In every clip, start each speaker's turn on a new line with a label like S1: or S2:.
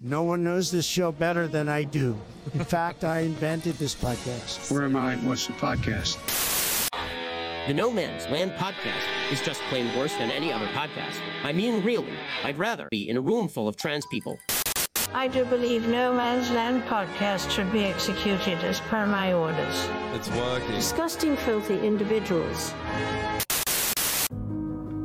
S1: No one knows this show better than I do. In fact, I invented this podcast.
S2: Where am I? What's the podcast?
S3: The No Man's Land podcast is just plain worse than any other podcast. I mean, really, I'd rather be in a room full of trans people.
S4: I do believe No Man's Land podcast should be executed as per my orders.
S5: It's working.
S4: Disgusting, filthy individuals.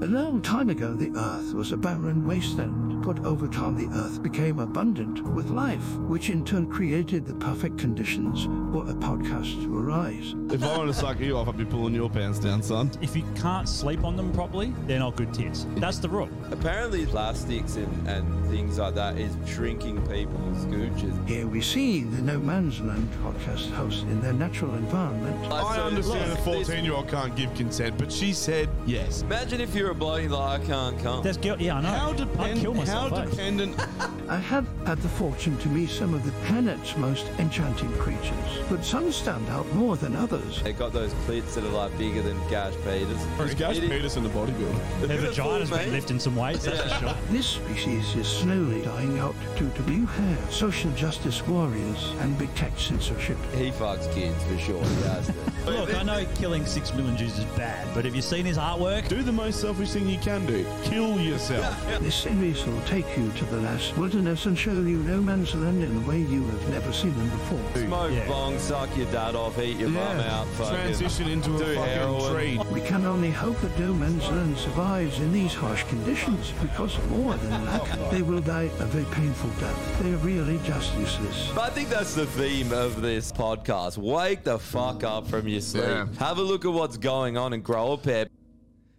S2: A long time ago, the earth was a barren wasteland, but over time, the earth became abundant with life, which in turn created the perfect conditions for a podcast to arise.
S5: If I want to suck you off, I'd be pulling your pants down, son.
S6: If you can't sleep on them properly, they're not good tits. That's the rule.
S7: Apparently, plastics and, and things like that is shrinking people's gooches.
S2: Here we see the No Man's Land podcast host in their natural environment.
S5: I
S7: So,
S5: understand
S7: look,
S5: a 14 year old can't give consent, but she said yes.
S7: this- Imagine if you're a bloke like, I can't come.
S6: That's guilt. Yeah, I know.
S5: How,
S6: I'd
S5: depend-
S6: kill myself.
S5: how
S6: eh?
S5: dependent.
S2: I have had the fortune to meet some of the planet's most enchanting creatures, but some stand out more than others.
S7: They got those clits that are like bigger than Gash Peters.
S5: Is Gash
S7: It is
S5: Peterson a bodybuilder?
S6: Their
S7: beautiful,
S6: vagina's been
S7: mate.
S6: lifting some weights, that's for sure.
S2: This species is slowly dying out due to blue hair, social justice warriors, and big tech censorship.
S7: He fucks kids for sure. He has to.
S6: Look, I know killing six million Jews is bad, but have you seen his artwork?
S5: Do the most selfish thing you can do kill yourself.
S2: This series will take you to the last wilderness and show you no man's land in a way you have never seen them before.
S7: Smoke
S6: Yeah.
S7: bong, suck your dad off, eat your mum out. Fucking
S5: Transition into a
S7: do
S5: fucking
S7: heroin.
S5: tree.
S2: We can only hope that no man's land survives in these harsh conditions, because more than that, they will die a very painful death. They are really just useless.
S7: But I think that's the theme of this podcast. Wake the fuck up from your sleep.
S5: Yeah.
S7: Have a look at what's going on and grow a pair.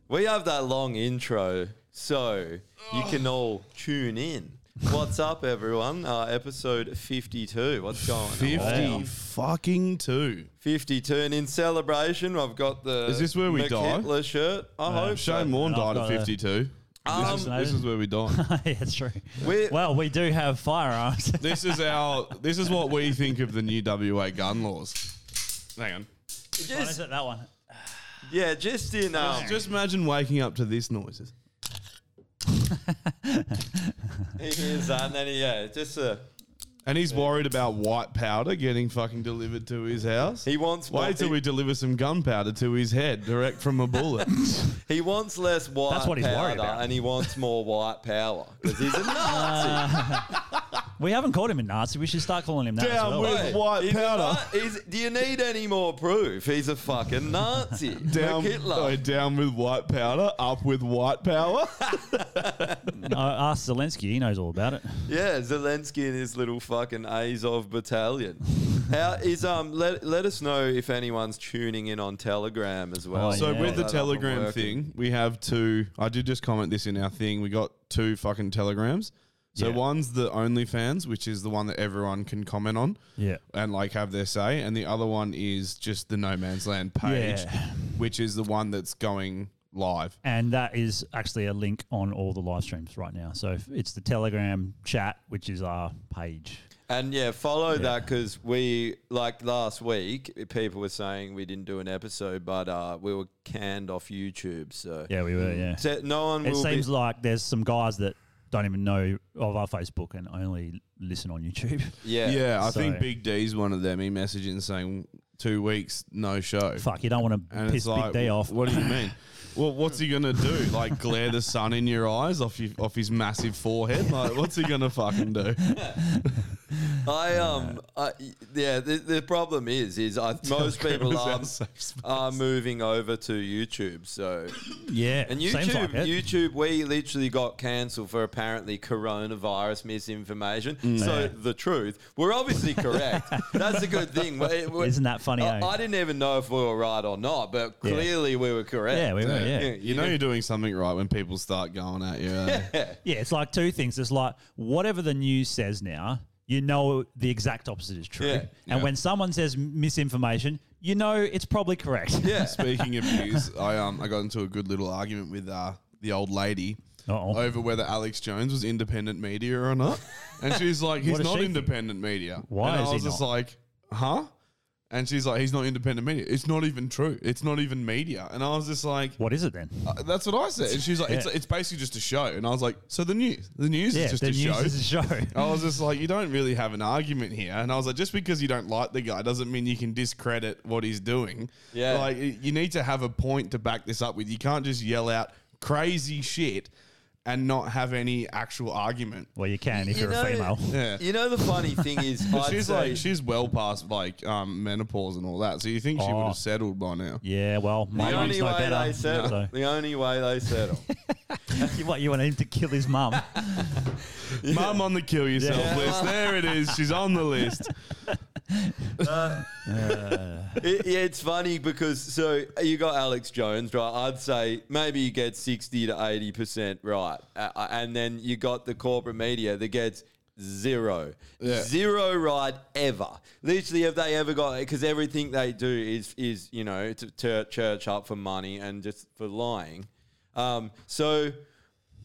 S7: We have that long intro, so you
S5: Oh.
S7: can all tune in. What's up, everyone? Uh, episode 52. What's going on?
S5: 50 fucking two.
S7: 52. And in celebration, I've got the
S5: Is this where we die?
S7: Hitler shirt. I hope
S5: Uh, Shane
S7: so.
S5: Warne
S6: I've
S5: died at
S6: got a-
S5: 52.
S7: Um,
S5: This is- this is where we die.
S6: yeah, it's true.
S7: We're-
S6: Well, we do have firearms.
S5: This is our. This is what we think of the new WA gun laws. Hang on.
S6: What is it, that one?
S7: yeah, just in. Um,
S5: Just imagine waking up to this noises.
S7: he hears that, and then he, yeah, just a.
S5: And he's worried about white powder getting fucking delivered to his house.
S7: He wants more-
S5: Wait till we deliver some gunpowder to his head direct from a bullet.
S7: He wants less white
S6: That's what he's
S7: powder
S6: worried about.
S7: and he wants more white power because he's a Nazi.
S6: We haven't called him a Nazi. We should start calling him that. as
S5: Down
S6: well.
S5: with white
S7: He's a
S5: powder.
S7: Na- he's- do you need any more proof? He's a fucking Nazi.
S5: Down,
S7: Like Hitler.
S5: oh, down with white powder, up with white power.
S6: I asked Zelensky. He knows all about it.
S7: Yeah, Zelensky and his little fucking Azov battalion. How is um? Let, let us know if anyone's tuning in on Telegram as well.
S6: Oh,
S5: So
S6: Yeah.
S5: with the
S7: That up and
S5: telegram
S7: working.
S5: thing, we have two. I did just comment this in our thing. We got two fucking telegrams. So
S6: Yeah.
S5: one's the OnlyFans, which is the one that everyone can comment on,
S6: Yeah.
S5: and like have their say, and the other one is just the No Man's Land page,
S6: Yeah.
S5: which is the one that's going live.
S6: And that is actually a link on all the live streams right now. So if- it's the Telegram chat, which is our page.
S7: And yeah, follow that 'cause that because we like last week people were saying we didn't do an episode, but uh, we were canned off YouTube. So
S6: Yeah, we were. Yeah.
S7: So no one
S6: It
S7: will
S6: seems
S7: be,
S6: like there's some guys that don't even know of our Facebook and only listen on YouTube.
S7: yeah.
S5: Yeah, I
S6: So-
S5: think Big D's one of them. He messaged in saying two weeks no show.
S6: Fuck, you don't want to
S5: And
S6: piss
S5: it's like,
S6: Big D off.
S5: What do you mean? Well, what's he gonna do? Like glare the sun in your eyes off your, off his massive forehead? Like, what's he gonna fucking do?
S7: I um I, yeah the, the problem is is I, most people
S5: was our
S7: are,
S5: safe space.
S7: are moving over to YouTube so
S6: Yeah,
S7: and
S6: seems
S7: YouTube
S6: like it.
S7: YouTube we literally got cancelled for apparently coronavirus misinformation
S6: Mm.
S7: so the truth we're obviously correct that's a good thing We- we-
S6: Isn't that funny,
S7: I,
S6: eh?
S7: I didn't even know if we were right or not but
S6: Yeah.
S7: clearly we were correct
S6: Yeah, we were, yeah.
S5: You know you're doing something right when people start going at you. eh?
S6: yeah, it's like two things. It's like whatever the news says now, you know the exact opposite is true.
S7: Yeah.
S6: And
S5: Yeah.
S6: when someone says misinformation, you know it's probably correct.
S7: Yeah.
S5: Speaking of news, I um I got into a good little argument with uh, the old lady
S6: Uh-oh.
S5: over whether Alex Jones was independent media or not, and she's like, he's
S6: What does
S5: not
S6: she think?
S5: independent media.
S6: Why
S5: And
S6: is
S5: I
S6: he
S5: was just
S6: not?
S5: like, huh? And she's like, he's not independent media. It's not even true. It's not even media. And I was just like,
S6: What is it then?
S5: uh, that's what I said. And she's like, it's,
S6: Yeah.
S5: it's basically just a show. And I was like, so the news, the news
S6: yeah,
S5: is just
S6: the
S5: a
S6: news
S5: show.
S6: is a show.
S5: I was just like, you don't really have an argument here. And I was like, just because you don't like the guy doesn't mean you can discredit what he's doing.
S7: Yeah.
S5: Like, y- you need to have a point to back this up with. You can't just yell out crazy shit and not have any actual argument.
S6: well, you can if
S7: You
S6: you are
S7: know-
S6: a female.
S5: Yeah.
S7: You know the funny thing is,
S5: But
S7: I'd
S5: she's
S7: say,
S5: like, she's well past like um, menopause and all that. So you think she
S6: Oh.
S5: would have settled by now.
S6: Yeah, well, my
S7: the
S6: mum's
S7: only
S6: no
S7: way
S6: better.
S7: they settle.
S6: so-
S7: The only way they settle.
S6: you, what, you want him to kill his mum?
S5: Mum on the kill yourself
S7: Yeah.
S5: list. There it is. She's on the list.
S7: Uh,
S6: Uh,
S7: It- yeah, it's funny because so you got Alex Jones, right? I'd say maybe you get 60 to 80% right. Uh, uh, and then you got the corporate media that gets zero, zero
S5: Yeah.
S7: right ever. Literally, have they ever got Because everything they do is, is you know, to, to church up for money and just for lying. Um, so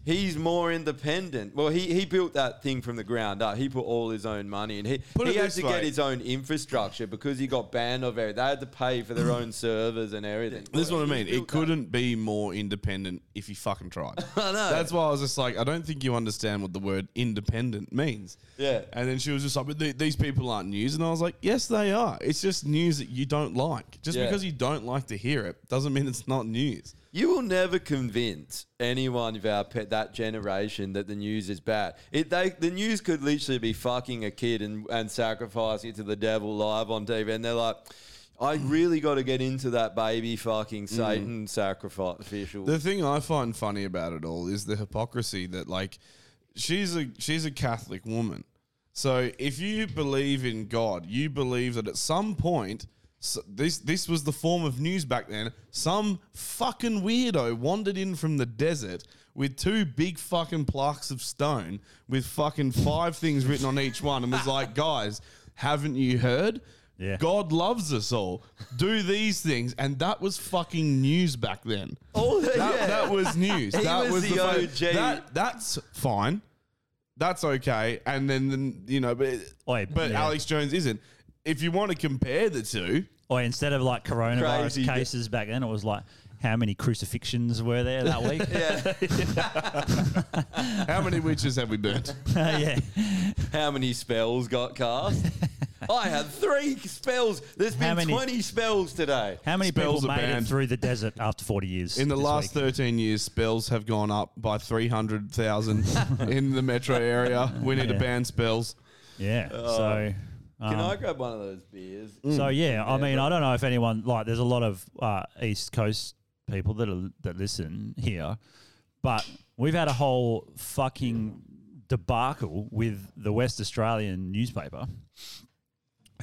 S7: he's more independent. Well, he, he built that thing from the ground up. He put all his own money and he,
S5: Put
S7: he
S5: it
S7: had
S5: this
S7: to
S5: way.
S7: get his own infrastructure because he got banned of everything. They had to pay for their own servers and everything.
S5: This is what I
S7: He
S5: mean.
S7: built
S5: It couldn't be more independent if you fucking tried.
S7: I know.
S5: That's why I was just like, I don't think you understand what the word independent means.
S7: Yeah.
S5: And then she was just like, but th- these people aren't news. And I was like, yes, they are. It's just news that you don't like. Just
S7: Yeah.
S5: because you don't like to hear it doesn't mean it's not news.
S7: You will never convince anyone of our pet that generation that the news is bad. It they the news could literally be fucking a kid and, and sacrificing it to the devil live on TV, and they're like, I really got to get into that baby fucking Satan sacrificial.
S5: Mm. The thing I find funny about it all is the hypocrisy that like she's a she's a Catholic woman. So if you believe in God, you believe that at some point s this this was the form of news back then. Some fucking weirdo wandered in from the desert with two big fucking plaques of stone with fucking five things written on each one and was like, "Guys, haven't you heard?
S6: Yeah.
S5: God loves us all. Do these things." And that was fucking news back then.
S7: Oh,
S5: That, that was news.
S7: He
S5: that
S7: was
S5: was,
S7: the
S5: the fu-
S7: OG.
S5: That, that's fine. That's okay. And then, then you know, but
S6: Oi,
S5: but
S6: yeah.
S5: Alex Jones isn't. If you want to compare the two,
S6: Or instead of like coronavirus
S7: Crazy.
S6: cases back then, it was like how many crucifixions were there that week?
S7: yeah.
S5: how many witches have we burnt?
S6: Uh, yeah.
S7: How many spells got cast? I had three spells. There's
S6: How
S7: been
S6: many-
S7: 20 spells today.
S6: How many
S5: Spells
S6: people
S5: are
S6: made
S5: banned.
S6: it through the desert after 40 years?
S5: In the
S6: this
S5: last
S6: week?
S5: 13 years, spells have gone up by 300,000 in the metro area. We need to
S6: Yeah.
S5: ban spells.
S6: Yeah. so.
S7: Uh,
S6: um,
S7: Can I grab one of those beers?
S5: Mm.
S6: So yeah, I mean, I don't know if anyone like. There's a lot of uh, East Coast people that are, that listen here, but we've had a whole fucking debacle with the West Australian newspaper,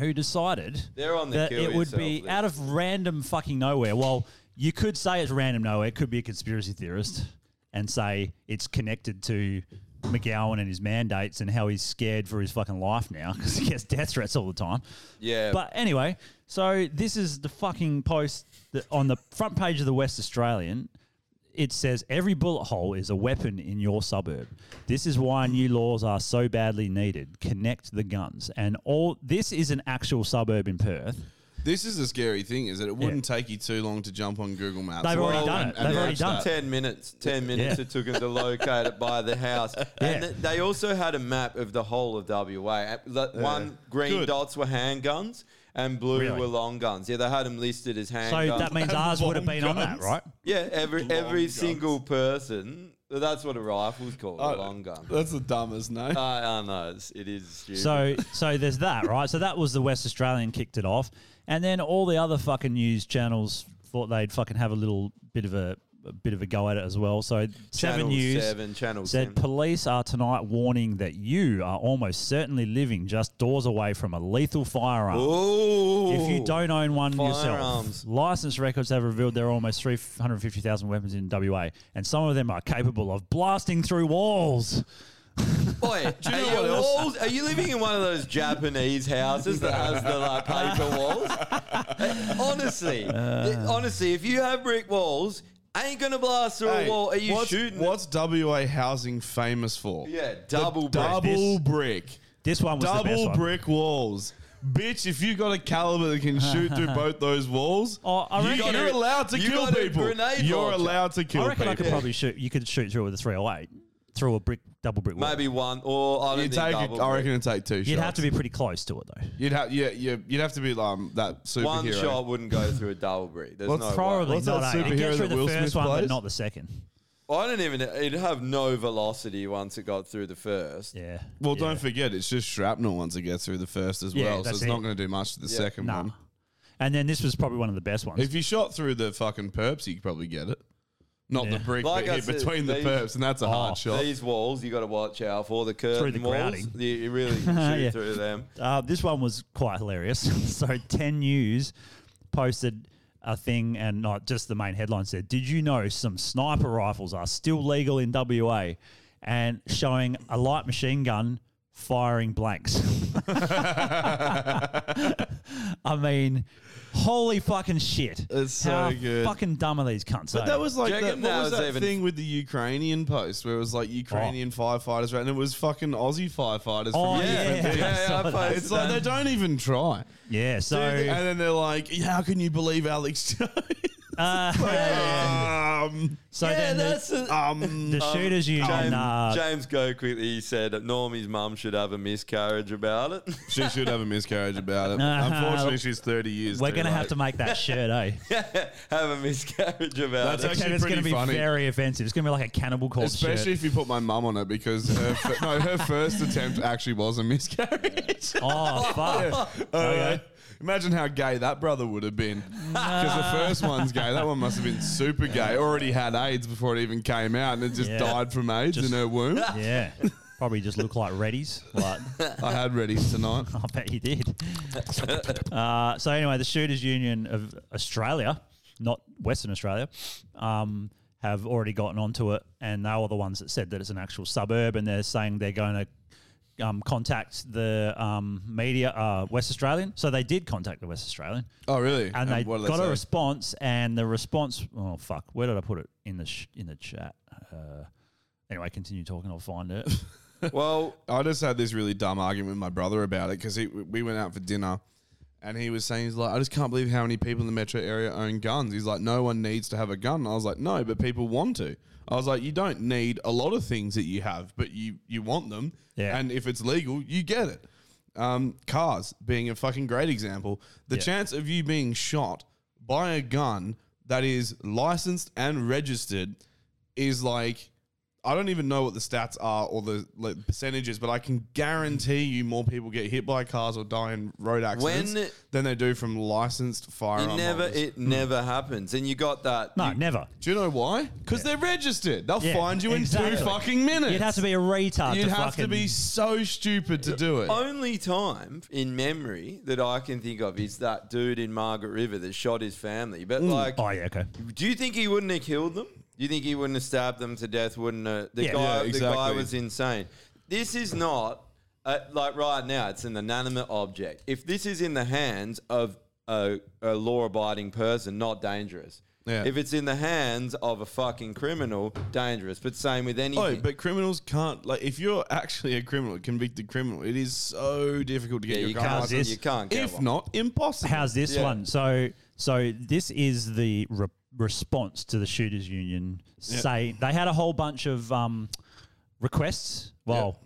S6: who decided
S7: They're on the
S6: that
S7: kill
S6: it would be
S7: yourself eh?
S6: out of random fucking nowhere. Well, you could say it's random nowhere. It could be a conspiracy theorist and say it's connected to. McGowan and his mandates and how he's scared for his fucking life now because he gets death threats all the time.
S7: Yeah.
S6: But anyway, so this is the fucking post that on the front page of the West Australian. It says every bullet hole is a weapon in your suburb. This is why new laws are so badly needed. Connect the guns, and all this is an actual suburb in Perth.
S5: This is the scary thing is that it wouldn't take you too long to jump on Google Maps.
S6: They've already
S5: Well,
S6: done
S5: and-
S6: it.
S5: and
S6: They've already
S5: match
S6: done
S5: that.
S6: it.
S7: 10 minutes. 10 minutes
S6: Yeah.
S7: it took them to locate it by the house. And th- they also had a map of the whole of WA. Uh, the- One green
S5: Good.
S7: dots were handguns and blue
S6: Really?
S7: were long guns. Yeah, they had them listed as
S6: So
S7: handguns.
S6: that means ours would have been on that,
S5: guns.
S6: right?
S7: yeah, every every
S5: guns.
S7: single person. That's what a rifle's called,
S5: Oh.
S7: a long gun.
S5: That's the dumbest name.
S7: I, I know, it's, it is stupid.
S6: So so there's that, right? So that was the West Australian kicked it off, and then all the other fucking news channels thought they'd fucking have a little bit of a, a bit of a go at it as well. So Seven
S7: Channel
S6: News,
S7: 7, Channel
S6: said
S7: 10.
S6: police are tonight warning that you are almost certainly living just doors away from a lethal firearm.
S7: Ooh.
S6: If you don't own one
S7: Firearms.
S6: yourself, license records have revealed there are almost 350,000 weapons in WA, and some of them are capable of blasting through walls.
S7: Boy, are,
S5: know
S7: your
S5: what else?
S7: walls, are you living in one of those Japanese houses that has the like paper walls? honestly,
S5: Uh.
S7: honestly, if you have brick walls, ain't gonna blast through
S5: Hey,
S7: a wall. Are you
S5: what's,
S7: shooting?
S5: What's WA housing famous for?
S7: Yeah,
S5: The
S7: double brick.
S5: double brick.
S6: This one was the best
S5: double
S6: one.
S5: brick walls. Bitch, if you got a caliber that can shoot through both those walls,
S6: Oh, I
S5: you,
S6: reckon-
S5: are allowed to
S7: You
S5: kill
S7: got a
S5: people.
S7: grenade
S5: You're
S7: launcher.
S5: allowed to kill
S6: I reckon
S5: people.
S6: I could probably shoot. You could shoot through with a 308 through a brick double brick wall.
S7: Maybe one or I don't
S5: You'd
S7: think
S5: take
S7: double
S5: it, I
S7: brick.
S5: reckon it'd take two shots.
S6: You'd have to be pretty close to it though.
S5: You'd have, yeah, yeah, you'd have to be um, that superhero.
S7: one shot wouldn't go through a double brick. There's
S5: What's
S7: no
S6: Probably
S5: What's that
S6: not. eh? It
S5: superhero
S6: gets through
S5: that
S6: the
S5: Will
S6: first
S5: Smith
S6: one,
S5: plays?
S6: but not the second.
S7: way. I don't even. It'd have no velocity once it got through the first.
S6: Yeah.
S5: Well,
S6: yeah.
S5: don't forget, it's just shrapnel once it gets through the first as
S6: Yeah,
S5: well, so
S6: that's
S5: it's
S6: it.
S5: not going to do much to the second
S6: Nah.
S5: one.
S6: And then this was probably one of the best ones.
S5: If you shot through the fucking perps, you could probably get it. Not the
S6: Yeah.
S5: brick,
S7: Like
S5: but
S7: I
S5: hit
S7: said,
S5: between the
S7: these-
S5: perps, and that's a
S6: Oh,
S5: hard shot.
S7: These walls, you got to watch out for the curtain
S6: the
S7: walls.
S6: grouting.
S7: You, you really can shoot
S6: Yeah.
S7: through them.
S6: Uh, this one was quite hilarious. so, 10 News posted a thing, and not just the main headline said, Did you know some sniper rifles are still legal in WA? And showing a light machine gun firing blanks. I mean, holy fucking shit.
S5: It's so
S6: How
S5: good.
S6: fucking dumb are these cunts? eh?
S5: But that was like
S7: Do you
S5: that,
S7: reckon
S5: what
S7: that
S5: was
S7: was
S5: that
S7: even-
S5: thing with the Ukrainian post where it was like Ukrainian firefighters, right? And it was fucking Aussie firefighters.
S6: Oh,
S5: from
S6: yeah.
S5: different
S6: Yeah,
S5: things.
S7: yeah, I posted
S5: it's like
S7: that.
S5: they don't even try.
S6: yeah, so.
S5: and then they're like, "How can you believe Alex Jones?"
S6: uh,
S5: um,
S6: so
S7: yeah,
S6: then
S7: that's
S6: the,
S7: a,
S5: um,
S6: the shooters union.
S7: James,
S6: uh,
S7: James Go quickly said Normie's mum should have a miscarriage about it.
S5: she should have a miscarriage about it.
S6: Uh-huh.
S5: Unfortunately, she's thirty years.
S6: we're
S5: too
S6: going to have
S5: late.
S6: to make that shirt, eh?
S7: have a miscarriage about
S6: Uh,
S5: That's
S7: it.
S5: actually
S6: and it's going to be
S5: pretty funny.
S6: very offensive. It's going to be like a cannibal corpse
S5: Especially
S6: shirt.
S5: if you put my mum on it because her fir- no, her first attempt actually was a miscarriage.
S6: Oh fuck!
S5: Okay. Imagine how gay that brother would have been. Because the first one's gay. That one must have been super gay. Already had AIDS before it even came out and it just
S6: Yeah.
S5: died from AIDS
S6: Just-
S5: in her womb.
S6: yeah, probably just look like Reddies, but
S5: I had Reddy's tonight.
S6: I bet you did. Uh, so anyway, the Shooters Union of Australia, not Western Australia, um, have already gotten onto it, and they were the ones that said that it's an actual suburb, and they're saying they're going to. Um, contact the um, media, uh, West Australian. So they did contact the West Australian.
S5: Oh, really?
S6: and they
S5: what did
S6: got a
S5: say?
S6: response, and the response. Oh fuck! Where did I put it in the sh- in the chat? Uh, anyway, continue talking. I'll find it.
S7: well,
S5: I just had this really dumb argument with my brother about it because we went out for dinner and he was saying, he's like, I just can't believe how many people in the metro area own guns. He's like, no one needs to have a gun. I was like, no, but people want to. I was like, you don't need a lot of things that you have, but you, you want them.
S6: Yeah.
S5: And if it's legal, you get it. Um, cars being a fucking great example. The
S6: Yeah.
S5: chance of you being shot by a gun that is licensed and registered is like I don't even know what the stats are or the like, percentages, but I can guarantee you more people get hit by cars or die in road accidents
S7: When-
S5: than they do from licensed
S7: it
S5: firearm.
S7: never
S5: holders. Hmm.
S7: it never happens. And you got that.
S6: No,
S7: you-
S6: never.
S5: do you know why? Because they're registered. They'll
S6: Yeah,
S5: find you in
S6: exactly.
S5: two fucking minutes.
S6: You'd have to be a retard.
S5: You'd
S6: to
S5: have
S6: fucking,
S5: to be so stupid to do it.
S7: only time in memory that I can think of is that dude in Margaret River that shot his family. But
S5: Mm.
S7: like,
S6: Oh yeah, okay.
S7: do you think he wouldn't have killed them? Do you think he wouldn't have stabbed them to death? Wouldn't have? The
S6: Yeah.
S7: guy,
S5: Yeah,
S7: the guy
S5: exactly.
S7: was insane. This is not uh, like right now. It's an inanimate object. If this is in the hands of a, a law-abiding person, not dangerous.
S5: Yeah.
S7: If it's in the hands of a fucking criminal, dangerous. But same with anything.
S5: Oh, but criminals can't like if you're actually a criminal, a convicted criminal, it is so difficult to get
S7: yeah,
S5: your
S7: you
S5: car
S7: can't.
S5: license.
S7: You can't. get
S5: If
S7: one.
S5: not impossible.
S6: How's this
S7: Yeah.
S6: one? So so this is the re- response to the shooters union. Say they had a whole bunch of um, requests. Well,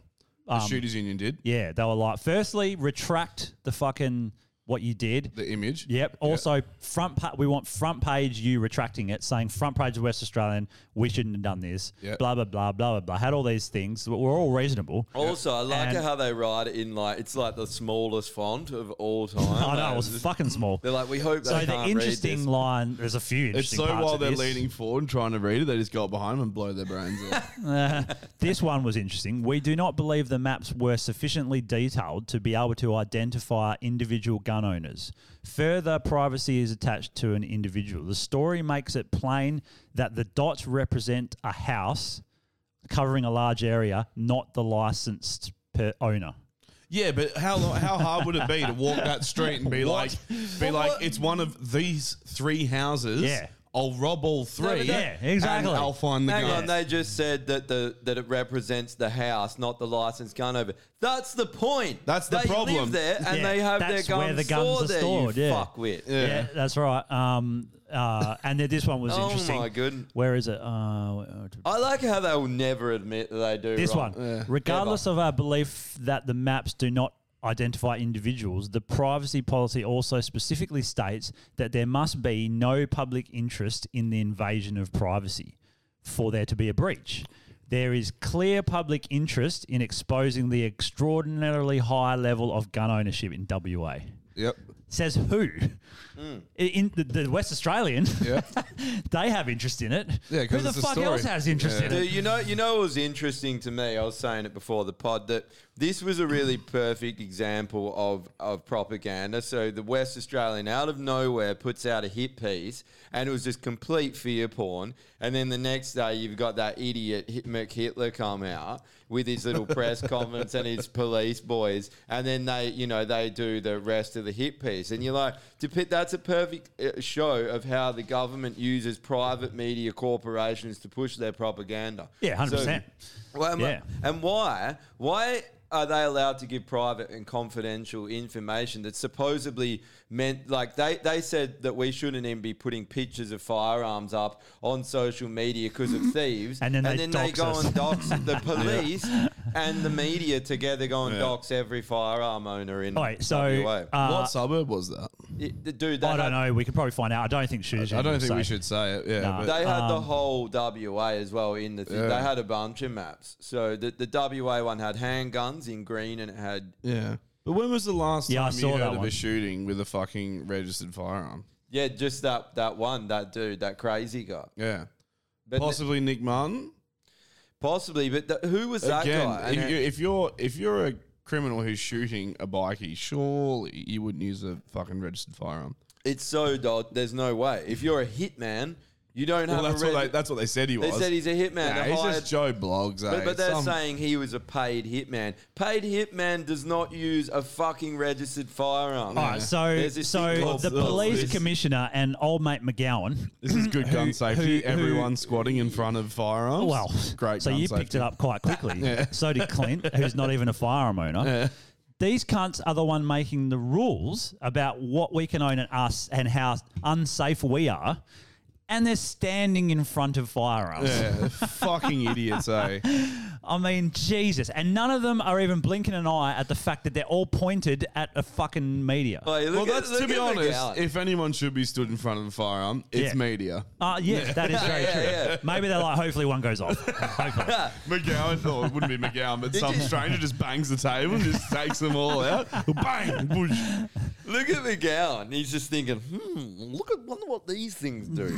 S6: um,
S5: the shooters union did
S6: yeah, they were like, firstly, retract the fucking what you did.
S5: the image.
S6: Yep. Also, front pa- we want front page you retracting it, saying front page of West Australian, we shouldn't have done this.
S5: Yep.
S6: Blah blah blah blah blah blah. Had all these things, but we're all reasonable.
S7: Also, I like
S6: And-
S7: how they write it in like it's like the smallest font of all time.
S6: I know it was
S7: Like,
S6: fucking small.
S7: They're like, we hope they
S6: So the
S7: can't read
S6: interesting
S7: this.
S6: line, there's a few
S5: It's
S6: interesting.
S5: so
S6: parts
S5: while
S6: of
S5: they're
S6: this.
S5: leaning forward and trying to read it, they just go up behind them and blow their brains out.
S6: This one was interesting. We do not believe the maps were sufficiently detailed to be able to identify individual gun owners. Further, privacy is attached to an individual. The story makes it plain that the dots represent a house, covering a large area, not the licensed per owner.
S5: Yeah, but how lo- how hard would it be to walk that street and be
S6: What?
S5: like, be like, it's one of these three houses.
S6: Yeah.
S5: I'll rob all three.
S7: but that-
S6: Yeah, exactly.
S5: And I'll find the
S7: Hang
S5: gun.
S7: on, they just said that the that it represents the house, not the licensed gun over. That's the point.
S5: That's the
S7: They
S5: problem.
S7: Live there and
S6: Yeah,
S7: they have their
S6: that's where
S7: guns,
S6: the guns
S7: stored
S6: are
S7: there.
S6: stored,
S7: you
S6: yeah.
S7: fuck with.
S6: Yeah, that's right. Um, uh, and then this one was
S7: Oh
S6: interesting.
S7: my goodness.
S6: Where is it? Uh,
S7: I like how they will never admit that they do.
S6: This
S7: wrong.
S6: one. Regardless of our belief that the maps do not identify individuals, the privacy policy also specifically states that there must be no public interest in the invasion of privacy for there to be a breach. There is clear public interest in exposing the extraordinarily high level of gun ownership in WA.
S5: Yep.
S6: Says who?
S7: Hmm.
S6: In, in the, the West Australian, they have interest in it.
S5: Yeah, 'cause
S6: who the
S5: it's a
S6: fuck
S5: story.
S6: else has interest in it?
S7: Dude, you know, you know, what was interesting to me. I was saying it before the pod that this was a really perfect example of of propaganda. So the West Australian, out of nowhere, puts out a hit piece, and it was just complete fear porn. And then the next day, you've got that idiot Hit- Mick Hitler come out with his little press conference and his police boys, and then they, you know, they do the rest of the hit piece, and you're like, depict that's a perfect uh, show of how the government uses private media corporations to push their propaganda.
S6: Yeah, 100%.
S7: So- well, am I-
S6: Yeah.
S7: and why? Why are they allowed to give private and confidential information that supposedly meant like they, they said that we shouldn't even be putting pictures of firearms up on social media because of thieves
S6: And then they dox
S7: go
S6: us.
S7: and dox the police and the media together go and dox every firearm owner in
S6: All right, so,
S7: WA.
S6: uh,
S5: what suburb was that?
S7: eh? It- the- dude they
S6: I don't
S7: had-
S6: know. We could probably find out. I don't think shooters.
S5: I don't think we should say it. Yeah. but-
S7: They had the whole WA as well in the thing. They had a bunch of maps. So the, the WA one had handguns in green and it had
S5: yeah. But when was the last
S6: Yeah, I
S5: time
S6: saw
S5: you
S6: that
S5: heard of
S6: one.
S5: a shooting with a fucking registered firearm?
S7: Yeah, just that that one, that dude, that crazy guy.
S5: Yeah.
S7: But
S5: Possibly Nick Martin.
S7: possibly, but th- who was that
S5: Again,
S7: guy? And
S5: if,
S7: it-
S5: you, if you're if you're a criminal who's shooting a bikie, surely you wouldn't use a fucking registered firearm.
S7: it's so dog. There's no way. If you're a hitman, you don't
S5: Well,
S7: have.
S5: that's
S7: a
S5: what
S7: red-
S5: they, that's what they said he
S7: They
S5: was.
S7: said he's a hitman.
S5: Nah,
S7: They're
S5: he's
S7: hired-
S5: just Joe Blogs. eh?
S7: But, but they're
S5: Some-
S7: saying he was a paid hitman. Paid hitman does not use a fucking registered firearm.
S6: All right, so
S7: There's this thing
S6: so
S7: called-
S6: the police commissioner and old mate McGowan.
S5: This is good gun safety.
S6: who-
S5: Everyone squatting in front of firearms.
S6: Well,
S5: great.
S6: So
S5: gun
S6: you
S5: safety.
S6: picked it up quite quickly. So did Clint, who's not even a firearm owner. These cunts are the one making the rules about what we can own and us and how unsafe we are, and they're standing in front of firearms.
S5: Yeah, fucking idiots, eh?
S6: I mean, Jesus! And none of them are even blinking an eye at the fact that they're all pointed at a fucking media.
S7: Like,
S5: Well,
S7: look at-
S5: that's to
S7: look
S5: be
S7: at
S5: honest.
S7: McGowan.
S5: If anyone should be stood in front of a firearm, it's
S6: Yeah.
S5: media.
S6: Uh, yes, that is very true. Maybe they're like, hopefully one goes off. Hopefully.
S5: McGowan, or it wouldn't be McGowan, but some
S7: you-
S5: stranger just bangs the table and just takes them all out. Bang! Whoosh.
S7: Look at McGowan. He's just thinking, hmm, look at wonder what these things do.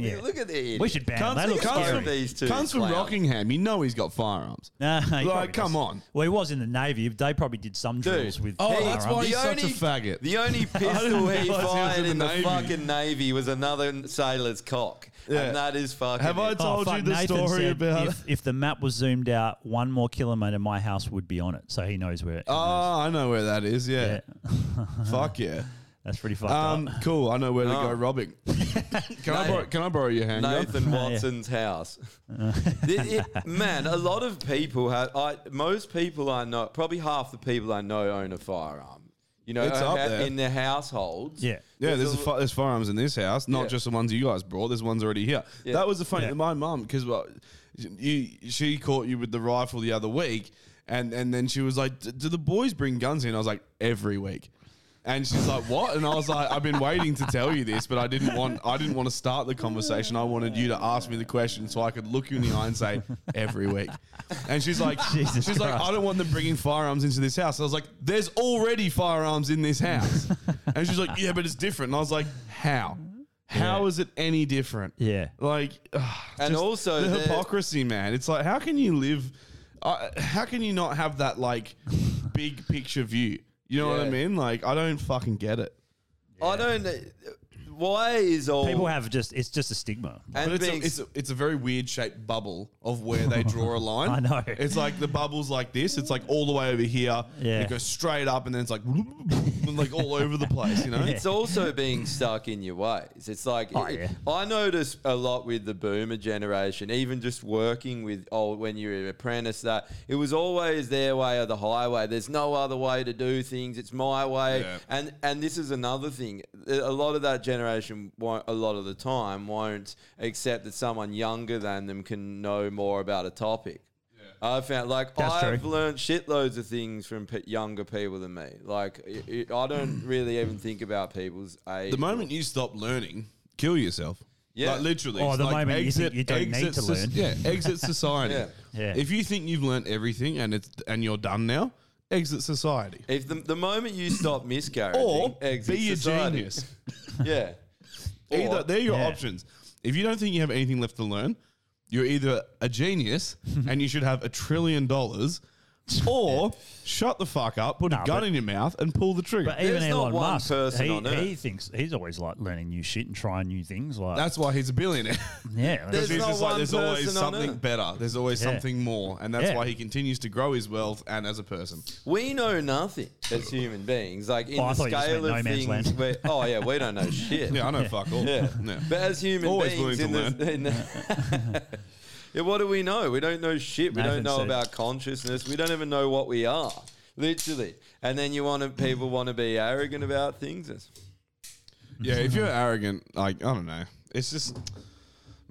S6: Yeah.
S7: Look at the
S6: We should ban them.
S5: Cunts
S6: They
S5: from-
S6: look
S5: cunts from-
S6: scary.
S7: these two.
S5: Cunts from
S7: clowns.
S5: Rockingham, you know he's got firearms.
S6: Nah, he probably
S5: Like, come
S6: doesn't.
S5: on.
S6: Well, he was in the Navy. They probably did some drills with.
S5: Oh,
S6: firearms.
S5: that's why- he's such a faggot.
S7: The only pistol
S5: realise he
S7: he
S5: was
S7: fired
S5: in the
S7: in the,
S5: Navy.
S7: fucking Navy was another sailor's cock.
S5: Yeah.
S7: And that is fucking.
S5: Have I
S7: it.
S5: told
S6: Oh, fuck,
S5: you the
S6: Nathan
S5: story
S6: said
S5: about?
S6: if, if the map was zoomed out one more kilometre, my house would be on it. So he knows where. It
S5: oh, I know where that is. Yeah,
S6: Yeah.
S5: fuck yeah.
S6: That's pretty fucked
S5: Um,
S6: up.
S5: cool. I know where to
S7: Oh.
S5: go robbing. can I borrow, can I borrow your handgun?
S7: Nathan Watson's house. It- it- man, a lot of people have. I, most people I know, probably half the people I know own a firearm. You know,
S5: It's up
S7: ha-
S5: there.
S7: in their households.
S6: Yeah.
S5: Yeah, there's,
S7: a
S5: a, fi- there's firearms in this house, not
S7: Yeah.
S5: just the ones you guys brought. There's ones already here.
S7: Yeah.
S5: That was the funny.
S6: Yeah.
S5: My mum, because well, you, she caught you with the rifle the other week, and and then she was like, "D- "Do the boys bring guns in?" I was like, "Every week." And she's like, "What?" And I was like, "I've been waiting to tell you this, but I didn't want I didn't want to start the conversation. I wanted you to ask me the question so I could look you in the eye and say every week." And she's like,
S6: Jesus
S5: "She's like,
S6: Christ.
S5: I don't want them bringing firearms into this house." I was like, "There's already firearms in this house," and she's like, "Yeah, but it's different." And I was like, "How? How is
S6: Yeah.
S5: it any different?"
S6: Yeah.
S5: like,
S7: And also
S5: the
S7: the-
S5: hypocrisy, man. It's like, how can you live? Uh, how can you not have that like big picture view? You know what I
S7: Yeah.
S5: mean? Like, I don't fucking get it.
S7: I don't. why is all
S6: People have just it's just a stigma.
S7: and
S5: But it's a,
S7: being
S5: it's, a, it's a very weird shaped bubble of where they draw a line.
S6: I know.
S5: It's like the bubble's like this. It's like all the way over here.
S6: Yeah.
S5: It goes straight up and then it's like, like all over the place, you know?
S7: it's also being stuck in your ways. It's like
S6: Oh, yeah.
S7: I notice a lot with the boomer generation, even just working with oh when you're an apprentice that it was always their way or the highway. There's no other way to do things. It's my way.
S5: Yeah.
S7: And and this is another thing. A lot of that generation won't a lot of the time won't accept that someone younger than them can know more about a topic. I found like
S6: That's
S7: I've
S6: true.
S7: learned shitloads of things from p- younger people than me. Like i i I don't really even think about people's age.
S5: The moment you stop learning, kill yourself.
S7: Yeah.
S5: Like literally.
S6: Or Oh, the
S5: like
S6: moment you think you don't need to
S5: soc-
S6: learn.
S5: yeah, exit society.
S7: Yeah.
S6: Yeah.
S5: If you think you've learned everything and it's and you're done now, exit society.
S7: if the, the moment you stop miscarriaging,
S5: Or
S7: exit
S5: be a
S7: society.
S5: genius.
S7: Yeah.
S5: Either
S7: Or-
S5: they're your
S6: Yeah.
S5: options. If you don't think you have anything left to learn, you're either a genius and you should have a trillion dollars, or shut the fuck up, put
S6: Nah,
S5: a gun
S6: but-
S5: in your mouth, and pull the trigger.
S6: But even
S7: There's not
S6: Elon
S7: one
S6: Musk,
S7: person
S6: he,
S7: on Earth.
S6: he thinks he's always like learning new shit and trying new things. Like
S5: That's why he's a billionaire.
S6: yeah, like-
S7: There's
S5: He's
S7: not
S5: just like
S7: one
S5: there's always
S7: person on
S5: something
S7: earth.
S5: better. There's always
S6: Yeah.
S5: something more, and that's
S6: Yeah.
S5: why he continues to grow his wealth and as a person.
S7: We know nothing as human beings. Like in
S6: Oh, I
S7: the
S6: thought you just
S7: scale
S6: meant
S7: of
S6: no man's
S7: things,
S6: land.
S7: where, oh yeah, we don't know shit.
S5: Yeah, I know fuck all.
S7: Yeah.
S5: Yeah.
S7: But as human
S5: Always
S7: beings, in
S5: willing to
S7: this, in the- yeah, what do we know? We don't know shit. We
S6: Nathan
S7: don't know
S6: said-
S7: about consciousness. We don't even know what we are, literally. And then you want to, people want to be arrogant about things. That's-
S5: Yeah, if you're arrogant, like I don't know, it's just. I-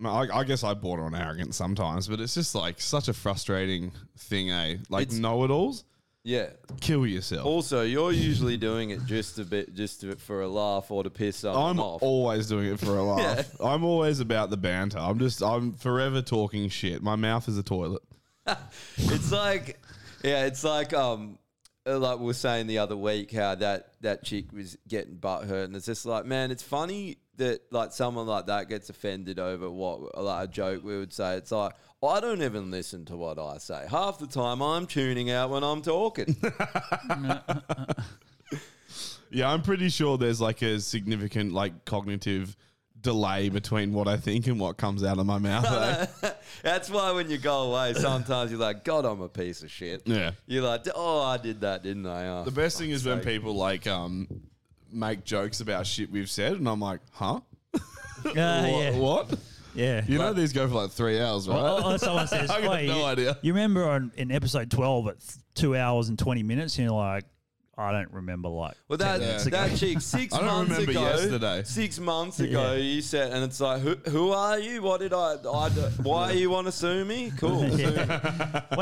S5: I, I guess I border on arrogant sometimes, but it's just like such a frustrating thing, eh? Like
S7: It's-
S5: know-it-alls,
S7: Yeah.
S5: kill yourself.
S7: Also, you're usually doing it just a bit, just to, for a laugh or to piss someone
S5: I'm
S7: off.
S5: always doing it for a laugh. I'm always about the banter. I'm just I'm forever talking shit. My mouth is a toilet.
S7: it's like, yeah, it's like um, uh, like we were saying the other week how that that chick was getting butt hurt, and it's just like, man, it's funny that like someone like that gets offended over what like a joke we would say. It's like. I don't even listen to what I say. Half the time I'm tuning out when I'm talking.
S5: Yeah, I'm pretty sure there's like a significant like cognitive delay between what I think and what comes out of my mouth. eh?
S7: That's why when you go away, sometimes you're like, God, I'm a piece of shit.
S5: Yeah.
S7: You're like, oh, I did that, didn't I? Oh,
S5: The best thing is when
S7: sake.
S5: people like um make jokes about shit we've said, and I'm like, huh?
S6: uh,
S5: what?
S6: yeah,
S5: what?
S6: yeah.
S5: You know these go for like three hours, right?
S6: Or- or someone says,
S5: I got
S6: "Wait,
S5: no
S6: you,
S5: idea."
S6: You remember on, in episode twelve at th- two hours and twenty minutes, and you're like, I don't remember. Like,
S7: Well, that
S5: minutes ago.
S7: that chick six
S5: I don't
S7: months
S5: remember
S7: ago.
S5: yesterday.
S7: Six months ago,
S6: Yeah.
S7: you said, and it's like, who, who are you? What did I? I do- why you want to sue me? Cool. sue me.
S6: what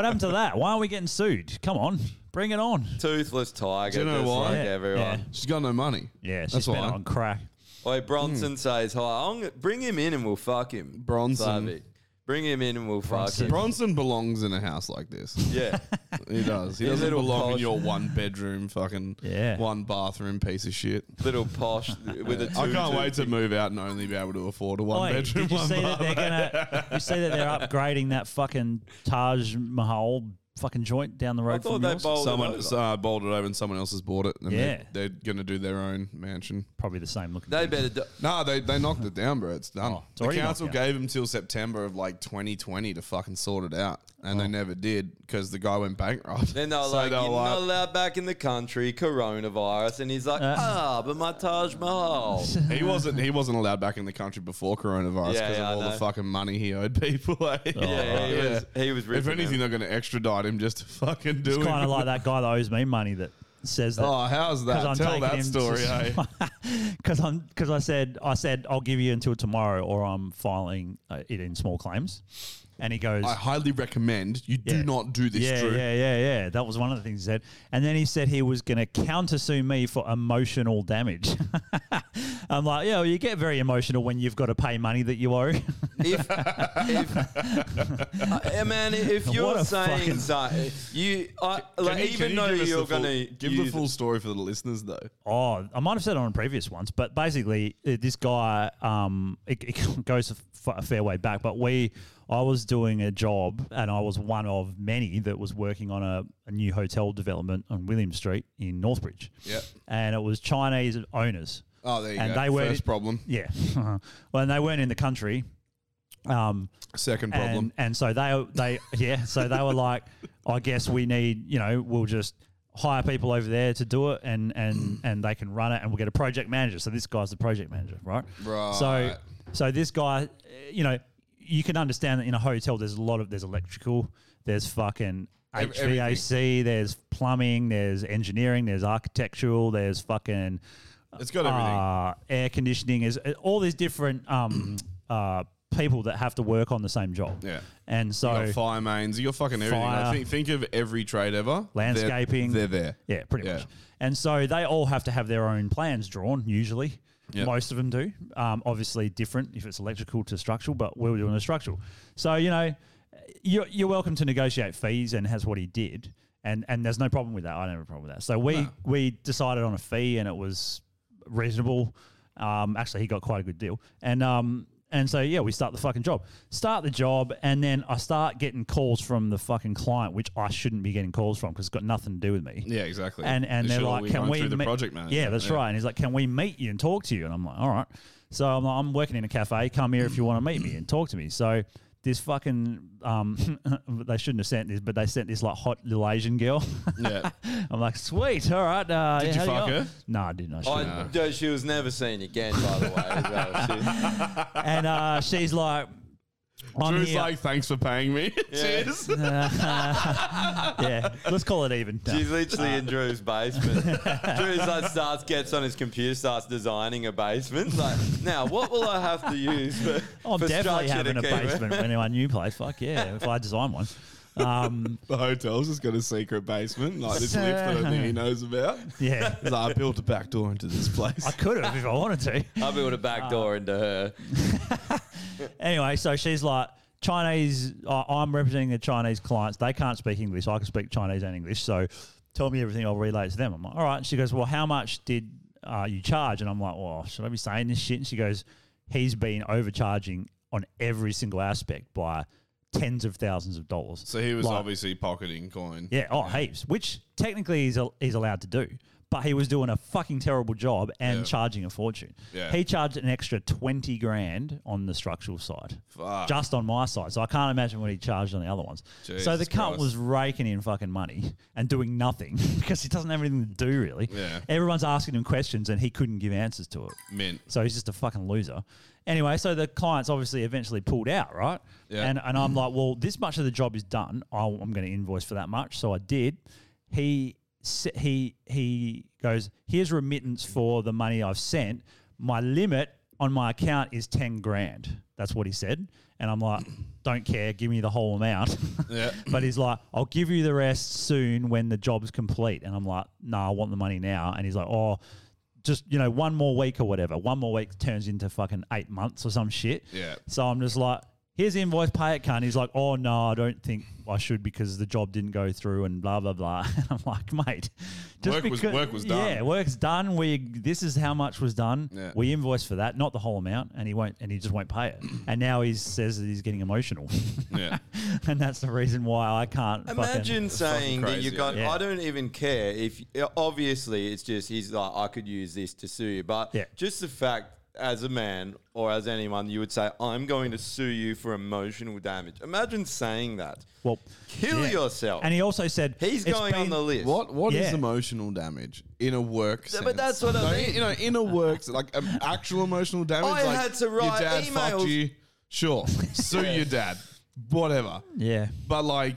S6: happened to that? Why are we getting sued? Come on, bring it on.
S7: Toothless tiger.
S5: Do you know
S7: just
S5: why?
S7: Like
S6: Yeah.
S7: everyone.
S5: She's got no money.
S6: Yeah, she's
S5: that's
S6: been
S5: why. Hmm.
S6: on crack.
S7: Oi, Bronson says hi. I'm, gonna- bring him in and we'll fuck him.
S5: Bronson.
S7: Savvy. Bring him in and we'll fuck him.
S5: Bronson belongs in a house like this.
S7: Yeah.
S5: He does. He
S7: His
S5: doesn't
S7: little
S5: belong in
S7: posh-
S5: your one bedroom fucking
S6: Yeah.
S5: one bathroom piece of shit.
S7: Little posh with a.
S5: I can't
S7: tutu.
S5: wait to move out and only be able to afford a one
S6: Oi,
S5: bedroom,
S6: did you
S5: one
S6: see that
S5: bath.
S6: they're gonna? You see that they're upgrading that fucking Taj Mahal fucking joint down the road
S7: thought
S6: from
S7: they
S6: yours?
S7: bowled it
S5: Someone
S7: over.
S5: uh, bowled it over and someone else has bought it. And
S6: Yeah.
S5: they're, they're going to do their own mansion.
S6: Probably the same looking.
S7: They
S6: thing.
S7: better. Do-
S5: No, they, they knocked it down, bro. It's done.
S6: Oh, it's
S5: the
S6: already
S5: council
S6: knocked down.
S5: gave them till September of like 2020 to fucking sort it out. And
S6: Oh.
S5: they never did because the guy went bankrupt.
S7: Then they're
S5: So
S7: like,
S5: they were
S7: you're not allowed back in the country, coronavirus. And he's like,
S6: Uh.
S7: ah, but my Taj Mahal.
S5: He wasn't. He wasn't allowed back in the country before coronavirus because
S7: Yeah, yeah, I
S5: of all
S7: know.
S5: the fucking money he owed people. eh?
S7: Yeah, he was, he was
S5: If
S7: ripping
S5: anything,
S7: him.
S5: they're going to extradite him just to fucking do
S6: It's
S5: it.
S6: kind of like that guy that owes me money that says that.
S5: Oh, how's that?
S6: Because
S5: Tell that story. eh?
S6: Because I'm because I said I said I'll give you until tomorrow, or I'm filing uh, it in small claims. And he goes,
S5: I highly recommend you do
S6: Yeah.
S5: not do this.
S6: yeah,
S5: Drew.
S6: yeah, yeah, yeah. That was one of the things he said. And then he said he was going to countersue me for emotional damage. I'm like, yeah, well, you get very emotional when you've got to pay money that you owe.
S7: if, if uh, yeah, man, if you're
S6: a
S7: saying
S6: fucking-
S7: something, you I, like
S5: Can you- can
S7: even
S5: you
S7: though
S5: give us the
S7: you're
S5: full-
S7: gonna
S5: give the
S7: use-
S5: full story for the listeners though.
S6: Oh, I might have said it on previous ones, but basically, uh, this guy, um, it, it goes a, f- a fair way back. But we, I was doing a job, and I was one of many that was working on a, a new hotel development on William Street in Northbridge.
S5: Yep.
S6: and it was Chinese owners.
S5: Oh, there you
S6: and
S5: go.
S6: they weren't
S5: First problem.
S6: Yeah, well, and they weren't in the country. Um,
S5: Second
S6: and,
S5: problem.
S6: and so they they yeah, so they were like, I guess we need you know we'll just hire people over there to do it and and and they can run it and we'll get a project manager. So this guy's the project manager, right?
S5: Right.
S6: So so this guy, uh, you know, you can understand that in a hotel there's a lot of there's electrical, there's fucking.
S5: Ev-
S6: HVAC, there's plumbing, there's engineering, there's architectural, there's fucking
S5: it's got everything.
S6: uh, air conditioning is uh, all these different um, uh, people that have to work on the same job.
S5: Yeah.
S6: and
S5: you
S6: so
S5: got fire mains. You got fucking everything. I
S6: Fire.
S5: think think of every trade ever. They're-
S6: Landscaping.
S5: They're, there.
S6: yeah, pretty
S5: Yeah.
S6: much. And so they all have to have their own plans drawn. Usually,
S5: Yeah.
S6: most of them do. Um, obviously, different if it's electrical to structural, but we were doing a structural. So you know, you're, you're welcome to negotiate fees, and has what he did. And, and there's no problem with that. I don't have a problem with that. So we, we decided on a fee, and it was reasonable. Um, actually, he got quite a good deal, and um, and so yeah, we start the fucking job, start the job, and then I start getting calls from the fucking client, which I shouldn't be getting calls from because it's got nothing to do with me.
S5: Yeah, exactly.
S6: And and
S5: It
S6: they're
S5: should all
S6: like,
S5: be
S6: can
S5: run
S6: we
S5: through the
S6: meet-"
S5: project manager.
S6: Yeah, that's right. And he's like, can we meet you and talk to you? And I'm like, all right. So I'm like, I'm working in a cafe. Come here if you want to meet me and talk to me. So this fucking um, they shouldn't have sent this, but they sent this like hot little Asian girl.
S5: Yeah.
S6: I'm like, sweet, all right. Uh,
S5: Did
S6: yeah,
S5: you
S6: how do
S5: fuck
S6: go?"
S5: her?
S6: No, I didn't. I
S7: I,
S6: shouldn't.
S7: no, she was never seen again, by the way. as well. She-
S6: and uh, she's like, I'm
S5: Drew's
S6: here.
S5: like, thanks for paying me. Cheers.
S6: yeah, let's call it even. Uh, No.
S7: She's literally
S5: Uh.
S7: in Drew's basement. Drew's like starts gets on his computer, starts designing a basement. Like, now what will I have to use for,
S6: Oh, I'm
S7: for
S6: definitely
S7: structure
S6: having
S7: to
S6: a
S7: keep it?
S6: basement in my new place. Fuck yeah, if I design one. Um,
S5: the hotel's just got a secret basement, like this lift that I don't think he knows about.
S6: yeah,
S5: He's like, I built a back door into this place.
S6: I could have if I wanted to. Uh,
S7: I built a back door into her.
S6: anyway, so she's like Chinese. I I'm representing the Chinese clients. They can't speak English. I can speak Chinese and English. So tell me everything. I'll relay it to them. I'm like, all right. She goes, well, how much did uh, you charge? And I'm like, well, should I be saying this shit? And she goes, he's been overcharging on every single aspect by tens of thousands of dollars.
S5: So he was
S6: Like-
S5: obviously pocketing coin.
S6: Yeah, oh, heaps. Which technically he's, al- he's allowed to do, but he was doing a fucking terrible job and charging a fortune.
S5: Yeah.
S6: He charged an extra 20 grand on the structural side,
S5: Fuck.
S6: just on my side. So I can't imagine what he charged on the other ones. so the
S5: Jesus
S6: cunt
S5: Christ.
S6: was raking in fucking money and doing nothing because he doesn't have anything to do, really.
S5: Yeah.
S6: Everyone's asking him questions and he couldn't give answers to it.
S5: Mint.
S6: So he's just a fucking loser. Anyway, so the clients obviously eventually pulled out, right?
S5: Yeah.
S6: And and I'm like, well, this much of the job is done. I'll, I'm going to invoice for that much. So I did. He s- he he goes, here's remittance for the money I've sent. My limit on my account is ten grand. That's what he said. And I'm like, don't care. Give me the whole amount.
S5: Yeah.
S6: But he's like, I'll give you the rest soon when the job's complete. And I'm like, no, I want the money now. And he's like, oh, just, you know, one more week or whatever. One more week turns into fucking eight months or some shit.
S5: Yeah.
S6: So I'm just like, here's the invoice, pay it, cunt. He's like, oh, no, I don't think I should because the job didn't go through and blah, blah, blah. And I'm like, mate, just
S5: Work was-
S6: because-
S5: work was done.
S6: Yeah, work's done. We This is how much was done.
S5: Yeah.
S6: We invoice for that, not the whole amount. And he won't, and he just won't pay it. And now he says that he's getting emotional.
S5: Yeah.
S6: and that's the reason why I can't.
S7: Imagine saying that
S5: crazy,
S7: you got.
S6: yeah.
S7: I don't even care if. Obviously, it's just he's like I could use this to sue you, but
S6: Yeah.
S7: just the fact as a man or as anyone, you would say I'm going to sue you for emotional damage. Imagine saying that.
S6: well,
S7: Kill
S6: yeah.
S7: yourself.
S6: And he also said
S7: he's
S6: "It's
S7: going on
S6: been-
S7: the list.
S5: What What is
S6: Yeah.
S5: emotional damage in a work?
S7: Yeah,
S5: sense?
S7: but that's what I
S5: No,
S7: mean.
S5: You know, in a work, like um, actual emotional damage.
S7: I
S5: like,
S7: had to
S5: your
S7: write
S5: dad fucked
S7: emails."
S5: you. Sure, sue your dad, whatever.
S6: Yeah,
S5: But like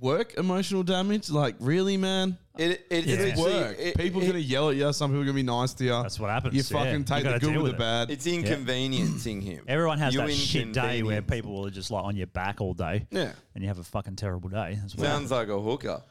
S5: work emotional damage, like really, man.
S7: It, it,
S6: Yeah.
S7: it's
S5: It's
S7: actually-
S5: work.
S7: it-
S5: people
S7: it-
S5: gonna yell at you. Some people gonna be nice to you.
S6: That's what happens,
S5: You
S6: yeah.
S5: fucking
S6: You
S5: take the
S6: gotta
S5: good
S6: deal
S5: with the
S6: with it.
S5: bad.
S7: It's inconveniencing him.
S6: everyone has
S7: You
S6: that shit day where
S7: inconvenience.
S6: people are just like on your back all day.
S5: Yeah.
S6: and you have a fucking terrible day. That's what
S7: Sounds like a hooker.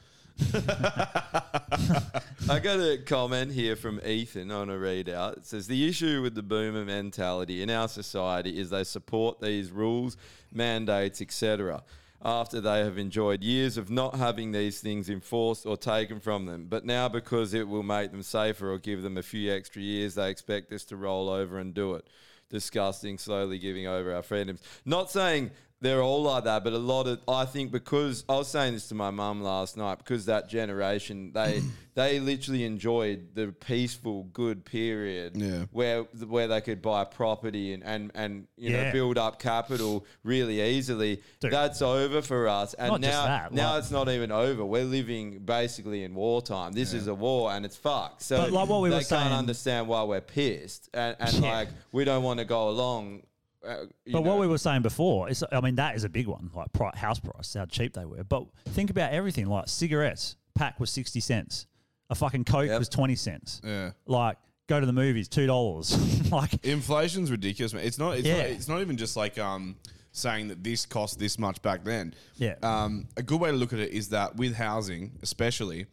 S7: I got a comment here from Ethan on a readout. It says the issue with the boomer mentality in our society is they support these rules, mandates, etc. After they have enjoyed years of not having these things enforced or taken from them, but now because it will make them safer or give them a few extra years, they expect us to roll over and do it. Disgusting, slowly giving over our freedoms. Not saying they're all like that, but a lot of I think because I was saying this to my mum last night because that generation they they literally enjoyed the peaceful good period
S5: Yeah.
S7: where where they could buy property and and, and you know
S6: Yeah.
S7: build up capital really easily.
S6: Dude.
S7: That's over for us, and
S6: Not
S7: now
S6: just that,
S7: now
S6: like-
S7: it's not even over. We're living basically in wartime. This is a war, and it's fucked. So
S6: But like what we
S7: they
S6: were
S7: can't
S6: saying-
S7: understand why we're pissed and, and
S6: Yeah.
S7: like we don't want to go along. Uh, you
S6: But
S7: know.
S6: what we were saying before is, I mean, that is a big one, like pri house price, how cheap they were. But think about everything, like cigarettes, pack was sixty cents, a fucking coke
S7: Yep.
S6: was twenty cents.
S5: Yeah.
S6: Like go to the movies, two dollars. like
S5: Inflation's ridiculous, man. It's not. It's,
S6: Yeah.
S5: not, it's not even just like um saying that this cost this much back then.
S6: Yeah.
S5: Um, a good way to look at it is that with housing, especially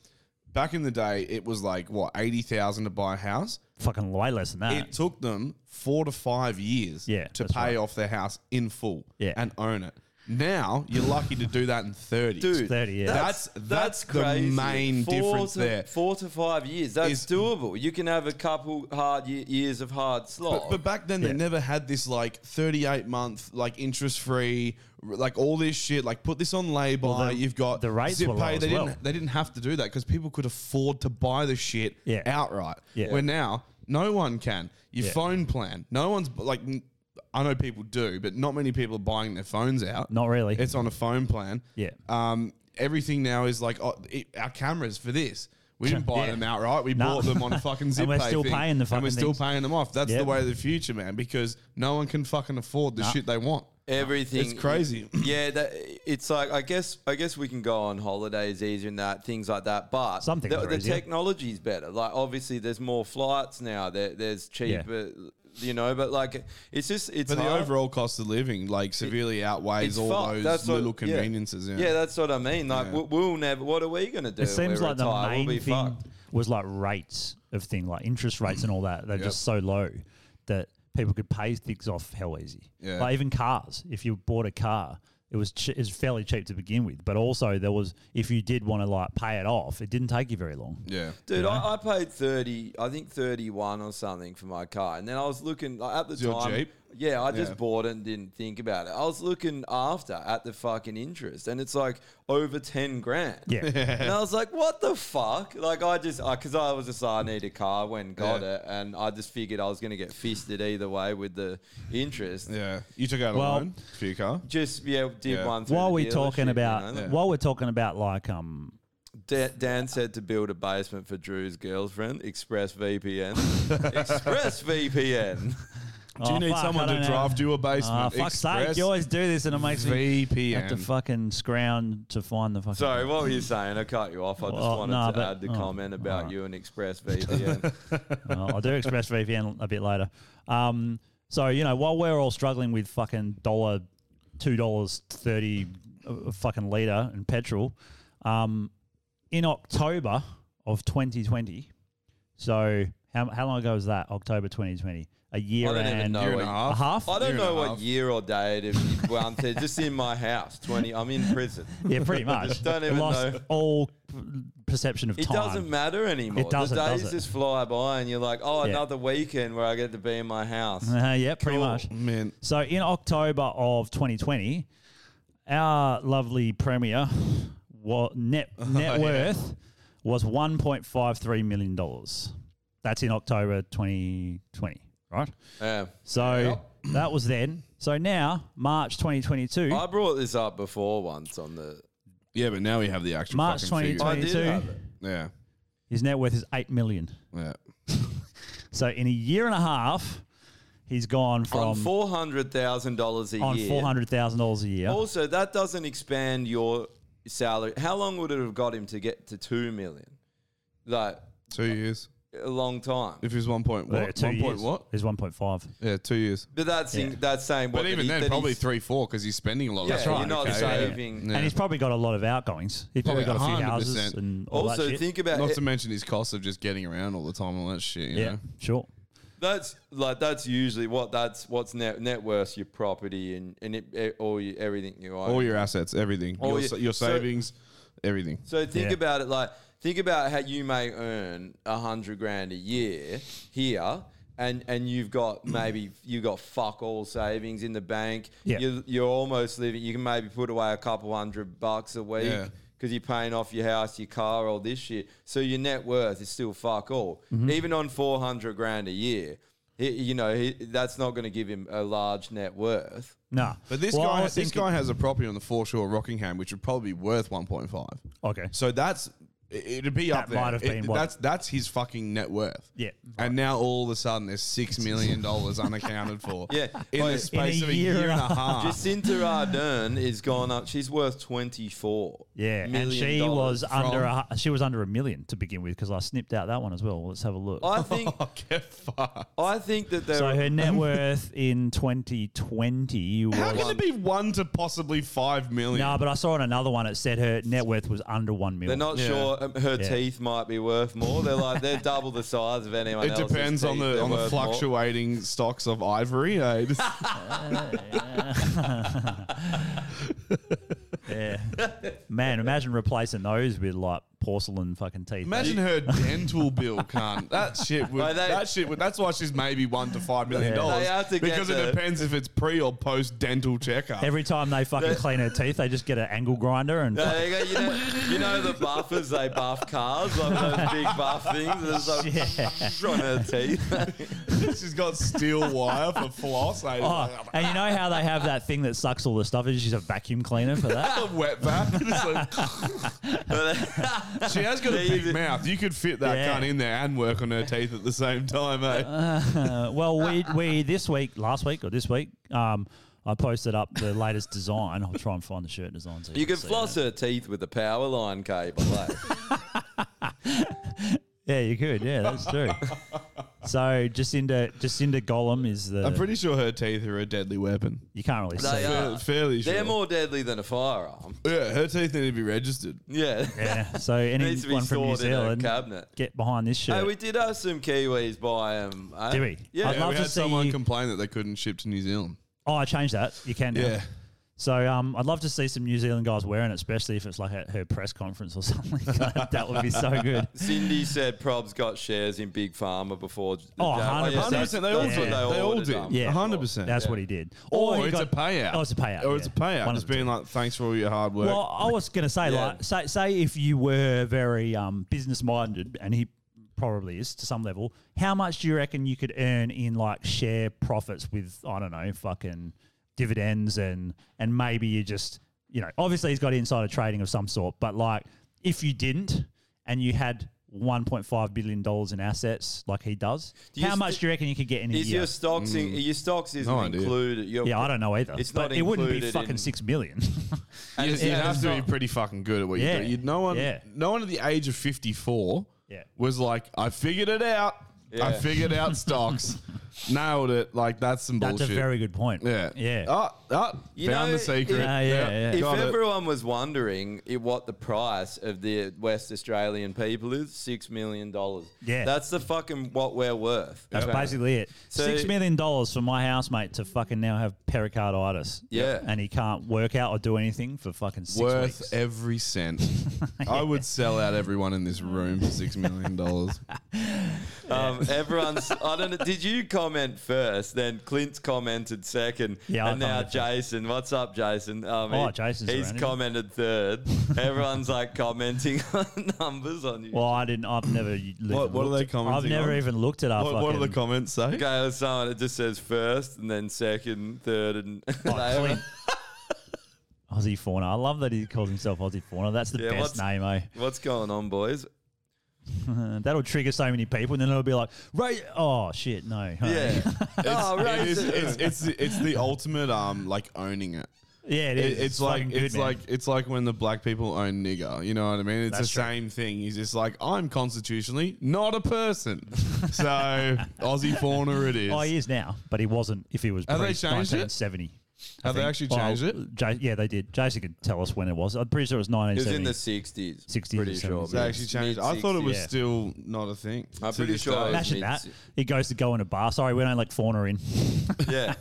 S5: back in the day, it was like what eighty thousand to buy a house.
S6: fucking way less than that.
S5: It took them four to five years
S6: Yeah,
S5: to
S6: that's
S5: pay
S6: right.
S5: off their house in full
S6: Yeah.
S5: and own it. Now you're lucky to do that in thirty.
S7: Dude,
S6: 30 years.
S5: That's- that's the main
S7: Four
S5: difference
S7: to,
S5: there.
S7: Four to five years. That's
S5: Is-
S7: doable. You can have a couple hard ye- years of hard slog.
S5: But, but back then they never had this like 38 month like interest free like all this shit like put this on lay by
S6: the-
S5: you've got
S6: the rates
S5: zip
S6: were low
S5: pay
S6: as
S5: they
S6: well.
S5: didn't they didn't have to do that because people could afford to buy the shit
S6: Yeah.
S5: outright
S6: Yeah.
S5: where now no one can your
S6: Yeah.
S5: phone plan no one's like n- I know people do but not many people are buying their phones out
S6: Not really.
S5: it's on a phone plan
S6: Yeah.
S5: um everything now is like oh, it, our cameras for this we didn't buy
S6: Yeah.
S5: them outright. We
S6: No.
S5: bought them on a fucking
S6: And
S5: zip
S6: we're
S5: pay
S6: still
S5: thing,
S6: paying the
S5: and we're
S6: fucking
S5: still
S6: things.
S5: paying them off. That's the
S6: Yep.
S5: way of the future, man, because no one can fucking afford the shit they want.
S7: Everything.
S5: It's crazy.
S7: Yeah, that, it's like I guess I guess we can go on holidays easier and that things like that. But
S6: Some things
S7: the,
S6: are
S7: the
S6: easier.
S7: technology's better. Like obviously, there's more flights now. There, there's cheaper, you know. But like, it's just it's
S5: But the
S7: hard.
S5: overall cost of living like severely outweighs all
S7: fucked.
S5: those
S7: That's what-
S5: little
S7: yeah.
S5: conveniences. Yeah.
S7: that's what I mean. Like,
S5: Yeah.
S7: we- we'll never. What are we gonna do?
S6: it
S7: when
S6: seems
S7: we
S6: like the
S7: retire?
S6: main
S7: we'll be
S6: thing
S7: fucked.
S6: was like rates of thing, like interest rates and all that. They're just so low that people could pay things off hell easy.
S5: Yeah.
S6: Like even cars, if you bought a car, it was ch- it was fairly cheap to begin with. But also there was if you did want to like pay it off, it didn't take you very long.
S5: yeah.
S7: Dude, I, I paid thirty, I think thirty-one or something for my car, and then I was looking like, at the
S5: Is your
S7: time.
S5: Jeep?
S7: Yeah, I just
S5: Yeah.
S7: bought it and didn't think about it. I was looking after at the fucking interest, and it's like over ten grand.
S6: Yeah.
S7: and I was like, what the fuck? Like, I just because I, was just I need a car when got
S5: Yeah.
S7: it, and I just figured I was gonna get fisted either way with the interest.
S5: Yeah. You took out a
S6: Well-
S5: loan for your car?
S7: Just yeah, did
S5: Yeah.
S7: one. Through
S6: While
S7: the
S6: we're talking
S7: dealership,
S6: about
S7: you know?
S6: while we're talking about like um
S7: Da- Dan said to build a basement for Drew's girlfriend. Express VPN. Express VPN.
S5: Do you
S6: oh,
S5: need
S6: fuck,
S5: someone
S6: I
S5: to
S6: don't know.
S5: draft you a basement?
S6: Oh, fuck's sake,
S5: Express
S6: you always do this and it makes me have to
S5: VPN.
S6: fucking scrounge to find the fucking
S7: Sorry, what were you saying? I cut you off. I just
S6: Oh,
S7: wanted
S6: nah,
S7: to
S6: but-
S7: add the
S6: oh,
S7: comment about
S6: alright.
S7: you and Express VPN.
S6: well, I'll do ExpressVPN a bit later. Um, so you know, while we're all struggling with fucking dollar, two dollars thirty uh, a- a fucking liter in petrol, um, in October of 2020. So how, how long ago was that? October 2020, a year
S7: I don't even
S6: and
S7: know.
S5: Year and
S7: what
S5: a
S7: you-
S6: a
S5: half.
S6: half.
S7: I don't
S5: Year and a
S7: know what
S5: half.
S7: year or day it is. Well, I'm t- just in my house. Twenty. I'm in prison.
S6: Yeah, pretty much.
S7: don't
S6: I
S7: even
S6: lost
S7: know.
S6: all p- perception of
S7: It
S6: time.
S7: doesn't matter anymore.
S6: It doesn't,
S7: the
S6: does
S7: days
S6: it?
S7: just fly by, and you're like, oh,
S6: Yeah.
S7: another weekend where I get to be in my house.
S6: Uh, yeah, pretty
S7: Cool.
S6: much.
S5: Man.
S6: So in October of 2020, our lovely premier wa- net
S7: Oh,
S6: net worth was 1.53 million dollars. That's in October 2020, right?
S7: Yeah.
S6: So that was then. So now March 2022,
S7: I brought this up before once on the
S5: Yeah, but now we have the actual
S6: March
S5: fucking figure.
S7: I did
S6: 2022,
S7: have it.
S5: Yeah.
S6: his net worth is 8 million.
S5: Yeah.
S6: So in a year and a half, he's gone
S7: on
S6: from
S7: four hundred thousand dollars a
S6: on
S7: year.
S6: four hundred thousand dollars a year.
S7: Also, that doesn't expand your salary. How long would it have got him to get to two million? Like
S5: Two years.
S7: a long time.
S5: If it was one point
S6: Uh,
S5: what?
S6: two
S5: one point
S6: years.
S5: what?
S6: Is 1.5.
S5: Yeah, two years.
S7: But that's in, that's saying what
S5: But
S7: that
S5: even
S7: he-
S5: then,
S7: that
S5: probably
S7: he's-
S5: three, four, because he's spending a lot.
S7: Yeah,
S5: That's
S7: you're
S5: right.
S7: not
S5: Okay, yeah.
S7: saving.
S5: Yeah.
S6: And he's probably got a lot of outgoings. He's probably
S5: Yeah,
S6: got a few
S5: 100%.
S6: houses and all that
S7: Also,
S6: shit.
S7: think about
S5: Not
S7: it.
S5: to mention his cost of just getting around all the time and all that shit. You
S6: yeah,
S5: Know?
S6: sure.
S7: that's like that's usually what that's what's net net worth your property and and it, eh, all your, everything you own.
S5: All your assets, everything,
S7: All
S5: your,
S7: your-
S5: sa- your
S7: so-
S5: savings, everything.
S7: So think
S6: Yeah.
S7: about it like think about how you may earn a hundred grand a year here, and and you've got maybe you got fuck all savings in the bank.
S6: Yeah.
S7: You're, you're almost living. You can maybe put away a couple hundred bucks a week
S5: Yeah.
S7: because you're paying off your house, your car, all this shit. So your net worth is still fuck all,
S6: Mm-hmm.
S7: even on four hundred grand a year. He, you know he, that's not going to give him a large net worth.
S6: Nah.
S5: But this
S6: Well, I
S5: guy,
S6: was
S5: this guy
S6: thinking-
S5: has a property on the foreshore of Rockingham, which would probably be worth one point five.
S6: Okay.
S5: So that's it- it'd be up
S6: That
S5: there.
S6: might have
S5: It-
S6: been what-
S5: that's that's his fucking net worth.
S6: Yeah.
S5: And now all of a sudden there's six million dollars unaccounted for.
S7: Yeah.
S5: In
S7: Well,
S5: the space
S6: in a
S5: of a
S6: year
S5: year and a
S6: and a
S5: half.
S7: Jacinta Ardern is gone up. She's worth twenty four.
S6: Yeah, and she was under a hu- she was under a million to begin with because I snipped out that one as well. Let's have a look.
S7: I think.
S5: Get fucked.
S7: I think that there.
S6: so
S7: are
S6: her net worth in 2020 was
S5: How can it be one to possibly five million?
S6: no, but I saw on another one it said her net worth was under one
S7: They're
S6: million.
S7: not
S5: Yeah.
S7: sure um, her
S6: Yeah.
S7: teeth might be worth more. They're like they're double the size of anyone else.
S5: it depends on the on the fluctuating stocks of ivory. eh?
S6: yeah, man, imagine replacing those with like porcelain fucking teeth.
S5: Imagine her dental bill, cunt. That shit would.
S7: Like they-
S5: that shit would. That's why she's maybe one to five million dollars.
S7: They have to get
S5: because
S7: the-
S5: it depends if it's pre or post dental checkup.
S6: Every time they fucking clean her teeth, they just get an angle grinder and fucking-
S7: you, go, you know, you know the buffers they buff cars like those big buff things. There's like on her teeth.
S5: she's got steel wire for floss. eh?
S6: Oh, and you know how they have that thing that sucks all the stuff? Is she's a vacuum cleaner for that?
S5: A wet bath. It's like- she has got a
S7: Yeah, you
S5: big
S7: did-
S5: mouth. You could fit that
S6: Yeah.
S5: cunt in there and work on her teeth at the same time, eh?
S6: Uh, well, we we this week, last week or this week, um, I posted up the latest design. I'll try and find the shirt design. So
S7: you can
S6: see
S7: floss her teeth with a power line cable. eh?
S6: it. Yeah, you could. Yeah, that's true. so Jacinda Jacinda Gollum is the.
S5: I'm pretty sure her teeth are a deadly weapon.
S6: you can't really see.
S7: They
S6: it.
S7: are.
S5: Fairly sure.
S7: They're more deadly than a firearm.
S5: yeah, her teeth need to be registered.
S7: Yeah.
S6: Yeah. So
S7: Needs to be
S6: anyone from New
S7: stored in a
S6: Zealand,
S7: cabinet.
S6: get behind this shirt.
S7: Hey, we did have some Kiwis buy them. Eh?
S6: Did we?
S7: Yeah.
S6: I'd
S5: Yeah,
S6: love
S5: we
S6: to
S5: had
S6: see-
S5: someone complain that they couldn't ship to New Zealand.
S6: oh, I changed that. You can. Now.
S5: Yeah.
S6: So um, I'd love to see some New Zealand guys wearing it, especially if it's like at her press conference or something. that would be so good.
S7: Cindy said Prob's got shares in Big Pharma before. the
S6: Oh,
S7: day.
S6: 100%.
S7: that's-
S5: 100%, they all
S7: that's what
S6: did.
S5: They all
S7: ordered
S5: did.
S7: them.
S6: Yeah,
S5: 100%.
S6: That's what he did.
S5: Or,
S6: you
S5: it's
S6: got-
S5: a payout.
S6: Oh, it's a payout.
S5: Or it's a
S6: yeah.
S5: payout.
S6: One
S5: Just
S6: of the
S5: being
S6: two.
S5: like, thanks for all your hard work.
S6: Well, I was going to say,
S7: Yeah.
S6: like, say, say if you were very um, business minded, and he probably is to some level, how much do you reckon you could earn in like share profits with I don't know, fucking dividends and and maybe you just you know, obviously he's got insider trading of some sort, but like if you didn't and you had. One point five billion dollars in assets, like he does.
S7: Do you
S6: How
S7: st-
S6: much do you reckon you could get in a
S7: Is
S6: year? Mm.
S7: your stocks in, your stocks isn't
S5: Mm. No idea.
S7: included? Your,
S6: Yeah, I don't know either.
S7: It's
S6: but
S7: not
S6: it wouldn't be
S7: included
S6: fucking
S7: in-
S6: six million.
S5: you
S7: it's-
S5: you'd
S7: yeah,
S5: have
S7: it's
S5: to be
S7: not-
S5: pretty fucking good at what
S6: Yeah.
S5: you do. You'd, no one,
S6: Yeah.
S5: no one at the age of 54
S6: Yeah.
S5: was like, I figured it out. I
S7: Yeah.
S5: figured out stocks. Nailed it. Like, that's some
S6: That's
S5: bullshit.
S6: a very good point.
S5: yeah.
S6: Yeah.
S5: Ah, ah,
S7: Oh, You
S5: found
S7: know,
S5: the secret.
S7: if-
S6: Ah, yeah, yeah.
S7: If
S5: Got it.
S7: everyone was wondering i- what the price of the West Australian people is, six million dollars.
S6: Yeah.
S7: that's the fucking what we're worth.
S6: That's
S7: Okay.
S6: basically it.
S7: So-
S6: Six million dollars for my housemate to fucking now have pericarditis.
S7: Yeah.
S6: And he can't work out or do anything for fucking six
S5: worth
S6: weeks.
S5: every cent. I would sell out everyone in this room for six million dollars.
S7: Um, everyone's. I don't know. Did you comment first? Then Clint's commented second.
S6: Yeah, I
S7: And now
S6: commented first.
S7: Jason. What's up, Jason? Um,
S6: Oh, Jason's
S7: He's
S6: around, isn't he?
S7: commented third. Everyone's like commenting on numbers on you.
S6: well, I didn't. I've never. even
S5: What- what are
S6: looked-
S5: they commenting
S6: I've never
S5: on?
S6: even looked at our
S5: what, what do the
S6: fucking-
S5: comments say?
S7: Okay, there's someone. It just says first, and then second, third, and
S6: Oh, Clint. Aussie fauna. I love that he calls himself Aussie fauna. That's the
S7: Yeah,
S6: best
S7: what's-
S6: name, eh?
S7: What's going on, boys?
S6: Uh, That'll trigger so many people, and then it'll be like, right? Oh shit, no.
S7: Yeah. oh, right.
S5: It is, it's, it's, the- it's the ultimate um like owning it.
S6: yeah. It is.
S5: It- it's, like
S6: fucking good,
S5: it's
S6: man.
S5: like it's like when the black people own nigger. You know what I mean? It's
S6: That's
S5: the
S6: true.
S5: same thing. He's just like I'm constitutionally not a person. so Aussie fauna it is.
S6: Oh, he is now, but he wasn't if he was
S5: Have they
S6: pre-
S5: changed it?
S6: 1970.
S5: Have they actually
S6: Well,
S5: changed it?
S6: Ja- yeah, they did. Jason could tell us when it was. I'm pretty sure it was
S7: It was in
S6: 1970.
S7: the 60s.
S6: 60s or
S7: Pretty sure.
S6: 70s.
S5: They actually changed. I thought it was
S6: Yeah.
S5: still not a thing.
S7: I'm
S5: To
S7: pretty
S5: this
S7: sure it
S5: day.
S7: was
S6: Imagine that.
S7: mid-
S6: He goes to go in a bar. Sorry, we don't let fauna in.
S7: Yeah.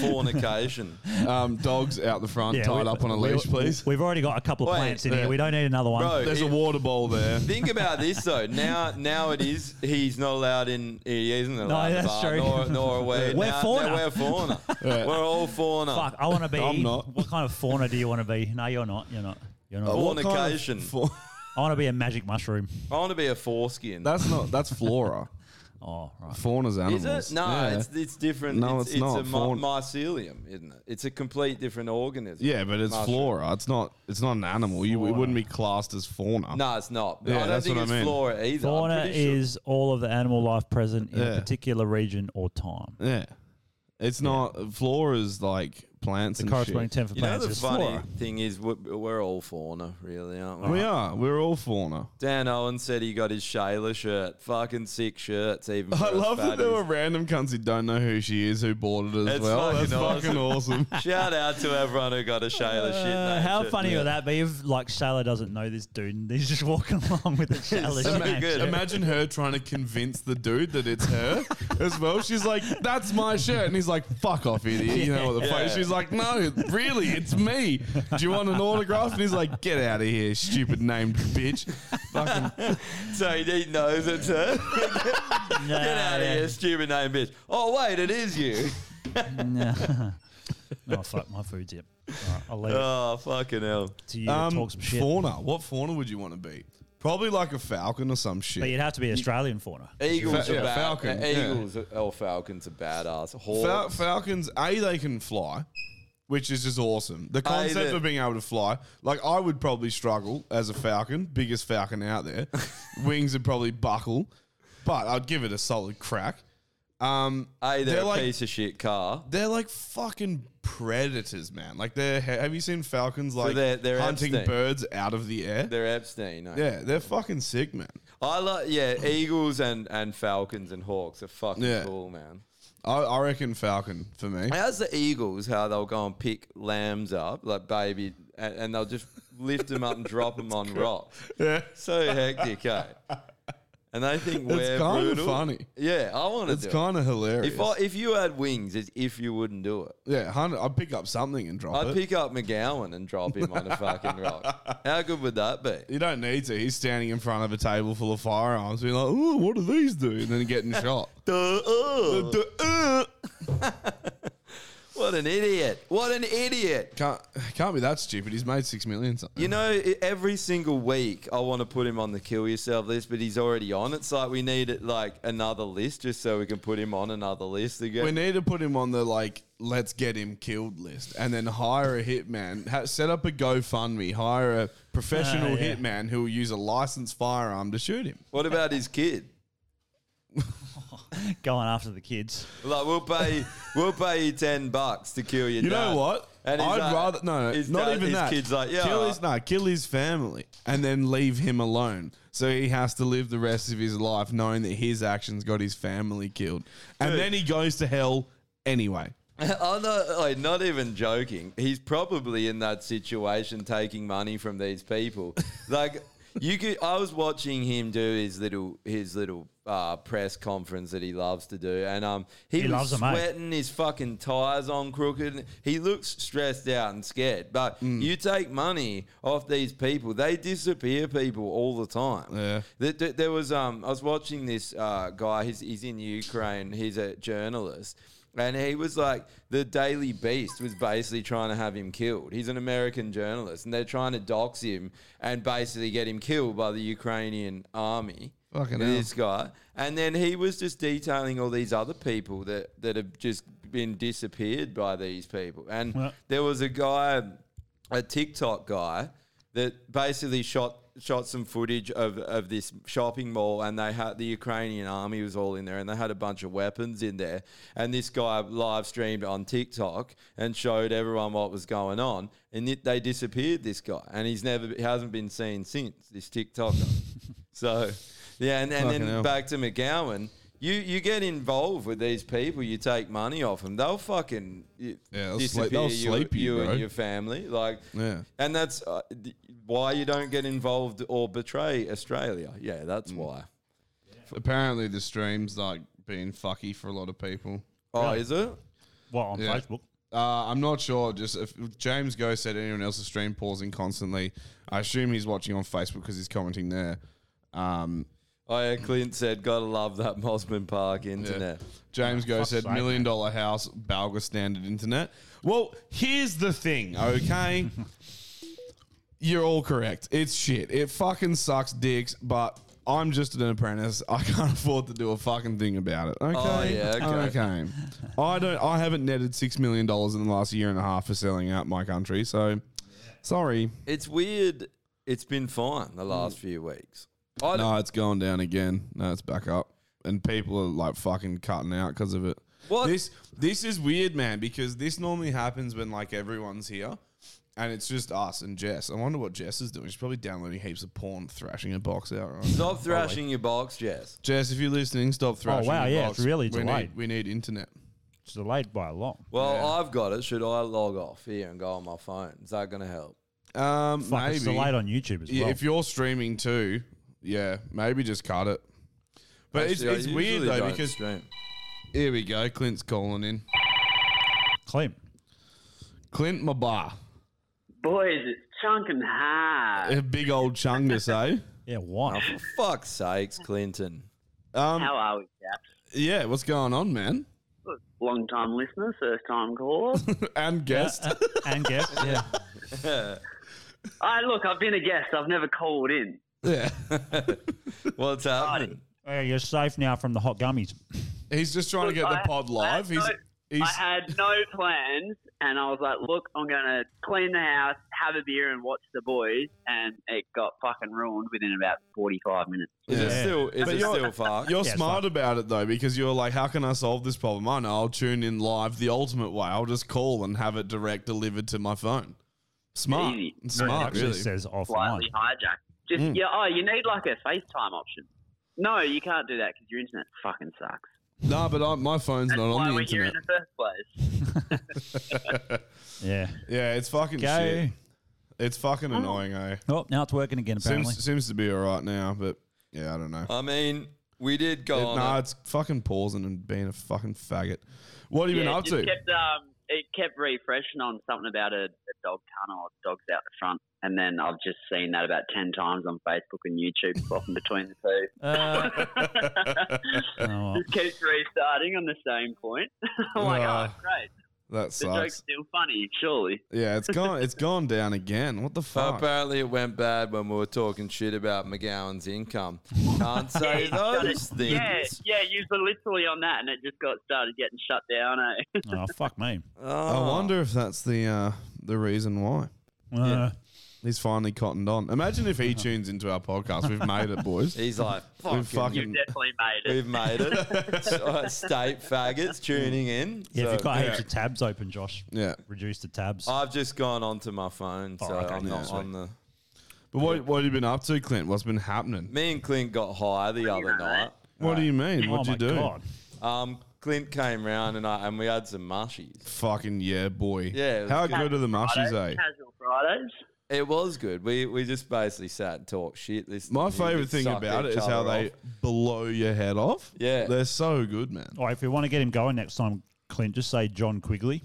S7: fornication.
S5: Um, dogs out the front,
S6: Yeah,
S5: tied
S6: we-
S5: up on a
S6: we-
S5: leash, please.
S6: We've already got a couple of
S7: Wait,
S6: plants in
S7: yeah.
S6: here. We don't need another one.
S7: Bro,
S5: There's a
S7: it-
S5: water bowl there.
S7: Think about this though. Now, now it is. He's not allowed in. He isn't allowed.
S6: that's
S7: the bar,
S6: true.
S7: Nor, nor are we.
S6: We're
S7: Now-
S6: fauna.
S7: now we're fauna. We're all fauna.
S6: Fuck, I want to be.
S5: I'm not. Uh,
S6: What kind of fauna do you want to be? No, you're not. You're not. You're not.
S5: What kind of
S7: Fornication.
S5: for-
S6: I want to be a magic mushroom.
S7: I want to be a foreskin.
S5: that's not. That's flora.
S6: Oh, right.
S5: Fauna's animals.
S7: Is it? No,
S5: Yeah.
S7: it's it's different.
S5: No,
S7: it's,
S5: it's not.
S7: a my-
S5: Faun-
S7: mycelium, isn't it? It's a complete different organism.
S5: yeah, but it's
S7: Mushroom.
S5: flora. It's not. It's not an animal. You it wouldn't be classed as fauna.
S7: No, it's not.
S5: Yeah,
S7: I don't
S5: that's
S7: think
S5: what I
S7: it's
S5: mean.
S7: flora either. I'm
S6: Fauna
S7: pretty sure-
S6: is all of the animal life present in a
S5: Yeah.
S6: particular region or time.
S5: Yeah, it's not. Flora is like plants
S6: The
S5: and
S6: corresponding
S5: shit.
S6: term for
S7: You know
S6: plants
S7: the
S6: is
S7: funny
S6: flora.
S7: thing is we're, we're all fauna, really, aren't we?
S5: We are. We're all fauna.
S7: Dan Owen said he got his Shayla shirt. Fucking sick shirts, even. for
S5: I
S7: us
S5: love that there
S7: fatties.
S5: were random cunts who don't know who she is who bought it as
S7: That's
S5: well.
S7: fucking
S5: That's fucking awesome.
S7: Shout out to everyone who got a Shayla shit.
S6: Uh,
S7: name.
S6: how
S7: Shit.
S6: funny would that be if like Shayla doesn't know this dude and he's just walking along with a Shayla
S7: so
S6: shit?
S7: good.
S6: Yeah.
S5: Imagine her trying to convince the dude that it's her as well. She's like, "That's my shirt," and he's like, "Fuck off, idiot!" You know what the
S7: Yeah.
S5: fuck? She's like, "No, really, it's me. Do you want an autograph?" And he's like, "Get out of here, stupid named bitch." Fucking
S7: So he knows it's her.
S6: Nah,
S7: uh, Get out of
S6: yeah.
S7: here, stupid name bitch. Oh wait, it is you.
S6: Oh fuck, my food's here. All right, I'll leave
S7: Oh fucking hell.
S6: it to you
S5: um,
S6: to talk some shit.
S5: fauna. What fauna would you want to be? Probably like a falcon or some
S6: But
S5: shit.
S6: you'd have to be Australian fauna.
S7: Eagles
S5: Fa-
S7: are
S5: yeah,
S7: bad.
S5: falcon,
S7: uh,
S5: yeah.
S7: Eagles, are- oh falcons are badass. Hawks.
S5: Fal- Falcons, a they can fly, which is just awesome. The concept
S7: they-
S5: of being able to fly, like I would probably struggle as a falcon, biggest falcon out there. Wings would probably buckle, but I'd give it a solid crack. Um,
S7: a they're,
S5: They're
S7: a
S5: like-
S7: piece of shit car.
S5: they're like fucking predators, man. Like they're ha- have you seen falcons like
S7: they're- they're
S5: hunting
S7: Epstein.
S5: birds out of the air?
S7: They're Epstein. No.
S5: yeah, they're fucking sick, man.
S7: I like yeah. Eagles and and falcons and hawks are fucking
S5: Yeah.
S7: cool, man.
S5: I, I reckon falcon for me.
S7: How's the Eagles? How they'll go and pick lambs up, like baby, and, and they'll just lift them up and drop them on rocks.
S5: Yeah.
S7: So hectic, eh? And they think we're
S5: kinda
S7: brutal.
S5: funny.
S7: Yeah, I want to
S5: It's
S7: do
S5: kind of
S7: it.
S5: hilarious.
S7: If I, if you had wings, it's if you wouldn't do it.
S5: yeah, hundred. I'd pick up something and drop
S7: I'd
S5: it.
S7: pick up McGowan and drop him on a fucking rock. How good would that be?
S5: You don't need to. He's standing in front of a table full of firearms, being like, "Ooh, what do these do?" And then getting shot.
S7: Duh, uh.
S5: Duh, uh.
S7: What an idiot! What an idiot!
S5: Can't can't be that stupid. He's made six million something.
S7: You know, i- every single week I want to put him on the kill yourself list, but he's already on. It's like we need like another list just so we can put him on another list again.
S5: we need to put him on the like, let's get him killed list, and then hire a hitman. Ha- set up a GoFundMe. Hire a professional
S6: Ah, yeah.
S5: hitman who will use a licensed firearm to shoot him.
S7: what about his kid?
S6: Going after the kids.
S7: Like we'll pay, we'll pay you ten bucks to kill your.
S5: You
S7: dad.
S5: know what?
S7: And he's
S5: I'd
S7: like-
S5: rather no, no
S7: his
S5: not
S7: dad-
S5: even
S7: his
S5: that.
S7: Kid's like, yeah,
S5: kill
S7: all
S5: his
S7: right."
S5: no, kill his family and then leave him alone. So he has to live the rest of his life knowing that his actions got his family killed, and then he goes to hell anyway.
S7: I'm not, like, Oh, not even joking. He's probably in that situation taking money from these people. Like you could, I was watching him do his little his little uh, press conference that he loves to do, and um, he,
S6: He
S7: was
S6: loves 'em, eh?
S7: sweating his fucking tires on crooked. and He looks stressed out and scared. But
S5: Mm.
S7: you take money off these people; they disappear people all the time.
S5: Yeah.
S7: There, there, there was um, I was watching this uh, guy. He's he's in Ukraine. He's a journalist, and he was like the Daily Beast was basically trying to have him killed. He's an American journalist, and they're trying to dox him and basically get him killed by the Ukrainian army.
S5: Fucking hell.
S7: this guy, and then he was just detailing all these other people that that have just been disappeared by these people, and
S6: Yeah.
S7: there was a guy, a TikTok guy, that basically shot shot some footage of, of this shopping mall and they had the Ukrainian army was all in there and they had a bunch of weapons in there and this guy live streamed on TikTok and showed everyone what was going on and it, they disappeared this guy and he's never he hasn't been seen since this TikToker so yeah and, and then
S5: Fucking hell.
S7: back to McGowan you, you get involved with these people, you take money off them. They'll fucking
S5: Yeah, they'll
S7: disappear
S5: sleep- they'll
S7: you,
S5: sleep you,
S7: you
S5: bro.
S7: and your family. Like,
S5: Yeah.
S7: and that's uh, th- why you don't get involved or betray Australia. Yeah,
S5: Mm.
S7: that's why.
S5: Apparently, the stream's like being fucky for a lot of people.
S7: Oh, is it?
S6: Well, on
S5: Yeah.
S6: Facebook.
S5: Uh, I'm not sure. Just if James Go said anyone else's stream pausing constantly. I assume he's watching on Facebook because he's commenting there. Um,
S7: Oh yeah, Clint said, "Gotta love that Mosman Park internet."
S5: James Go said
S6: sake,
S5: million dollar house, Balga standard internet. Well, here's the thing, okay? You're all correct. It's shit. It fucking sucks dicks, but I'm just an apprentice. I can't afford to do a fucking thing about it. Okay.
S7: Oh, yeah, okay.
S5: Okay. I don't I haven't netted six million dollars in the last year and a half for selling out my country, so sorry.
S7: It's weird. It's been fine the last
S5: Mm.
S7: few weeks. I don't-
S5: No, it's going down again. No, it's back up, and people are like fucking cutting out because of it.
S7: What?
S5: This this is weird, man. Because this normally happens when like everyone's here, and it's just us and Jess. I wonder what Jess is doing. She's probably downloading heaps of porn, thrashing her box out. Right?
S7: Stop thrashing your box, Jess.
S5: Jess, if you're listening, stop thrashing.
S6: Oh, wow,
S5: your
S6: yeah,
S5: box.
S6: it's really
S5: we need,
S6: delayed.
S5: we need internet.
S6: It's delayed by a lot.
S7: Well, I've got it. Should I log off here and go on my phone? Is that going to help?
S5: Um,
S6: Fuck,
S5: maybe
S6: it's delayed on YouTube as
S5: Yeah,
S6: well.
S5: if you're streaming too, yeah, maybe just cut it. But
S7: Actually, I
S5: it's,
S7: usually
S5: it's weird though
S7: don't
S5: because
S7: stream.
S5: here we go. Clint's calling in.
S6: Clean.
S5: Clint Mabar.
S8: Boys, it's chunking hard.
S5: A big old chungus, eh?
S6: Yeah, why?
S7: Oh, for fuck's sakes, Clinton.
S5: Um,
S8: How are we, chaps?
S5: yeah, what's going on, man?
S8: Look, Long time listener, first time caller.
S5: and guest.
S6: and guess, yeah.
S8: I look, I've been a guest. I've never called in.
S5: yeah.
S7: What's happening?
S6: Hey, you're safe now from the hot gummies.
S5: He's just trying to get
S8: Look,
S5: the
S8: I-
S5: pod
S8: I
S5: live.
S8: had
S5: He's,
S8: no-
S5: he's
S8: I had no plans, and I was like, look, I'm going to clean the house, have a beer, and watch the boys. And it got fucking ruined within about 45 minutes.
S7: Is it
S6: Yeah.
S7: still? Is
S5: But
S7: it
S5: you're-
S7: still fucked?
S5: you're
S6: Yeah, it's
S5: smart about it though, because you're like, how can I solve this problem? I know I'll tune in live the ultimate way. I'll just call and have it direct delivered to my phone. Smart.
S8: Easy.
S6: it
S5: Smart,
S6: actually
S5: really. Mm.
S6: says offline.
S8: Slightly hijacked. Just, yeah, oh, you need like a FaceTime option. No, you can't do that because your internet fucking sucks.
S5: No, but I, my phone's
S8: That's
S5: not
S8: why
S5: on the
S8: we're here in
S5: internet.
S8: the first place.
S6: Yeah.
S5: Yeah, it's fucking
S6: Go.
S5: shit. It's fucking annoying, eh?
S6: Oh, now it's working again, apparently.
S5: Seems, seems to be all right now, but yeah, I don't know.
S7: I mean, we did go
S5: No,
S7: on.
S5: nah,
S7: a-
S5: it's fucking pausing and being a fucking faggot. What have you been
S8: Yeah,
S5: up
S8: it just
S5: to?
S8: Kept, um, it kept refreshing on something about a, a dog tunnel or dogs out the front. And then I've just seen that about 10 times on Facebook and YouTube, swapping between the two.
S6: Uh, oh, well.
S8: Just keeps restarting on the same point. I'm like,
S5: Uh,
S8: oh, it's great.
S5: That
S8: The joke's
S5: sucks.
S8: still funny, surely.
S5: Yeah, it's gone. It's gone down again. What the
S7: But
S5: fuck?
S7: apparently, it went bad when we were talking shit about McGowan's income. Can't say
S8: you've got it.
S7: those things.
S8: Yeah, yeah, you were literally on that, and it just got started getting shut down. Eh?
S6: oh, fuck me.
S5: I wonder if that's the uh, the reason why
S6: Uh,
S5: he's finally cottoned on. Imagine if he tunes into our podcast. We've made it, boys.
S7: He's like, fucking,
S8: You've
S5: fucking-
S8: definitely made it.
S7: we've made it. So, State faggots tuning in.
S6: Yeah, if
S7: So,
S6: you've got
S5: yeah.
S6: heaps of tabs open, Josh,
S5: Yeah.
S6: reduce the tabs.
S7: I've just gone onto my phone, so
S6: Oh, okay,
S7: I'm not
S5: yeah.
S7: on the.
S5: But what what have you been up to, Clint? What's been happening?
S7: Me and Clint got high the other night.
S5: What do you mean? What'd
S6: oh,
S5: you do?
S6: my God.
S7: Um, Clint came round and I and we had some mushies.
S5: Fucking yeah, boy.
S7: Yeah, it was
S5: How
S7: good.
S5: good are the mushies, eh?
S8: Casual Fridays.
S7: It was good. We we just basically sat and talked shit. This
S5: My favorite thing about it is how they blow your head off.
S7: Yeah.
S5: they're so good, man.
S6: All right, if we want to get him going next time, Clint, just say John Quigley.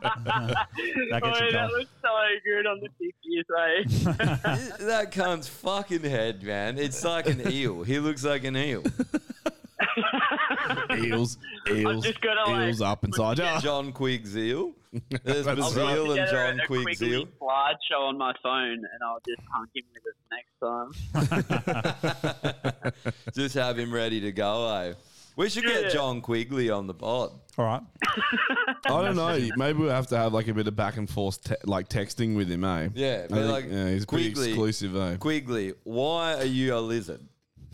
S6: that gets
S8: Oh,
S6: you
S8: that
S6: going.
S8: looks so good on the 50s, eh?
S7: that cunt's fucking head, man. It's like an eel. He looks like an eel.
S5: Eels, eels,
S8: just gonna, like,
S5: eels up inside. Ah.
S7: John Quigg's eel. There's
S5: That's
S7: Bazil and
S8: Together
S7: John
S8: a
S7: Quigg's
S8: quickly
S7: eel.
S8: slide show on my phone, and I'll just punk him with it next time.
S7: Just have him ready to go. Eh? We should
S8: Yeah.
S7: get John Quigley on the pod.
S6: All right.
S5: I don't know. Maybe we'll have to have like a bit of back and forth, te- like texting with him, eh?
S7: Yeah,
S5: I
S7: be
S5: think,
S7: like,
S5: yeah, he's
S7: Quigley-
S5: pretty exclusive, eh?
S7: Quigley, why are you a lizard?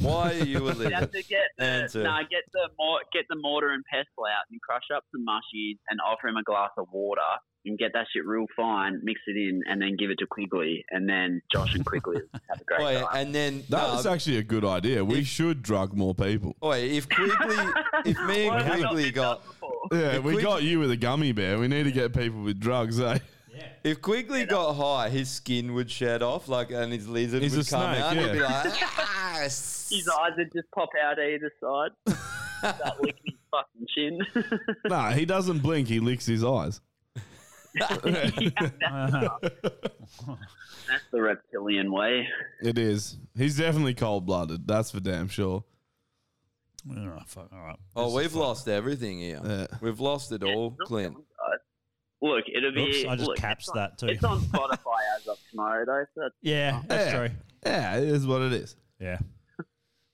S7: Why are you a
S8: You have
S7: lizard?
S8: to get the,
S7: Answer.
S8: nah, get the mor- get the mortar and pestle out and crush up some mushies and offer him a glass of water and get that shit real fine, mix it in, and then give it to Quigley, and then Josh and Quigley have a great
S7: Wait,
S8: time.
S7: and then
S5: That was
S7: no,
S5: actually a good idea. We should drug more people.
S7: Wait, if Quigley, if me
S8: Why
S7: and
S8: have I not
S7: Quigley
S8: been
S7: got,
S8: done before?
S5: Yeah,
S7: If
S5: we
S7: we-
S5: got you with a gummy bear. We need to get people with drugs, eh?
S7: if Quigley got high, his skin would shed off, like, and his lizard
S5: He's
S7: would
S5: a
S7: come
S5: snake,
S7: out.
S5: yeah.
S7: And he'd be like, "Ah,
S8: His eyes would just pop out either side. Start licking his fucking chin.
S5: nah, he doesn't blink. He licks his eyes.
S8: That's the reptilian way.
S5: It is. He's definitely cold blooded. That's for damn sure.
S6: All right.
S7: Oh, we've lost everything here. We've lost it all, Clint.
S8: Look, it'll be.
S7: Oops, I just
S8: look, it's
S7: caps
S8: on-
S7: that too.
S8: It's on Spotify as of tomorrow, though. So that's,
S6: Yeah, that's
S5: Oh, Yeah.
S6: true.
S5: Yeah, it is what it is.
S6: Yeah.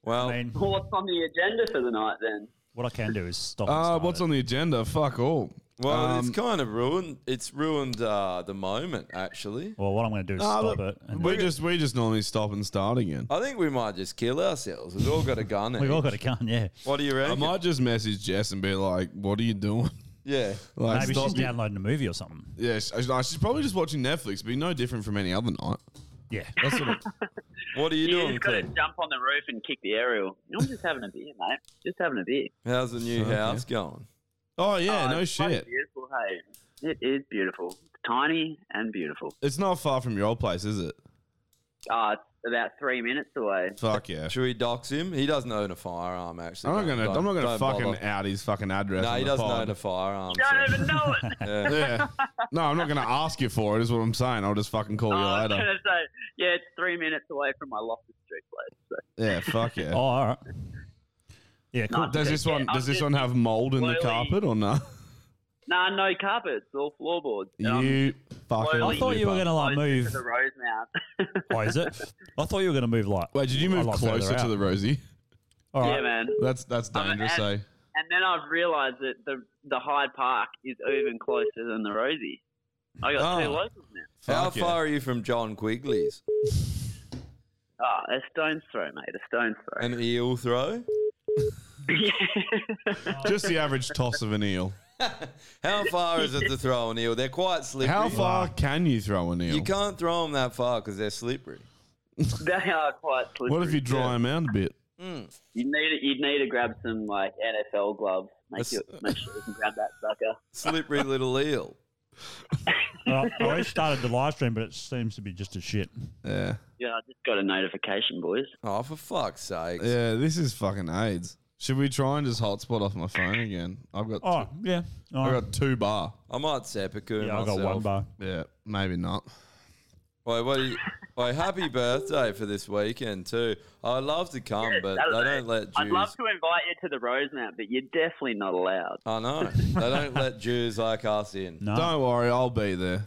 S7: Well,
S8: Well, what's on the agenda for the night then?
S6: what I can do is stop. and
S5: Uh,
S6: start
S5: what's
S6: it.
S5: on the agenda? Fuck all.
S7: Well,
S5: Um,
S7: it's kind of ruined. It's ruined uh, the moment, actually.
S6: Well, what I'm going to do is
S7: Nah,
S6: stop
S7: look,
S6: it. And
S5: we just we just normally stop and start again.
S7: I think we might just kill ourselves. We've all got a gun.
S6: We've all
S7: each.
S6: got a gun, yeah.
S7: What do you reckon?
S5: I might just message Jess and be like, "What are you doing?"
S7: Yeah,
S5: Like,
S6: Maybe
S5: stop
S6: she's
S5: you-
S6: downloading a movie or something.
S5: Yeah, she- no, she's probably just watching Netflix. It'd be no different from any other night.
S6: Yeah.
S5: That's what it-
S7: What are you
S8: You
S7: doing,
S8: just got to
S7: Clint?
S8: jump on the roof and kick the aerial. I'm just having a beer, mate. Just having a beer.
S7: How's the new
S5: Fuck,
S7: house going?
S5: oh yeah,
S8: Oh,
S5: no
S8: it's bloody
S5: shit.
S8: Beautiful, hey. It is beautiful, tiny and beautiful.
S5: It's not far from your old place, is it?
S8: Ah, it's about three minutes away.
S5: Fuck yeah.
S7: Should we dox him? He doesn't own a firearm,
S5: I'm
S7: actually.
S5: not gonna.
S7: Don't-
S5: I'm not gonna
S7: don't bother.
S5: fucking out his fucking address.
S7: No,
S5: on
S7: he
S5: the
S7: doesn't
S5: pod.
S7: own a firearm.
S8: Don't
S7: so-
S8: even know it.
S7: Yeah.
S5: Yeah. No, I'm not going to ask you for it, is what I'm saying. I'll just fucking call
S8: Oh,
S5: you
S8: I was
S5: later.
S8: gonna say, yeah, it's three minutes away from my Loftus Street place. So.
S5: Yeah, fuck
S6: Oh,
S5: yeah.
S6: all right. Yeah, cool.
S5: Does this one
S8: I'm
S5: does this
S8: just
S5: one have mold in the
S8: slowly-
S5: carpet or no?
S8: Nah, no carpets, all floorboards. And I'm
S5: You fucking
S8: slowly-
S6: I thought you were going to like
S8: closer to
S6: move.
S8: the Rosemount.
S6: Oh, is it? I thought you were going to move like.
S5: Wait, did you
S6: a
S5: move
S6: lot further
S5: closer
S6: out.
S5: to the Rosie?
S6: All right.
S8: Yeah, man.
S5: That's that's
S8: I'm an
S5: dangerous,
S8: ad-
S5: eh?
S8: And then I've realised that the the Hyde Park is even closer than the Rosie. I got two
S5: Oh.
S8: locals now.
S7: How
S5: Fuck yeah.
S7: far are you from John Quigley's?
S8: Ah, a stone's throw, mate. A stone's throw.
S7: An eel throw?
S5: Just the average toss of an eel.
S7: How far is it to throw an eel? They're quite slippery.
S5: How far can you throw an eel?
S7: You can't throw them that far because they're slippery.
S8: they are quite slippery.
S5: What if you dry him out a bit?
S7: Mm.
S8: You'd need you'd need to grab some like NFL gloves. Make,
S7: That's-
S8: you, make sure you can grab that sucker.
S7: Slippery little eel.
S6: All right. I already started the live stream, but it seems to be just a shit.
S5: Yeah.
S8: Yeah, I just got a notification, boys.
S7: Oh, for fuck's sake.
S5: Yeah, this is fucking AIDS. Should we try and just hotspot off my phone again? I've got
S6: Oh, yeah. All
S5: I
S6: right.
S5: got two bar.
S7: I might seppuku
S6: yeah, I got one bar.
S5: Yeah, maybe not.
S7: Wait, what are you, wait, happy birthday for this weekend too. I'd love to come, but they
S8: Saturday.
S7: don't let Jews.
S8: I'd love to invite you to the Rosemount, but you're definitely not allowed.
S7: I know they don't let Jews like us in.
S6: No.
S5: Don't worry, I'll be there.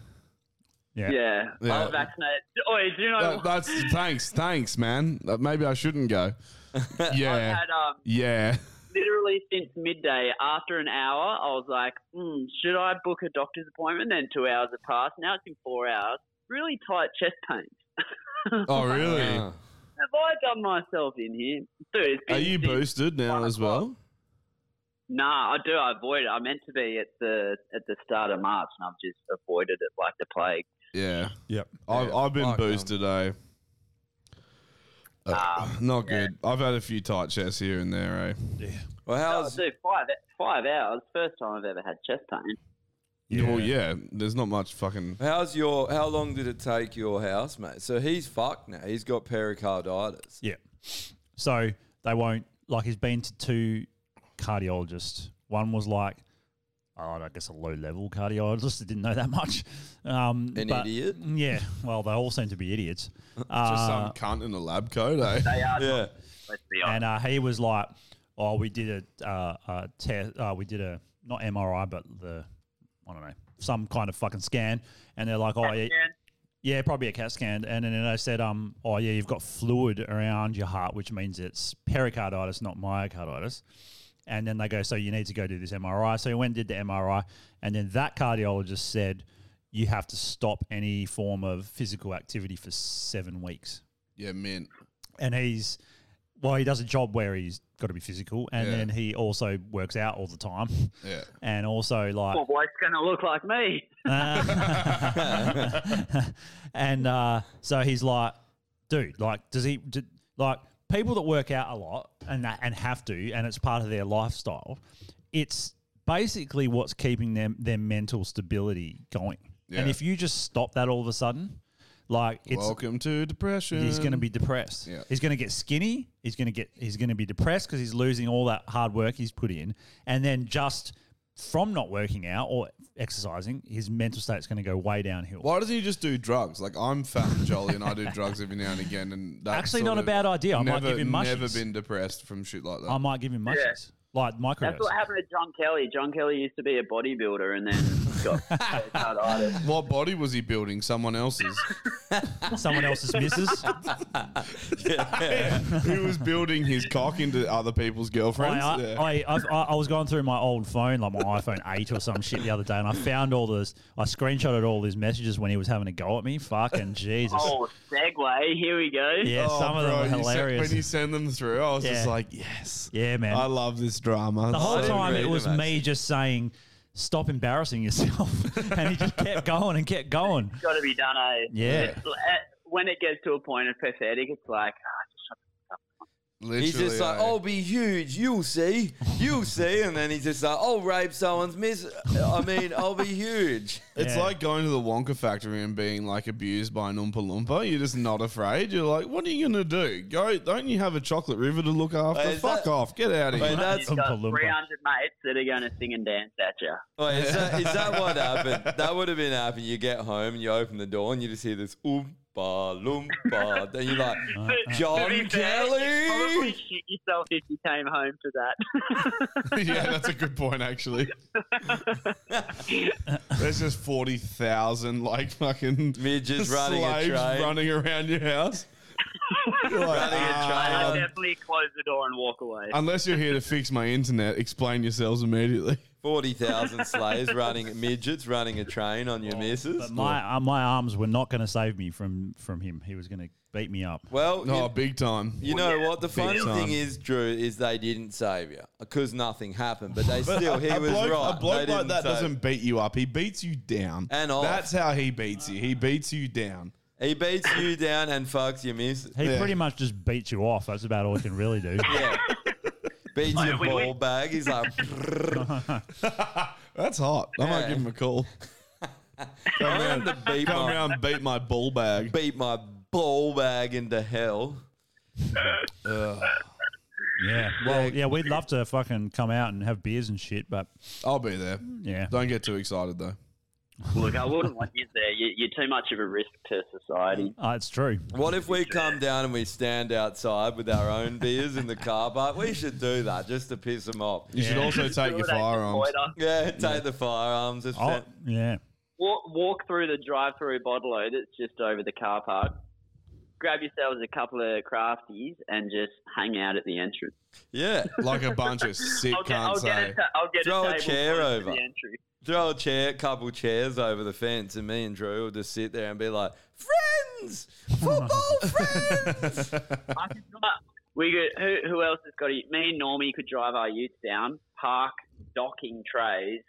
S6: Yeah.
S8: Yeah,
S5: Yeah.
S8: I'll vaccinate. Oh, Oi, do you know?
S5: That- that's thanks, thanks, man. Uh, Maybe I shouldn't go.
S8: I've
S5: Yeah,
S8: had um,
S5: yeah.
S8: literally since midday. After an hour, I was like, mm, should I book a doctor's appointment? Then two hours have passed. Now it's been four hours. Really tight chest pains.
S5: Oh, really?
S7: Yeah.
S8: Have I done myself in here, dude? It's been
S5: Are you
S8: since-
S5: boosted now as well?
S8: Nah, I do. I avoid it. I meant to be at the at the start of March, and I've just avoided it like the plague.
S5: Yeah,
S6: Yep.
S5: I've, I've been
S7: fuck 'em.
S5: boosted. Eh? Uh,
S8: Ah,
S5: not good. I've had a few tight chests here and there. Eh?
S7: Well,
S8: Oh,
S7: how's
S8: dude, five five hours. First time I've ever had chest pain.
S5: Yeah. Well, yeah. There's not much fucking.
S7: how's your how long did it take your housemate? So he's fucked now. He's got pericarditis.
S6: Yeah. So they won't like he's been to two cardiologists. One was like, oh, I guess a low level cardiologist that didn't know that much. Um,
S7: An
S6: but-
S7: idiot?
S6: Yeah. Well, they all seem to be idiots.
S5: Just
S6: Uh,
S5: some cunt in a lab coat. Eh?
S7: Yeah.
S8: Let's be honest.
S6: and uh, he was like, "Oh, we did a, uh, a test. Uh, we did a not MRI, but the I don't know some kind of fucking scan." And they're like, "Oh, yeah, yeah, probably a CAT scan." And then they said, "Um, oh yeah, you've got fluid around your heart, which means it's pericarditis, not myocarditis." And then they go, "So you need to go do this MRI." So he went and did the MRI, and then that cardiologist said. You have to stop any form of physical activity for seven weeks
S5: Yeah, mint.
S6: and he's well, he does a job where he's got to be physical, and
S5: Yeah.
S6: then he also works out all the time,
S5: Yeah.
S6: and also like,
S8: Well, bloke's gonna look like me.
S6: and uh, so he's like, dude, like, does he d like people that work out a lot and that and have to, and it's part of their lifestyle. It's basically what's keeping them their mental stability going,
S5: Yeah.
S6: and if you just stop that all of a sudden. Like it's
S5: Welcome to depression.
S6: He's going to be depressed.
S5: Yeah.
S6: He's going to get skinny. He's going to get he's going to be depressed because he's losing all that hard work he's put in, and then just from not working out or exercising, his mental state's going to go way downhill.
S5: Why doesn't he just do drugs? Like I'm fat and jolly, and I do drugs every now and again. And that's
S6: Actually
S5: sort
S6: not a
S5: of
S6: bad idea. I might
S5: never,
S6: give him mushies.
S5: Never been depressed from shit like that.
S6: I might give him mushies like microdose.
S8: That's what happened to John Kelly. John Kelly used to be a bodybuilder and then got artist.
S5: What body was he building? Someone else's.
S6: Someone else's missus.
S5: Who was building his cock into other people's girlfriends?
S6: I, I,
S5: Yeah.
S6: I, I've- I, I was going through my old phone, like my iPhone 8 or some shit the other day, and I found all this. I screenshotted all his messages when he was having a go at me. Fucking Jesus.
S8: Oh, segue. Here we go.
S6: Yeah, some of them
S5: Oh, bro,
S6: are
S5: you sent-
S6: hilarious.
S5: when you send them through, I was just
S6: Yeah.
S5: like, yes.
S6: Yeah, man.
S5: I love this drama.
S6: The whole
S5: So
S6: time it
S5: great,
S6: was
S5: man.
S6: me just saying, stop embarrassing yourself. and he just kept going and kept going.
S8: It's got to be done, eh?
S6: Yeah.
S8: It's- When it gets to a point of pathetic, it's like, ah, just shut
S7: He's just like, oh, I'll be huge, you'll see, you'll see. And then he's just like, I'll rape someone's miss. I mean, I'll be huge.
S5: It's like going to the Wonka factory and being like abused by an Oompa Loompa. You're just not afraid. You're like, what are you gonna do? Go? Don't you have a chocolate river to look after?
S7: Wait, is
S5: Fuck
S7: that-
S5: off! Get out of
S7: Wait,
S5: here.
S7: that's-
S8: Got 300 mates that are going to sing and dance at you.
S7: Wait, Oh, is that, is that what happened? That would have been happening. You get home and you open the door and you just hear this oompa loompa. Then you're like,
S6: Uh,
S7: John
S8: you probably
S7: Kelly.
S8: shoot yourself if you came home to that.
S5: yeah, that's a good point actually. There's just forty thousand like fucking
S7: Midgets running a
S5: slaves
S7: train.
S5: running around your house. You're like,
S7: Running a train
S5: "Ah,
S8: I definitely close the door and walk away.
S5: Unless you're here to fix my internet, explain yourselves immediately.
S7: 40,000 slaves running, midgets running a train on your
S5: Oh,
S7: missus.
S6: But my uh, my arms were not going to save me from, from him. He was going to beat me up.
S7: well,
S5: No,
S7: you-
S5: big time.
S7: You know what? The
S5: Big
S7: funny
S5: time.
S7: thing is, Drew, is they didn't save you because nothing happened. But they still, he
S5: a
S7: was
S5: bloke,
S7: right.
S5: A bloke
S7: They
S5: like
S7: didn't
S5: that
S7: save-
S5: doesn't beat you up. He beats you down.
S7: And off.
S5: that's how he beats you. He beats you down.
S7: He beats you down and fucks your miss.
S6: He pretty much just beats you off. That's about all he can really do.
S7: Yeah. Beats your
S8: wait, wait.
S7: ball bag. He's like,
S5: That's hot. I might
S7: Yeah.
S5: give him a call. come
S7: I'm
S5: round,
S7: the beat
S5: come
S7: my,
S5: round, and beat my ball bag.
S7: beat my ball bag into hell.
S6: Yeah. Well, yeah, we'd love to fucking come out and have beers and shit, but
S5: I'll be there.
S6: yeah.
S5: Don't get too excited though.
S8: Look, I wouldn't want you there. You, you're too much of a risk to society.
S6: Uh, it's true.
S7: What if we come down and we stand outside with our own beers in the car park? We should do that just to piss him off.
S5: You should also take your firearms.
S7: Yeah, take the firearms. Just
S6: Oh, yeah.
S8: Walk, walk through the drive-through bottle that's just over the car park. Grab yourselves a couple of crafties and just hang out at the entrance.
S7: Yeah.
S5: Like a bunch of sick
S8: I'll get, I'll
S5: cunts.
S8: get,
S5: eh?
S8: a, ta- I'll get
S7: Throw a
S8: a, table
S7: chair
S8: close to
S7: over.
S8: the entry.
S7: throw a chair, couple chairs over the fence, and me and Drew will just sit there and be like, friends, football friends.
S8: I could drive- we could, who, who else has got it? Me and Normie could drive our youth down, park docking trays,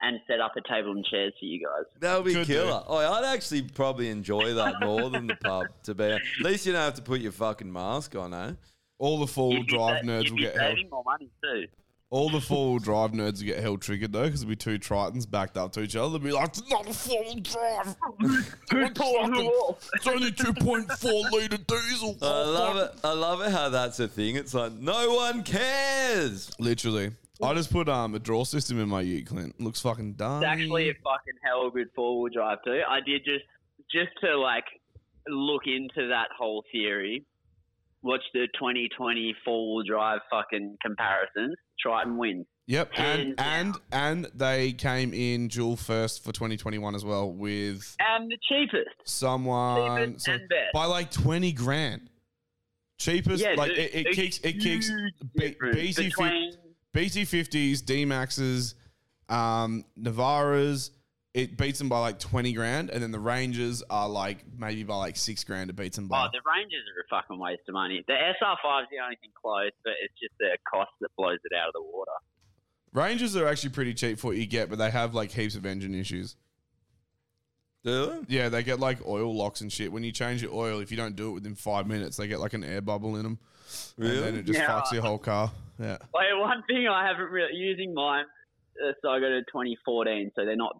S8: and set up a table and chairs for you guys.
S7: That would be
S5: Could do.
S7: killer. Oh, I'd actually probably enjoy that more than the pub. To be at least, you don't have to put your fucking mask on, eh?
S5: All the four-wheel
S8: You'd be
S5: drive
S8: sa-
S5: nerds
S8: you'd
S5: will
S8: be
S5: get held.
S8: saving more money too.
S5: All the four-wheel drive nerds will get held triggered though, because it'll be two Tritons backed up to each other. They'll be like, "It's not a four-wheel drive. It's fucking- It's only two point four liter diesel.
S7: I love it. I love it how that's a thing. It's like no one cares.
S5: Literally. I just put um, a draw system in my Ute, Clint. Looks fucking dumb.
S8: It's actually a fucking hell of a good four wheel drive too. I did just just to like look into that whole theory. Watch the 2020 four wheel drive fucking comparisons. Triton wins.
S5: Yep. And
S8: Hands
S5: and and they came in dual first for 2021 as well with
S8: And the cheapest.
S5: someone
S8: Cheapest and best.
S5: by like 20 grand. Cheapest,
S8: Yeah,
S5: like
S8: the-
S5: it, it
S8: the
S5: kicks, it kicks
S8: huge
S5: B-
S8: difference
S5: BC
S8: between-
S5: BT fifties, D Maxes, um, Navaras. It beats them by like 20 grand, and then the Rangers are like maybe by like six grand. It beats them by.
S8: Oh, the Rangers are a fucking waste of money. The SR5 is the only thing close, but it's just the cost that blows it out of the water.
S5: Rangers are actually pretty cheap for what you get, but they have like heaps of engine issues.
S7: Do
S5: Yeah, they get like oil locks and shit. When you change your oil, if you don't do it within five minutes, they get like an air bubble in them. And then
S7: really?
S5: it just
S8: Yeah.
S5: fucks your whole car. Yeah.
S8: Wait, one thing I haven't really using mine. Uh, so I go to 2014, so they're not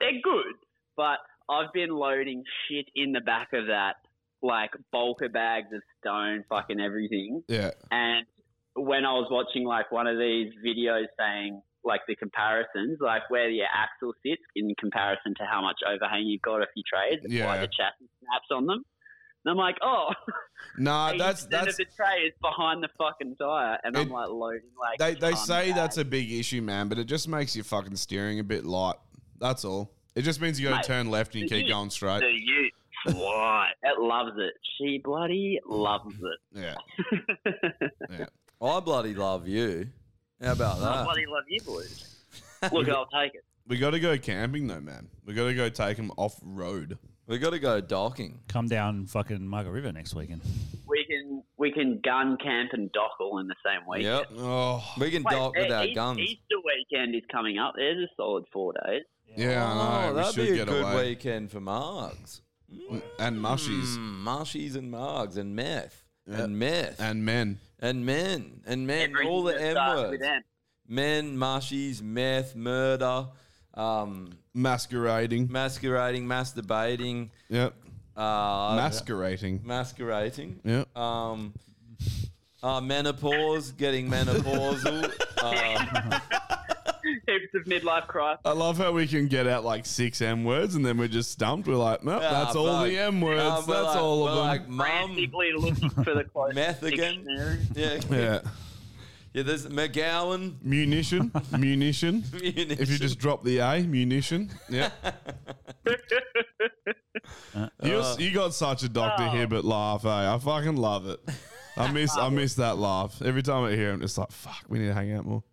S8: they're good, but I've been loading shit in the back of that, like bulker bags of stone, fucking everything.
S5: Yeah.
S8: And when I was watching like one of these videos saying like the comparisons, like where your axle sits in comparison to how much overhang you've got if you trade,
S5: Yeah.
S8: why the chassis snaps on them. And I'm like, oh,
S5: Nah,
S8: 80%
S5: that's
S8: of
S5: that's
S8: the tray is behind the fucking tire, and I'm
S5: It-
S8: like loading like
S5: they they
S8: tons
S5: say
S8: back.
S5: that's a big issue, man. But it just makes your fucking steering a bit light. That's all. It just means you got
S8: Mate,
S5: to turn left and you
S8: the
S5: keep
S8: ute-
S5: going straight.
S8: The ute, what? It loves it. She bloody loves it.
S5: Yeah.
S7: I bloody love you. How about
S8: I
S7: that?
S8: bloody love you, boys. Look, I'll take it.
S5: We got to go camping though, man. We got to go take them off road.
S7: We got to go docking.
S6: Come down fucking Mugger River next weekend.
S8: We can we can gun camp and dock all in the same week.
S7: Yep.
S5: Oh,
S7: We can dock with our guns.
S8: e- Easter weekend is coming up. There's a solid four days.
S5: Yeah, I
S7: oh,
S5: know. we
S7: that'd
S5: should
S7: be a
S5: get
S7: good
S5: away. Mm.
S7: weekend for margs.
S5: And mushies
S7: Mm, marshies and margs and meth and meth and,
S5: and men.
S7: men and men.
S8: Everything
S7: all the
S8: that
S7: M
S8: starts
S7: words.
S8: with M.
S7: Men, marshies, meth, murder, um,
S5: Masquerading.
S7: masquerading, masturbating,
S5: Yep.
S7: uh,
S5: Masquerading.
S7: masquerading.
S5: Yep.
S7: Um, uh, menopause, getting menopausal. uh,
S8: Heaps of midlife crisis.
S5: I love how we can get out like six M words and then we're just stumped. We're like, no, that's
S7: Ah,
S5: all
S7: fuck.
S5: the M words.
S7: Uh,
S5: that's
S7: we're like-
S5: all of
S7: we're
S5: them.
S7: Like, mum,
S8: Frantically looking for the closest
S7: meth again.
S8: dictionary.
S7: Yeah.
S5: yeah.
S7: Yeah, there's McGowan.
S5: Munition. munition. If you
S7: Munition.
S5: just drop the A, munition. Yeah.
S6: Uh,
S5: you, you got such a Dr.
S8: Oh.
S5: Hibbert laugh, eh? I fucking love it. I miss I miss that laugh. Every time I hear him, it's like, fuck, we need to hang out more.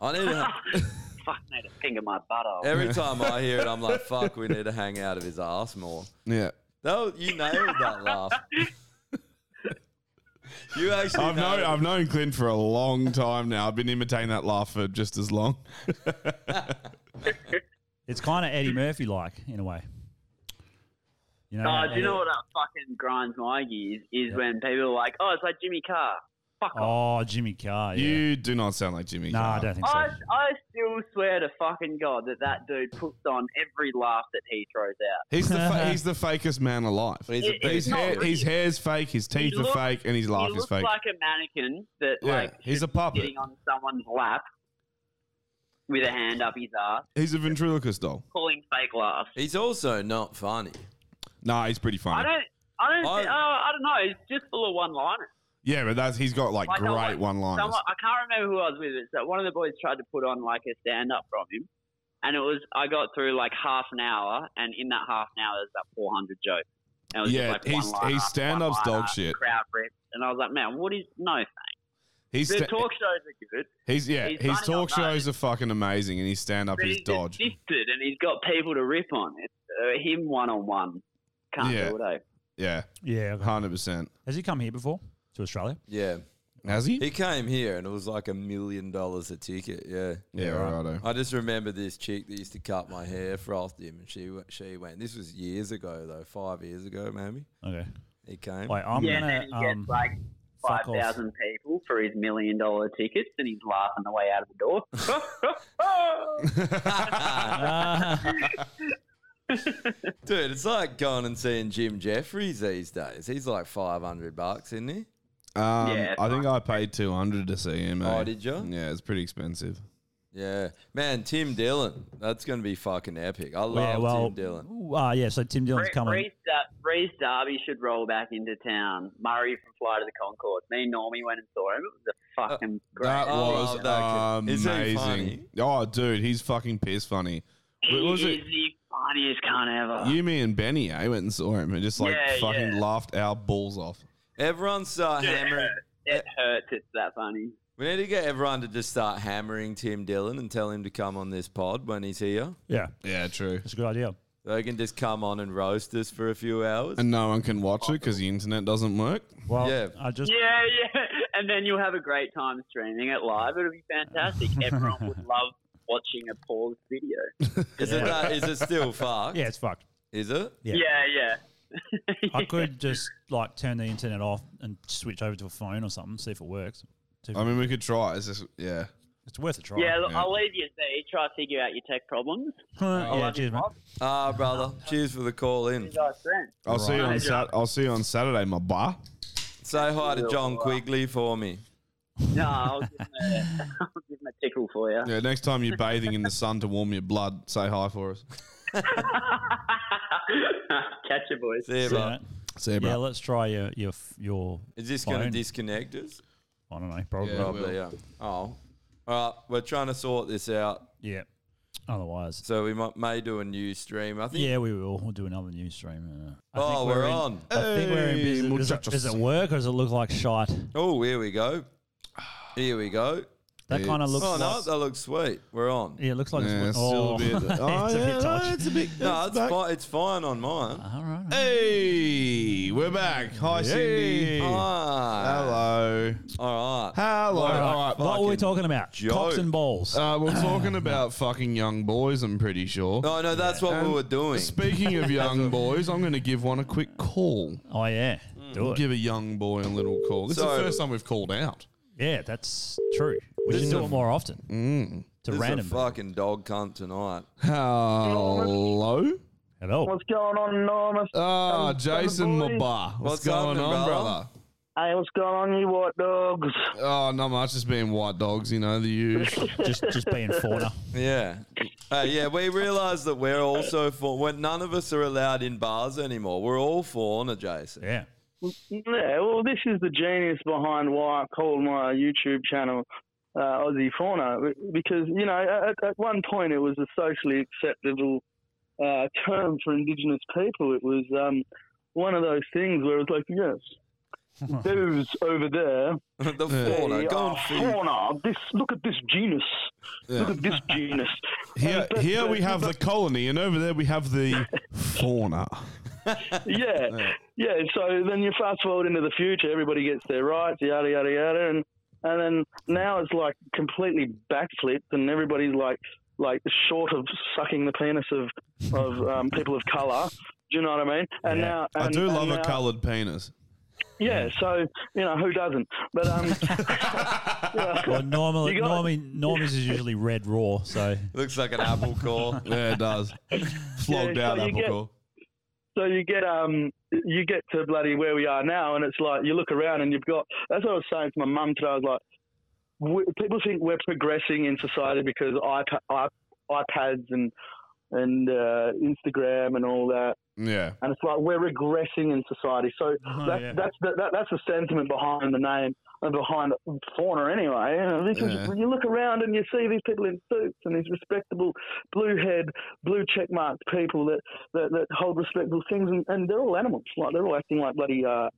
S7: I need to,
S8: Fuck made a finger my butt off.
S7: every time I hear it, I'm like, fuck, we need to hang out of his ass more.
S5: Yeah.
S7: That was, you nailed that laugh. you actually nailed
S5: I've known
S7: it.
S5: I've known Clint for a long time now. I've been imitating that laugh for just as long.
S6: It's kind of Eddie Murphy like in a way. You know,
S8: Oh,
S6: how
S8: do you know
S6: Eddie-
S8: what that fucking grinds my gears is when people are like, "Oh, it's like Jimmy Carr." Fuck off.
S6: Oh, Jimmy Carr. Yeah.
S5: You do not sound like Jimmy.
S6: no, I
S5: Carr.
S6: don't think so.
S8: I, I still swear to fucking god that that dude puts on every laugh that he throws out.
S5: He's the fa- he's the fakest man alive.
S7: He's a
S8: It-
S7: big
S5: His,
S8: It's not
S5: hair,
S8: real.
S5: his hair's fake, his teeth
S8: looks-
S5: are fake, and his
S8: he
S5: laugh is
S8: looks
S5: fake.
S8: like a mannequin that
S5: Yeah,
S8: like
S5: he's
S8: should
S5: a
S8: be
S5: puppet.
S8: sitting on someone's lap with a hand up his ass,
S5: he's a ventriloquist doll.
S8: calling fake laughs.
S7: He's also not funny.
S5: Nah, he's pretty funny.
S8: I don't. I don't.
S7: I-
S8: thi- oh, I don't know. It's just full of one-liners.
S5: Yeah, but that's he's got like
S8: Like, I
S5: great
S8: want-
S5: one liners.
S8: Someone, I can't remember who I was with. It's that one of the boys tried to put on like a stand up from him, and it was I got through like half an hour, and in that half an hour there's about 400 jokes. And it was
S5: Yeah,
S8: just, like
S5: he's-
S8: one liner
S5: he's
S8: after
S5: stand-up's
S8: one liner,
S5: dog shit.
S8: Crowd ripped, and I was like, man, what is no? thanks."
S5: He's
S8: The
S5: sta-
S8: talk shows are good.
S5: he's yeah,
S8: he's
S5: his
S8: funny on
S5: talk shows are fucking amazing, and his stand up
S8: But
S5: is
S8: he's
S5: dodge.
S8: existed, and he's got people to rip on. It's uh, him one on one. Can't
S5: Yeah.
S8: do it. Eh?
S5: Yeah,
S6: Yeah. okay.
S5: hundred percent.
S6: Has he come here before to Australia?
S7: Yeah.
S5: Has he?
S7: He came here and it was like a million dollars a ticket. Yeah.
S5: yeah, righto.
S7: I just remember this chick that used to cut my hair for after him, and she went- she went. This was years ago though, five years ago maybe.
S6: Okay.
S7: He came.
S6: Wait, I'm
S8: yeah, and
S6: gonna.
S8: then he
S6: Um,
S8: gets like five
S6: fuck off.
S8: thousand people for his million dollar tickets, and he's laughing the way out of
S7: Ah.
S8: the door.
S7: Dude, it's like going and seeing Jim Jeffries these days. He's like five hundred bucks, isn't he?
S5: Um,
S8: Yeah,
S5: I think I paid two hundred to see him.
S7: Oh,
S5: eh?
S7: did you?
S5: Yeah, it's pretty expensive.
S7: Yeah, man, Tim Dillon. That's gonna be fucking epic. I love
S6: yeah. Well.
S7: Tim Dillon.
S6: Uh, yeah. So Tim Dillon's
S8: Bree-
S6: coming.
S8: Breeze, Dar- Breeze Derby should roll back into town. Murray from Flight of the Concord. Me and Normie went and saw him. It was a fucking great.
S5: That
S7: I
S5: was
S7: Oh, love
S5: um,
S7: that kid. Is he
S5: amazing. Oh, dude, he's fucking piss funny.
S8: he
S5: What was
S8: is
S5: it?
S8: the funniest cunt ever.
S5: You, me, and Benny, eh, went and saw him and just like
S8: Yeah,
S5: fucking
S8: yeah.
S5: laughed our balls off.
S7: Everyone's uh,
S8: Dude, it,
S7: hammering.
S8: hurts. it hurts. It's that funny.
S7: We need to get everyone to just start hammering Tim Dillon and tell him to come on this pod when he's here.
S6: Yeah.
S5: Yeah, true.
S6: That's a good idea.
S7: So he can just come on and roast us for a few hours.
S5: And no one can watch it because the internet doesn't work.
S6: Well,
S7: Yeah.
S6: Oh, I just.
S8: Yeah, yeah. And then you'll have a great time streaming it live. It'll be fantastic. Everyone would love watching a paused video.
S7: Is it uh, is it still fucked?
S6: Yeah, it's fucked.
S7: Is it?
S6: Yeah.
S8: Yeah, yeah.
S6: I could just like turn the internet off and switch over to a phone or something, see if it works. See if-
S5: I mean, we could try. It's just, yeah.
S6: It's worth a try.
S8: Yeah, look, I'll leave you there. Try to figure out your tech problems. Oh, I
S7: yeah,
S8: love you,
S7: cheers,
S8: Bob.
S7: Ah, brother. Cheers for the call in.
S8: You guys friends.
S5: I'll see you on
S7: Right.
S5: Sat- I'll see you on Saturday, my bar.
S7: Say hi to John Quigley for me.
S8: No, I'll give him a, I'll give him a tickle for you.
S5: Yeah, next time you're bathing in the sun to warm your blood, say hi for us.
S8: Catch you, boys.
S5: See you, bro.
S6: Yeah, let's try your your f- your.
S7: Is this going to
S6: phone.
S7: disconnect us?
S6: I don't know. Probably.
S7: Probably, yeah. Oh. All right, we're trying to sort this out.
S6: Yeah. Otherwise.
S7: So we might, may do a new stream. I think.
S6: Yeah, we will. We'll do another news stream. Uh, I
S7: Oh,
S6: think
S7: we're
S6: in-
S7: on.
S6: I think we're in
S7: Hey,
S6: business. Does it,
S7: muchachos.
S6: does it work or does it look like shite?
S7: Oh, here we go. Here we go.
S6: That kinda looks
S7: Oh no,
S6: like-
S7: that looks sweet. We're on.
S6: Yeah, it looks like it's- Yeah, it's still a oh. bit- oh, It's a bit yeah, touchy. Uh-huh. no, it's a bit-
S7: No,
S6: it's
S7: it's, fine. It's fine on mine.
S6: All right.
S5: Hey, we're back. Hi, Cindy. Hello.
S7: All right.
S5: Hello.
S6: All right.
S5: All right.
S6: What were we talking about? Cocks and balls.
S5: Ah, Uh, we're talking about fucking young boys. I'm pretty sure.
S7: No, no, that's what we
S5: And
S7: were doing.
S5: Speaking of young boys, I'm going to give one a quick call. Mm.
S6: Oh yeah, do it.
S5: Give a young boy a little call. This is
S6: So-
S5: the first time we've called out.
S6: Yeah, that's true. We
S7: This
S6: should
S7: is
S6: do
S7: a-
S6: it more often.
S5: Mm.
S6: To
S7: This is
S6: random.
S7: a fucking dog cunt tonight.
S5: Hello.
S6: Hello.
S9: What's going on, Enormous?
S5: Ah,
S9: Oh,
S5: Jason Mabar. What's, going on, brother?
S9: Hey, what's going on, you white dogs?
S5: Oh, not much. Just being white dogs, you know, the usual.
S6: just, just being fauna.
S7: Yeah. Uh, yeah, we realise that we're also fauna. When none of us are allowed in bars anymore, we're all fauna, Jason.
S6: Yeah.
S9: Yeah, well, this is the genius behind why I called my YouTube channel uh, Aussie Fauna because you know at, at one point it was a socially acceptable uh, term for Indigenous people. It was um, one of those things where it was like, yes,
S5: Oh.
S9: those over there,
S7: the
S9: they
S7: fauna, go
S9: are
S7: and feed.
S9: fauna. This look at this genus. Look at this genus.
S5: Here,
S9: And- but-
S5: here we
S9: but-
S5: have the
S9: but-
S5: colony, and over there we have the fauna.
S9: yeah, yeah. So then you fast forward into the future, everybody gets their rights, yada yada yada, and and then now it's like completely backflipped, and everybody's like like short of sucking the penis of of um, people of color. Do you know what I mean? And now and,
S5: I do
S9: and
S5: love
S9: now-
S5: a coloured penis.
S9: Yeah, so you know who doesn't? But um,
S6: Well, normally,
S9: You got-
S6: normally, normies is usually red raw. So
S7: Looks like an apple core.
S5: yeah, it does.
S9: Flogged Yeah, so out you apple get- core. so you get um you get to bloody where we are now, and it's like you look around and you've got. That's what I was saying to my mum today. I was like, we, people think we're progressing in society because iPad, iP- iPads and and uh, Instagram and all that.
S5: Yeah.
S9: And it's like we're regressing in society. So that's,
S5: yeah.
S9: that's, the, that, that's the sentiment behind the name and behind fauna anyway. And Because
S5: Yeah.
S9: when you look around and you see these people in suits and these respectable blue head, blue check marked people that, that, that hold respectable things and, and they're all animals. Like they're all acting like bloody uh,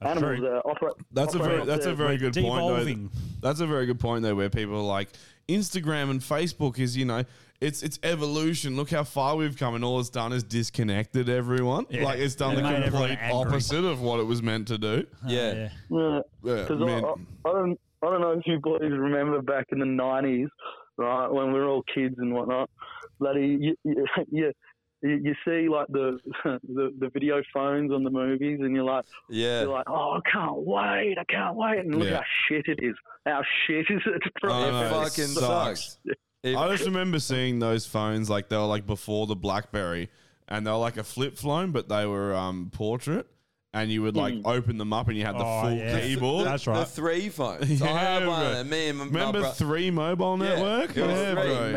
S5: That's
S9: animals
S5: very-
S9: uh, operate.
S5: That's a very that's a very good point though.
S6: devolving.
S5: That's a very good point though where people are like Instagram and Facebook is, you know, it's it's evolution. Look how far we've come and all it's done is disconnected everyone.
S6: Yeah.
S5: Like it's done
S6: It made
S5: the
S6: everyone
S5: complete
S6: angry. Oh,
S5: opposite of what it was meant to do.
S7: Yeah.
S9: Yeah.
S5: Yeah,
S9: Because
S5: man.
S9: I, I, I don't, I don't know if you boys remember back in the nineties, right, when we were all kids and whatnot. Bloody, you, you, you, you see like the, the the video phones on the movies, and you're like,
S7: Yeah.
S9: you're like, oh, I can't wait, I can't wait, and look
S5: Yeah.
S9: how shit it is, how shit is it?
S5: I know,
S7: it fucking sucks.
S5: I just remember seeing those phones like they were like before the BlackBerry, and they were like a flip phone, but they were um, portrait, and you would
S7: Hmm.
S5: like open them up, and you had the
S6: Oh,
S5: full
S6: yeah.
S5: keyboard.
S7: The- The three phones. I had one of them. Me and my,
S5: remember
S7: my bro-
S5: three mobile
S7: Yeah,
S5: network?
S7: it was
S5: Yeah,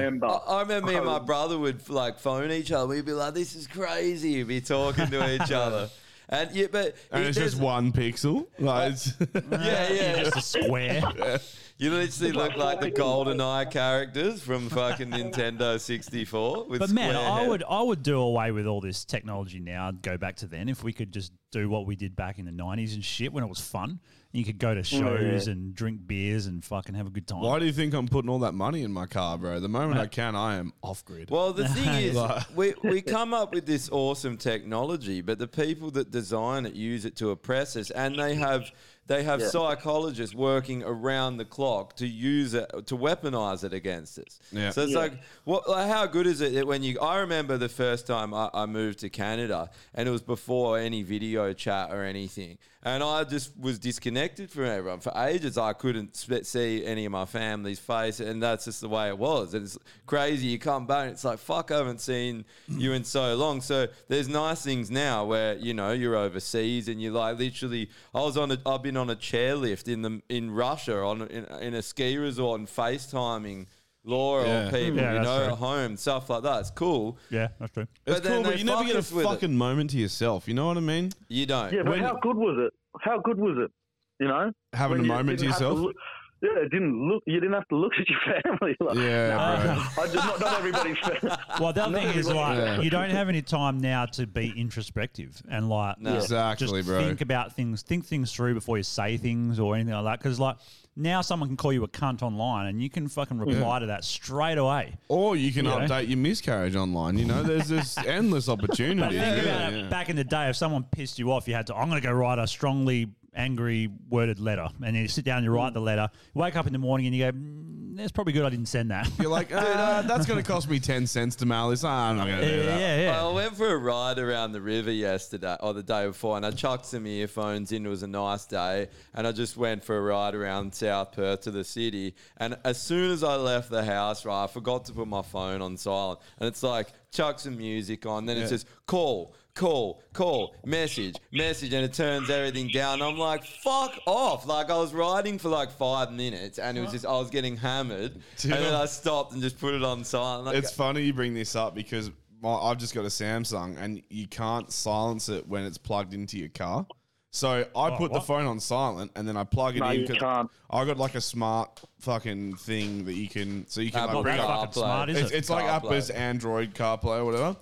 S7: three.
S5: bro.
S7: I, I remember me and my brother would like phone each other. We'd be like, "This is crazy." We'd be talking to each other, and yeah, but
S5: And
S7: it-
S5: it's just
S7: there's-
S5: one pixel. Like, it's-
S7: yeah, yeah,
S6: just a square.
S7: You literally look like the golden eye characters from fucking Nintendo 64. With
S6: But man,
S7: square
S6: I
S7: head.
S6: would I would do away with all this technology now. and Go back to then if we could just do what we did back in the '90s and shit when it was fun. You could go to shows
S5: yeah.
S6: and drink beers and fucking have a good time.
S5: Why do you think I'm putting all that money in my car, bro? The moment I can, I am off grid.
S7: Well, the thing is,
S5: Like-
S7: we, we come up with this awesome technology, but the people that design it use it to oppress us, and they have They have
S10: Yeah.
S7: psychologists working around the clock to use it to weaponize it against us.
S10: Yeah.
S7: So it's
S10: Yeah.
S7: like, what? Like how good is it that when you? I remember the first time I, I moved to Canada, and it was before any video chat or anything, and I just was disconnected from everyone for ages. I couldn't sp- see any of my family's face, and that's just the way it was. And it's crazy. You come back, and it's like, fuck, I haven't seen you in so long. So there's nice things now where you know you're overseas and you're like literally. I was on. A, I've been on a chairlift in the in Russia on in, in a ski resort and FaceTiming law
S5: Yeah.
S7: or people
S5: Yeah,
S7: you
S5: that's
S7: know
S5: true.
S7: at home, stuff like that. It's cool.
S6: Yeah, that's true.
S5: It's
S7: But then
S5: cool, but
S7: they
S5: you never
S7: fuck
S5: get a
S7: us with it.
S5: fucking moment to yourself. You know what I mean?
S7: You don't.
S9: Yeah, but how good was it? How good was it? You know,
S5: Having
S9: When
S5: a
S9: you
S5: moment to
S9: didn't have
S5: yourself?
S9: look- yeah, it didn't look. You didn't have to look at your family. Like,
S5: Yeah,
S9: I just not, not everybody's. fa-
S6: Well, the other
S9: not
S6: thing is like
S9: everybody's-
S6: you don't have any time now to be introspective and like
S5: No. Exactly,
S6: just
S5: bro.
S6: Think about things, think things through before you say things or anything like that. Because like now someone can call you a cunt online and you can fucking reply
S5: Yeah.
S6: to that straight away.
S5: Or you can
S6: You know?
S5: update your miscarriage online. You know, there's this endless
S6: But
S5: opportunity.
S6: think
S5: really,
S6: about it.
S5: yeah.
S6: Back in the day, if someone pissed you off, you had to. I'm going to go write a strongly angry worded letter, and then you sit down, and you write
S5: Mm.
S6: the letter. You wake up in the morning and you go, mm, "That's probably good. I didn't send that."
S5: You're like, uh, that's going to cost me 10 cents to mail this. Ah, I'm not going to do that.
S7: I went for a ride around the river yesterday or the day before, and I chucked some earphones in. It was a nice day, and I just went for a ride around South Perth to the city. And as soon as I left the house, right, I forgot to put my phone on silent, and it's like chuck some music on. Then
S5: Yeah.
S7: it says call. Call, call, message, message, and it turns everything down. I'm like, fuck off. Like, I was riding for like five minutes and it was just, I was getting hammered.
S5: Dude.
S7: And then I stopped and just put it on silent. Like,
S5: it's funny you bring this up because my, I've just got a Samsung and you can't silence it when it's plugged into your car. So I
S7: Oh,
S5: put the
S7: what?
S5: phone on silent and then I plug it
S9: No,
S5: in
S9: you can't.
S5: I got like a smart fucking thing that you can so you can
S7: Apple
S5: like bring up.
S7: CarPlay. Smart, is
S5: it's
S7: it?
S5: it's like Apple's
S7: CarPlay.
S5: Android CarPlay or whatever.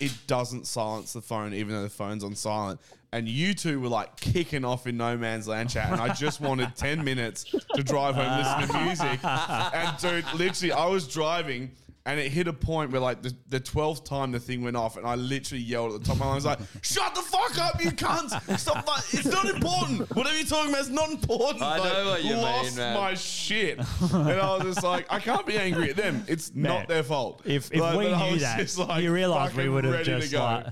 S5: It doesn't silence the phone even though the phone's on silent. And you two were like kicking off in no man's land chat, and I just wanted ten minutes to drive home,
S6: Ah.
S5: listen to music, and dude, literally, I was driving and it hit a point where like the, the 12th time the thing went off and I literally yelled at the top of my lungs like, shut the fuck up, you cunts. Stop, fu- it's not important. Whatever you're talking about is not important.
S7: I
S5: Like,
S7: know what you mean,
S5: lost
S7: man.
S5: my shit. And I was just like, I can't be angry at them. It's
S6: Man,
S5: not their fault.
S6: If, if
S5: Like,
S6: we
S5: but I
S6: knew
S5: was
S6: that,
S5: just, like,
S6: you realise we
S5: fucking
S6: would have
S5: ready to
S6: just
S5: go.
S6: like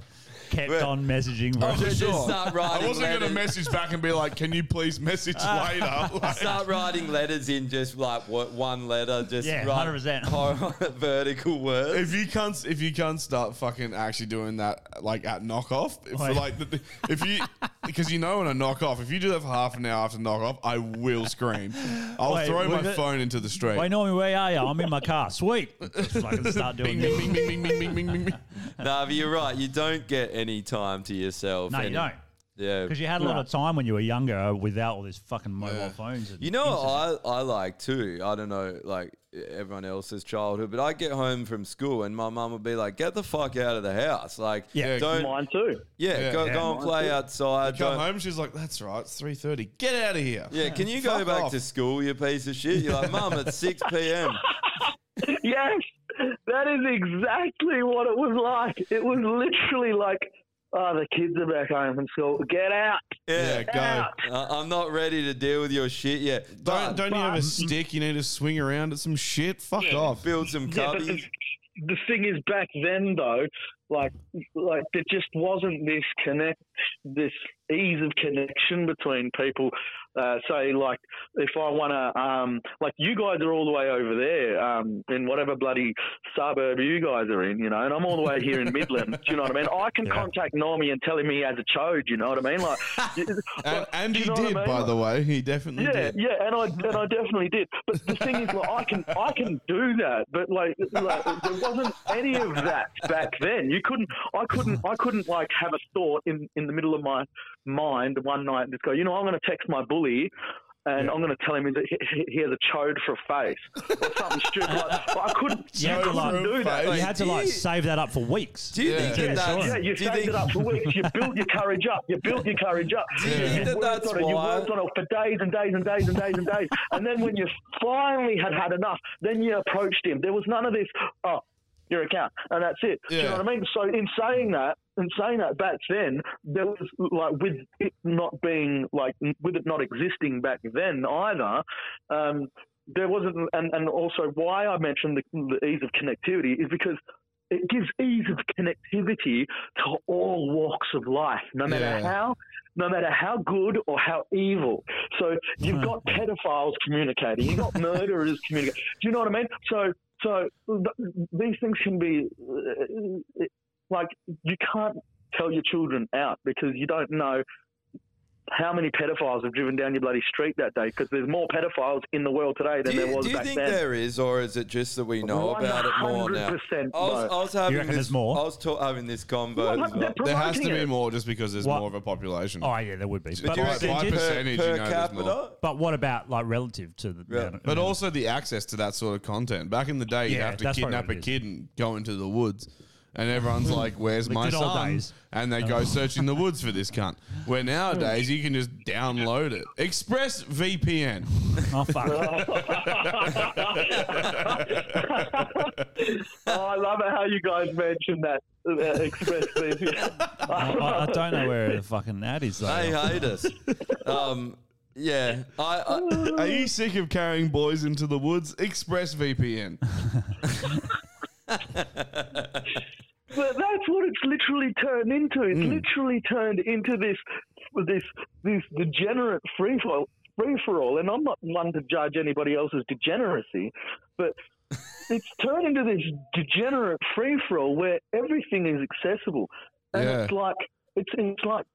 S6: kept on messaging.
S5: Oh,
S6: bro.
S5: for sure.
S7: start writing
S5: I wasn't going to
S7: letters.
S5: message back and be like, can you please message later? Like,
S7: Start writing letters in just like what one letter, just
S5: Yeah,
S7: write
S5: 100%.
S7: hor- vertical words.
S5: If you can't, if you can't start fucking actually doing that, like at knockoff, if,
S7: Oh, yeah.
S5: like the, the- if you, because you know, when I knock off, if you do that for half an hour after knock off, I will scream. I'll
S6: Wait,
S5: throw my
S6: was it-
S5: phone into the street.
S6: Wait, Normie, where are you? I'm in my car. Sweet. Just fucking start doing this.
S7: Nah, but you're right. You don't get any time to yourself.
S6: No, you
S7: any-
S6: don't.
S7: Yeah,
S6: Because you had a lot of time when you were younger without all these fucking mobile phones. And
S7: You know what I, I like too? I don't know, like everyone else's childhood, but I get home from school and my mum would be like, get the fuck out of the house. Like,
S5: Yeah.
S7: don't.
S9: Mine too.
S7: Yeah, go, go and play outside.
S5: You come
S7: don't-
S5: home, she's like, "That's right, it's three thirty. Get out of here."
S7: Yeah, can you go
S5: Fuck
S7: back
S5: off.
S7: to school, you piece of shit? You're like, mum, it's 6 p.m.
S9: yes, that is exactly what it was like. It was literally like, oh, the kids are back home from school. Get out.
S7: Yeah,
S9: go. Out.
S7: I, I'm not ready to deal with your shit yet.
S5: Don't don't you have a stick? You need to swing around at some shit. Fuck off.
S7: Build some
S9: Yeah, but the, the thing is, back then though, like like there just wasn't this connect, this ease of connection between people. Uh, say like if I want to, um, like you guys are all the way over there um, in whatever bloody suburb you guys are in, you know, and I'm all the way here in Midland. do you know what I mean? I can contact Normie and tell him he has a chode. You know what I mean? Like,
S5: And, and
S9: do
S5: he
S9: you know what I
S5: did,
S9: mean?
S5: by the way. He definitely
S9: yeah,
S5: did.
S9: yeah, and I and I definitely did. But the thing is, like, I can I can do that, but like, like there wasn't any of that back then. You couldn't, I couldn't, I couldn't like have a thought in in the middle of my mind one night and just go, you know, I'm going to text my bully. And I'm going to tell him that he, he- he has a chode for a face or something stupid. Like, but I couldn't,
S6: You had
S9: I
S6: to
S9: couldn't
S6: like,
S9: do that.
S6: you had to like save that up for weeks.
S7: Do you think
S6: Yeah,
S7: that that's-
S9: Yeah, you
S7: do you
S9: saved
S7: think-
S9: it up for weeks. You built your courage up. You built your courage up.
S7: Do you think that
S9: worked
S7: that's
S9: on it, You
S7: why-
S9: worked on it for days and days and days and days and days. and then when you finally had had enough, then you approached him. There was none of this. Oh, you're a cow, and that's it. Do you know what I mean? So in saying that, in saying that, back then there was like with it not being like with it not existing back then either. Um, there wasn't, and, and also why I mentioned the, the ease of connectivity is because it gives ease of connectivity to all walks of life, no matter
S10: Yeah.
S9: how, no matter how good or how evil. So you've got pedophiles communicating, you've got murderers communicating. Do you know what I mean? So, so th- these things can be uh, like you can't tell your children out because you don't know how many pedophiles have driven down your bloody street that day because there's more pedophiles in the world today than
S7: Do
S9: there
S7: you,
S9: was
S7: do you
S9: back
S7: think
S9: then.
S7: there is, or is it just that we know about it more now? I
S9: 100%
S7: was,
S9: both.
S7: I was
S9: You
S7: having
S9: reckon
S7: this,
S9: there's more?
S7: I was ta- having this combo.
S9: Well,
S7: as
S9: they're
S7: well.
S5: There has to be
S9: promoting
S5: more just because there's
S6: What?
S5: more of a population.
S6: Oh yeah, there would be.
S5: Just by- by percentage, you know, there's more.
S6: But what about like relative to the? amount-
S5: But also the access to that sort of content. Back in the day, you'd
S6: Yeah,
S5: have to
S6: that's probably
S5: kidnap a
S6: what it
S5: kid and go into the woods. And everyone's like, where's
S6: The
S5: my
S6: good old
S5: son?
S6: days. Oh.
S5: And they go searching the woods for this cunt. Where nowadays, you can just download it. Express VPN.
S6: Oh, fuck.
S9: oh, I love it how you guys mentioned that uh, express VPN.
S6: I, I- I don't know where the fucking ad is. Though.
S7: They hate us. Um, yeah. I,
S5: Are you sick of carrying boys into the woods? Express VPN.
S9: But that's what it's literally turned into. It's literally turned into this, this, this degenerate free for free for all. And I'm not one to judge anybody else's degeneracy, but it's turned into this degenerate free for all where everything is accessible, and
S5: Yeah.
S9: it's like it's it's like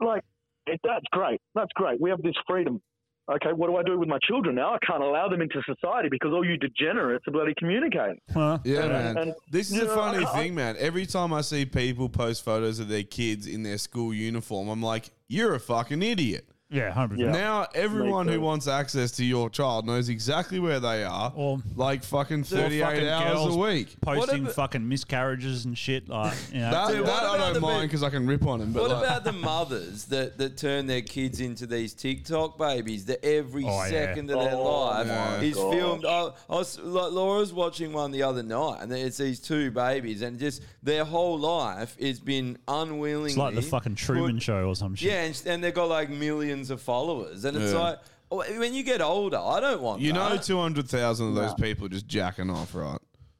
S9: like that's great. That's great. We have this freedom. Okay, what do I do with my children now? I can't allow them into society because all you degenerates are bloody communicating.
S5: Yeah,
S9: And-
S5: man.
S9: and-
S5: this is
S9: you
S5: a
S9: know,
S5: funny
S9: I- I-
S5: thing, man. Every time I see people post photos of their kids in their school uniform, I'm like, you're a fucking idiot.
S6: Yeah, hundred percent.
S5: Now everyone who wants access to your child knows exactly where they are, like fucking
S6: Or
S5: thirty-eight
S6: fucking
S5: hours
S6: girls
S5: a week.
S6: posting fucking miscarriages and shit. Like, you know.
S5: that
S7: Dude, what
S5: that
S7: about
S5: I
S7: the
S5: don't mind
S7: big-
S5: because I can rip on him. But
S7: What
S5: like,
S7: about the mothers that, that turn their kids into these TikTok babies that every
S5: Oh, yeah.
S7: second of their
S5: Oh,
S7: life
S5: my
S7: is
S5: God.
S7: filmed? I, I was, like, Laura was watching one the other night, and it's these two babies, and just their whole life has been unwillingly.
S6: it's like the fucking Truman Show or some shit.
S7: Yeah, and, and they've got like millions of followers, and it's
S5: Yeah.
S7: like oh, when you get older, I don't want.
S5: you know,
S7: that.
S5: two hundred thousand of those people just jacking off, right?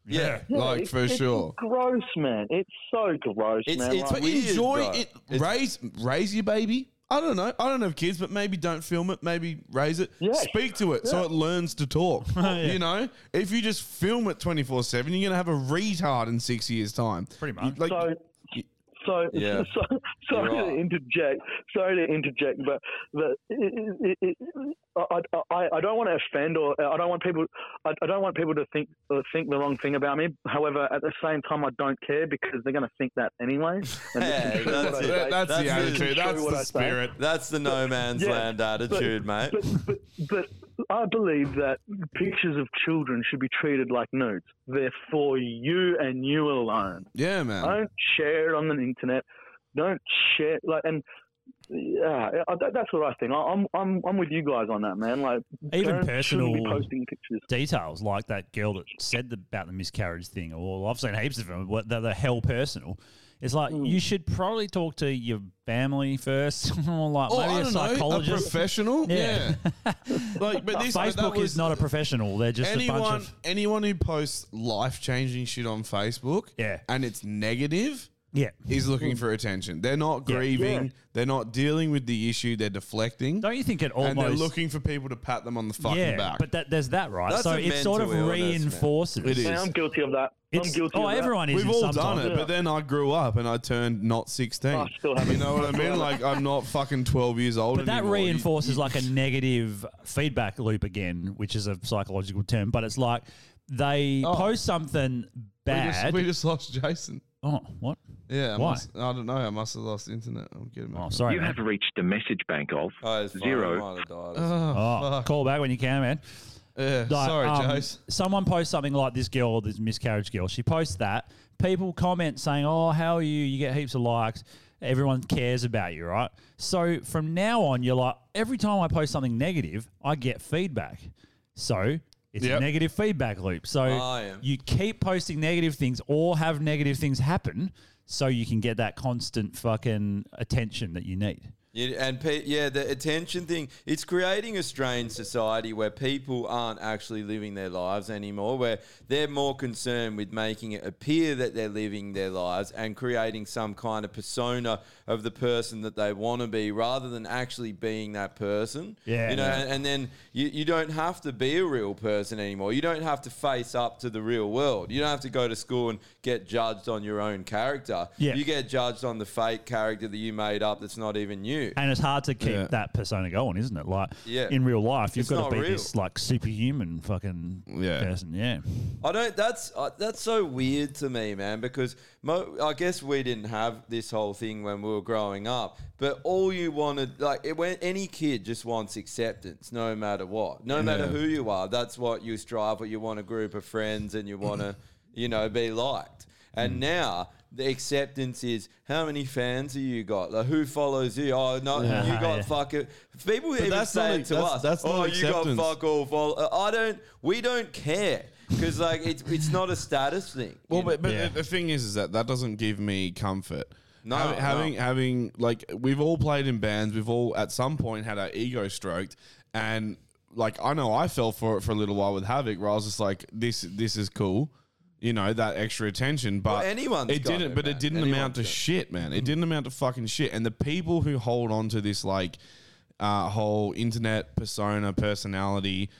S7: Yeah.
S9: Yeah,
S5: like
S9: it's-
S5: for
S9: it's
S5: sure.
S9: Gross, man. It's so gross, man.
S5: but enjoy it. raise raise your baby. I don't know. I don't have kids, but maybe don't film it. Maybe raise it. Speak to it so
S9: Yeah.
S5: it learns to talk. You know, if you just film it twenty four seven, you're gonna have a retard in six years' time. Pretty much. Like,
S9: so, so,
S5: Yeah.
S9: so, sorry
S5: You're right.
S9: to interject. Sorry to interject, but, but it, it, it, I, I, I don't want to offend, or I don't want people, I, I don't want people to think or think the wrong thing about me. However, at the same time, I don't care because they're going to think that anyway. And
S7: Yeah,
S9: this is what I
S7: that's,
S9: say.
S7: it.
S9: This is true what I say.
S7: That's the no man's
S9: Yeah,
S7: land attitude, mate.
S9: But I believe that pictures of children should be treated like nudes. They're for you and you alone.
S5: Yeah, man.
S9: Don't share it on the internet. Don't share like and yeah, I- that- that's what I think. I- I'm I'm I'm with you guys on that, man. Like
S6: even
S9: don't- shouldn't
S6: personal
S9: be posting pictures.
S6: details like that girl that said the, about the miscarriage thing or I've seen heaps of them what they're, they're hell personal it's like
S9: Hmm.
S6: you should probably talk to your family first or like
S5: Oh,
S6: maybe
S5: I
S6: a
S5: don't know, a
S6: psychologist
S5: professional? like, but this but that
S6: Facebook
S5: was-
S6: is not a professional they're just
S5: anyone
S6: a bunch of
S5: anyone who posts life changing shit on Facebook, yeah, and it's negative,
S6: Yeah.
S5: is looking for attention. They're not
S6: Yeah.
S5: grieving.
S6: Yeah.
S5: They're not dealing with the issue. They're deflecting. Don't
S6: you think it
S5: And they're
S6: almost-
S5: looking for people to pat them on the fucking
S6: yeah
S5: back.
S6: but that, there's that right so it sort of reinforces
S5: It is.
S9: Man, I'm guilty of that.
S6: It's-
S9: I'm guilty.
S6: oh,
S9: of that.
S6: everyone is
S5: We've all done it, but then I grew up and I turned not sixteen. you know what I mean? Like I'm not fucking twelve years old.
S6: But that
S5: anymore. You-
S6: reinforces like a negative feedback loop again, which is a psychological term. But it's like they post something
S5: Oh. We just-
S6: bad.
S5: We just, lost Jason.
S6: Oh, what?
S5: Yeah, I,
S6: Why?
S5: must- I don't know. I must have lost internet. I'm getting. Oh,
S6: sorry,
S11: you
S6: man.
S11: have reached the message bank of
S7: Oh, fine.
S11: zero.
S7: I might have died.
S6: Oh, call back when you can, man. um,
S5: sorry, Jase.
S6: Someone posts something like this girl, this miscarriage girl. She posts that. People comment saying, "Oh, how are you? You get heaps of likes. Everyone cares about you, right?" So from now on, you're like, every time I post something negative, I get feedback. So It's a negative feedback loop. So
S7: Oh, yeah.
S6: you keep posting negative things or have negative things happen so you can get that constant fucking attention that you need.
S7: You, and pe- yeah, the attention thing, it's creating a strange society where people aren't actually living their lives anymore, where they're more concerned with making it appear that they're living their lives and creating some kind of persona of the person that they want to be rather than actually being that person.
S6: Yeah.
S7: You know, and, and then you, you don't have to be a real person anymore. You don't have to face up to the real world. You don't have to go to school and get judged on your own character.
S6: Yeah.
S7: You get judged on the fake character that you made up that's not even you.
S6: And it's hard to keep
S7: Yeah.
S6: that persona going, isn't it? Like
S7: Yeah.
S6: in real life, you've
S7: It's
S6: got
S7: not
S6: to be
S7: real.
S6: this like superhuman fucking person. Yeah.
S7: I don't. That's uh, that's so weird to me, man. Because mo- I guess we didn't have this whole thing when we were growing up. But all you wanted, like, it, when any kid just wants acceptance, no matter what, no matter
S5: Yeah.
S7: who you are. That's what you strive for. You want a group of friends, and you want to, you know, be liked.
S5: Mm.
S7: And now. The acceptance is how many fans have you got? Like who follows you? Oh no,
S5: Yeah.
S7: you got
S5: Yeah.
S7: fucking people
S5: But
S7: even
S5: that's
S7: say
S5: not-
S7: it to
S5: that's-
S7: us.
S5: that's not
S7: oh, you got
S5: acceptance.
S7: fuck all follow. uh, I don't. We don't care because like it's it's not a status thing.
S5: Well, but, but the thing is, is that that doesn't give me comfort.
S7: No,
S5: Hav-
S7: no.
S5: having having like we've all played in bands. We've all at some point had our ego stroked, and like I know I fell for it for a little while with Havoc, where I was just like, this this is cool, you know, that extra attention. But
S7: anyone's
S5: it
S7: got
S5: didn't.
S7: it,
S5: but
S7: man.
S5: it didn't
S7: Anyone's
S5: amount to
S7: got it.
S5: shit, man. It didn't amount to fucking shit. And the people who hold on to this like uh, whole internet persona personality,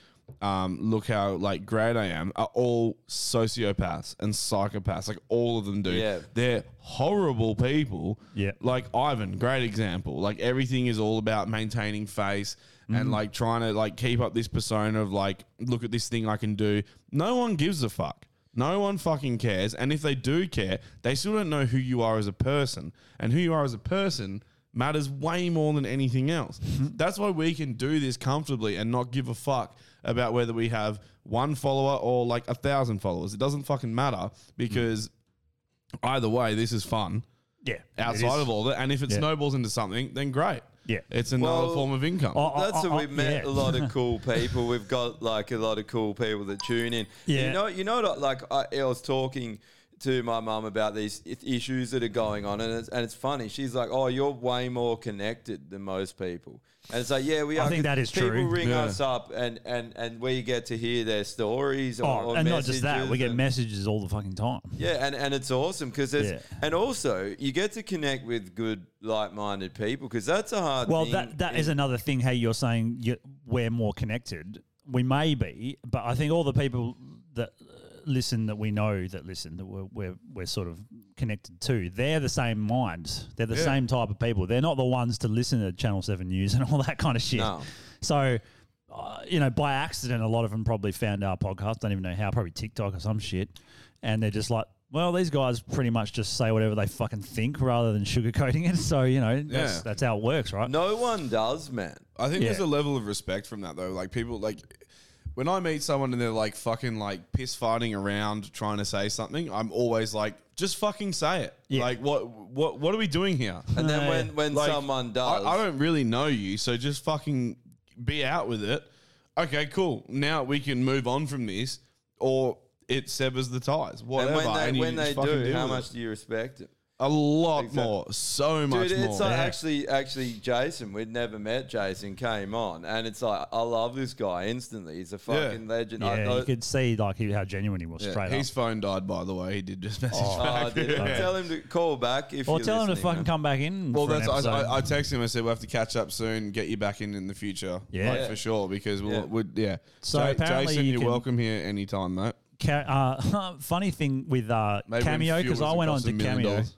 S5: um, look how like great I am, are all sociopaths and psychopaths. Like all of them do.
S7: Yeah.
S5: They're horrible people.
S6: Yeah.
S5: Like Ivan, great example. Like everything is all about maintaining face and
S6: Mhm.
S5: like trying to like keep up this persona of like, look at this thing I can do. No one gives a fuck. No one fucking cares. And if they do care, they still don't know who you are as a person. And who you are as a person matters way more than anything else.
S6: Mm-hmm.
S5: That's why we can do this comfortably and not give a fuck about whether we have one follower or like a thousand followers. It doesn't fucking matter because either way, this is fun.
S6: Yeah.
S5: Outside
S6: is.
S5: of all that. And if it
S6: Yeah.
S5: snowballs into something, then great.
S6: Yeah. Oh,
S5: It's another form of income.
S7: That's what we've met a lot of cool people. We've got like a lot of cool people that tune in.
S6: Yeah.
S7: You know, you know, what, like I, I was talking to my mum about these i- issues that are going on, and it's, and it's funny. She's like, "Oh, you're way more connected than most people," and it's like, "Yeah, we
S6: I
S7: are."
S6: think
S7: 'cause
S6: that is
S7: people
S6: true.
S7: ring
S6: Yeah.
S7: us up, and and and we get to hear their stories. Or,
S6: Oh,
S7: or
S6: and not just that,
S7: messages
S6: we get
S7: and-
S6: messages all the fucking time.
S7: Yeah, and, and it's awesome because there's
S6: Yeah.
S7: and also you get to connect with good like-minded people because that's a hard
S6: Well,
S7: thing
S6: that that
S7: in-
S6: is another thing. How you're saying you, we're more connected. We may be, but I think all the people that uh, listen, that we know, that listen, that we're we're, we're sort of connected to, they're the same minds. They're the
S7: Yeah.
S6: same type of people. They're not the ones to listen to Channel Seven News and all that kind of shit.
S7: No.
S6: So. Uh, you know, by accident, a lot of them probably found our podcast. Don't even know how, probably TikTok or some shit. And they're just like, well, these guys pretty much just say whatever they fucking think rather than sugarcoating it. So, you know, that's,
S5: Yeah.
S6: that's how it works, right?
S7: No one does, man.
S5: I think
S6: Yeah.
S5: there's a level of respect from that though. Like people like when I meet someone and they're like fucking like piss farting around trying to say something, I'm always like, just fucking say it. Like what what what are we doing here?
S7: And then when when
S5: Like,
S7: someone does,
S5: I, I don't really know you, so just fucking be out with it. Okay, cool. Now we can move on from this, or it severs the ties. Whatever.
S7: and when they
S5: and you
S7: when
S5: just
S7: they
S5: fucking
S7: do,
S5: deal
S7: how
S5: with
S7: much
S5: it.
S7: do you respect it?
S5: A lot more, so much
S7: Dude,
S5: more.
S7: it's like actually, actually, Jason. We'd never met Jason. Came on, and it's like I love this guy instantly. He's a fucking legend. I,
S6: Yeah,
S7: I,
S6: you could see like he- how genuine he was
S5: Yeah,
S6: straight
S5: his
S6: up.
S5: phone died, by the way. He did just message
S6: Oh,
S5: back.
S7: did it? Tell him to call back if.
S6: Or
S7: you're
S6: tell him to
S7: listening,
S6: fucking
S7: man.
S6: come back in.
S5: Well,
S6: for an
S5: that's I,
S6: episode.
S5: I, I texted him. I said we'll have to catch up soon. Get you back in in the future,
S6: Yeah.
S5: like, for sure. Because we'll,
S6: Yeah.
S5: yeah. would yeah.
S6: So
S5: Ja-
S6: apparently
S5: Jason,
S6: you
S5: you are
S6: can-
S5: welcome here anytime, mate.
S6: Ca- uh, funny thing with uh,
S5: Maybe when
S6: Cameo
S5: fuel
S6: because I
S5: doesn't
S6: went on
S5: cost
S6: to
S5: a million
S6: Cameo
S5: dollars.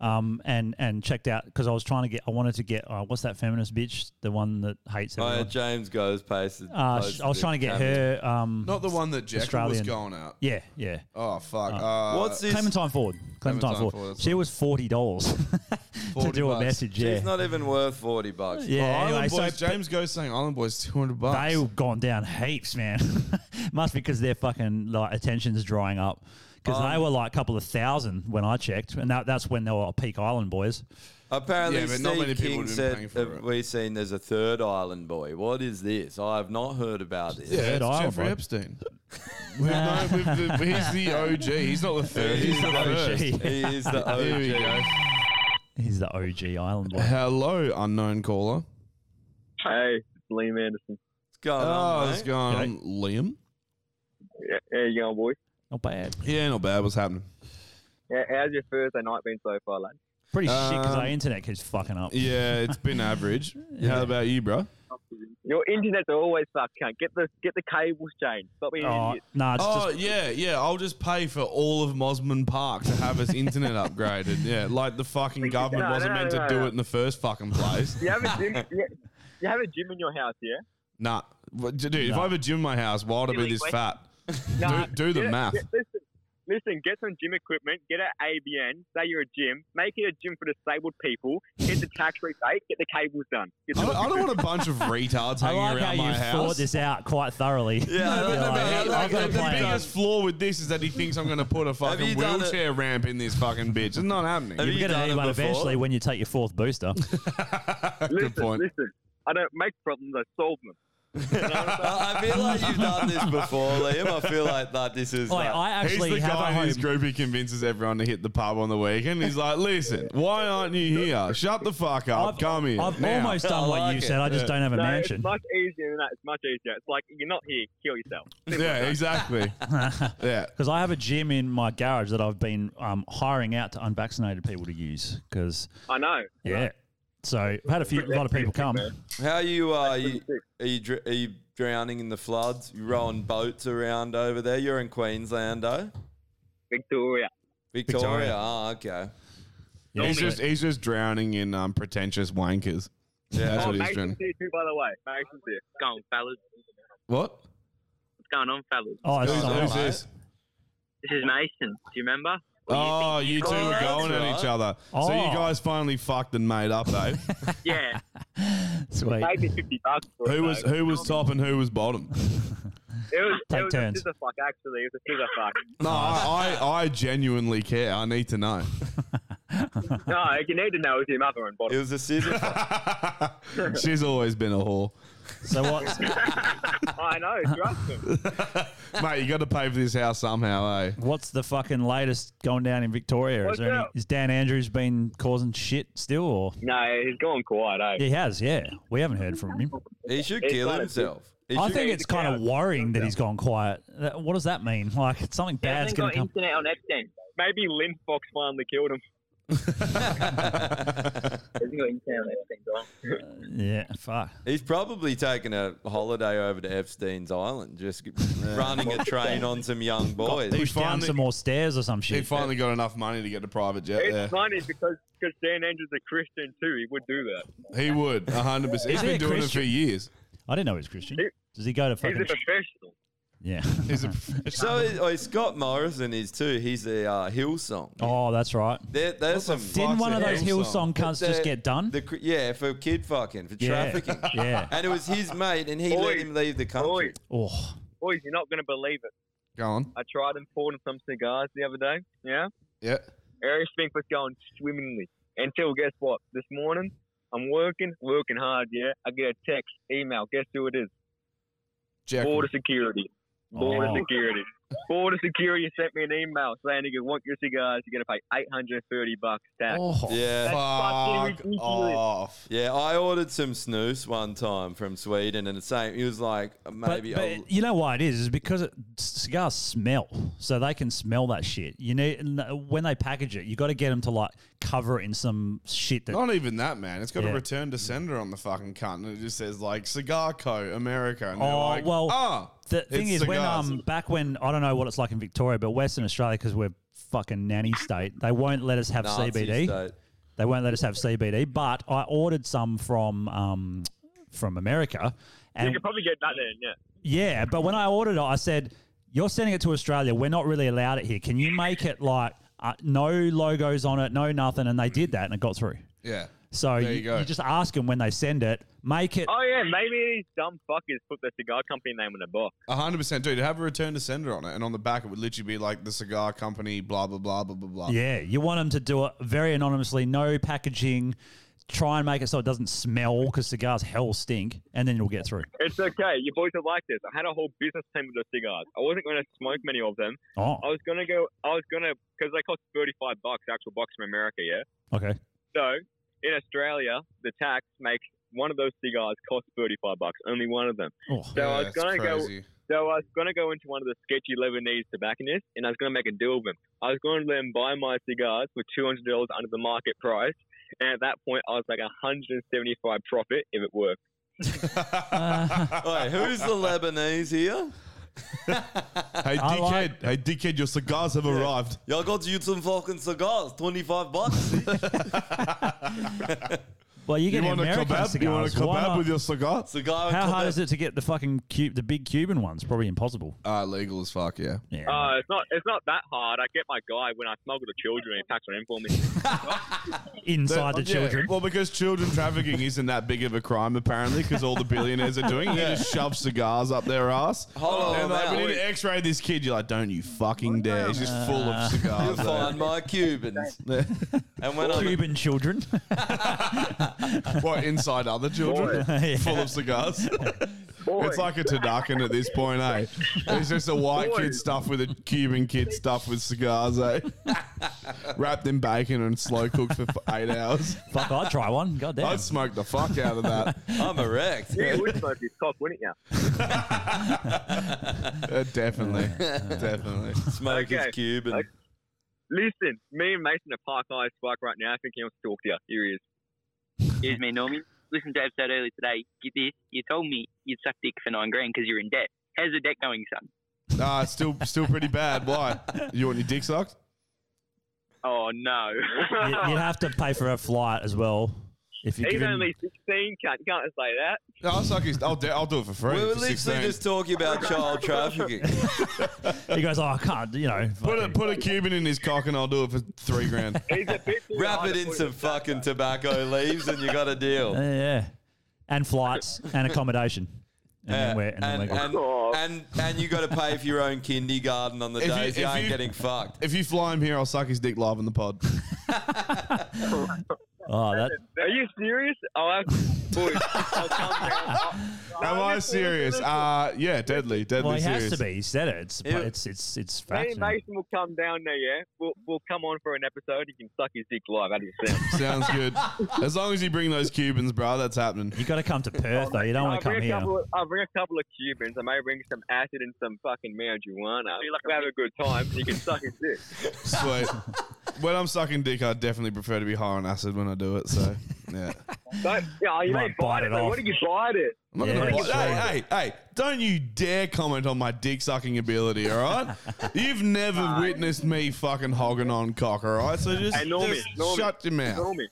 S6: um, and and checked out because I was trying to get I wanted to get uh, what's that feminist bitch the one that hates
S7: Oh,
S6: everyone.
S7: yeah, James goes posted.
S5: Oh,
S6: Uh, sh- I was
S7: posted
S6: trying to get
S7: it.
S6: her. Um,
S5: Not the one that Jekyll was
S6: Australian.
S5: going out.
S6: Yeah, yeah.
S5: Oh fuck!
S6: Uh,
S5: Uh,
S6: Clementine Ford. Clementine,
S5: Clementine
S6: Ford.
S5: Ford, that's
S6: she was forty dollars to
S5: 40
S6: do a
S5: bucks.
S6: message. Yeah,
S7: She's not even worth forty bucks.
S6: Yeah,
S5: Island
S6: anyway, so-
S5: Boys, James goes saying Island Boys two hundred bucks.
S6: They've gone down heaps, man. Must be because their fucking like attention's drying up. because
S5: Um,
S6: they were like a couple of thousand when I checked, and that, that's when they were Peak Island boys.
S7: Apparently,
S6: Yeah, but
S7: Steve
S6: not many people
S7: King
S6: have been paying
S7: said
S6: for
S7: uh, we've seen there's a third island boy. What is this? I have not heard about this.
S5: Yeah, Third it's island Jeffrey boy. Epstein. We've known- we've- he's the OG. He's not the third.
S7: He
S5: He's
S7: is
S5: the
S7: the OG.
S5: first.
S7: He is the OG.
S5: Here we go.
S6: He's the OG island boy.
S5: Hello, unknown caller.
S10: Hey, it's Liam Anderson. What's
S7: going
S5: oh, what's going on, Liam?
S10: Yeah, how you going, boy?
S6: Not bad.
S5: Yeah, not bad. What's happening?
S10: Yeah, How's your Thursday night been so far, lad?
S6: Pretty shit 'cause shit because
S5: Um,
S6: our internet keeps fucking up.
S5: Yeah, it's been average. How about you, bro?
S10: Your internet's always fucked, cunt. Get the get the cables changed. Stop being an idiot.
S5: oh yeah, yeah. I'll just pay for all of Mosman Park to have its internet upgraded. Yeah, like the fucking government
S10: No,
S5: wasn't
S10: no,
S5: meant
S10: no,
S5: to do
S10: no.
S5: it in the first fucking place.
S10: You have a gym. you you have a gym in your house, yeah?
S5: Nah, What- dude. If I have a gym in my house, why would I be this
S10: Really?
S5: fat?
S10: Nah,
S5: do, do the
S10: get-
S5: math.
S10: get- listen, listen, get some gym equipment, get an ABN, say you're a gym, make it a gym for disabled people, get the tax rebate, get the cables done. It's
S5: I don't,
S10: not-
S5: I don't want a bunch of retards
S6: I
S5: hanging
S6: like how
S5: around my
S6: you
S5: house.
S6: thought this out quite thoroughly.
S5: Yeah, but,
S6: You're like,
S5: no, but,
S6: I've
S5: like,
S6: got a
S5: the
S6: plan.
S5: biggest flaw with this is that he thinks I'm going to put a fucking
S7: you done it-
S5: wheelchair ramp in this fucking bitch. It's not happening.
S6: You're going to need one eventually when you take your fourth booster.
S10: listen, listen, I don't make problems, I solve them.
S7: I feel like you've done this before, Liam. I feel like that this is. like,
S5: he's the guy in his group who convinces everyone to hit the pub on the weekend. He's like, "Listen, why aren't you here? Shut the fuck up. Come here."
S6: I've
S5: now."
S6: almost done I what like you it. said, I just don't have a
S10: no,
S6: mansion.
S10: It's much easier than that. It's much easier. It's like you're not here, kill yourself.
S5: Yeah, exactly. yeah.
S6: Because I have a gym in my garage that I've been um, hiring out to unvaccinated people to use. Because
S10: I know.
S6: yeah, so I've had a few, a lot of people come.
S7: How you uh, you are you dr- are you drowning in the floods? You rowing boats around over there? You're in Queensland, though.
S10: Victoria.
S7: Victoria. Ah, okay.
S5: He's just he's just drowning in um, pretentious wankers. Yeah, that's
S10: oh,
S5: what he's
S10: Mason's
S5: drowning.
S10: here too, by the way. Mason's here. What's going, fellas?
S5: What?
S10: What's going on, fellas?
S5: Oh, it's Who's- someone, who's mate. this?
S10: This is Mason. Do you remember?
S5: Oh, you two
S10: Oh,
S5: were
S10: that's
S5: going at each
S10: right.
S5: other. So
S10: Oh.
S5: you guys finally fucked and made up, eh?
S10: Yeah.
S6: Sweet.
S10: Maybe 50 bucks for it,
S5: who was
S10: though.
S5: who was top and who was bottom?
S10: It was,
S5: Take
S10: it was
S5: turns.
S10: a scissor fuck, actually. It was a scissor fuck.
S5: No, I, I, I genuinely care. I need to know.
S10: no, you need to know it's your mother and bottom.
S7: It was a scissor
S10: fuck.
S5: She's always been a whore.
S6: So what's
S10: I know, trust him.
S5: Mate, you got to pay for this house somehow, eh?
S6: What's the fucking latest going down in Victoria? Is,
S10: What's
S6: there any,
S10: up?
S6: is Dan Andrews been causing shit still? Or
S10: No, he's gone quiet, eh?
S6: he has, yeah. We haven't heard from him.
S7: He should
S10: He's
S7: kill
S10: got a-
S7: himself. He
S6: I
S7: should-
S6: think it's kind of worrying that he's gone quiet. That- What does that mean? Like it's something bad's
S10: Hasn't
S6: going
S10: got
S6: to come.
S10: internet on Epstein. Maybe Lynn Fox finally killed him. Hasn't got internet on Epstein, gone.
S6: Yeah, fuck.
S7: He's probably taking a holiday over to Epstein's Island, just running a train on some young boys.
S6: Push down some more stairs or some shit.
S7: he finally
S5: got enough money to get a private jet
S10: It's funny because because Dan Andrews is a Christian too. He would do that.
S5: He would, 100%.
S6: Is
S5: He's
S6: he
S5: been
S6: a
S5: doing
S6: Christian?
S5: it for years.
S6: I didn't know he was Christian. Does he go to
S10: He's
S6: fucking?
S10: a professional.
S6: Yeah.
S7: so is- oh, Scott Morrison is too. He's a uh, Hillsong.
S6: Oh, that's right.
S7: There, there's some
S6: Didn't one of those Hillsong cunts just get done?
S7: The, cr- yeah, for kid fucking, for
S6: Yeah,
S7: trafficking.
S6: yeah.
S7: And it was his mate, and he let
S10: Oi,
S7: him leave the country.
S6: Oh,
S10: Boys, you're not going to believe it.
S5: Go on.
S10: I tried and poured him some cigars the other day. Yeah,
S5: Yeah.
S10: everything was going swimmingly until guess what? This morning I'm working, working hard. Yeah, I get a text, email. Guess who it is?
S5: Jack.
S10: Border security. Border
S5: Oh.
S10: security. Border security sent me an email saying if you want your cigars, you're gonna pay 830 bucks tax.
S6: Oh,
S7: yeah.
S10: That's fucking ridiculous.
S7: Yeah, I ordered some snus one time from Sweden, and the same. He was like,
S6: But,
S7: maybe
S6: but
S7: I'll,
S6: you know why it is? Is because it, cigars smell, so they can smell that shit. You need n- when they package it, you got to get them to like cover it in some shit that.
S5: Not even that, man. It's got
S6: Yeah.
S5: a return to sender on the fucking cunt, and it just says like Cigar Co. America, and they're
S6: oh
S5: like,
S6: well,
S5: ah,
S6: the thing
S5: it's
S6: is when
S5: cigars."
S6: um back when I don't know what it's like in Victoria, but Western Australia because we're fucking nanny state, they won't let us have
S7: Nazi
S6: CBD.
S7: state.
S6: They won't let us have CBD. But I ordered some from um from America,
S10: You
S6: and
S10: could probably get that in, yeah.
S6: Yeah, but when I ordered it, I said, "You're sending it to Australia. We're not really allowed it here. Can you make it like uh, no logos on it, no nothing?" And they did that, and it got through.
S5: yeah.
S6: So
S5: There
S6: you,
S5: you go.
S6: you just ask them when they send it, make it.
S10: Oh yeah, maybe these dumb fuckers put the cigar company name on the box.
S5: hundred percent, dude. Have a return to sender on it, and on the back it would literally be like the cigar company, blah blah blah blah blah blah.
S6: Yeah, you want them to do it very anonymously, no packaging. Try and make it so it doesn't smell because cigars hell stink, and then you'll get through.
S10: It's okay. Your boys are like this. I had a whole business team with the cigars. I wasn't going to smoke many of them.
S6: Oh.
S10: I was going to go. I was going to because they cost thirty-five bucks the actual box from America. Yeah.
S6: Okay.
S10: So in Australia, the tax makes one of those cigars cost thirty-five bucks. Only one of them.
S6: Oh.
S10: so I was
S5: Yeah, it's
S10: going to go.
S5: crazy.
S10: So I was going to go into one of the sketchy Lebanese tobacconists, and I was going to make a deal with them. I was going to let them buy my cigars for two hundred dollars under the market price, and at that point, I was like hundred and seventy-five profit if it worked.
S6: uh,
S7: Wait, who's the Lebanese here?
S5: Hey dickhead, hey dickhead, your cigars have arrived.
S7: Y'all got you some fucking cigars, twenty five bucks.
S6: Well, you
S7: You
S6: get
S7: want a
S6: American
S7: kebab?
S6: cigars.
S7: You want a
S6: why
S7: kebab
S6: not?
S7: with your cigar? Cigar and
S6: How hard
S7: kebab.
S6: is it to get the fucking cube, the big Cuban ones? Probably impossible.
S5: Uh, legal as fuck. Yeah.
S6: Yeah.
S10: Oh, it's not. It's not that hard. I get my guy when I smuggle the children. He packs one in for me.
S6: Inside
S5: That-
S6: the
S5: yeah,
S6: children.
S5: Well, because children trafficking isn't that big of a crime apparently, because all the billionaires are doing it. They just shove cigars up their ass.
S7: Hold
S5: and
S7: on,
S5: like,
S7: now.
S5: we need to X-ray this kid. You're like, don't you fucking dare. He's just full of cigars.
S7: You
S5: though.
S7: find my Cubans. and when I'm
S6: Cuban children.
S5: what inside other children,
S6: Boys.
S5: full of cigars. It's like a Tadakan at this point, eh? It's just a white kid stuffed with a Cuban kid stuffed with cigars, eh? Wrapped in bacon and slow cooked for f- eight hours.
S6: Fuck, I'd try one. God damn.
S5: I'd smoke the fuck out of that.
S7: I'm a wreck.
S10: Yeah, you would smoke his cock, wouldn't you?
S5: Uh, definitely, definitely.
S7: Smoke
S10: Okay.
S7: is Cuban.
S10: Okay. Listen, me and Mason are park eyes spike right now. I think he wants to talk to you. Here he is.
S11: Excuse me, Normie. Listen to episode earlier today. Get this. You told me you'd suck dick for nine grand because you're in debt. How's the debt going, son?
S5: Ah, it's still, still pretty bad. Why? You want your dick sucked?
S10: Oh no.
S6: you, you have to pay for a flight as well. If you're
S10: He's
S6: given,
S10: only sixteen. Can't can't say that.
S5: No, I'll suck his. I'll, do- I'll do it for free.
S7: We were
S5: for
S7: literally
S5: 16.
S7: just talking about child trafficking.
S6: he goes, "Oh, I can't." You know,
S5: put a put a Cuban in his cock, and I'll do it for three grand.
S7: Wrap it in some fucking tobacco leaves, and you got a deal.
S6: Yeah, yeah, and flights and accommodation, and then we're and, then
S7: Uh, And
S6: we're good.
S7: and, and and you got to pay for your own kindergarten on the
S5: If you-
S7: days you,
S5: if
S7: ain't
S5: you-
S7: getting fucked.
S5: If you fly him here, I'll suck his dick live in the pod.
S6: oh, that.
S10: Are you serious? I'll have boys. I'll come down.
S5: Am I serious? Uh, yeah, deadly, deadly
S6: Well, he
S5: serious.
S6: has to be. He said it. It's it's it's it's
S10: Me
S6: fact.
S10: and Mason will come down there, yeah? We'll, we'll come on for an episode. He can suck his dick live. How does it sound?
S5: Sounds good. As long as you bring those Cubans, bro, that's happening.
S6: You got to come to Perth though. You don't want
S10: I'll
S6: to come
S10: bring a
S6: here.
S10: couple Of, I'll bring a couple of Cubans. I may bring some acid and some fucking marijuana. We'll have a good time. You can suck his dick.
S5: Sweet. when I'm sucking dick, I definitely prefer to be high on acid when I do it. So, yeah.
S10: Don't, yeah, you,
S5: You
S10: may bite
S5: might bite
S10: it.
S5: it
S10: but
S5: off.
S10: What do you bite it?
S5: I'm not gonna bite- hey, hey, hey, don't you dare comment on my dick sucking ability, all right? You've never witnessed me fucking hogging on cock, all right? So just,
S10: Hey, Normie,
S5: just
S10: Normie,
S5: shut your mouth.
S10: Normie.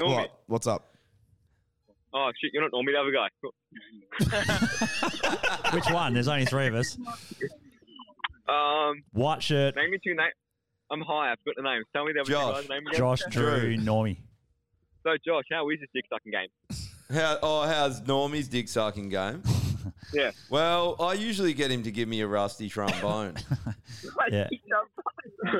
S10: Normie.
S5: What? What's up?
S10: Oh, shit, you're not Normie, the other guy. Cool.
S6: Which one? There's only three of us.
S10: Um,
S6: White shirt,
S10: name me two names. I'm high. I've got the names. Tell me the other two guys' name again.
S6: Josh, Drew, Normie.
S10: So, Josh, how is this dick sucking game?
S7: How, oh, how's Normie's dick sucking game?
S10: Yeah.
S7: Well, I usually get him to give me a rusty trombone. Yeah.
S10: Does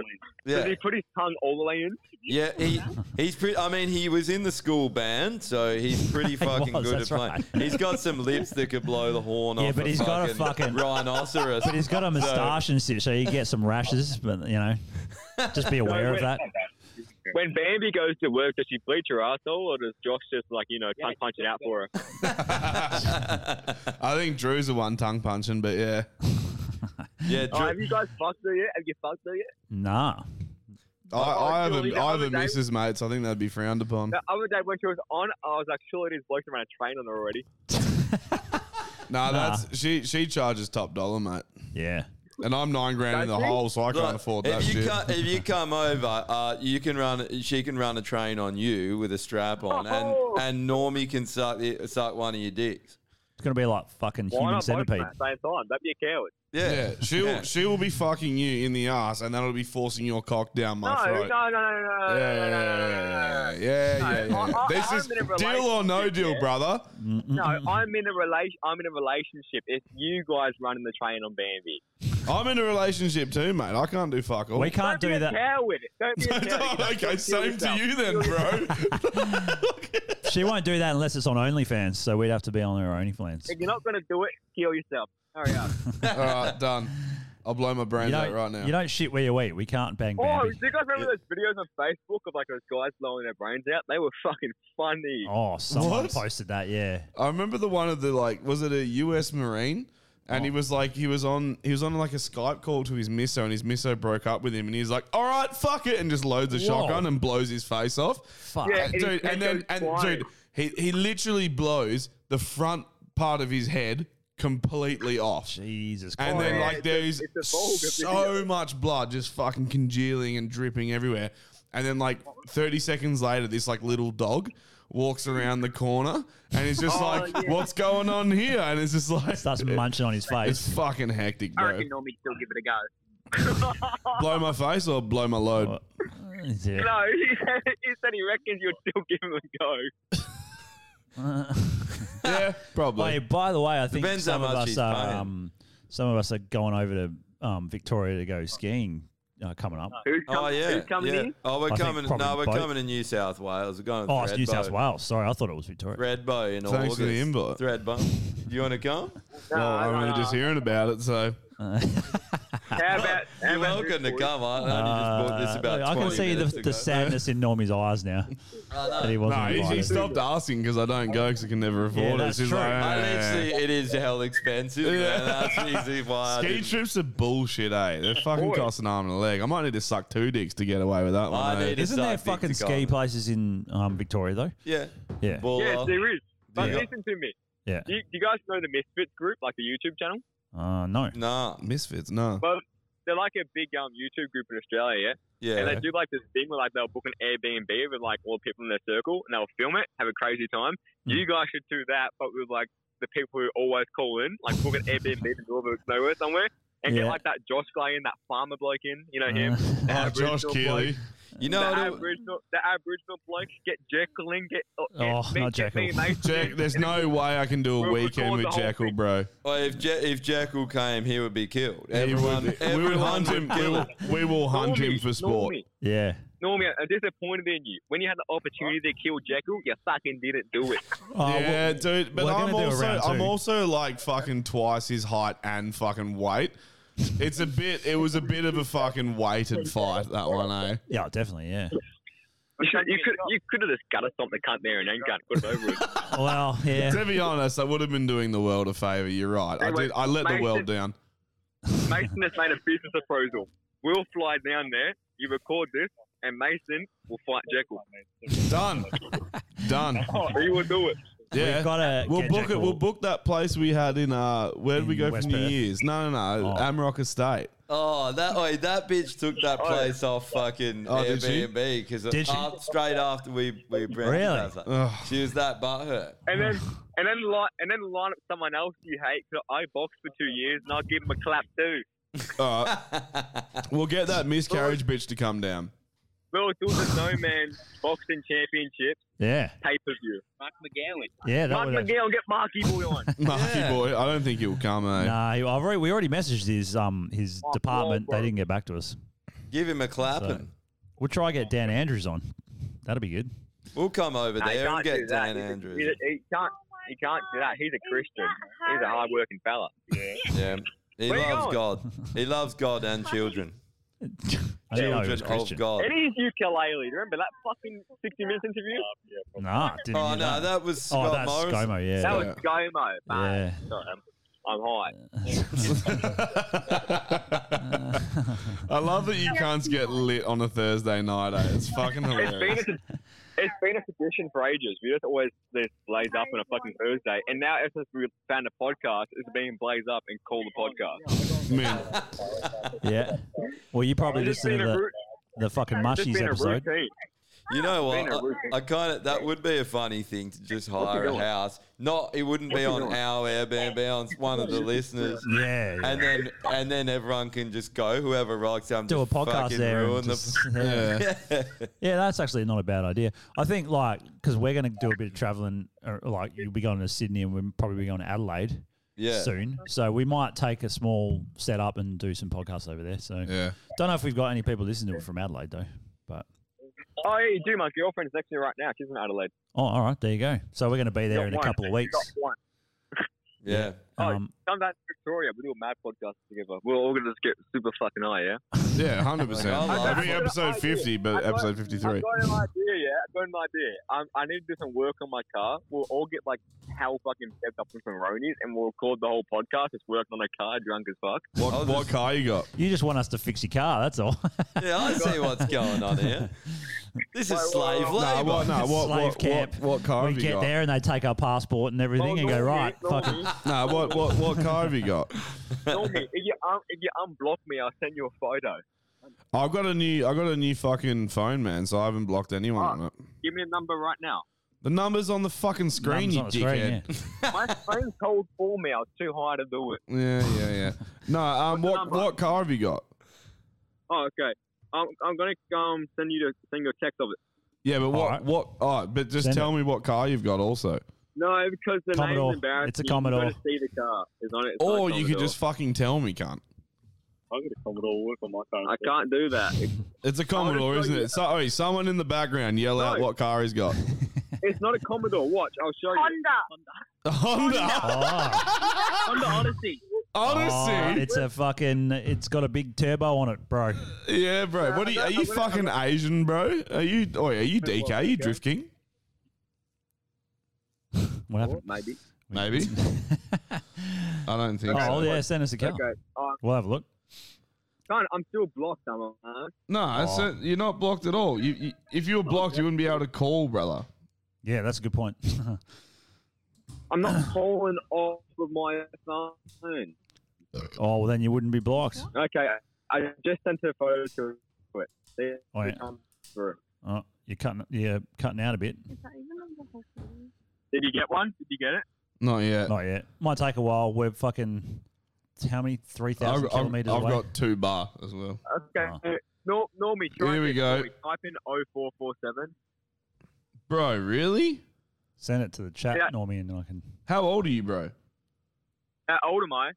S7: Yeah.
S10: he put his tongue all the way in?
S7: yeah, he, he's pretty. I mean, he was in the school band, so he's pretty fucking
S6: was,
S7: good at
S6: that's
S7: playing.
S6: right.
S7: He's got some lips that could blow the horn
S6: Yeah,
S7: off.
S6: but
S7: a
S6: he's got a
S7: fucking
S6: fucking-
S7: rhinoceros.
S6: But he's got a
S7: So-
S6: moustache and shit, so you get some rashes. But you know, just be aware of that.
S10: When Bambi goes to work, does she bleach her asshole, or does Josh just like you know tongue punch it out for her?
S5: I think Drew's the one tongue punching, but yeah.
S7: yeah,
S10: Oh, have you guys fucked her yet? Have you fucked her yet?
S6: Nah.
S5: I, I have
S10: surely
S5: a,
S10: the
S5: I have
S10: other
S5: a
S10: day-
S5: missus, mate, so I think that'd be frowned upon.
S10: The other day when she was on, I was like, surely this bloke's around a train on her already.
S5: Nah, that's she. She charges top dollar, mate.
S6: Yeah,
S5: and I'm nine grand in the
S7: Don't you?
S5: hole, so I
S7: Look,
S5: can't afford that
S7: if you
S5: shit.
S7: Come, if you come over, uh, you can run. She can run a
S10: Oh.
S7: train on you with a strap on, and and Normie can suck the, suck one of your dicks.
S6: It's gonna be like fucking
S10: Why
S6: human
S10: not both at
S6: centipede.
S10: the same time? That'd be a coward.
S7: Yeah.
S5: she will. She will be fucking you in the ass, and that'll be forcing your cock down my
S10: No, no, no,
S5: throat.
S10: no, no, no, no, no,
S5: Yeah,
S10: no, no, no.
S5: yeah, yeah, yeah, yeah,
S10: No,
S5: yeah.
S10: I- I-
S5: This
S10: I'm
S5: is
S10: in a
S5: deal or no
S10: relationship,
S5: deal,
S10: yeah.
S5: brother.
S10: No, I'm in a relation. I'm in a relationship. It's you guys running the train on Bambi.
S5: I'm in a relationship too, mate. I can't do fuck all.
S10: Don't be A coward. Don't be a coward.
S5: okay, same to you then, bro.
S6: she won't do that unless it's on OnlyFans, so we'd have to be on her OnlyFans.
S10: If you're not gonna do it, kill yourself. Hurry up.
S5: all right, done. I'll blow my brains
S6: You
S5: out
S6: don't,
S5: right now.
S6: you don't shit where you eat. We can't bang
S10: Oh,
S6: Bambi.
S10: do you guys remember those videos on Facebook of like those guys blowing their brains out? They were fucking funny.
S6: Oh, someone
S5: What?
S6: posted that. Yeah.
S5: I remember the one of the like, was it a U.S. Marine? And
S6: Oh.
S5: he was like, he was on, he was on like a Skype call to his misso, and his misso broke up with him, and he's like, "All right, fuck it," and just loads a
S10: Whoa.
S5: shotgun and blows his face off.
S6: Fuck,
S10: Yeah,
S5: and
S10: and his
S5: dude, and
S10: head
S5: then
S10: goes
S5: and
S10: flying.
S5: dude, he he literally blows the front part of his head completely off.
S6: Jesus,
S5: and
S10: Christ.
S5: then
S10: Yeah,
S5: like
S10: it's a-
S5: there is
S10: it's a vulgar
S5: so
S10: video.
S5: much blood just fucking congealing and dripping everywhere. And then like 30 seconds later, this like little dog walks around the corner and he's just
S10: Oh,
S5: like,
S10: yeah.
S5: what's going on here? And it's just like
S6: starts munching on his face.
S5: It's fucking hectic,
S11: I
S5: bro.
S11: reckon Normie still give it a go.
S5: blow my face or blow my load.
S10: No, he said, he said he reckons you'll still give him a go.
S5: yeah, probably.
S6: Hey, by the way, I think
S7: Depends how
S6: some of
S7: much
S6: us
S7: he's
S6: are
S7: paying.
S6: um, some of us are going over to um, Victoria to go skiing uh, coming up.
S10: Who's
S7: oh
S10: coming?
S7: yeah,
S10: Who's coming
S7: yeah.
S10: in?
S7: Oh, we're
S6: I think
S7: coming. No,
S6: probably
S7: we're
S6: both.
S7: coming to New South Wales. We're going.
S6: Oh, it's New
S7: Thredbo.
S6: South Wales. Sorry, I thought it was Victoria.
S7: Redbow in
S5: Thanks
S7: August.
S5: for the invite.
S7: Thredbo. You want to come?
S5: Well, I'm only just hearing about it, so.
S6: Uh,
S10: How about? How
S7: You're
S10: about
S7: welcome to come. I only just bought this
S6: Uh,
S7: about
S6: I can
S7: 20
S6: see the,
S7: minutes ago.
S6: the sadness in Normie's eyes now. that he wasn't
S5: No, he, he
S6: invited.
S5: stopped asking because I don't go because I can never afford it.
S6: that's
S5: He's
S6: true.
S5: like,
S7: I
S5: "Eh."
S7: literally, it is hell expensive. Man. That's easy.
S6: Uh,
S7: Why? I
S5: Ski
S7: didn't-
S5: trips are bullshit, eh? They're fucking
S7: course.
S5: cost an arm and a leg. I might need to suck two dicks to get away with that one. eh?
S6: Isn't there fucking ski places in um, Victoria though?
S7: Yeah.
S6: Yeah.
S10: Yes, there is. But
S6: Yeah.
S10: listen to me.
S6: Yeah.
S10: Do you, do you guys know the Misfits group, like the YouTube channel?
S6: Uh, no.
S7: Nah.
S5: Misfits, no.
S10: Well, they're like a big um, YouTube group in Australia, yeah?
S7: Yeah.
S10: And they do like this thing where like they'll book an Airbnb with like all the people in their circle and they'll film it, have a crazy time.
S7: Hmm.
S10: You guys should do that, but with like the people who always call in, like book an Airbnb in the middle of nowhere somewhere and get
S7: Yeah. Uh,
S10: like that Josh guy in, that farmer bloke in, you know him? the
S5: Oh,
S10: Aboriginal
S5: Josh Keeley.
S10: bloke.
S7: You know,
S10: the
S7: I do-
S10: Aboriginal, the Aboriginal bloke, get Jekyll in, get, oh,
S5: Oh,
S10: me,
S5: not
S10: get
S5: Jekyll.
S10: me, mate.
S5: Jack, there's no way I can do a
S10: We'll
S5: weekend
S10: record
S5: with
S10: the whole
S5: Jackal, bro.
S7: Well, if Je- if Jackal came, he would be killed.
S5: He would
S7: Everyone,
S5: be- we
S7: everyone
S5: will hunt him. We will, we will hunt him
S10: Normie,
S5: for sport.
S10: Normie.
S6: Yeah.
S10: Normie, I'm disappointed in you. When you had the opportunity to kill Jekyll, you fucking didn't do it.
S5: yeah, dude. But
S6: Uh, we're gonna
S5: I'm
S6: do a
S5: also
S6: round two.
S5: I'm also like fucking twice his height and fucking weight. It's a bit. It was a bit of a fucking weighted fight that one, eh?
S6: Yeah, definitely. Yeah.
S10: You could, you could, you could have just gutted something, cunt there, and then got put it over with.
S6: Well, yeah.
S5: To be honest, I would have been doing the world a favor. You're right. I did. I let the world down.
S10: Mason has made a business proposal. We'll fly down there. You record this, and Mason will fight Jekyll.
S5: Done. Done.
S10: He will do it.
S5: Yeah,
S6: We've gotta
S5: We'll
S6: get
S5: book
S6: Jekyll.
S5: it. We'll book that place we had in uh. Where did we
S6: In
S5: go
S6: West
S5: for New
S6: Perth?
S5: Year's? No, no, no. Amrock Estate.
S7: Oh, that way that bitch took that place off fucking
S5: Oh, did she?
S7: Airbnb because
S5: Did she?
S7: straight after we we browned
S5: Really?
S7: she was that butthurt.
S10: And then, and then, li- and then line up someone else you hate. 'cause I boxed for two years, and I'll give him a clap too.
S5: All right. we'll get that miscarriage bitch to come down.
S10: We'll do the Snowman Boxing Championship
S6: Yeah.
S10: pay per view. Mark McGowan.
S6: Yeah, that
S10: Mark
S6: would-
S10: McGowan, get Marky Boy on.
S5: Marky boy, I don't think he'll come. Eh?
S6: Nah, he- I've already, we already messaged his um his
S7: Oh,
S6: department.
S7: well,
S6: they didn't get back to us.
S7: Give him a clapping.
S6: We'll try get Dan Andrews on. That'll be good.
S7: We'll come over
S10: No, he
S7: there and
S10: can't do
S7: get
S10: that.
S7: Dan
S10: He's a-
S7: Andrews.
S10: he's a- He can't. He can't do that. He's a Christian. He's a hard-working fella. Yeah.
S7: Yeah. He
S10: Where you going?
S7: loves God. He loves God and children. children of God.
S10: It is ukulele. Do you remember that fucking 60 Minutes interview?
S6: Nah, didn't
S7: Oh,
S6: hear
S7: no, that was
S6: Oh,
S7: Scott
S6: that's
S7: Morrison.
S6: ScoMo, yeah.
S10: That was ScoMo.
S6: Yeah.
S10: Yeah. Sorry, I'm, I'm high.
S5: I love that you can't get lit on a Thursday night. Eh? It's fucking
S10: It's been,
S5: hilarious.
S10: a, it's been a tradition for ages. We just always just blaze up on a fucking Thursday, and now ever since we found a podcast, it's been blaze up and call the podcast.
S5: Man.
S6: Yeah. Well, you probably
S10: It's just
S6: listened to
S10: been a
S6: the,
S10: root-
S6: the fucking
S10: It's just
S6: Mushies
S10: been a
S6: episode.
S10: routine.
S7: You know what?
S10: Being a
S7: I, I kind of that would be a funny thing to just
S10: What's
S7: hire
S10: it
S7: a
S10: doing?
S7: house. Not it wouldn't be
S10: What's it
S7: on
S10: doing?
S7: our Airbnb on one of the listeners.
S6: Yeah, yeah.
S7: and then and then everyone can just go. Whoever rocks up,
S6: do a
S7: just
S6: podcast
S7: fucking
S6: there. and
S7: Ruin
S6: just-
S7: the,
S6: yeah.
S7: yeah.
S6: Yeah, that's actually not a bad idea. I think like because we're going to do a bit of traveling, or, like you'll be going to Sydney and we'll probably be going to Adelaide
S7: Yeah.
S6: soon. So we might take a small setup and do some podcasts over there. So yeah, don't know if we've got any people listening to it from Adelaide though. But
S10: Oh, yeah, you do. My girlfriend's next to me right now. She's in Adelaide.
S6: oh, all right, there you go. So we're going to be there
S10: Got
S6: in a
S10: one.
S6: couple of weeks.
S10: Got one.
S7: Yeah.
S5: Oh,
S6: Um,
S10: Come back to Victoria. We do a mad podcast together. We're all gonna just get super fucking high, yeah.
S5: Yeah, 100%. That'd be episode 50, but episode 53.
S10: I've got an idea, yeah. I've got an idea. Um, I need to do some work on my car. We'll all get like hell fucking stepped up with some Ronies and we'll record the whole podcast just working on a car, drunk as fuck.
S5: What, what car you got?
S6: you just want us to fix your car. That's all.
S7: yeah, I see what's going on here. This is slave
S5: Nah,
S7: labor.
S5: what- nah, what-
S6: Slave camp.
S5: what car
S6: we
S5: have you
S6: get
S5: got?
S6: there and they take our passport and everything and go right. Fucking
S5: Nah, what, what, what car have you got?
S10: Normally, if you um, if you unblock me, I'll send you a photo.
S5: I've got a new I got a new fucking phone, man, so I haven't blocked anyone on it.
S10: Give me a number right now.
S5: The number's on the fucking screen,
S10: Number's
S5: you
S10: on the screen,
S5: dickhead.
S10: My phone cold for me. I was too high to do it.
S5: yeah. yeah, yeah, No, um, what, what car have you got?
S10: Oh, okay. I'm, I'm gonna um send you to send you a text of it.
S5: Yeah, but what, what, oh, but just
S10: Send
S5: tell me what car you've got also.
S10: No, because the
S5: Commodore.
S10: name's embarrassing.
S5: It's a
S10: You've gotta
S5: Commodore.
S10: see the car. It's not, it's not a
S5: Or you could
S10: Commodore.
S5: just fucking tell me, cunt.
S10: I've got a Commodore work on my phone. I can't do that.
S5: It's a Commodore,
S10: show
S5: isn't
S10: you-
S5: it? So, oi, someone in the background yell out what car he's got.
S10: it's not a Commodore. Watch, I'll show you.
S5: A Honda.
S10: Honda Odyssey.
S6: Oh, it's a fucking. It's got a big turbo on it, bro.
S5: Yeah, bro. What are you? Are you fucking Asian, bro? Are you? Oh, are you DK? Are you Drift King?
S6: What happened?
S10: Maybe.
S5: Maybe. I don't think.
S6: Oh
S5: so.
S6: yeah, send us a car.
S10: Okay. Uh,
S6: We'll have a look.
S10: son, I'm still blocked. I'm uh,
S5: No, that's
S6: Oh.
S5: it. you're not blocked at all. You, you, if you were blocked, you wouldn't be able to call, brother.
S6: Yeah, that's a good point.
S10: I'm not calling off of my phone.
S6: oh well, then you wouldn't be blocked.
S10: Okay, I just sent a photo to it. See,
S6: Oh, yeah.
S10: it comes through.
S6: Oh, you're cutting. Yeah, cutting out a bit.
S10: Did you get one? Did you get it?
S5: Not yet.
S6: Not yet. Might take a while. We're fucking. How many? Three
S5: I've,
S6: thousand
S5: I've-
S6: kilometers
S5: I've
S6: away.
S5: got two bar as well.
S10: Okay.
S7: Oh.
S10: Uh, No, Normie, try
S5: Here
S10: and
S5: we
S10: get
S5: go.
S10: Normie. Type in 0447.
S5: Bro, really?
S6: Send it to the chat,
S10: Yeah.
S6: Normie, and I can.
S5: How old are you, bro?
S10: How old am I?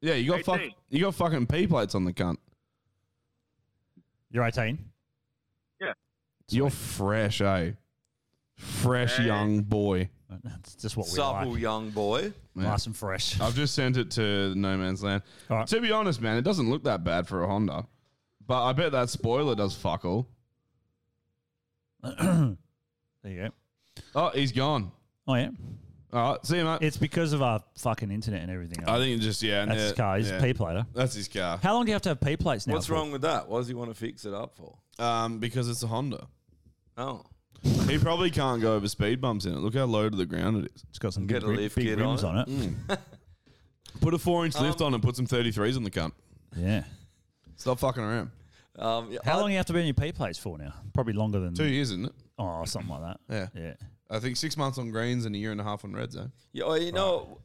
S5: Yeah, you got fuck,
S10: 18.
S5: You got fucking P plates on the cunt.
S6: You're 18.
S10: Yeah.
S5: You're fresh, eh? Fresh young boy.
S6: That's just what we
S7: Supple
S6: like.
S7: young boy.
S6: Nice and fresh.
S5: I've just sent it to No Man's Land. To be honest, man, it doesn't look that bad for a Honda, but I bet that spoiler does fuck all.
S6: there you go.
S5: Oh, he's gone.
S6: Oh yeah.
S5: All right, see you, mate.
S6: It's because of our fucking internet and everything.
S5: I think it just yeah.
S6: That's his car. He's
S5: yeah.
S6: a P plater.
S5: That's his car.
S6: How long do you have to have P plates now?
S7: What's
S6: for?
S7: wrong with that? What does he want to fix it up for?
S5: Um, because it's a Honda.
S7: Oh,
S5: He probably can't go over speed bumps in it. Look how low to the ground it is.
S6: It's got some
S7: Get big a ri- lift big kit rims on it. Mm. Um, on
S5: put a four inch
S7: Oh,
S5: lift on and put some thirty threes on the cunt.
S6: Yeah.
S5: Stop fucking around.
S7: Um, yeah,
S6: How long you have to be in your P plates for now? Probably longer than
S5: Two years, isn't it?
S6: Oh, something like that.
S5: Yeah.
S6: Yeah.
S5: I think six months on greens and a year and a half on reds, eh?
S7: Yeah, well, you know,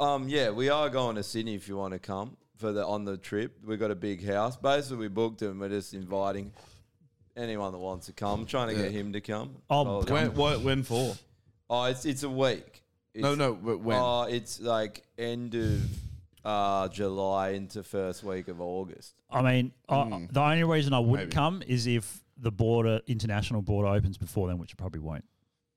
S7: um, yeah, we are going to Sydney if you want to come for the on the trip. We got a big house. Basically, we booked him. We're just inviting anyone that wants to come. Trying to get
S5: Yeah.
S7: him to come.
S5: Oh,
S7: Well,
S5: when, what, when for?
S7: Oh, it's it's a week. It's,
S5: No, no, but when?
S7: Oh, it's like end of uh, July into first week of August.
S6: I mean,
S5: Hmm.
S6: I, the only reason I wouldn't
S7: Maybe.
S6: come is if the border, international border opens before then, which it probably won't.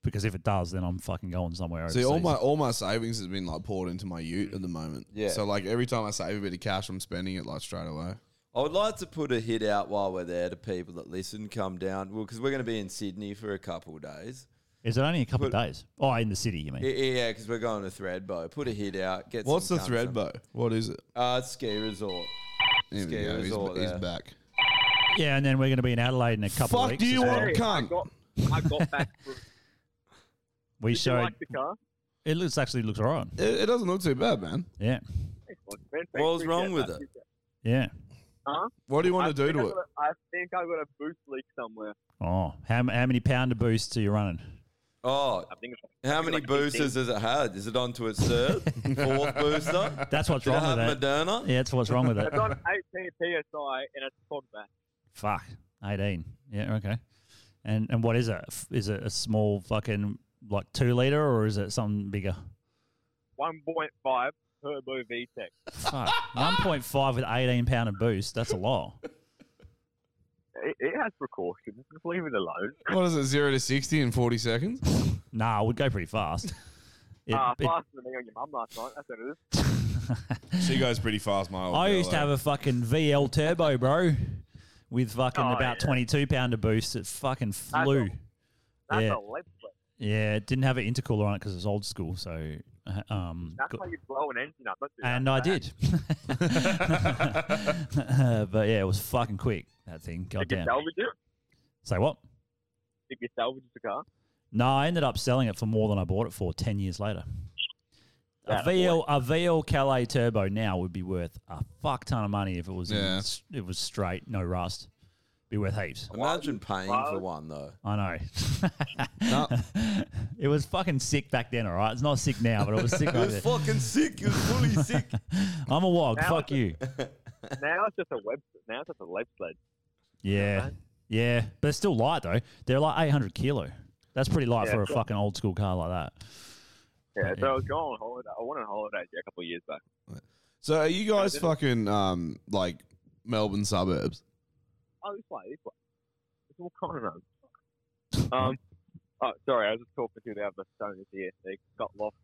S6: Because if it does, then I'm fucking going somewhere
S5: See,
S6: overseas.
S5: all my all my savings has been like poured into my Ute at the moment.
S7: Yeah.
S5: So like every time I save a bit of cash, I'm spending it like straight away.
S7: I would like to put a hit out while we're there to people that listen. Come down, well, because we're going to be in Sydney for a couple of days.
S6: Is it only a couple of days? Oh, in the city, you mean?
S7: Yeah, yeah, because we're going to Threadbow. Put a hit out. Get
S5: What's
S7: some
S5: the
S7: cunts on-
S5: thread bow? What is it?
S7: Uh, it's ski resort.
S5: Here we
S7: Ski
S5: go. He's-
S7: resort.
S5: he's
S7: there.
S5: back.
S6: Yeah, and then we're going to be in Adelaide in a couple of
S5: Fuck
S6: weeks.
S5: do you
S6: as
S5: want,
S6: well.
S5: cunt?
S10: I got back.
S6: We showed.
S10: like the car?
S6: It looks actually looks alright.
S5: It, it doesn't look too bad, man.
S6: Yeah.
S10: Thanks, my friend. Thanks,
S7: What's
S10: appreciate
S7: wrong with
S10: that.
S7: it?
S6: Yeah.
S10: Huh?
S5: What do you want to
S10: I
S5: do
S10: think
S5: to
S10: I
S5: it?
S10: got a- I think I got a boost leak somewhere.
S6: Oh, how, m- how many pounder boosts are you running?
S7: Oh, how many boosters has it had? Is it on to its third, fourth booster?
S6: That's what's
S7: Did
S6: wrong
S7: it
S6: with
S7: have
S6: it.
S7: Moderna.
S6: Yeah, that's what's wrong with it.
S10: It's on 18 psi and it's Pogba.
S6: Fuck, eighteen. Yeah, okay. And and what is it? F- Is it a small fucking like two liter or is it something bigger?
S10: 1.5 turbo VTEC.
S6: Fuck, one point five with eighteen pounder boost. That's a lot.
S10: It, it has precautions. Just leave it alone.
S5: What is it, zero to 60 in 40 seconds?
S6: nah, it would go pretty fast. It-
S10: Ah,
S6: it-
S10: faster than me on your mum last night. That's what it is.
S5: She goes pretty fast, my old
S6: I
S5: girl,
S6: used to
S5: though.
S6: have a fucking VL turbo, bro, with fucking
S5: Oh,
S6: about
S5: yeah.
S6: twenty-two pounder boost. It fucking flew.
S10: That's
S6: yeah,
S10: a lip flip.
S6: yeah. It didn't have an intercooler on it because it's old school. So, uh, um,
S10: That's
S6: got-
S10: how you blow an engine up. Let's do that.
S6: and I did. but yeah, it was fucking quick that thing.
S10: Did you
S6: Goddamn.
S10: salvage it?
S6: Say what?
S10: Did you salvage the car?
S6: No, I ended up selling it for more than I bought it for ten years later. A
S10: Atta
S6: VL, a VL Calais Turbo now would be worth a fuck ton of money if it was in
S7: Yeah.
S6: s- it was straight, no rust. Be worth heaps.
S7: Imagine paying for one though.
S6: I know. it was fucking sick back then, all right? It's not sick now, but it was sick
S7: It
S6: back
S7: was
S6: then.
S7: fucking sick. It was fully sick.
S6: I'm a wog.
S10: Now
S6: fuck
S10: it's
S6: you.
S10: Now it's just a web. Now it's just a lead sled.
S6: Yeah. Yeah. But they're still light, though. They're like 800 kilo. That's pretty light
S10: Yeah,
S6: for a
S10: sure.
S6: fucking old school car like that.
S10: Yeah,
S6: But,
S10: so I was going on holiday. I went on holiday yeah, a couple of years back.
S5: So are you guys
S10: didn't.
S5: fucking um like Melbourne suburbs?
S10: Oh, this way, this way. It's all kind of Um, oh, sorry, I was just talking to the other stoners here. They E. got lost.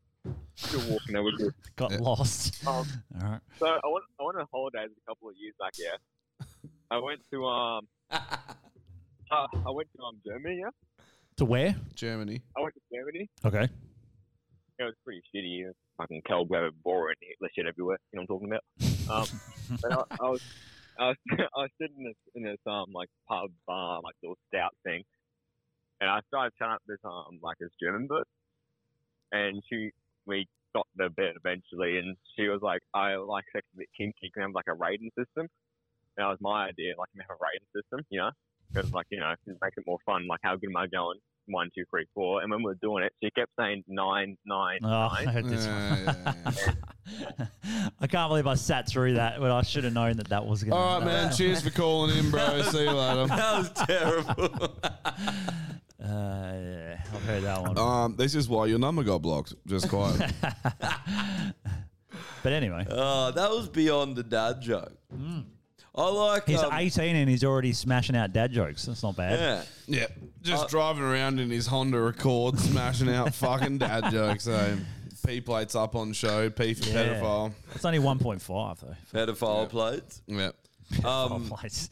S10: Still walking over good.
S6: Got lost.
S10: Um,
S6: all right.
S10: So I went, I went on holidays a couple of years back, yeah. I went to um, uh, I went to um Germany, yeah.
S6: To where?
S5: Germany.
S10: I went to Germany.
S6: Okay.
S10: It was pretty shitty. It was fucking cold weather, boring, Hitler shit everywhere. You know what I'm talking about? Um, but I, I was, I was, I was sitting in this, in this um like pub bar, like little stout thing, and I started chatting up this um like this German bird, and she we got the bit eventually, and she was like, I like sex a bit kinky, can I have like a rating system? And that was my idea, like can I have a rating system, you know, because like you know it makes it more fun. Like how good am I going? One, two, three, four. And when we were doing it, she kept saying nine, nine,
S6: Oh, I
S10: nine.
S6: heard this one. I can't believe I sat through that when I should have known that that was going to
S5: All right, man. Cheers for calling in, bro. See you later.
S7: That was terrible.
S6: Uh, yeah, I've heard that one.
S5: Um, this is why your number got blocked. Just quiet.
S6: But anyway,
S7: Oh, that was beyond the dad joke.
S5: Mm.
S7: I like.
S6: he's
S7: um,
S6: 18 and he's already smashing out dad jokes. That's not bad.
S5: yeah. Just
S7: Uh,
S5: driving around in his Honda Accord, smashing out fucking dad jokes. So P plates up on show. P for
S6: Yeah.
S5: pedophile.
S6: It's only 1.5 though.
S7: Pedophile plates.
S5: Yeah.
S7: Um,
S6: plates.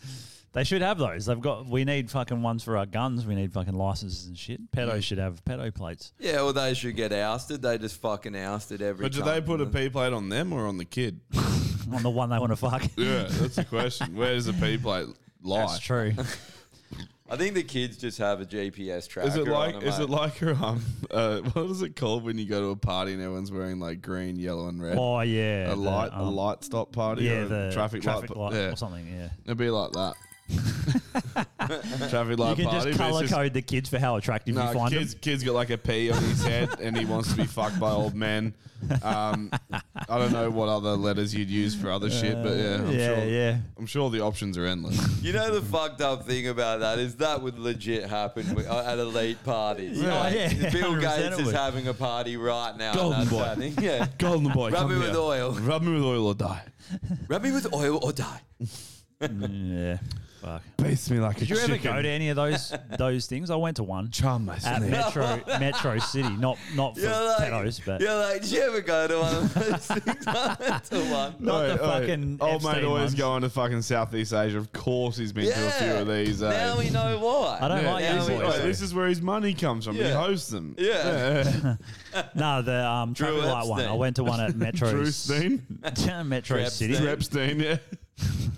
S6: They should have those. They've got. We need fucking ones for our guns. We need fucking licenses and shit. Pedos should have pedo plates.
S7: Yeah, well, they should get ousted. They just fucking ousted every
S5: But do
S7: time.
S5: they put a P plate on them or on the kid?
S6: on the one they want to fuck.
S5: Yeah, that's the question. Where does the P plate lie?
S6: That's true.
S7: I think the kids just have a GPS tracker.
S5: Is it
S7: on
S5: like
S7: them,
S5: is it
S7: mate.
S5: like your um uh, what is it called when you go to a party and everyone's wearing like green, yellow, and red?
S6: Oh, yeah,
S5: a
S6: the,
S5: light a
S6: um,
S5: light stop party.
S6: yeah,
S5: or a
S6: the
S5: traffic,
S6: traffic light
S5: light, yeah.
S6: or something, yeah.
S5: it'd be like that. traffic light
S6: you can
S5: party.
S6: just
S5: but it's
S6: color code the kids for how attractive
S5: No,
S6: you find
S5: kids,
S6: them.
S5: kids got like a P on his head, and he wants to be fucked by old men. Um, I don't know what other letters you'd use for other shit, but yeah, I'm
S6: yeah,
S5: sure,
S6: yeah.
S5: I'm sure the options are endless.
S7: You know the fucked up thing about that is that would legit happen wi- uh, at elite parties.
S5: Yeah.
S7: Like,
S5: Oh, yeah,
S7: Bill
S5: 100%
S7: Gates
S5: it
S7: is
S5: would.
S7: having a party right now. and
S5: Golden
S7: that's
S5: boy.
S7: happening. Yeah.
S5: Golden boy,
S7: Rub
S5: come
S7: me with
S5: here.
S7: oil.
S5: Rub me with oil or die.
S7: Rub me with oil or die.
S6: yeah. Fuck.
S5: Baste me like
S6: Did
S5: a
S6: you ever
S5: chicken.
S6: go to any of those those things? I went to one.
S5: Charm
S6: at
S7: snare.
S6: Metro Metro City, not not for
S7: You're like,
S6: pedos, but
S7: you're like, did you ever go to one of those things? I went to one.
S6: Not the fucking
S5: old
S6: Epstein
S5: mate always
S6: ones.
S5: going to fucking Southeast Asia. Of course, he's been to a few of these. eh?
S7: Now we know why.
S6: I don't like
S7: Now
S6: young
S7: we
S6: boys,
S7: know.
S6: though.
S5: This is where his money comes from. He
S7: Yeah.
S5: hosts them.
S7: Yeah.
S6: no, the um, traffic light one. I
S5: Epstein.
S6: went to one at Metro
S5: Drew Steen?
S6: Metro
S7: Drew
S6: City.
S7: Epstein. Drew
S5: Epstein, yeah.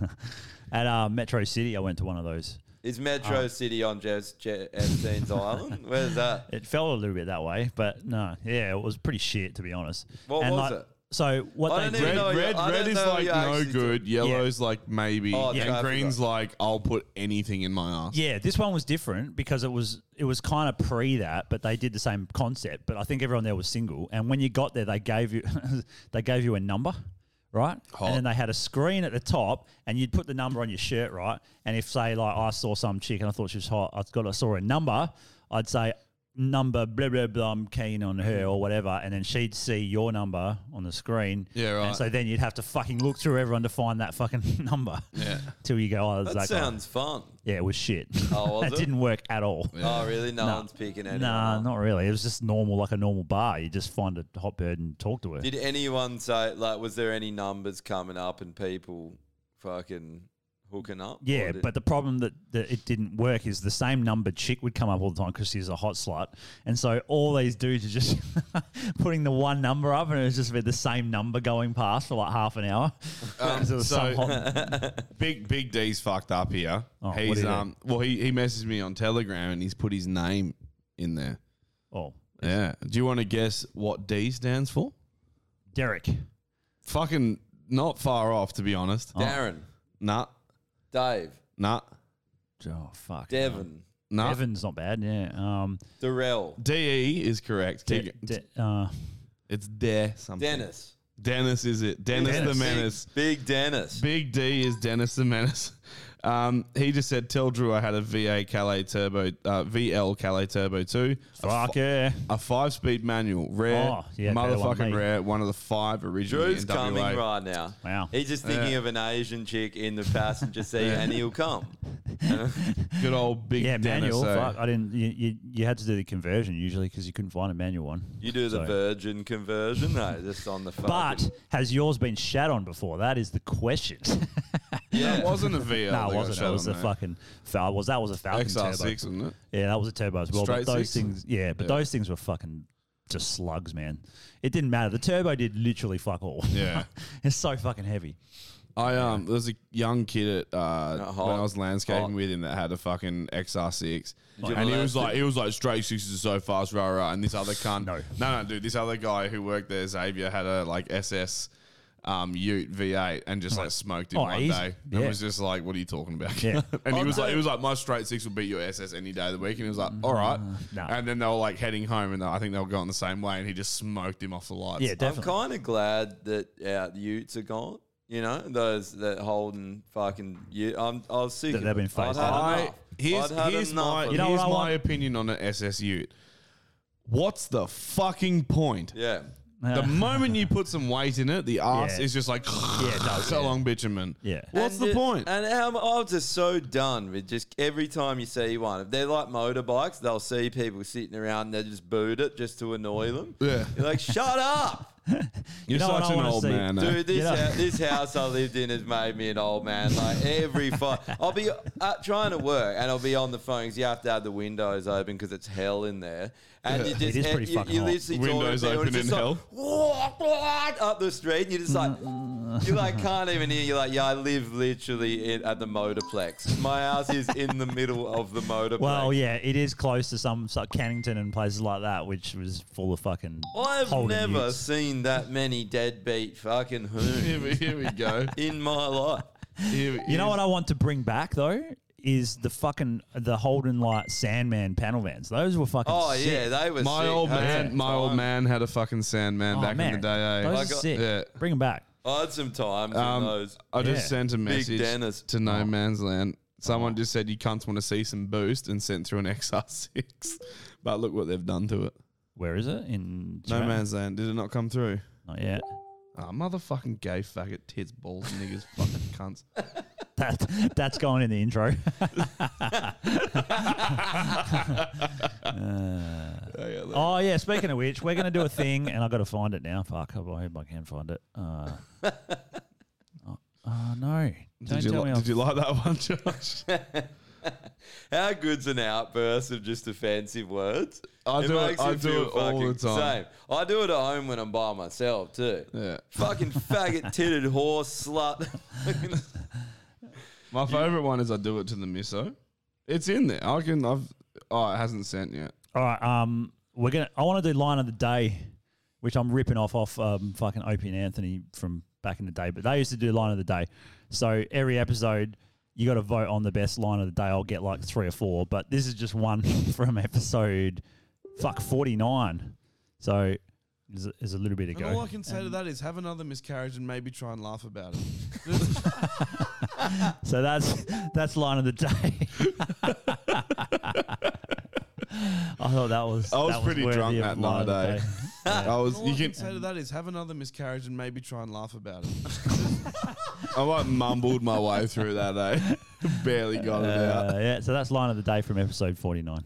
S6: at uh, Metro City, I went to one of those. Um,
S7: Is Metro
S6: Ah.
S7: City on Jeff's, Je- Epstein's Island? Where's that?
S6: It fell a little bit that way, but no, yeah, it was pretty shit to be honest.
S7: What was
S6: like,
S7: it?
S6: So what
S7: I don't
S6: they
S7: even
S6: did,
S7: know
S5: Red,
S7: I
S5: red
S7: don't
S5: is
S7: know
S5: like
S7: you
S5: no
S7: actually
S5: good. Yellow's like maybe,
S6: Oh,
S5: and
S6: yeah, I
S5: green's like I'll put anything in my ass.
S6: Yeah, this one was different because it was it was kind of pre that, but they did the same concept. But I think everyone there was single, and when you got there, they gave you they gave you a number, right? And then they had a screen at the top, and you'd put the number on your shirt, right? And if say like I saw some chick and I thought she was hot, I got I saw a number, I'd say number blah blah blah, I'm keen on her or whatever, and then she'd see your number on the screen.
S7: Yeah, right.
S6: And so then you'd have to fucking look through everyone to find that fucking number.
S7: Yeah.
S6: Till you go, oh, there's
S7: That
S6: that guy."
S7: sounds fun.
S6: Yeah, it was shit.
S7: Oh, was
S6: that
S7: it?
S6: didn't work at all.
S7: Oh, really? No one's picking anyone
S6: Nah, not really. It was just normal, like a normal bar. You just find a hot bird and talk to her.
S7: Did anyone say like was there any numbers coming up and people fucking hooking up?
S6: yeah,
S7: Or did-
S6: but the problem that, that it didn't work is the same number chick would come up all the time because she's a hot slut, and so all these dudes are just putting the one number up, and it was just be the same number going past for like half an hour.
S5: Um,
S6: 'Cause there was some hot- Oh,
S5: so big big D's fucked up here.
S6: what
S5: he's
S6: did he
S5: um well he, he messaged me on Telegram and he's put his name in there.
S6: Oh.
S5: Yeah. Do you want to guess what D stands for?
S6: Derek.
S5: Fucking not far off to be honest.
S7: Oh. Darren.
S5: Nah.
S7: Dave.
S5: Nah.
S6: Oh fuck.
S7: Devon.
S5: Nah.
S6: Evan's not bad. Yeah. Um,
S7: Darrell.
S5: DE is correct.
S6: De-
S5: Keep-
S6: De- uh,
S5: it's Dare something.
S7: Dennis.
S5: Dennis is it. Dennis,
S7: Dennis.
S5: the Menace.
S7: Big, Dennis.
S5: Big D is Dennis the Menace. Um, he just said, "Tell Drew I had a VA Calais Turbo, uh, VL Calais Turbo two.
S6: Fuck yeah,
S5: a five speed manual, rare,
S7: Oh, yeah, better one than
S5: motherfucking
S7: me.
S5: rare, one of the five original.
S7: Drew's coming right now.
S6: Wow.
S7: He's just thinking
S5: Yeah.
S7: of an Asian chick in the passenger seat
S5: Yeah.
S7: and he'll come.
S5: Good old big
S6: yeah,
S5: Dennis,
S6: manual.
S5: eh?
S6: Fuck, I didn't. You, you, you had to do the conversion usually because you couldn't find a manual one.
S7: You do the
S6: So-
S7: virgin conversion, no, just on the phone.
S6: But has yours been shat on before? That is the question.
S5: That wasn't a
S6: no,
S5: VL. that
S6: it
S5: got
S6: wasn't.
S5: shot
S6: It was
S5: on
S6: a
S5: there.
S6: fucking Fal- was that was a Falcon
S5: XR6,
S6: turbo,
S5: isn't it?
S6: Yeah, that was a turbo as well.
S5: Straight
S6: but those
S5: six?
S6: things, yeah, but
S5: Yeah.
S6: those things were fucking just slugs, man. It didn't matter. The turbo did literally fuck all.
S5: Yeah.
S6: it's so fucking heavy.
S5: I um, there was a young kid at uh,
S6: hot.
S5: when I was landscaping
S6: Hot.
S5: with him that had a fucking XR6,
S6: Did you
S5: and he
S6: molest
S5: was like,
S6: him?
S5: he was like, straight sixes are so fast, rah rah. And this other cunt, no, no, no, dude, this other guy who worked there, Xavier, had a like SS. Um, Ute V8 and just like smoked him
S6: Oh,
S5: one
S6: easy.
S5: day. And
S6: Yeah.
S5: was just like, "What are you talking about?"
S6: Yeah.
S5: and he
S6: Oh,
S5: was
S6: no.
S5: like, "He was like, my straight six will beat your SS any day of the week." And he was like, "All right." And then they were like heading home, and they- I think they were going the same way. And he just smoked him off the lights.
S7: I'm kind of glad that our Utes are gone. You know, those that Holden fucking. Ute. I'm, I was sick.
S5: That
S7: of
S5: they've
S7: it.
S5: been phased
S7: I'd had
S5: out.
S7: enough.
S5: Here's,
S7: I'd had
S5: here's
S7: enough
S5: my,
S7: of
S5: here's
S7: it.
S5: my opinion on an SS Ute. What's the fucking point?
S7: Yeah.
S5: The moment you put some weight in it, the ass
S7: Yeah.
S5: is just like, yeah, so long, bitumen.
S6: Yeah.
S5: What's
S7: And
S5: the
S7: it-
S5: point?
S7: And how, I'm just so done with just every time you see one. If they're like motorbikes, they'll see people sitting around and they just boot it just to annoy them.
S5: Yeah.
S7: You're like, shut up.
S5: You're
S6: know what
S5: such
S6: I
S5: an
S6: wanna
S5: old
S6: see?
S5: man. eh?
S7: Dude, this, hou- this house I lived in has made me an old man. Like every fight, I'll be uh, trying to work and I'll be on the phone 'cause you have to have the windows open because it's hell in there. And
S5: Yeah.
S7: you just,
S5: It is
S7: eh,
S5: pretty
S7: you,
S5: fucking
S7: you
S5: hot.
S7: literally talking to
S5: Windows
S7: people and
S5: open
S7: it's
S5: in
S7: just
S5: hell.
S7: Like, "Walk, walk," up the street, and you're just like,
S6: Mm.
S7: you like can't even hear. You're like, yeah, I live literally in, at the motorplex. My house is in the middle of the motorplex.
S6: Well, yeah, it is close to some like Cannington and places like that, which was full of fucking.
S7: I've
S6: Holden
S7: never
S6: utes.
S7: seen that many deadbeat fucking who.
S5: here, we, here we go.
S7: In my life.
S6: You know what I want to bring back though is the fucking the Holden Light Sandman panel vans. Those were fucking.
S7: Oh,
S5: Oh,
S6: sick.
S5: my old man. My old man had a fucking Sandman
S6: Oh,
S5: back
S6: man.
S5: in the day. eh?
S6: Those are sick.
S5: Yeah.
S6: Bring them back.
S7: I had some time for
S5: Um,
S7: those.
S5: I just sent a
S7: Big
S5: message
S7: Dennis. Oh.
S5: to
S6: Oh.
S5: No Man's Land. Someone just said you cunts want to see some boost and sent through an XR6. But look what they've done to it.
S6: Where is it? In
S5: No
S6: Australia?
S5: Man's Land. Did it not come through?
S6: Not yet.
S5: Ah, motherfucking gay faggot, tits, balls, niggas, fucking cunts.
S6: That that's going in the intro. oh yeah. Speaking of which, we're going to do a thing, and I got to find it now. Fuck, I hope I can find it. Uh, oh, oh, no! Don't
S5: Did you,
S6: tell
S5: li-
S6: me.
S5: did
S6: I've-
S5: you like that one, Josh?
S7: How good's an outburst of just offensive words?
S5: I do it- I do it all the time.
S7: Same. I do it at home when I'm by myself too.
S5: Yeah.
S7: Fucking faggot titted horse slut.
S5: My favorite one is I do it to the miso. It's in there. I can. I've. Oh, it hasn't sent yet.
S6: All right. Um, we're gonna. I want to do line of the day which I'm ripping off off um, fucking Opie and Anthony from back in the day. But they used to do line of the day. So every episode, you got to vote on the best line of the day. I'll get like three or four, but this is just one from episode fuck 49. So there's a, there's a little bit to
S5: And
S6: go. Um,
S5: all I can say to
S6: And-
S5: that is have another miscarriage and maybe try and laugh about it.
S6: so that's that's line of the day. I thought that was.
S5: I was
S6: that
S5: pretty
S6: worthy
S5: drunk
S6: of
S5: that
S6: line
S5: night.
S6: of the
S5: Eh?
S6: day.
S5: I was. All You I can can
S6: say
S5: say to that is have another miscarriage and maybe try and laugh about it. I like mumbled my way through that. Eh? Barely got it out.
S6: Uh, yeah, so that's line of the day from episode 49.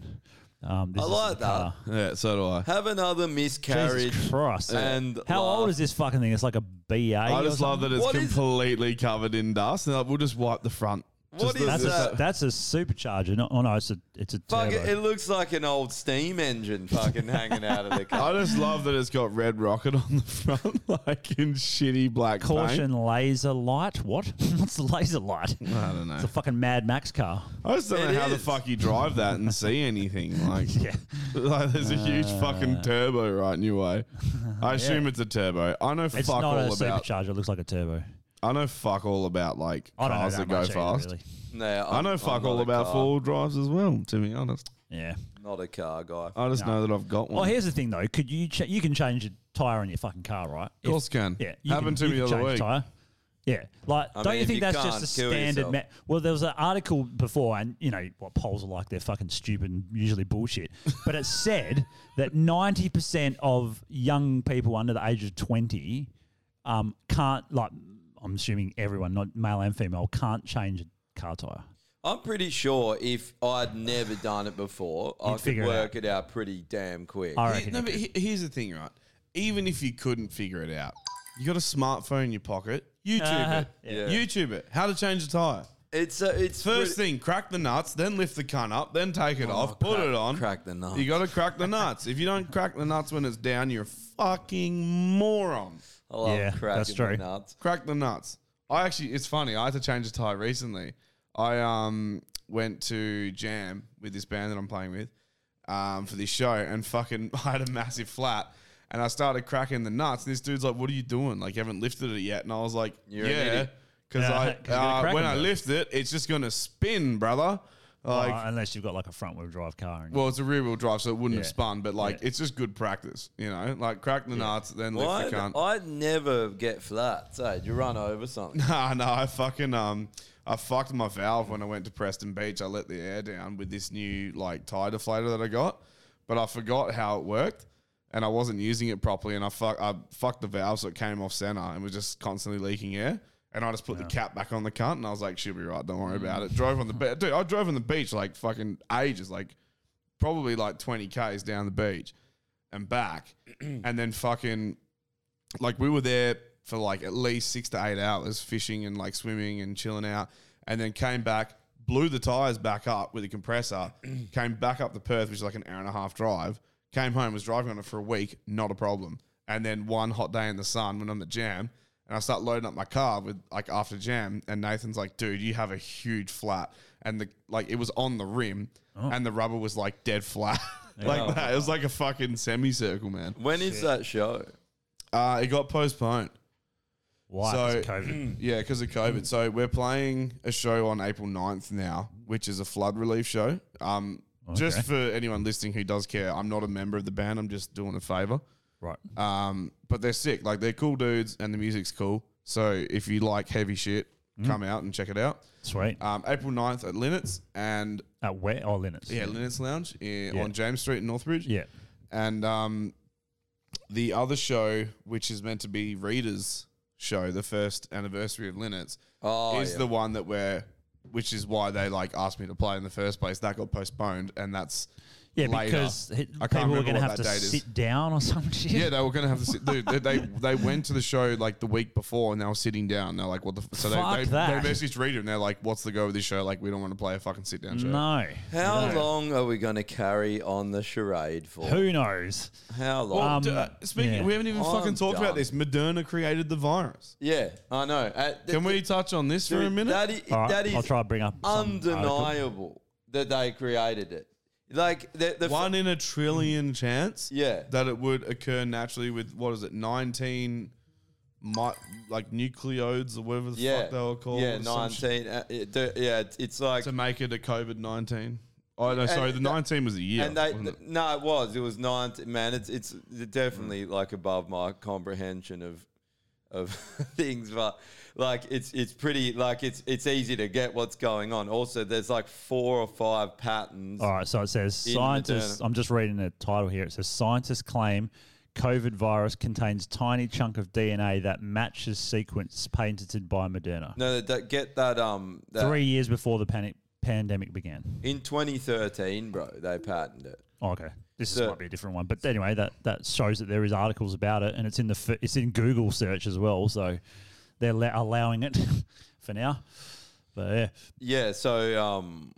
S6: Um, this
S7: I
S6: is
S7: like
S6: the
S7: that.
S6: car.
S5: Yeah, so do I.
S7: Have another miscarriage.
S6: Jesus Christ.
S7: And
S6: How old is this fucking thing? It's like a BA.
S5: I just
S6: or
S5: love that
S6: something?
S5: it's completely covered in dust. And like, we'll just wipe the front. Just the-
S6: that's,
S5: just
S6: a, that's a supercharger. No, oh no, it's a it's a
S7: Fuck,
S6: turbo.
S7: it, it looks like an old steam engine fucking hanging out of the car.
S5: I just love that it's got red rocket on the front, like in shitty black
S6: Caution laser light. What? What's the laser light?
S5: I don't know.
S6: It's a fucking Mad Max car.
S5: I just don't know how the fuck you drive that and see anything. Like, like there's a huge fucking
S6: Uh,
S5: turbo right in your way. I assume it's a turbo. I know
S6: It's
S5: fuck
S6: not
S5: all
S6: a
S5: about.
S6: supercharger. It looks like a turbo.
S5: I know fuck all about like
S6: I don't know
S5: cars
S6: that
S5: that, go
S6: much either,
S5: fast.
S6: really.
S7: No,
S5: I
S7: I'm-
S5: know
S7: I'm
S5: fuck
S7: not
S5: all
S7: a
S5: about
S7: car.
S5: four wheel drives as well. To be honest,
S6: Yeah.
S7: Not a car guy.
S5: I just know that I've got
S6: Well,
S5: one.
S6: Oh, here's the thing though. Could you cha- you can change your tire on your fucking car, right? Of
S5: course can.
S6: Yeah, you
S5: Happened
S6: can-
S5: to
S6: you can
S5: me the other
S6: change your
S5: week.
S6: Tire. Yeah, like
S7: I
S6: don't
S7: mean,
S6: you
S7: if
S6: think
S7: you
S6: that's
S7: can't,
S6: just a
S7: kill
S6: standard?
S7: yourself.
S6: Ma- well, there was an article before, and you know what polls are like. They're fucking stupid and usually bullshit. but it said that ninety percent of young people under the age of twenty um, can't like. I'm assuming everyone, not male and female, can't change a car tire.
S7: I'm pretty sure if I'd never done it before, I
S6: You'd
S7: could
S6: figure it
S7: work it out. pretty damn quick.
S6: I reckon
S5: no, but he- here's the thing, right? Even if you couldn't figure it out, you got a smartphone in your pocket. YouTube
S7: Uh-huh.
S5: it.
S7: Yeah.
S5: YouTube it. How to change a tire.
S7: It's a, it's
S5: first thing. Crack the nuts, then lift the cunt up, then take it off, put it on.
S7: Oh, Crack the nuts.
S5: You got to crack the nuts. if you don't crack the nuts when it's down, you're a fucking moron.
S7: I love Yeah, cracking that's true. the nuts.
S5: Crack the nuts. I actually, it's funny. I had to change a tire recently. I um went to jam with this band that I'm playing with um, for this show, and fucking I had a massive flat. And I started cracking the nuts. And this dude's like, "What are you doing? Like, you haven't lifted it yet?" And I was like,
S7: You're an
S5: "Yeah,
S7: idiot."
S5: because
S6: Yeah, 'cause you're
S5: I uh,
S6: cracking
S5: when I
S6: them.
S5: lift it, it's just gonna spin, brother." Like,
S6: Well, unless you've got like a front wheel drive car. And
S5: well, it's a rear wheel drive, so it wouldn't have
S6: Yeah.
S5: spun, but like, it's just good practice, you know? Like, crack the nuts, then lift
S7: I'd,
S5: the cunt.
S7: I'd never get flats. Hey, you run over something.
S5: Nah, no, I fucking, um, I fucked my valve when I went to Preston Beach. I let the air down with this new, like, tire deflator that I got, but I forgot how it worked. And I wasn't using it properly, and I fuck, I fucked the valve, so it came off center and was just constantly leaking air. And I just put the cap back on the cunt, and I was like, "She'll be right. Don't worry about it." Drove on the beach, dude. I drove on the beach like fucking ages, like probably like 20 Ks down the beach and back. and then fucking, like, we were there for like at least six to eight hours fishing and like swimming and chilling out. And then came back, blew the tires back up with a compressor, came back up to Perth, which is like an hour and a half drive. Came home, was driving on it for a week, not a problem. And then one hot day in the sun when I'm at jam, and I start loading up my car with like after jam, and Nathan's like, "Dude, you have a huge flat," and the like it was on the rim, and the rubber was like dead flat, like
S7: Yeah.
S5: that. It was like a fucking semicircle, man.
S7: When is that show?
S5: Uh, it got postponed.
S6: Why? 'Cause of COVID.
S5: Yeah, because of COVID. So we're playing a show on April 9th now, which is a flood relief show. Um, Just
S6: Okay.
S5: for anyone listening who does care, I'm not a member of the band. I'm just doing a favor.
S6: Right.
S5: Um, but they're sick. Like they're cool dudes, and the music's cool. So if you like heavy shit, come out and check it out.
S6: Mm. Sweet.
S5: Um, April 9th at Linnets and
S6: at where? Oh, Linux.
S5: yeah, Linnets Lounge in,
S6: Yeah.
S5: on James Street in Northbridge.
S6: Yeah.
S5: And um, the other show, which is meant to be Reader's show, the first anniversary of Linnets,
S7: Oh,
S5: is
S7: yeah.
S5: the one that we're, which is why they like asked me to play in the first place. That got postponed, and that's
S6: Yeah,
S5: later.
S6: because hi-
S5: I can't
S6: people were
S5: remember
S6: going to
S5: what
S6: have to
S5: that date is.
S6: sit down or some shit.
S5: Yeah, they were going to have to sit. Dude, they, they they went to the show like the week before and they were sitting down. They're like, "What the?" F-? So they,
S6: Fuck
S5: they,
S6: that.
S5: they messaged Rita and they're like, "What's the go with this show? Like, we don't want to play a fucking sit down show."
S6: No.
S7: How
S5: No.
S7: long are we going to carry on the charade for?
S6: Who knows? Um,
S7: How long?
S5: Well, d- uh, speaking, we haven't even
S7: I'm
S5: fucking talked about
S7: done.
S5: this. Moderna created the virus.
S7: Yeah, I know. Uh, th-
S5: Can we touch on this for a
S7: Dude,
S5: minute?
S7: That is, that is
S5: bring
S6: up some article.
S7: undeniable that they created it. Like the, the
S5: one in a trillion chance,
S7: yeah,
S5: that it would occur naturally with what is it, nineteen, mi- like nucleodes or whatever the
S7: yeah,
S5: fuck they were called.
S7: yeah,
S5: or some shit.
S7: nineteen. Uh, it- the- yeah, it's like
S5: to make it a COVID nineteen. Oh no,
S7: And
S5: sorry, the
S7: th-
S5: nineteen was a year.
S7: And they,
S5: wasn't it?
S7: th- no, it was. It was nine. Man, it's it's
S5: Mm.
S7: definitely like above my comprehension of of things, but like it's it's pretty like it's it's easy to get what's going on. Also, there's like four or five patterns.
S6: All right, so it says
S7: in
S6: scientists.
S7: maternal-
S6: I'm just reading the title here. It says scientists claim COVID virus contains tiny chunk of DNA that matches sequence patented by Moderna.
S7: no, that, that- get that um that,
S6: Three years before the panic pandemic began.
S7: in 2013, bro. They patented it.
S6: Oh, okay, this
S7: So-
S6: might be a different one, but anyway, that that shows that there is articles about it, and it's in the fir- it's in Google search as well. So they're la- allowing it for now. But yeah,
S7: Yeah. So, um,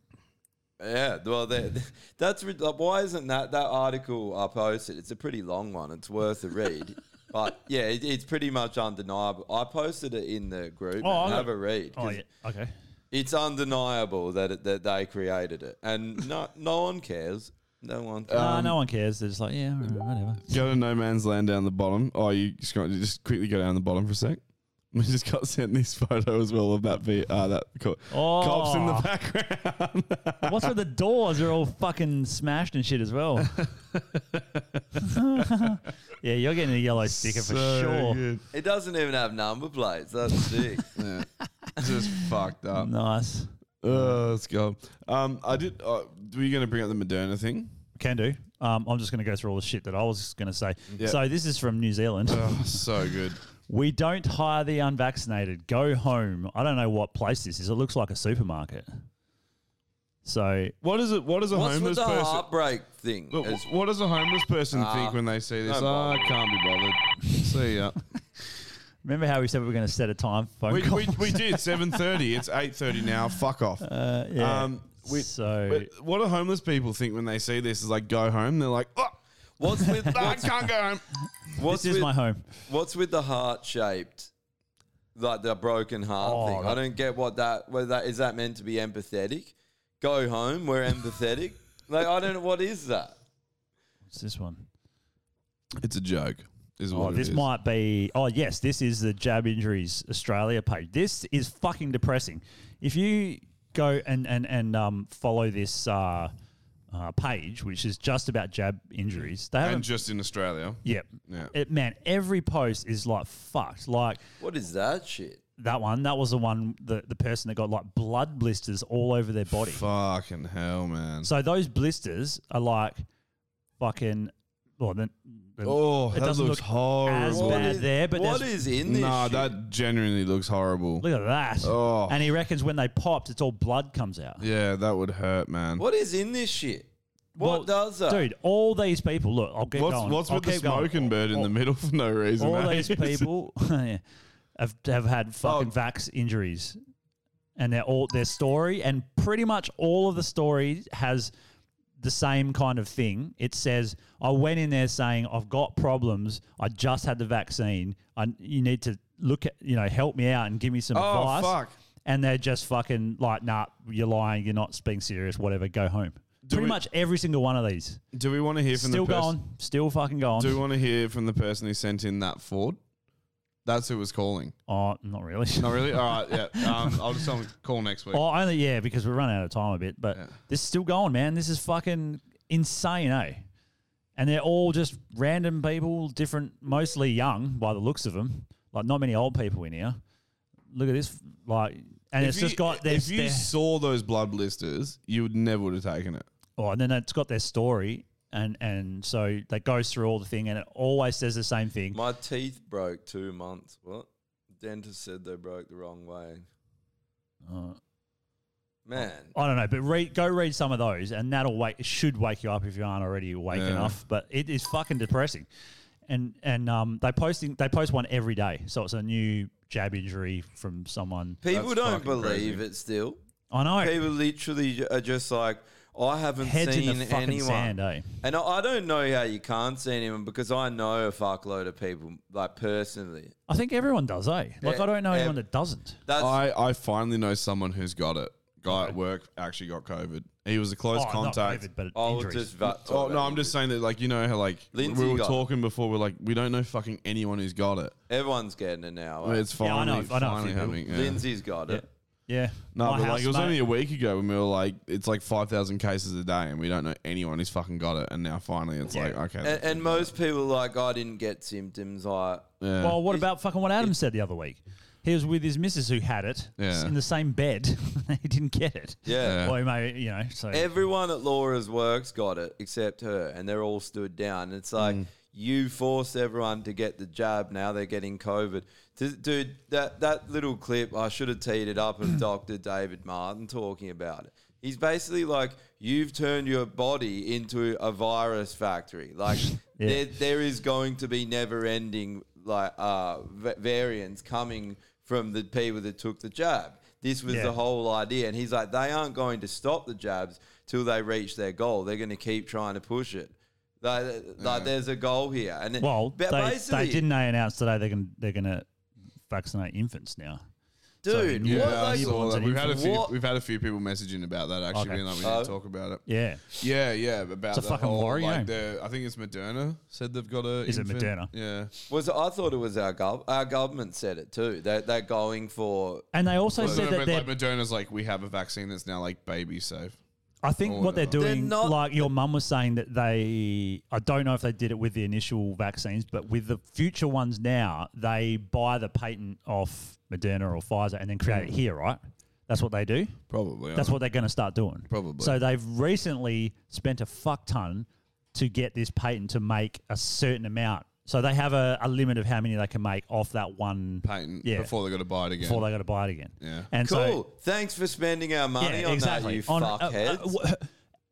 S7: yeah. Well, that that's rid- like, why isn't that that article I posted? It's a pretty long one. It's worth a read. But yeah, it, it's pretty much undeniable. I posted it in the group.
S6: Oh, I
S7: and
S6: got-
S7: have a read.
S6: oh
S7: 'cause
S6: yeah, okay.
S7: It's undeniable that it, that they created it, and no no one cares. No one. Cares.
S6: Nah, no one cares. They're just like, yeah, all right, whatever.
S5: Go to no man's land down the bottom. Oh, you just, got, you just quickly go down the bottom for a sec. We just got sent this photo as well of that v, uh, that co- cops
S6: Oh.
S5: in the back.
S6: background. What's with the doors? They're all fucking smashed and shit as well. yeah, you're getting a yellow sticker for
S7: So
S6: sure.
S7: good. It doesn't even have number plates. That's sick.
S5: just fucked up.
S6: Nice.
S5: Uh, let's go. Um, I did. Uh, were you going to bring up the Moderna thing?
S6: Can do. Um, I'm just going to go through all the shit that I was going to say.
S5: Yeah. Oh,
S6: So this is from New Zealand.
S5: so good.
S6: We don't hire the unvaccinated. Go home. I don't know what place this is. It looks like a supermarket. So
S5: What is it? What does a
S7: What's with
S5: homeless
S7: the
S5: person?
S7: heartbreak thing?
S5: Look, what does a homeless person
S7: Ah,
S5: think when they see this?
S7: don't
S5: Ah,
S7: bother.
S5: I can't be bothered. See ya.
S6: remember how we said we were going to set a time phone
S5: we,
S6: call?
S5: we, we did seven thirty. It's eight thirty now. Fuck off. Um,
S6: Uh, yeah. so
S5: But what do homeless people think when they see this? Is like go home. They're like, oh,
S7: What's with
S5: I can't go home.
S7: What's
S6: This is my home.
S7: What's with the heart shaped, like the broken heart
S6: Oh,
S7: thing? I
S6: that-
S7: don't get what that. Whether that is that meant to be empathetic? Go home. We're empathetic. like I don't know what is that.
S6: what's this one?
S5: It's a joke. Is
S6: Oh,
S5: what it
S6: this
S5: is.
S6: might be. Oh, yes, this is the Jab Injuries Australia page. This is fucking depressing. If you go and and and um, follow this uh, uh, page, which is just about jab injuries, they haven't.
S5: and just in Australia.
S6: yep.
S5: Yeah.
S6: It, man, every post is like fucked. Like
S7: What is that shit?
S6: that one. That was the one. The the person that got like blood blisters all over their body.
S5: Fucking hell, man.
S6: So those blisters are like fucking. Well, then, then
S5: Oh,
S6: it
S5: that
S6: doesn't
S5: looks
S6: look
S5: horrible.
S6: As bad there, but
S7: what
S6: there's-
S7: is in this?
S5: Nah,
S7: shit?
S5: that genuinely looks horrible.
S6: Look at that.
S5: Oh.
S6: And he reckons when they popped, it's all blood comes out.
S5: Yeah, that would hurt, man.
S7: What is in this shit? What does that?
S6: Dude, all these people, look, I'll get
S5: What's,
S6: going.
S5: what's
S6: I'll
S5: with the
S6: keep going. Oh.
S5: smoking bird in the middle for no reason?
S6: All
S5: eh?
S6: these people yeah, have, have had
S5: Oh.
S6: fucking vax injuries. And they're all their story, and pretty much all of the story has the same kind of thing. It says, I went in there saying, I've got problems. I just had the vaccine. I, you need to look at, you know, help me out and give me some
S5: Oh,
S6: advice.
S5: fuck.
S6: And they're just fucking like, nah, you're lying. You're not being serious. Whatever. Go home. pretty
S5: we-
S6: much every single one of these.
S5: Do we want to hear from
S6: Still
S5: the person?
S6: going. Still fucking going.
S5: Do we want to hear from the person who sent in that Ford? That's who was calling.
S6: oh, not really.
S5: Not really. All right. Yeah. Um, I'll just tell them to call next week.
S6: Oh, only yeah, because we're running out of time a bit. But this is still going, man. This is fucking insane, eh? And they're all just random people, different, mostly young by the looks of them. Like not many old people in here. Look at this, like, and
S5: If
S6: it's
S5: you-
S6: just got their,
S5: If you
S6: their-
S5: saw those blood blisters, you would never would have taken it.
S6: oh, and then it's got their story, and and so that goes through all the thing, and it always says the same thing.
S7: My teeth broke two months. What? Dentist said they broke the wrong way.
S6: Uh,
S7: Man,
S6: I don't know, but read, go read some of those, and that'll wake it should wake you up if you aren't already awake
S5: Yeah.
S6: enough. But it is fucking depressing, and and um, they posting they post one every day, so it's a new jab injury from someone.
S7: people don't believe it still.
S6: I know.
S7: People literally ju- are just like, I haven't
S6: Heads in
S7: seen
S6: the fucking
S7: anyone.
S6: sand, eh?
S7: And I, I don't know how you can't see anyone because I know a fuckload of people, like personally.
S6: I think everyone does, eh? Like
S7: Yeah,
S6: I don't know
S7: yeah.
S6: anyone that doesn't.
S7: That's
S5: I, I finally know someone who's got it. Guy at work actually got COVID, He was a close
S6: Oh, not
S5: contact.
S6: COVID, but
S7: Oh, injuries. just va-
S5: oh no, I'm just saying that like you know how like
S7: Lindsay
S5: we were
S7: got it.
S5: talking before. We're like we don't know fucking anyone who's got it.
S7: Everyone's getting it now.
S5: Well, it's
S7: fine.
S5: finally- Yeah, I know- I know a finally few people. happening, yeah.
S7: Lindsay's got it.
S6: Yeah.
S5: No,
S6: My
S5: but like it was
S6: housemate-
S5: only a week ago when we were like, it's like five thousand cases a day, and we don't know anyone who's fucking got it. And now finally, it's like okay,
S7: And, and most people are like, I didn't get symptoms. I
S5: Yeah.
S6: Well, what about fucking what Adam said the other week? He was with his missus who had it
S7: Yeah.
S6: in the same bed. he didn't get it.
S7: Yeah.
S6: Well, he may, you know, so.
S7: Everyone at Laura's works got it except her, and they're all stood down. It's like you forced everyone to get the jab. Now they're getting COVID. D- Dude, that that little clip I should have teed it up of Dr. David Martin talking about it. He's basically like, you've turned your body into a virus factory. Like there, there is going to be never-ending like uh, va- variants coming from the people that took the jab. This was
S6: Yeah.
S7: the whole idea. And he's like, they aren't going to stop the jabs till they reach their goal. They're going to keep trying to push it. Like, like there's a goal here. And it-
S6: Well,
S7: but
S6: they, they
S7: basically-
S6: didn't they announce today they're going to they're going to vaccinate infants now.
S7: Dude,
S6: new-
S5: yeah, I
S6: newborns
S5: saw that.
S6: and
S5: We've had a
S6: infants.
S5: few.
S6: What?
S5: We've had a few people messaging about that actually,
S6: Okay.
S5: being like, we need
S7: Uh,
S6: Oh.
S5: to talk about it.
S6: Yeah.
S5: yeah, yeah. About
S6: It's a
S5: the
S6: fucking
S5: whole,
S6: worry, eh?
S5: Like the, I think it's Moderna said they've got a.
S6: Is it Moderna?
S5: Yeah.
S7: Was I thought it was our gov- our government said it too. They they're going for
S6: And they also
S5: Well,
S6: said
S5: no,
S6: that
S5: but,
S6: they're-
S5: like Moderna's like we have a vaccine that's now like baby safe.
S6: I think
S5: Or
S6: what they're
S5: whatever.
S6: doing, like your mum was saying, that they, I don't know if they did it with the initial vaccines, but with the future ones now, they buy the patent off Moderna or Pfizer and then create it here, right? That's what they do.
S5: Mm. Probably.
S6: That's
S5: yeah.
S6: what they're going to start doing.
S5: Probably.
S6: So they've recently spent a fuck ton to get this patent to make a certain amount. So they have a, a limit of how many they can make off that one patent
S5: before they got to buy it again.
S6: Before they got to buy it again.
S5: Yeah.
S6: And
S7: cool.
S6: so
S7: Thanks for spending our money on that, you
S6: On- uh, uh,
S7: fuckheads.
S6: w-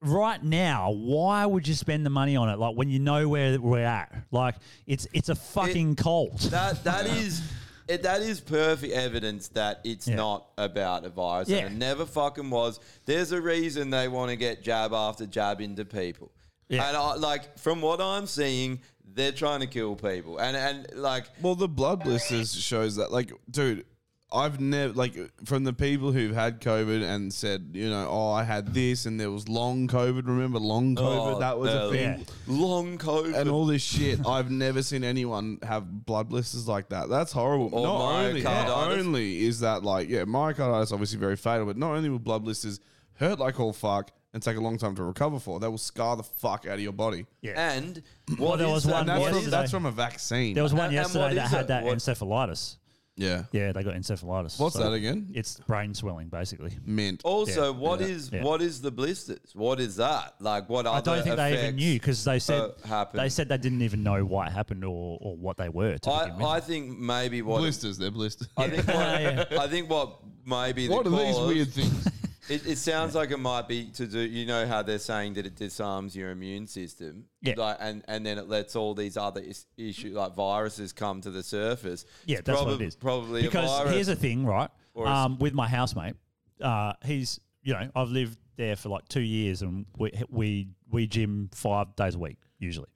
S6: right now, why would you spend the money on it? Like when you know where we're at. Like it's it's a fucking cold.
S7: That that is it, that is perfect evidence that it's not about a virus.
S6: Yeah.
S7: And it never fucking was. There's a reason they want to get jab after jab into people.
S6: Yeah.
S7: And I, like from what I'm seeing, they're trying to kill people. And and like
S5: Well, the blood blisters shows that, like, dude, I've never, like, from the people who've had COVID and said, you know, oh, I had this and there was long COVID. Remember long COVID?
S7: Oh,
S5: that was
S7: uh,
S5: a thing.
S7: yeah. Long COVID.
S5: And all this shit. I've never seen anyone have blood blisters like that. That's horrible.
S7: Or
S5: not, only, not
S7: myocarditis.
S5: only is that, like, yeah, myocarditis obviously very fatal, but not only will blood blisters hurt like all fuck and take a long time to recover for, they will scar the fuck out of your body.
S7: And
S6: Well,
S7: what
S6: there
S7: is
S6: was
S7: that?
S6: one
S7: What is
S6: yesterday.
S7: that?
S5: That's from a vaccine.
S6: There was one
S7: And- and
S6: yesterday
S7: what
S6: that
S7: is
S6: had
S7: it?
S6: that
S7: What-
S6: encephalitis.
S5: Yeah.
S6: Yeah, they got encephalitis.
S7: What's that again?
S6: It's brain swelling, basically.
S5: Mint.
S7: Also, what is what is the blisters? What is that? Like what
S6: I
S7: other
S6: don't think they even
S7: effects
S6: knew because they said
S7: uh, happened?
S6: they said they didn't even know why it happened or, or what they were. To begin with.
S7: I, I think maybe what
S5: blisters, they're blisters.
S7: I think what, I think what maybe the
S5: What are these
S7: cause-
S5: weird things?
S7: It, it sounds like it might be to do. You know how they're saying that it disarms your immune system,
S6: Yeah.
S7: Like, and and then it lets all these other is, issues like viruses come to the surface.
S6: Yeah,
S7: It's
S6: that's what
S7: probab-
S6: it is.
S7: Probably
S6: because
S7: a virus.
S6: here's the thing, right?
S7: Or is-
S6: Um, with my housemate, uh, he's you know I've lived there for like two years, and we we we gym five days a week usually.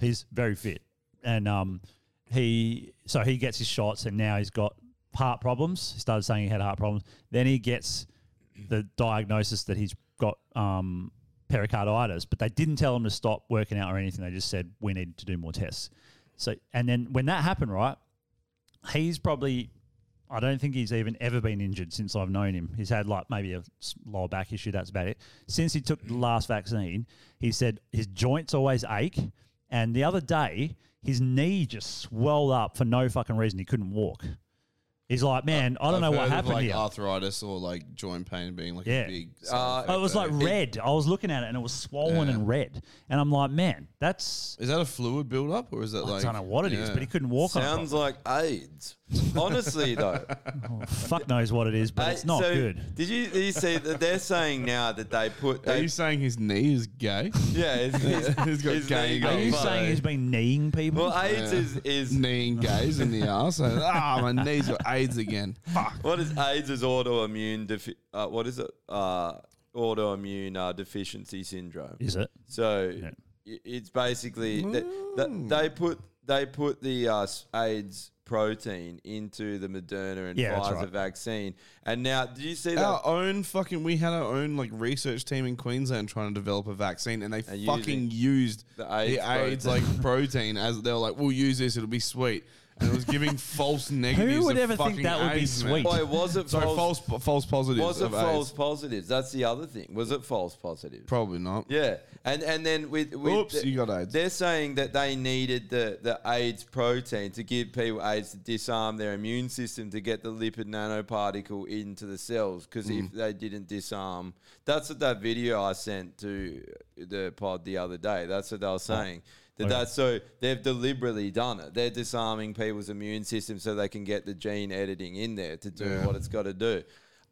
S6: He's very fit, and um, he so he gets his shots, and now he's got heart problems. He started saying he had heart problems. Then he gets the diagnosis that he's got um, pericarditis, but they didn't tell him to stop working out or anything. They just said we need to do more tests. So and then when that happened, right? he's probably I don't think he's even ever been injured since I've known him. He's had like maybe a s- lower back issue. That's about it. Since he took the last vaccine, he said his joints always ache, and the other day his knee just swelled up for no fucking reason. He couldn't walk. He's like, man, I don't know
S5: Uh, I've
S6: what
S5: heard of,
S6: happened
S5: like uh,
S6: here.
S5: arthritis or like joint pain being like
S6: yeah,
S5: a big.
S6: Uh,
S5: side
S6: it was like
S5: effect.
S6: red. I was looking at it and it was swollen and red, and I'm like, man, that's
S5: Is that a fluid buildup or is that like?
S6: I don't know what it is, but he couldn't walk on it
S7: Sounds like AIDS. Honestly, though,
S6: fuck knows what it is, but
S7: Hey,
S6: it's not
S7: so
S6: good.
S7: Did you, did you see that they're saying now that they put? They,
S5: Are you saying his knee is gay?
S7: yeah, it's, it's,
S5: he's got
S7: his
S5: gay.
S7: knee
S6: Are you
S7: got
S6: saying he's been kneeing people?
S7: Well, AIDS is, is
S5: kneeing gays in the ass? Ah, my knees got AIDS again. Fuck.
S7: What is AIDS? Is autoimmune? Defi- uh, what is it? Uh, autoimmune uh, deficiency syndrome.
S6: Is it?
S7: So i it's basically th- th- they put they put the uh, s- AIDS protein into the Moderna and
S5: Yeah, that's
S7: Pfizer
S5: right.
S7: vaccine, and now do you see that?
S5: Our own fucking, we had our own like research team in Queensland trying to develop a vaccine, and they
S7: And
S5: fucking
S7: using
S5: used
S7: the AIDS protein.
S5: like protein as they were like, "We'll use this; it'll be sweet." And it was giving false negatives.
S7: would
S5: of
S7: ever think
S5: fucking
S7: that would be
S5: AIDS, man.
S7: sweet? Wait, was it
S5: Sorry, false?
S7: false-
S5: False, positives.
S7: Was it
S5: of AIDS.
S7: false positives? That's the other thing. Was it false positives?
S5: Probably not.
S7: Yeah, and and then with, with
S5: Oops, you got AIDS.
S7: They're saying that they needed the the AIDS protein to give people AIDS to disarm their immune system to get the lipid nanoparticle into the cells because if
S5: Mm.
S7: they didn't disarm, that's what that video I sent to the pod the other day. That's what they were saying. That
S5: Oh. Okay.
S7: that's so they've deliberately done it. They're disarming people's immune system so they can get the gene editing in there to do
S5: Yeah.
S7: what it's got to do.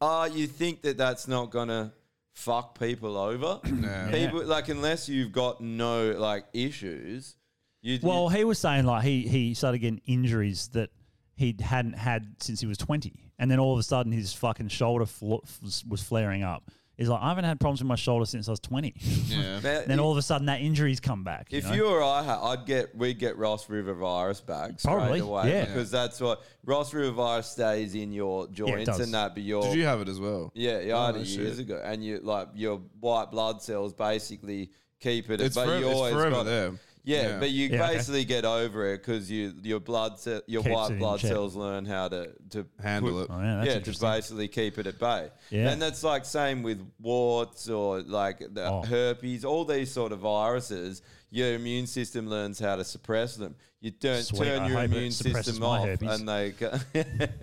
S7: Ah, you think that that's not gonna fuck people over?
S5: No.
S7: People like unless you've got no like issues, you
S6: Well, he was saying like he he started getting injuries that he hadn't had since he was twenty, and then all of a sudden his fucking shoulder fl- f- was flaring up. He's like, I haven't had problems with my shoulder since I was twenty.
S7: Yeah.
S6: then all of a sudden that injury's come back.
S7: If
S6: know?
S7: you or I had, I'd get we'd get Ross River virus back straight
S6: Probably,
S7: away
S6: yeah.
S7: because that's what Ross River virus stays in your joints
S5: does.
S7: and that. But your
S5: Did you have it as well?
S7: Yeah, yeah, I had
S5: Oh,
S7: it
S5: shit.
S7: years ago, and you like your white blood cells basically keep it.
S5: It's
S7: but
S5: forever-
S7: you
S5: it's
S7: always
S5: forever
S7: got,
S5: there.
S7: Yeah,
S5: Yeah.
S7: but you
S5: Yeah, okay.
S7: basically get over it because you your blood ce- your
S5: Keeps it
S7: white
S5: in
S7: blood
S5: check.
S7: cells learn how to to
S5: Handle
S7: put-
S5: it. Oh, yeah, that's
S7: to
S5: interesting.
S7: basically keep it at bay.
S5: Yeah.
S7: and that's like same with warts or like the
S6: Oh.
S7: herpes, all these sort of viruses. Your immune system learns how to suppress them. You don't
S6: Sweet,
S7: turn
S6: I
S7: your
S6: hope it
S7: immune
S6: suppresses
S7: system
S6: my
S7: off,
S6: herpes.
S7: and they. Go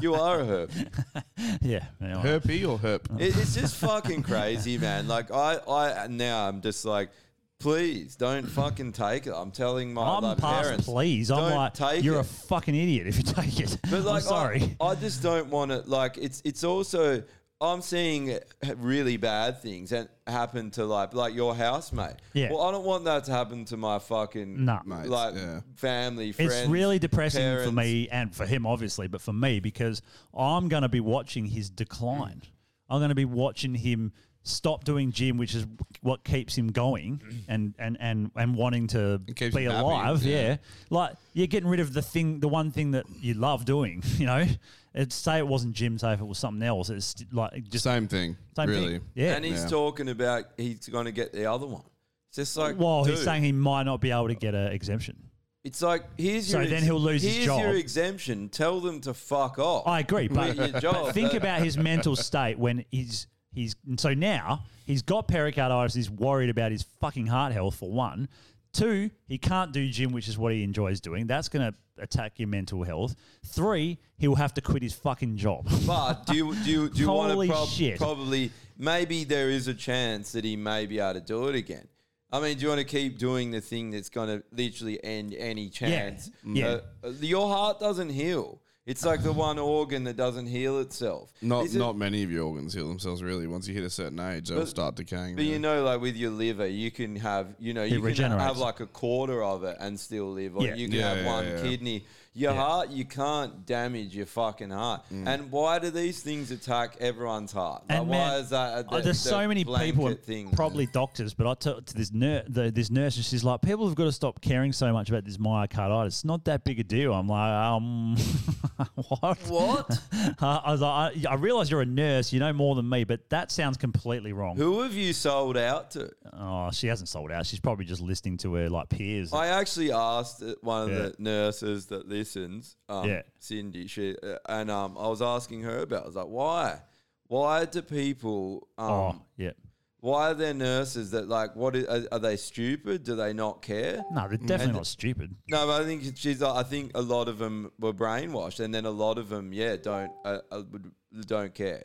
S7: you are a herp.
S6: yeah, yeah, all right.
S5: Herpy or herp?
S7: It, it's just fucking crazy, man. Like I, I now I'm just like, please don't fucking take it. I'm telling my
S6: I'm
S7: like,
S6: past
S7: parents,
S6: please. I'm
S7: don't
S6: like,
S7: take
S6: you're
S7: it.
S6: a fucking idiot if you take it.
S7: But like,
S6: I'm sorry.
S7: I, I just don't want it. Like, it's it's also I'm seeing really bad things that happen to like like your housemate.
S6: Yeah.
S7: Well, I don't want that to happen to my fucking
S6: Nah. Mates,
S7: like family. Friends,
S6: it's really depressing for
S7: parents.
S6: me and for him, obviously, but for me because I'm going to be watching his decline. I'm going to be watching him stop doing gym, which is what keeps him going and and and, and wanting to
S5: keeps
S6: be
S5: him happy,
S6: alive.
S5: yeah.
S6: Yeah. like you're getting rid of the thing, the one thing that you love doing. You know, it's, say it wasn't gym, say if it was something else, it's st- like just
S5: same thing.
S6: Same
S5: really.
S6: thing. Yeah,
S7: And he's talking about he's going to get the other one. It's just like,
S6: well, he's
S7: dude.
S6: saying he might not be able to get an exemption.
S7: It's like here's
S6: So
S7: your
S6: then he'll lose his
S7: here's
S6: job.
S7: your exemption. Tell them to fuck off.
S6: I agree, but,
S7: Quit your job.
S6: but think
S7: That-
S6: about his mental state when he's he's so now he's got pericarditis. He's worried about his fucking heart health for one. Two, he can't do gym, which is what he enjoys doing. That's going to attack your mental health. Three, he'll have to quit his fucking job.
S7: But do you do you, do you want
S6: Holy
S7: to prob-
S6: shit.
S7: probably maybe there is a chance that he may be able to do it again. I mean, do you want to keep doing the thing that's going to literally end any chance?
S5: Yeah.
S7: Uh, uh, your heart doesn't heal. It's like the one organ that doesn't heal itself.
S5: Not
S7: This is-
S5: not many of your organs heal themselves really. Once you hit a certain age, they'll
S7: But-
S5: start decaying.
S7: But
S5: really.
S7: you know, like with your liver, you can have you know
S5: It
S7: you can
S5: regenerates.
S7: have like a quarter of it and still live, or
S5: Yeah.
S7: you can
S5: Yeah,
S7: have
S5: yeah,
S7: one
S5: yeah.
S7: kidney. Your heart, you can't damage your fucking heart.
S5: Mm.
S7: And why do these things attack everyone's heart? Like,
S6: And
S7: why
S6: man,
S7: is that?
S6: uh, there's so many people, and probably doctors, but I talked to this nurse, the, this nurse, and she's like, people have got to stop caring so much about this myocarditis. It's not that big a deal. I'm like, um, what?
S7: What?
S6: Uh, I was like, I, I realize you're a nurse, you know more than me, but that sounds completely wrong.
S7: Who have you sold out to?
S6: Oh, she hasn't sold out. She's probably just listening to her like peers.
S7: I actually asked one of
S6: Yeah.
S7: the nurses that listens, um,
S6: Yeah.
S7: Cindy, she, uh, and um, I was asking her about. it. I was like, why? Why do people? Um,
S6: oh, yeah.
S7: Why are there nurses that like? What i- are, are they stupid? Do they not care?
S6: No, they're definitely not stupid.
S7: No, but I think she's. like- I think a lot of them were brainwashed, and then a lot of them, yeah, don't uh, uh, would- don't care.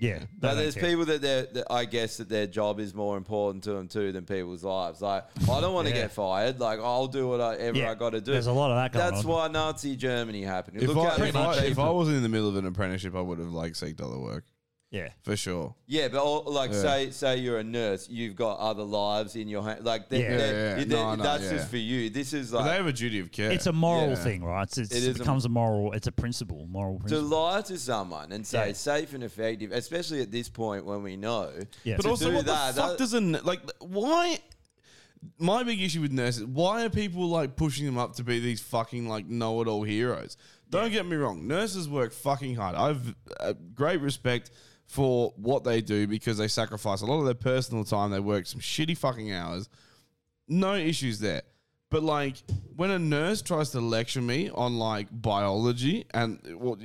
S6: Yeah. they
S7: But
S6: don't
S7: there's
S6: care.
S7: people that they're, that I guess that their job is more important to them too than people's lives. Like, I don't want to
S6: Yeah.
S7: get fired. Like, I'll do whatever
S6: Yeah,
S7: I got to do.
S6: there's a lot of that going
S7: That's
S6: on.
S7: why Nazi Germany happened.
S5: if
S7: Look
S5: I,
S7: how many
S5: if, I, if
S7: people-
S5: I wasn't in the middle of an apprenticeship, I would have like seeked other work.
S6: Yeah,
S5: for sure.
S7: Yeah, but all, like
S5: Yeah.
S7: say say you're a nurse, you've got other lives in your hand. Like
S5: Yeah.
S7: they're,
S5: Yeah,
S7: they're,
S5: yeah.
S7: they're-
S5: No, no,
S7: that's
S5: yeah.
S7: just for you. This is
S5: But
S7: like
S5: they have a duty of care.
S6: It's a moral
S7: Yeah.
S6: thing, right? It's, it's,
S7: It
S6: it,
S7: is a-
S6: becomes a moral. It's a principle, moral
S7: to
S6: principle.
S7: lie to someone and say
S6: Yeah.
S7: safe and effective, especially at this point when we know.
S5: But also, what the fuck
S7: does
S5: does a n- like? Why? my big issue with nurses, why are people like pushing them up to be these fucking like know it all heroes? Don't get me wrong, nurses work fucking hard. I've uh, great respect for what they do because they sacrifice a lot of their personal time. They work some shitty fucking hours. No issues there. But like when a nurse tries to lecture me on like biology and well,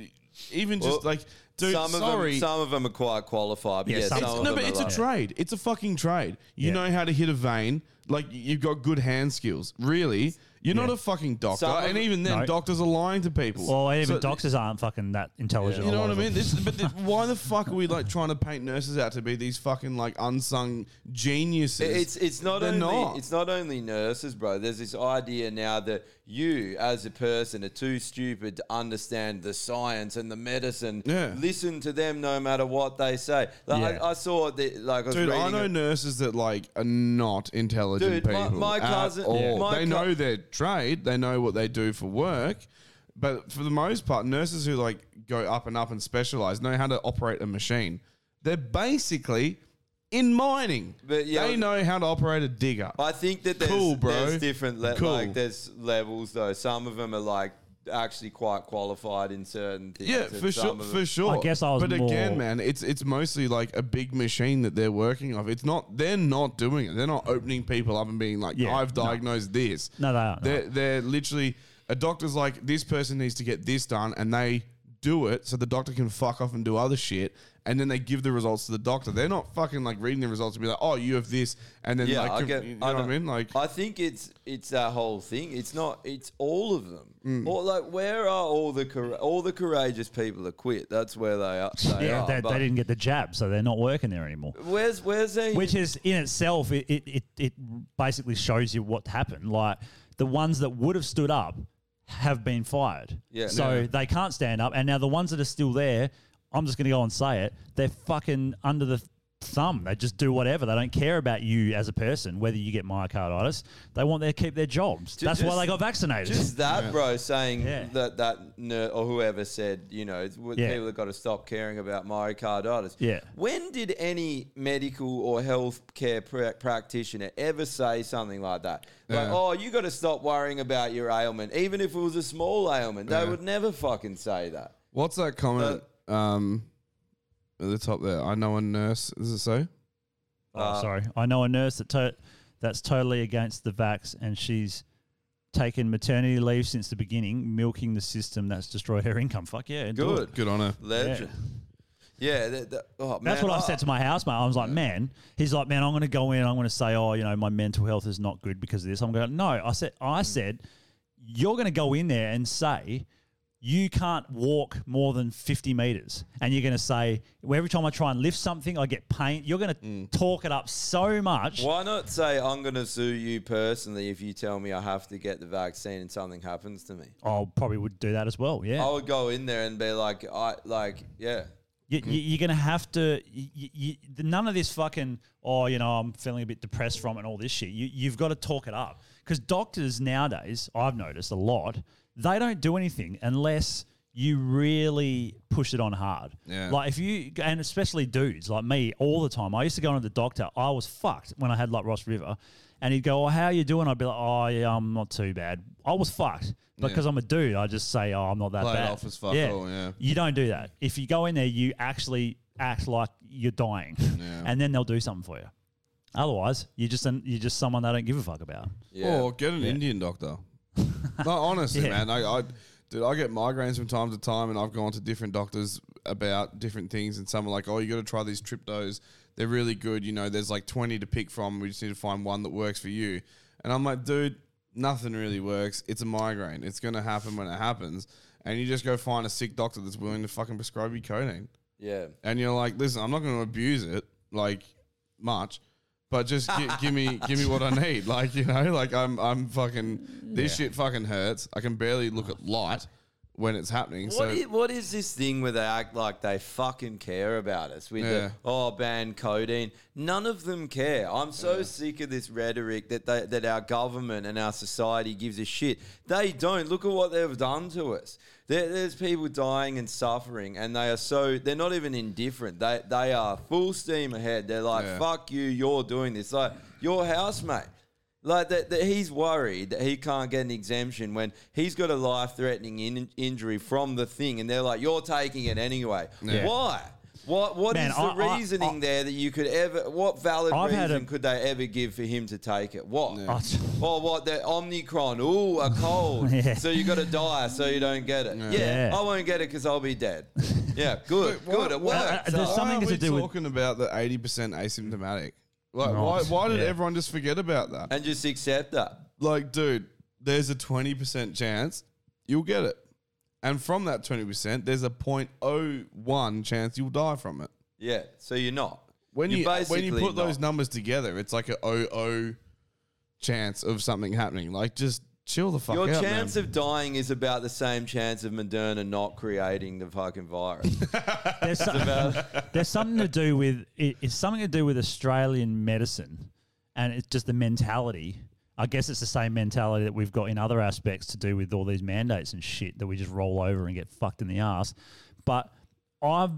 S5: even just
S7: Well,
S5: like dude,
S7: some
S5: sorry,
S7: of them, some of them are quite qualified. But yeah, some
S5: it's,
S7: of them
S5: no, but
S7: are
S5: it's
S7: like-
S5: a trade. It's a fucking trade. You
S7: Yeah.
S5: know how to hit a vein. Like y- you've got good hand skills. Really, you're not a fucking doctor.
S6: Some of
S5: and
S6: them-
S5: even then,
S6: No.
S5: doctors are lying to people.
S6: Well, even
S5: So-
S6: doctors aren't fucking that intelligent.
S5: you
S6: a
S5: know
S6: lot
S5: what I
S6: of
S5: mean?
S6: them.
S5: This, but th- why the fuck are we like trying to paint nurses out to be these fucking like unsung geniuses?
S7: It's it's not
S5: They're
S7: only
S5: not.
S7: it's not only nurses, bro. There's this idea now that you, as a person, are too stupid to understand the science and the medicine.
S5: Yeah.
S7: Listen to them, no matter what they say. Like,
S5: Yeah.
S7: I, I saw the like I was
S5: Dude, I
S7: reading
S5: know
S7: a-
S5: nurses that like are not intelligent
S7: Dude, my-
S5: people.
S7: my
S5: at
S7: cousin-
S5: all.
S7: Yeah. my
S5: they
S7: cou-
S5: know their trade, they know what they do for work, but for the most part, nurses who like go up and up and specialize know how to operate a machine. They're basically in mining.
S7: But yeah,
S5: they know how to operate a digger.
S7: I think that there's,
S5: Cool, bro.
S7: there's different le-
S5: Cool.
S7: like there's levels though. Some of them are like actually quite qualified in certain things.
S5: Yeah,
S7: and
S5: for sure,
S7: some of them-
S5: for sure. But again, man, it's it's mostly like a big machine that they're working off. It's not. They're not doing it. They're not opening people up and being like,
S6: Yeah,
S5: "I've
S6: no.
S5: diagnosed this."
S6: No, they aren't, no.
S5: They're they're literally a doctor's like, "This person needs to get this done," and they do it so the doctor can fuck off and do other shit. And then they give the results to the doctor. They're not fucking like reading the results and be like, "Oh, you have this," and then
S7: yeah,
S5: like,
S7: I
S5: com-
S7: get.
S5: you know
S7: I
S5: what I mean? Like,
S7: I think it's it's that whole thing. It's not. It's all of them.
S5: Mm.
S7: Or like, where are all the cour- all the courageous people that quit? That's where they are. They
S6: yeah,
S7: are.
S6: they,
S7: but
S6: they didn't get the jab, so they're not working there anymore.
S7: Where's where's they?
S6: Which is in itself, it, it, it, it basically shows you what happened. Like the ones that would have stood up have been fired.
S7: Yeah.
S6: So
S7: Yeah.
S6: they can't stand up. And now the ones that are still there, I'm just going to go and say it, they're fucking under the thumb. They just do whatever. They don't care about you as a person, whether you get myocarditis. They want to keep their jobs.
S7: Ju-
S6: That's why
S7: just-
S6: they got vaccinated.
S7: Just that, bro, saying
S6: Yeah.
S7: that that ner- or whoever said, you know, it's, with
S6: Yeah.
S7: people have got to stop caring about myocarditis.
S6: Yeah.
S7: When did any medical or healthcare pra- practitioner ever say something like that? Like,
S5: Yeah.
S7: oh, you got to stop worrying about your ailment, even if it was a small ailment. They
S5: Yeah.
S7: would never fucking say that.
S5: what's that comment? um, at the top there. I know a nurse. Is it so?
S6: Oh, sorry. I know a nurse that to- that's totally against the vax, and she's taken maternity leave since the beginning, milking the system that's destroyed her income. Fuck yeah, do
S7: Good.
S6: it.
S5: Good on her.
S7: Legend. Yeah. that- that- oh,
S6: That's
S7: man,
S6: what
S7: I-
S6: I've said to my housemate. I was like, man, he's like, man, I'm going to go in. I'm going to say, oh, you know, my mental health is not good because of this. I'm going, no, I said,
S7: Mm.
S6: I said, you're going to go in there and say you can't walk more than 50 meters, and you're going to say "Well, every time I try and lift something, I get pain. You're going to
S7: Mm.
S6: talk it up so much.
S7: Why not say I'm going to sue you personally if you tell me I have to get the vaccine and something happens to me?
S6: I probably would do that as well. Yeah.
S7: I would go in there and be like, I like, yeah.
S6: You, you, you're going to have to. You, you, the- none of this fucking. Oh, you know, I'm feeling a bit depressed from it and all this shit. You, you've got to talk it up because doctors nowadays, I've noticed a lot, they don't do anything unless you really push it on hard.
S5: Yeah.
S6: Like if you and especially dudes like me all the time. I used to go into the doctor. I was fucked when I had like Ross River, and he'd go, "Oh, how you doing?" I'd be like, "Oh, yeah, I'm not too bad." I was fucked
S5: Yeah.
S6: because I'm a dude. I just say, "Oh, I'm not that
S5: Play it
S6: bad."
S5: off as fuck all, yeah.
S6: You don't do that. If you go in there, you actually act like you're dying, and then they'll do something for you. Otherwise, you're just an, you're just someone they don't give a fuck about.
S5: Or Oh, get an Indian doctor. no, honestly,
S6: Yeah.
S5: man. I, I, dude, I get migraines from time to time, and I've gone to different doctors about different things, and some are like, "Oh, you got to try these triptos. They're really good. You know, there's like 20 to pick from. We just need to find one that works for you." And I'm like, dude, nothing really works. It's a migraine. It's gonna happen when it happens, and you just go find a sick doctor that's willing to fucking prescribe you codeine.
S7: Yeah.
S5: And you're like, listen, I'm not going to abuse it like much, but just gi- give me give me what I need. Like you know, like I'm I'm fucking this
S7: Yeah.
S5: shit fucking hurts. I can barely look at light when it's happening. so
S7: What is, what is this thing where they act like they fucking care about us? With
S5: Yeah.
S7: the, oh, ban codeine. None of them care. I'm so sick of this rhetoric that they, that our government and our society gives a shit. They don't. Look at what they've done to us. There, there's people dying and suffering, and they are so they're not even indifferent. They they are full steam ahead. They're like
S5: Yeah.
S7: fuck you. You're doing this. Like your housemate. Like that, that he's worried that he can't get an exemption when he's got a life-threatening in- injury from the thing, and they're like, "You're taking it anyway."
S6: Yeah.
S7: Why? What? What is
S6: Man, I-
S7: the
S6: I-
S7: reasoning there that you could ever? What valid
S6: I've
S7: reason
S6: had a-
S7: could they ever give for him to take it? What? Or what? The Omicron? Ooh, a cold.
S6: Yeah.
S7: So you got to die so you don't get it. Yeah,
S6: Yeah.
S7: I won't get it because I'll be dead. Yeah, good, good. It works.
S5: Why
S6: uh, something to
S5: are we
S6: do with-
S5: talking about the eighty percent asymptomatic. Like,
S7: Right.
S5: why, why did
S7: Yeah.
S5: everyone just forget about that
S7: and just accept that?
S5: Like, dude, there's a twenty percent chance you'll get it, and from that twenty percent, there's a 0.01 chance you'll die from it.
S7: Yeah, so you're not.
S5: When
S7: You're
S5: you uh, when you
S7: basically
S5: put those
S7: not.
S5: numbers together, it's like a oh chance of something happening. Like, just chill the fuck
S7: Your
S5: out, man.
S7: chance of dying is about the same chance of Moderna not creating the fucking virus.
S6: there's, some- there's something to do with it, it's something to do with Australian medicine, and it's just the mentality. I guess it's the same mentality that we've got in other aspects to do with all these mandates and shit that we just roll over and get fucked in the ass. But I've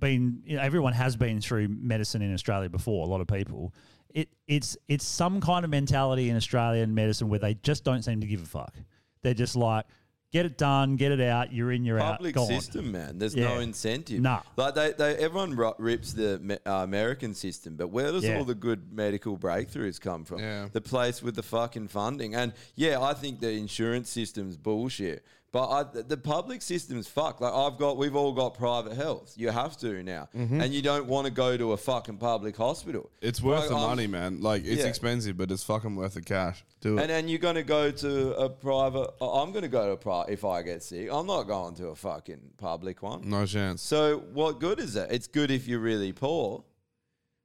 S6: been, you know, everyone has been through medicine in Australia before. A lot of people. It, it's it's some kind of mentality in Australian medicine where they just don't seem to give a fuck. They're just like, get it done, get it out. You're in, you're
S7: Public
S6: out. gone.
S7: system, man. There's no
S6: Yeah.
S7: incentive.
S6: Nah.
S7: Like they, they everyone ro- rips the me- uh, American system, but where does
S6: Yeah.
S7: all the good medical breakthroughs come from? The place with the fucking funding. And yeah, I think the insurance system's bullshit. But I, the- the public system's fuck. Like I've got, we've all got private health. You have to now,
S5: Mhm.
S7: and you don't want to go to a fucking public hospital.
S5: It's worth
S7: Like,
S5: the
S7: I'm-
S5: money, man. Like it's
S7: Yeah.
S5: expensive, but it's fucking worth the cash. Do it.
S7: And then you're going to go to a private. I- I'm going to go to a private if I get sick. I'm not going to a fucking public one.
S5: no chance.
S7: So what good is it? It's good if you're really poor.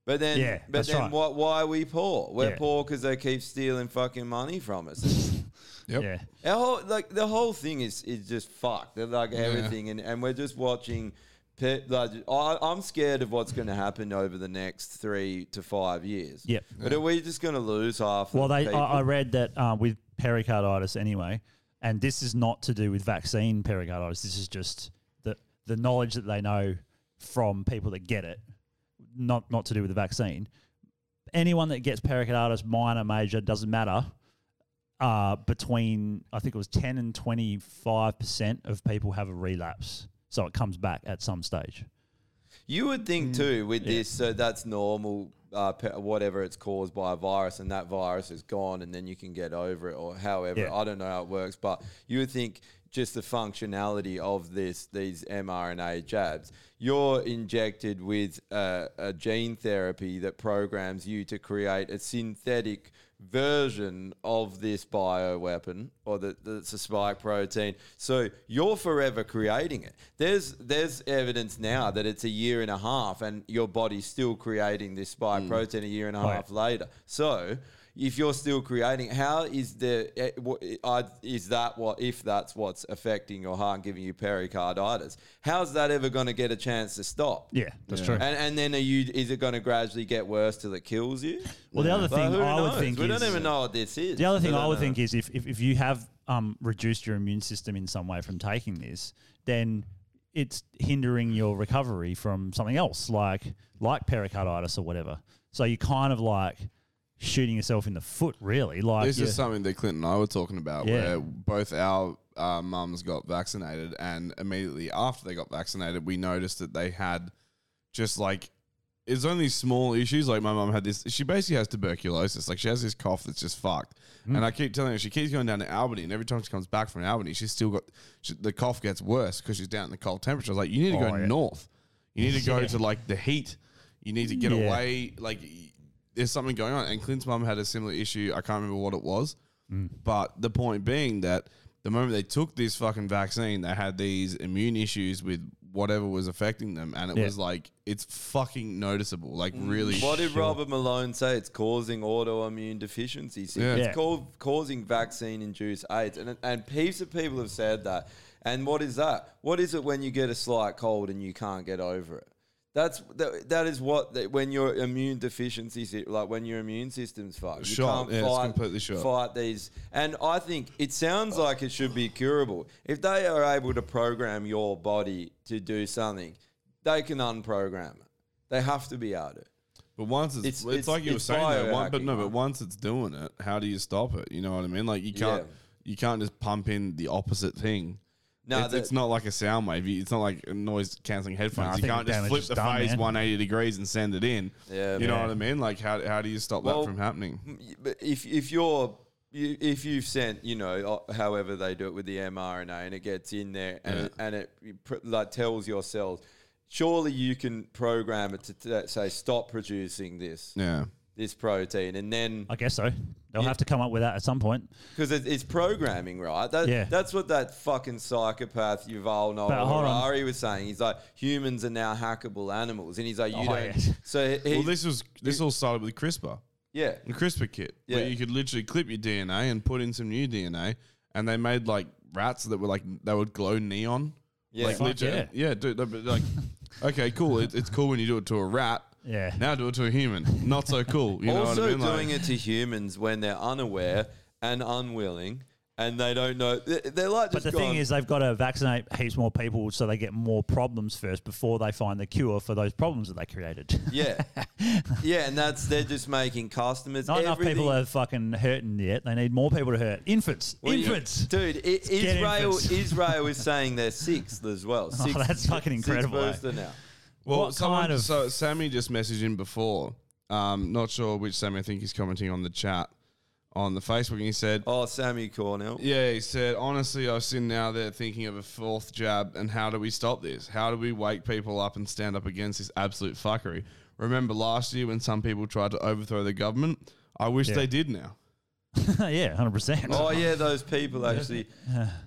S7: But then,
S5: Yeah,
S7: but
S5: that's
S7: then,
S5: right.
S7: why, why are we poor? We're
S5: Yeah.
S7: poor because they keep stealing fucking money from us.
S5: Yep.
S6: Yeah.
S7: Our whole, like the whole thing is is just fucked. They're like
S6: Yeah.
S7: everything, and, and we're just watching. Pe- like, I, I'm scared of what's going to happen over the next three to five years.
S6: Yep.
S7: But are we just going to lose half?
S6: Well,
S7: of the
S6: they
S7: people?
S6: I, I read that uh, with pericarditis anyway, and this is not to do with vaccine pericarditis. This is just the the knowledge that they know from people that get it, not not to do with the vaccine. Anyone that gets pericarditis, minor, major, doesn't matter. Uh, between I think it was ten and twenty five percent of people have a relapse, so it comes back at some stage.
S7: You would
S6: Mm.
S7: think too with this, so that's normal, uh, pe- whatever it's caused by a virus, and that virus is gone, and then you can get over it, or however
S6: Yeah.
S7: I don't know how it works, but you would think just the functionality of this these mRNA jabs, you're injected with a, a gene therapy that programs you to create a synthetic version of this bioweapon or that that's a spike protein. So you're forever creating it. There's there's evidence now that it's a year and a half and your body's still creating this spike protein a year and a
S6: Oh, yeah.
S7: half later. So if you're still creating, how is the eh, wha- I- is that what if that's what's affecting your heart and giving you pericarditis? How's that ever going to get a chance to stop?
S6: Yeah, that's Yeah. true.
S7: And, and then are you is it going to gradually get worse till it kills you?
S6: Well, the other
S7: Like,
S6: thing
S7: who
S6: I would
S7: knows?
S6: think
S7: we
S6: is-
S7: don't even know what this is.
S6: The other thing
S7: We
S6: I
S7: don't
S6: would
S7: know.
S6: think is if, if, if you have um, reduced your immune system in some way from taking this, then it's hindering your recovery from something else, like like pericarditis or whatever. So you're kind of like shooting yourself in the foot, really. Like
S5: this
S6: you're-
S5: is something that Clinton and I were talking about,
S6: Yeah.
S5: where both our uh, mums got vaccinated, and immediately after they got vaccinated, we noticed that they had just like it's only small issues. Like my mum had this; she basically has tuberculosis. Like she has this cough that's just fucked.
S6: Hmm.
S5: And I keep telling her she keeps going down to Albany, and every time she comes back from Albany, she's still got she, the cough gets worse because she's down in the cold temperature. I was like, you need to
S6: Oh,
S5: go
S6: yeah.
S5: north. You need to go
S6: Yeah.
S5: to like the heat. You need to get
S6: Yeah.
S5: away. Like there's something going on. And Clint's mum had a similar issue. I can't remember what it was. But the point being that the moment they took this fucking vaccine, they had these immune issues with whatever was affecting them. And it
S7: Yeah.
S5: was like, it's fucking noticeable. Like, really.
S7: What did Robert Malone say? It's causing autoimmune deficiency. syndrome.
S5: Yeah.
S7: It's
S5: Yeah.
S7: called causing vaccine-induced AIDS, and and heaps of people have said that. And what is that? What is it when you get a slight cold and you can't get over it? That's that, that is what that when your immune deficiency, sy- like when your immune system's fucked, you
S5: Shot.
S7: can't
S5: Yeah, it's
S7: fight,
S5: completely shot.
S7: fight these. And I think it sounds like it should be curable. If they are able to program your body to do something, they can unprogram it. They have to be able to.
S5: But But once it's it's,
S7: It's- it's-
S5: like you were
S7: it's
S5: saying, though, one, but
S7: biohacking.
S5: no, but once it's doing it, how do you stop it? You know what I mean? Like you can't
S7: Yeah.
S5: you can't just pump in the opposite thing.
S7: No,
S5: it's,
S7: that-
S5: it's not like a sound wave. You- It's not like noise canceling
S7: No, I
S5: headphones. you
S7: think
S5: can't
S7: the
S5: just
S7: damage
S5: flip
S7: is
S5: the
S7: done,
S5: phase
S7: man.
S5: 180 degrees and send it in.
S7: Yeah,
S5: you know
S7: man.
S5: what I mean? Like how, how do you stop
S7: Well,
S5: that from happening?
S7: Y- but if if you're you, if you've sent you know uh, however they do it with the mRNA and it gets in there and
S5: Yeah.
S7: it, and it pr- like tells your cells, surely you can program it to t- say stop producing this
S5: Yeah.
S7: this protein and then
S6: I guess so. They'll have to come up with that at some point.
S7: because it, it's programming, right? That,
S6: Yeah.
S7: That's what that fucking psychopath Yuval Noah
S6: But hold on.
S7: Harari was saying. He's like, humans are now hackable animals, and he's like, you
S5: Oh,
S7: don't.
S5: yes.
S7: So he,
S5: well, this was this all started with CRISPR.
S7: Yeah.
S5: the CRISPR kit,
S7: Yeah.
S5: where you could literally clip your DNA and put in some new DNA, and they made like rats that were like they would glow neon.
S7: Yeah.
S5: like
S7: Fuck
S5: literally, yeah, dude. no, but like, okay, cool. It, it's cool when you do it to a rat.
S7: Yeah.
S5: Now do it to a human. Not so cool.
S7: also
S5: You know what I mean? Like-
S7: doing it to humans when they're unaware and unwilling, and they don't know. they- They're like,
S6: But
S7: just
S6: the thing
S7: gone-
S6: is, they've got to vaccinate heaps more people so they get more problems first before they find the cure for those problems that they created.
S7: yeah, yeah, and that's they're just making customers.
S6: Not enough
S7: everything-
S6: people are fucking hurting yet. They need more people to hurt. Infants.
S7: Well, you-
S6: infants.
S7: dude, I-
S6: Let's get
S7: Israel
S6: infants.
S7: Israel is saying they're sixth as well.
S6: Oh,
S7: Sixth,
S6: that's fucking incredible, eh?
S7: Sixth first now.
S5: Well,
S7: What
S5: someone,
S7: kind of-
S5: so Sammy just messaged in before. Um, not sure which Sammy. I think he's commenting on the chat on the Facebook, and he said,
S7: "Oh, Sammy Cornell."
S5: Yeah, he said, "Honestly, I've seen now they're thinking of a fourth jab, and how do we stop this? How do we wake people up and stand up against this absolute fuckery? Remember last year when some people tried to overthrow the government? I wish
S6: Yeah.
S5: they did now.
S6: yeah, hundred percent.
S7: Oh yeah, those people actually.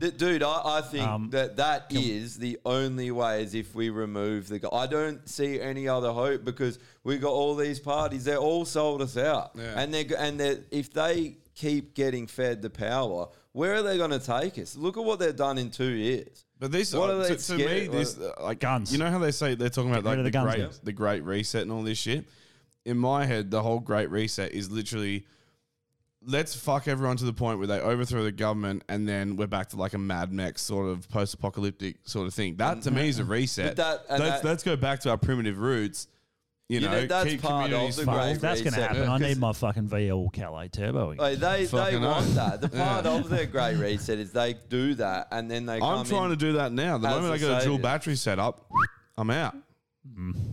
S7: Th- Dude, I, I think
S6: Um,
S7: that that is the only way is if we remove the. go- I don't see any other hope because we got all these parties. They're all sold us out,
S5: Yeah.
S7: and they and they if they keep getting fed the power, where are they going to take us? Look at what they've done in two years.
S5: But this,
S7: what
S5: uh,
S7: are they
S5: to, to me,
S7: scared-
S5: this
S7: what-
S5: uh, like guns. You know how they say they're talking about
S7: Get rid
S5: like
S7: of
S5: the,
S7: the guns,
S5: great,
S7: yeah.
S5: the great reset and all this shit. In my head, the whole great reset is literally let's fuck everyone to the point where they overthrow the government, and then we're back to like a Mad Max sort of post-apocalyptic sort of thing. That to me is a reset.
S7: But that- and
S5: let's,
S7: that-
S5: let's go back to our primitive roots. You
S7: You
S5: know,
S7: know, that's
S5: keep
S7: part of
S5: communities
S7: the
S5: full.
S7: great
S6: If that's going to happen, I need my fucking VL Calais turbo. again.
S7: Like, they they
S5: Fucking
S7: want
S5: oath.
S7: that. The part
S5: Yeah.
S7: of their great reset is they do that, and then they.
S5: I'm trying to do that now. The
S7: as
S5: moment
S7: the
S5: I get a dual
S7: saviour.
S5: battery setup, I'm out.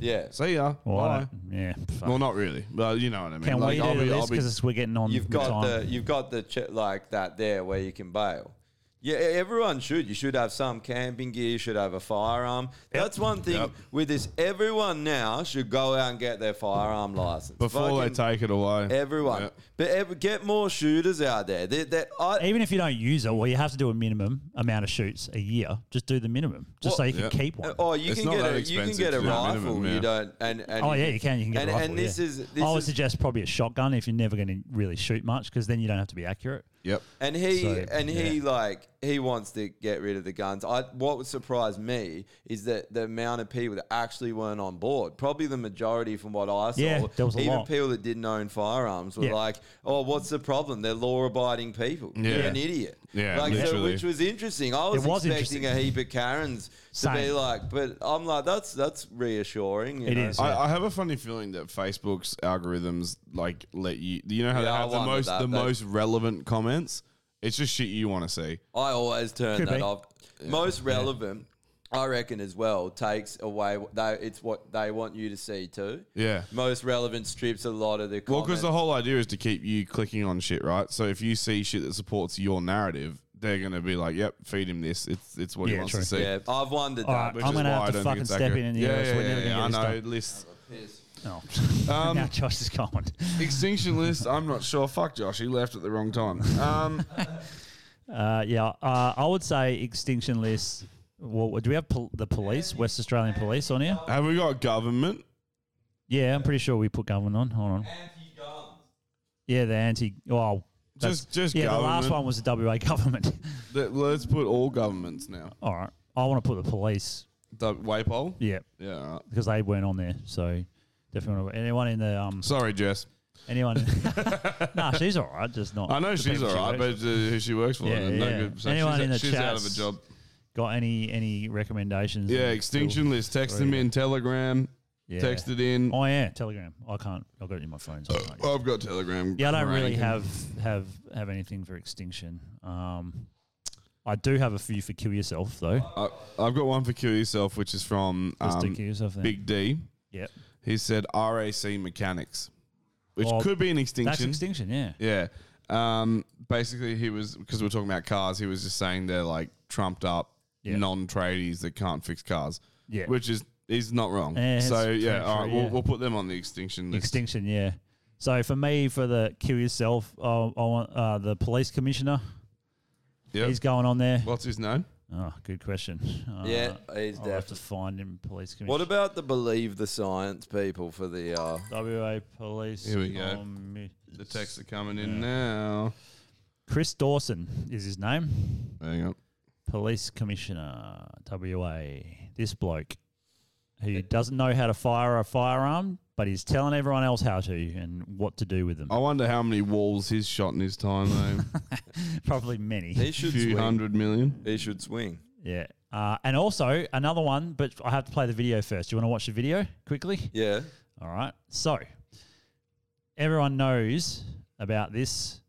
S7: Yeah.
S5: See ya.
S6: Well, I
S5: Bye.
S6: don't- yeah. fuck.
S5: Well, not really, but you know what I mean.
S6: Can we do this? Because we're getting on.
S7: You've got
S6: time.
S7: the you've got the ch- like that there where you can bail. Yeah, e- everyone should. You should have some camping gear. You should have a firearm. That's one thing with this. Everyone now should go out and get their firearm license
S5: before they
S7: Fucking
S5: take it away.
S7: Everyone, but ev- get more shooters out there. They- they- I,
S6: Even if you don't use it, well, you have to do a minimum amount of shoots a year. Just do the minimum, just so you can keep one.
S7: Oh, you can get a you can get a rifle. You don't. And, and
S6: oh yeah, you can. You can get
S7: and,
S6: a rifle.
S7: And this
S6: yeah.
S7: is this
S6: I would
S7: is
S6: suggest probably a shotgun if you're never going to really shoot much, because then you don't have to be accurate.
S5: Yep.
S7: And he
S6: So,
S7: and he like he wants to get rid of the guns. I what would surprise me is that the amount of people that actually weren't on board. Probably the majority from what I saw.
S6: Yeah, there was a
S7: even
S6: lot.
S7: people that didn't own firearms were
S6: Yeah.
S7: like, "Oh, what's the problem? They're law-abiding people. You're
S5: Yeah.
S7: an idiot."
S5: Yeah,
S7: like so,
S5: literally.
S7: which was interesting. I
S5: It
S7: was,
S5: was
S7: expecting a
S5: interesting.
S7: heap of Karens to be
S5: Same.
S7: like, but I'm like, that's that's reassuring. You know?
S5: I, I have a funny feeling that Facebook's algorithms like let you. You know how
S7: Yeah, I
S5: they have the
S7: wondered
S5: most
S7: that,
S5: the
S7: they-
S5: most relevant comments. It's just shit you want to see.
S7: I always turn
S5: Could
S7: that
S5: be.
S7: off. Most relevant, I reckon, as well, takes away. what They, it's what they want you to see too.
S5: Yeah.
S7: Most relevant strips a lot of the.
S5: Well, because
S7: comments.
S5: the whole idea is to keep you clicking on shit, right? So if you see shit that supports your narrative, they're gonna be like, "Yep, feed him this. It's it's what he
S7: Yeah,
S5: wants
S7: true.
S5: to see."
S7: Yeah, I've wondered
S6: All that. right,
S5: Which
S6: I'm
S5: is
S6: gonna
S5: why
S6: have
S5: I
S6: to
S5: don't think
S6: fucking
S5: it's
S6: step
S5: accurate.
S6: in and
S5: yeah,
S6: hear us.
S5: yeah,
S6: We're never
S5: yeah,
S6: gonna get
S5: I know. Um,
S6: this done.
S5: List.
S6: Oh, now Josh is gone.
S5: Extinction list. I'm not sure. Fuck Josh. He left at the wrong time. Um,
S6: Uh, yeah, uh, I would say extinction list. Well, do we have pol- the police, West Australian police, on here?
S5: Have we got government?
S6: Yeah, I'm pretty sure we put government on. Hold on. Anti-guns. Yeah, the anti. Well, that's-
S5: Just- just
S6: yeah. The last
S5: government.
S6: one was the WA government.
S5: Let- Let's put all governments now.
S6: All right, I want to put the police.
S5: The Waypole.
S6: Yeah.
S5: Yeah. all right.
S6: because they weren't on there. So definitely wanna- anyone in the um.
S5: Sorry, Jess.
S6: Anyone? nah, she's all right. Just not.
S5: I know
S6: the
S5: she's
S6: people
S5: all
S6: she
S5: right,
S6: works
S5: but uh, who she works for?
S6: Yeah,
S5: uh, no
S6: yeah.
S5: good. So
S6: Anyone
S5: she's,
S6: in the
S5: she's out of a
S6: chats?
S5: job.
S6: Got any any recommendations?
S5: Yeah, extinction list. Text them in Telegram.
S6: Yeah.
S5: Texted in.
S6: Oh yeah, Telegram. I can't. I've got it in my phone. So I can't.
S5: I've got Telegram.
S6: Yeah, I don't really
S5: cranking.
S6: have have have anything for extinction. Um, I do have a few for kill yourself though.
S5: I, I've got one for Kill Yourself, which is from
S6: Let's do
S5: um,
S6: Kill Yourself then.
S5: Big D.
S6: Yep.
S5: He said RAC Mechanics, which
S6: Oh,
S5: could be an
S6: that's
S5: extinction.
S6: extinction, yeah.
S5: Yeah. Um, basically, he was, because we're talking about cars, he was just saying they're like trumped up
S6: Yeah.
S5: non tradies that can't fix cars.
S6: Yeah.
S5: Which is, he's not wrong.
S6: Eh, it's
S5: so, yeah,
S6: true,
S5: all right,
S6: true,
S5: we'll,
S6: yeah.
S5: we'll put them on the extinction list.
S6: Extinction, yeah. So for me, for the kill yourself, I, I want uh, the police commissioner.
S5: Yep.
S6: He's going on there.
S5: What's his name?
S6: Oh, good question. Uh,
S7: Yeah, he's
S6: I'll have to find him. Police commissioner.
S7: What about the believe the science people for the uh,
S6: WA police?
S5: Here we go.
S6: commi-
S5: The texts are coming in now.
S6: Chris Dawson is his name.
S5: Hang on.
S6: Police Commissioner WA. This bloke who doesn't know how to fire a firearm, but he's telling everyone else how to and what to do with them.
S5: I wonder how many walls he's shot in his time, though.
S6: Probably many.
S7: He should
S5: Few
S7: swing.
S5: hundred million.
S7: He should swing.
S6: Yeah. Uh, and also another one, but I have to play the video first. Do you want to watch the video quickly?
S7: Yeah.
S6: All right. So everyone knows about this.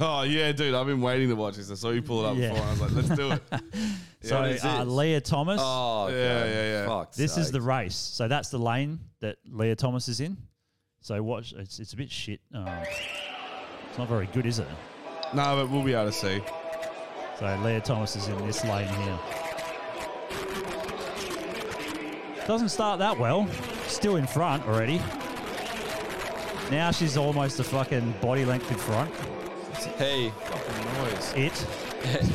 S5: Oh yeah, dude! I've been waiting to watch this. I saw you pull it up
S6: Yeah.
S5: before, and I was like, "Let's do it."
S6: So
S5: What is
S6: uh,
S5: this?
S6: Leah Thomas.
S5: Oh, okay. Yeah, yeah, yeah. Fuck's
S6: This is
S5: sake.
S6: the race. So that's the lane that Leah Thomas is in. So watch. It's it's a bit shit. Um, it's not very good, is it?
S5: No, but we'll be able to see.
S6: So Leah Thomas is in this lane here. Doesn't start that well. Still in front already. Now she's almost a fucking body length in front.
S7: Hey.
S6: Noise. It.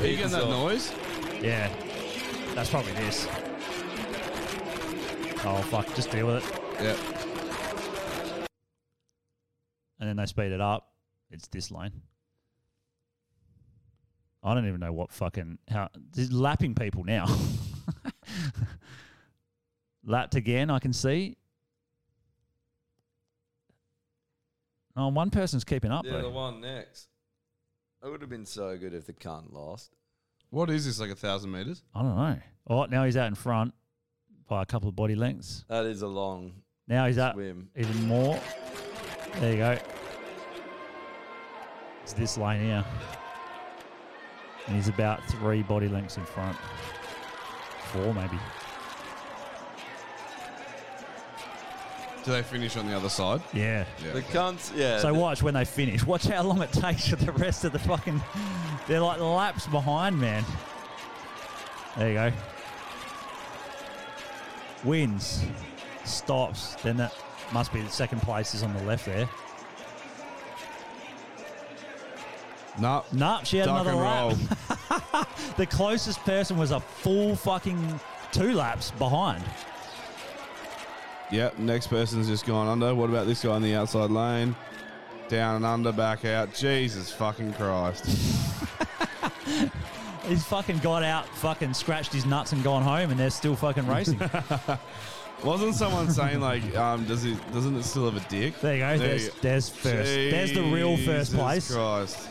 S7: Are you getting that
S5: noise?
S6: Yeah. That's probably this. Oh fuck, just deal with it.
S5: Yep.
S6: And then they speed it up. It's this lane. I don't even know what fucking how this is lapping people now. Lapped again, I can see. Oh, one person's keeping up
S7: Yeah,
S6: though.
S7: the one next. It would have been so good if the cunt lost.
S5: What is this? Like a thousand meters?
S6: I don't know. Oh, now he's out in front by a couple of body lengths.
S7: That is a long.
S6: Now he's up
S7: Swim.
S6: even more. There you go. It's this lane here. And he's about three body lengths in front. Four, maybe.
S5: Do they finish on the other side?
S6: Yeah.
S5: Yeah.
S7: The cunts, yeah.
S6: so
S7: the-
S6: watch when they finish. Watch how long it takes for the rest of the fucking. They're like laps behind, man. There you go. Wins, stops. Then that must be the second place is on the left there.
S5: No.
S6: No, she had
S5: Duck
S6: another
S5: and
S6: lap. the closest person was a full fucking two laps behind.
S5: Yep. Next person's just gone under. What about this guy in the outside lane? Down and under, back out. Jesus fucking Christ!
S6: He's fucking got out, fucking scratched his nuts and gone home, and they're still fucking racing.
S5: Wasn't someone saying like, um, does it? Doesn't it still have a dick?
S6: There you go. There's- there's first. There's the real first
S5: Jesus
S6: place.
S5: Christ.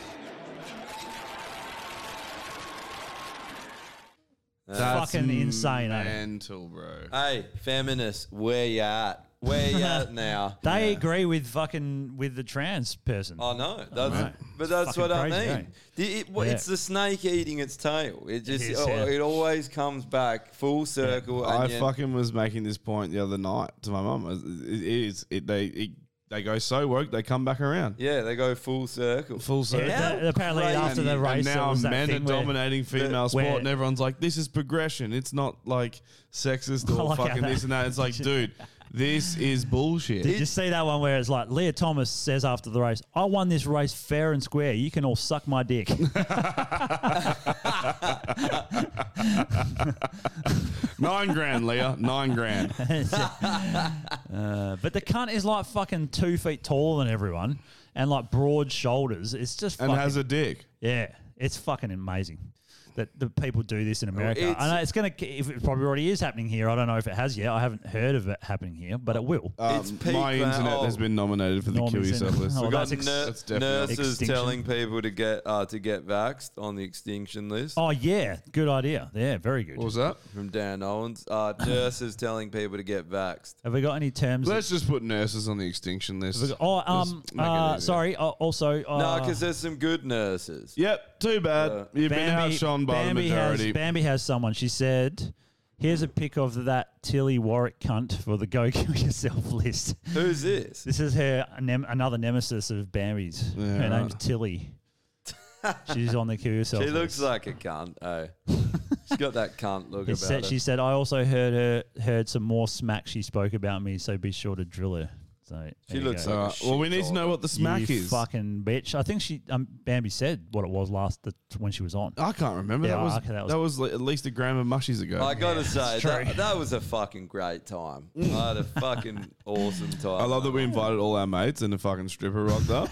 S6: fucking insane, eh?
S5: mental, bro.
S7: Hey, feminists, where you at? Where you at now?
S6: They agree with fucking with the trans person.
S7: I know. That's,
S6: know.
S7: But
S6: It's
S7: that's what I
S6: fucking crazy, eh?
S7: mean. The- it- well,
S6: Yeah.
S7: It's the snake eating its tail. It just
S6: is,
S7: oh,
S6: yeah.
S7: it always comes back full circle.
S5: I
S7: onion.
S5: fucking was making this point the other night to my mum. It it is it, they it, they go so woke they come back around.
S7: Yeah, they go full circle.
S5: Full circle.
S6: Yeah, the- apparently after the race,
S5: and
S6: there
S5: now
S6: was that
S5: men
S6: thing
S5: are
S6: where-
S5: dominating female sport,
S6: where-
S5: and everyone's like, "This is progression. It's not like sexist or
S6: I like how
S5: fucking
S6: that-
S5: this and that." It's like, dude, this is bullshit.
S6: Did you see that one where it's like Leah Thomas says after the race, "I won this race fair and square. You can all suck my dick."
S5: Nine grand, Leah. Nine grand.
S6: Uh, but the cunt is like fucking two feet taller than everyone and like broad shoulders. It's just
S5: And
S6: fucking,
S5: has a dick.
S6: yeah. It's fucking amazing. that the people do this in America.
S7: it's-
S6: I know it's going to. If it probably already is happening here. I don't know if it has yet. I haven't heard of it happening here, but it will.
S5: Um, my internet has been nominated for the E
S6: Normies
S5: Kiwi
S6: in-
S5: sublist.
S6: Oh,
S7: We've got
S6: ex-
S7: nur-
S6: that's definitely-
S7: nurses
S6: Extinction.
S7: telling people to get uh, to get vaxxed on the extinction list.
S6: Oh yeah, good idea. Yeah, very good.
S7: What was
S5: that?
S7: From Dan Owens. Uh, nurses telling people to get vaxxed.
S6: Have we got any terms?
S5: Let's just put nurses on the extinction list.
S6: Oh,
S5: Let's
S6: um,
S5: make it
S6: uh,
S5: easier.
S6: sorry. Uh, also, uh,
S7: no, because there's some good nurses.
S5: Ah.
S7: Uh,
S5: Yep, too bad. You've been outshone by
S6: Bambi
S5: the majority.
S6: Has, Bambi has someone. She said, "Here's a pic of that Tilly Warwick cunt for the go kill yourself list."
S7: Who's this?
S6: This is her nem- another nemesis of Bambi's. her
S7: right.
S6: name's Tilly. She's on the kill yourself.
S7: She
S6: list.
S7: looks like a cunt. Oh, she's got that cunt look
S6: It
S7: about
S6: said,
S7: her.
S6: she said, "I also heard her heard some more smack she spoke about me, so be sure to drill her." So there
S5: She
S6: you
S5: looks
S6: go.
S5: like a Alright, well, we need to know what the smack
S6: You
S5: is.
S6: Fucking bitch! I think she um, Bambi said what it was last the, when she was on.
S5: I can't remember.
S6: Yeah,
S5: that, was,
S6: okay,
S5: that was li- at least a gram of mushies ago.
S7: I gotta say
S5: true.
S7: that, that was a fucking great time. I
S5: Mm.
S7: had a fucking awesome time.
S5: I love that we invited all our mates and a fucking stripper rocked up.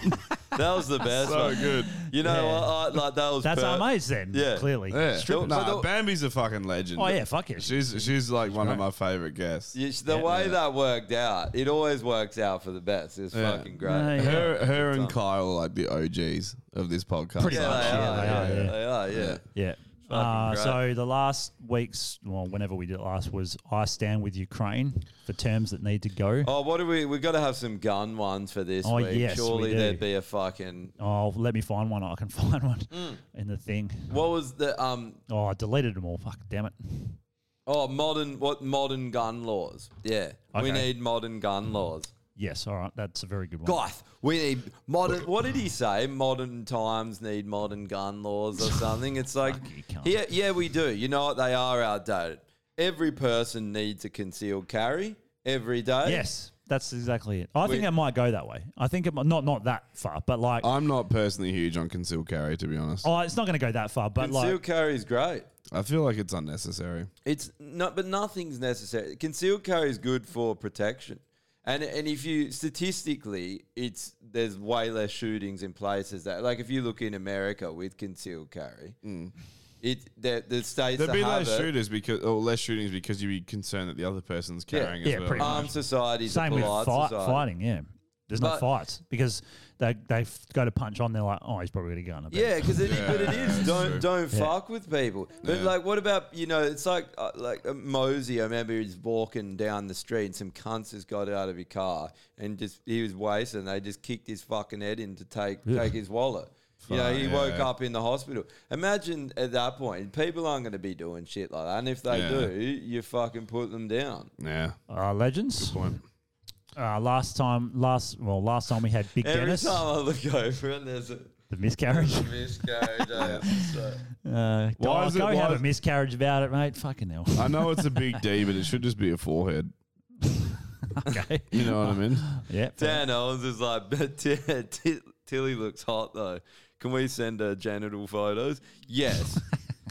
S7: That was the best.
S5: So
S7: one.
S5: good.
S7: You know
S5: Yeah.
S7: what? I, like that was.
S6: That's
S7: per-
S6: our mates then, clearly.
S5: Yeah.
S6: Strippers.
S5: Nah,
S6: But the-
S5: Bambi's a fucking legend.
S6: Oh, yeah, fuck it.
S5: She's she's like one of my favorite guests.
S7: Yeah, the way that worked out, it always works out for the best. It's
S5: Yeah.
S7: fucking great.
S5: Her, her and Kyle are like the OGs of this podcast.
S7: Pretty Yeah, much, they yeah, are, they yeah, are, yeah. they are, yeah.
S6: Yeah.
S7: Fucking
S6: Uh,
S7: great.
S6: so the last week's, well, whenever we did it last, was I stand with Ukraine for terms that need to go.
S7: Oh, what do we? We got to have some gun ones for this
S6: Oh,
S7: week.
S6: yes, we
S7: Surely
S6: do.
S7: there'd be a fucking.
S6: Oh, let me find one. I can find one
S5: Mm.
S6: in the thing.
S7: What was the um?
S6: Oh, I deleted them all. Fuck, damn it.
S7: Oh, modern what? Modern gun laws. Yeah,
S6: Okay.
S7: we need modern gun laws.
S6: Yes, all right. That's a very good one.
S7: Goth, we need modern. What did he say? Modern times need modern gun laws or something. It's like, yeah, yeah, we do. You know what? They are outdated. Every person needs a concealed carry every day.
S6: Yes, that's exactly it. I think
S7: We-
S6: it might go that way. I think it might, not not that far, but like,
S5: I'm not personally huge on concealed carry, to be honest.
S6: oh, it's not going to go that far. But
S7: concealed
S6: like,
S7: carry is great.
S5: I feel like it's unnecessary.
S7: It's not, but nothing's necessary. Concealed carry is good for protection, and and if you statistically, it's there's way less shootings in places that like if you look in America with concealed carry,
S5: Mm.
S7: it the the states
S5: There'd
S7: that
S5: be
S7: have
S5: less
S7: it-
S5: shooters because, or less shootings because you'd be concerned that the other person's carrying as well.
S7: Armed societies,
S6: Same with
S7: Um, polite
S6: fight,
S7: society.
S6: fighting, yeah. There's
S7: But-
S6: no fights because they they f- go to punch on. They're like, oh, he's probably going to gun. I bet."
S7: Yeah, because it, but it is. don't don't
S6: Yeah.
S7: fuck with people. But
S6: Yeah.
S7: like, what about you know? It's like uh, like uh, Mosey. I remember he's walking down the street, and some cunts has got out of his car, and just he was wasting. They just kicked his fucking head in to take
S5: Ugh.
S7: take his wallet. You know,
S5: Fuck,
S7: he
S5: yeah.
S7: woke up in the hospital. Imagine at that point, people aren't going to be doing shit like that. And if they
S5: Yeah.
S7: do, you fucking put them down.
S5: Yeah.
S6: Uh, legends. Good
S5: point.
S6: Uh, last time, last well, last time we had Big
S7: Every
S6: Dennis,
S7: time I look over it, there's a
S6: the miscarriage.
S7: there's a miscarriage. eh? So-
S6: Uh,
S5: Why
S6: go-
S5: is it-
S6: go
S5: why
S6: have
S5: is-
S6: a miscarriage about it, mate. Fucking hell.
S5: I know it's a big D, but it should just be a forehead.
S6: okay.
S5: You know what I mean?
S6: Yeah.
S7: Dan Owens is like, but t- T- Tilly looks hot though. Can we send her genital photos? Yes.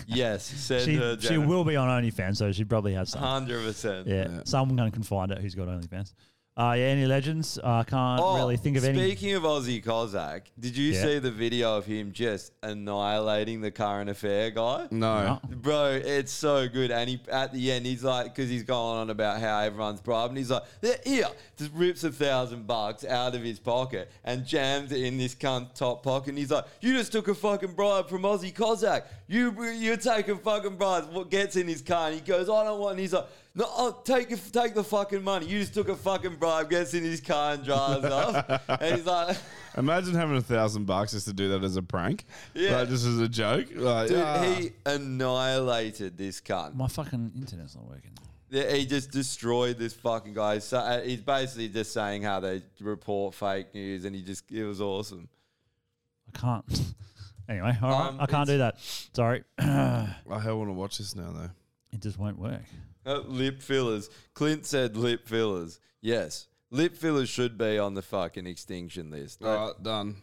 S7: yes. Send her
S6: She, she
S7: genital.
S6: will be on OnlyFans, so she probably has some.
S7: 100%.
S6: Yeah, someone can find it who's got OnlyFans. Uh, yeah, any legends? Uh, I can't
S5: Oh,
S6: really think of any.
S7: Oh, Speaking of Aussie Cossack, did you
S6: Yeah.
S7: see the video of him just annihilating the current affair guy?
S5: No.
S7: Bro, it's so good. And he at the end, he's like, because he's going on about how everyone's bribing. He's like, "There, here, just rips a thousand bucks out of his pocket and jams it in this cunt top pocket. And he's like, you just took a fucking bribe from Aussie Cossack. You, you're taking fucking bribes. What gets in his car? And he goes, I don't want. And he's like, no, oh, take it- take the fucking money. You just took a fucking bribe. Gets in his car and drives off. And he's like,
S5: Imagine having a thousand bucks just to do that as a prank.
S7: Yeah.
S5: Like, just as a joke. Like,
S7: dude,
S5: ah.
S7: he annihilated this cunt.
S6: My fucking internet's not working.
S7: Yeah, he just destroyed this fucking guy. So, uh, he's basically just saying how they report fake news, and he just it was awesome.
S6: I can't. Anyway, all right, I can't do that. Sorry.
S5: Um, I hell want to watch this now though.
S6: It just won't work.
S7: Uh, lip fillers. Clint said lip fillers. Yes, lip fillers should be on the fucking extinction list.
S5: All right, done.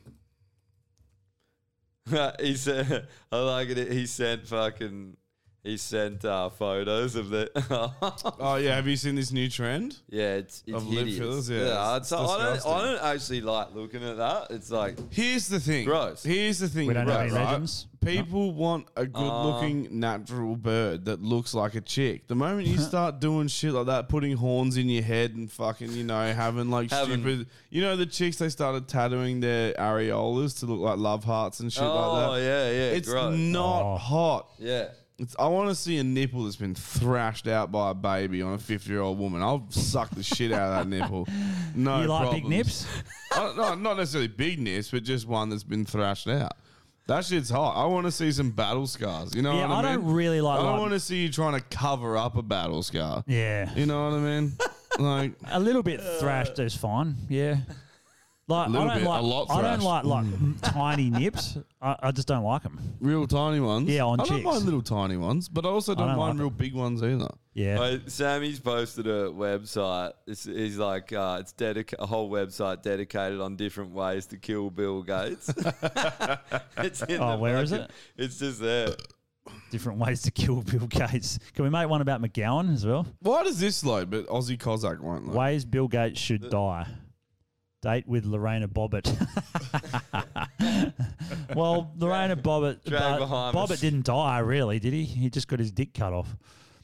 S7: he said, "I like it." He sent fucking He sent uh, photos of the.
S5: oh yeah, have you seen this new trend?
S7: Yeah, it's, it's
S5: Of lip
S7: hideous.
S5: fillers, yeah, it's
S7: so I don't.
S5: disgusting.
S7: I don't actually like looking at that. It's like
S5: Here's the thing.
S7: Gross.
S5: Here's the thing.
S7: We don't
S5: right,
S7: have any
S5: right?
S7: legends?
S5: People want a
S7: Uh, Um,
S5: good-looking natural bird that looks like a chick. The moment you start doing shit like that, putting horns in your head and fucking, you know, having like
S7: Having-
S5: stupid, you know, the chicks they started tattooing their areolas to look like love hearts and shit like
S7: Oh,
S5: that.
S7: yeah, yeah,
S5: It's
S7: gross.
S5: not
S7: Oh.
S5: hot.
S7: Yeah.
S5: It's, I want to see a nipple that's been thrashed out by a baby on a 50 year old woman. I'll suck the shit out of that nipple. No
S6: You like big
S5: problems.
S6: nips?
S5: I, no, not necessarily big nips, but just one that's been thrashed out. That shit's hot. I want to see some battle scars. You know
S6: Yeah,
S5: what I,
S6: I
S5: mean?
S6: don't really like
S5: I don't
S6: like-
S5: want to see you trying to cover up a battle scar.
S6: Yeah.
S5: You know what I mean? Like Uh.
S6: a little bit thrashed is fine. Yeah. Like
S5: A
S6: I
S5: little
S6: don't
S5: bit,
S6: like
S5: a lot
S6: I don't
S5: thrashed.
S6: like like tiny nips. I, I just don't like them.
S5: Real tiny ones.
S6: Yeah, on
S5: I don't
S6: chicks.
S5: mind little tiny ones, but I also
S6: I
S5: don't,
S6: don't
S5: mind
S6: like
S5: real big ones either.
S6: Yeah.
S7: Mate, Sammy's posted a website. It's, he's like, uh, it's dedica- a whole website dedicated on different ways to kill Bill Gates. it's in
S6: Oh,
S7: the
S6: where is
S7: fucking- It's just there.
S6: Different ways to kill Bill Gates. Can we make one about McGowan as well?
S5: Why does this load? But Aussie Cossack won't load.
S6: Ways Bill Gates should die. Date with Lorena Bobbitt. well, Lorena Bobbitt, but
S7: Drag behind us.
S6: Bobbitt didn't die, really, did he? He just got his dick cut off.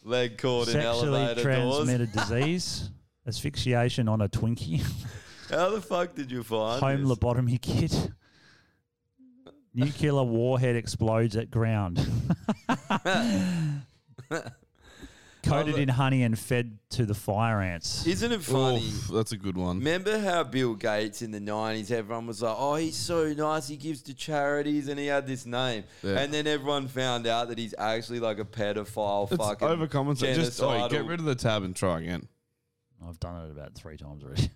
S7: Leg caught in
S6: Sexually
S7: elevator
S6: transmitted
S7: doors.
S6: disease, asphyxiation on a Twinkie,
S7: How the fuck did you find
S6: home
S7: this?
S6: lobotomy kit, nuclear warhead explodes at ground, coated in honey and fed to the fire ants.
S7: Isn't it funny?
S5: that's a good one.
S7: Remember how Bill Gates in the 90s, everyone was like, oh, he's so nice. He gives to charities and he had this name.
S5: Yeah.
S7: And then everyone found out that he's actually like a pedophile
S5: It's
S7: fucking.
S5: overcompensate. Just oh, get
S7: genocidal-
S5: rid of the tab and try again.
S6: I've done it about three times already.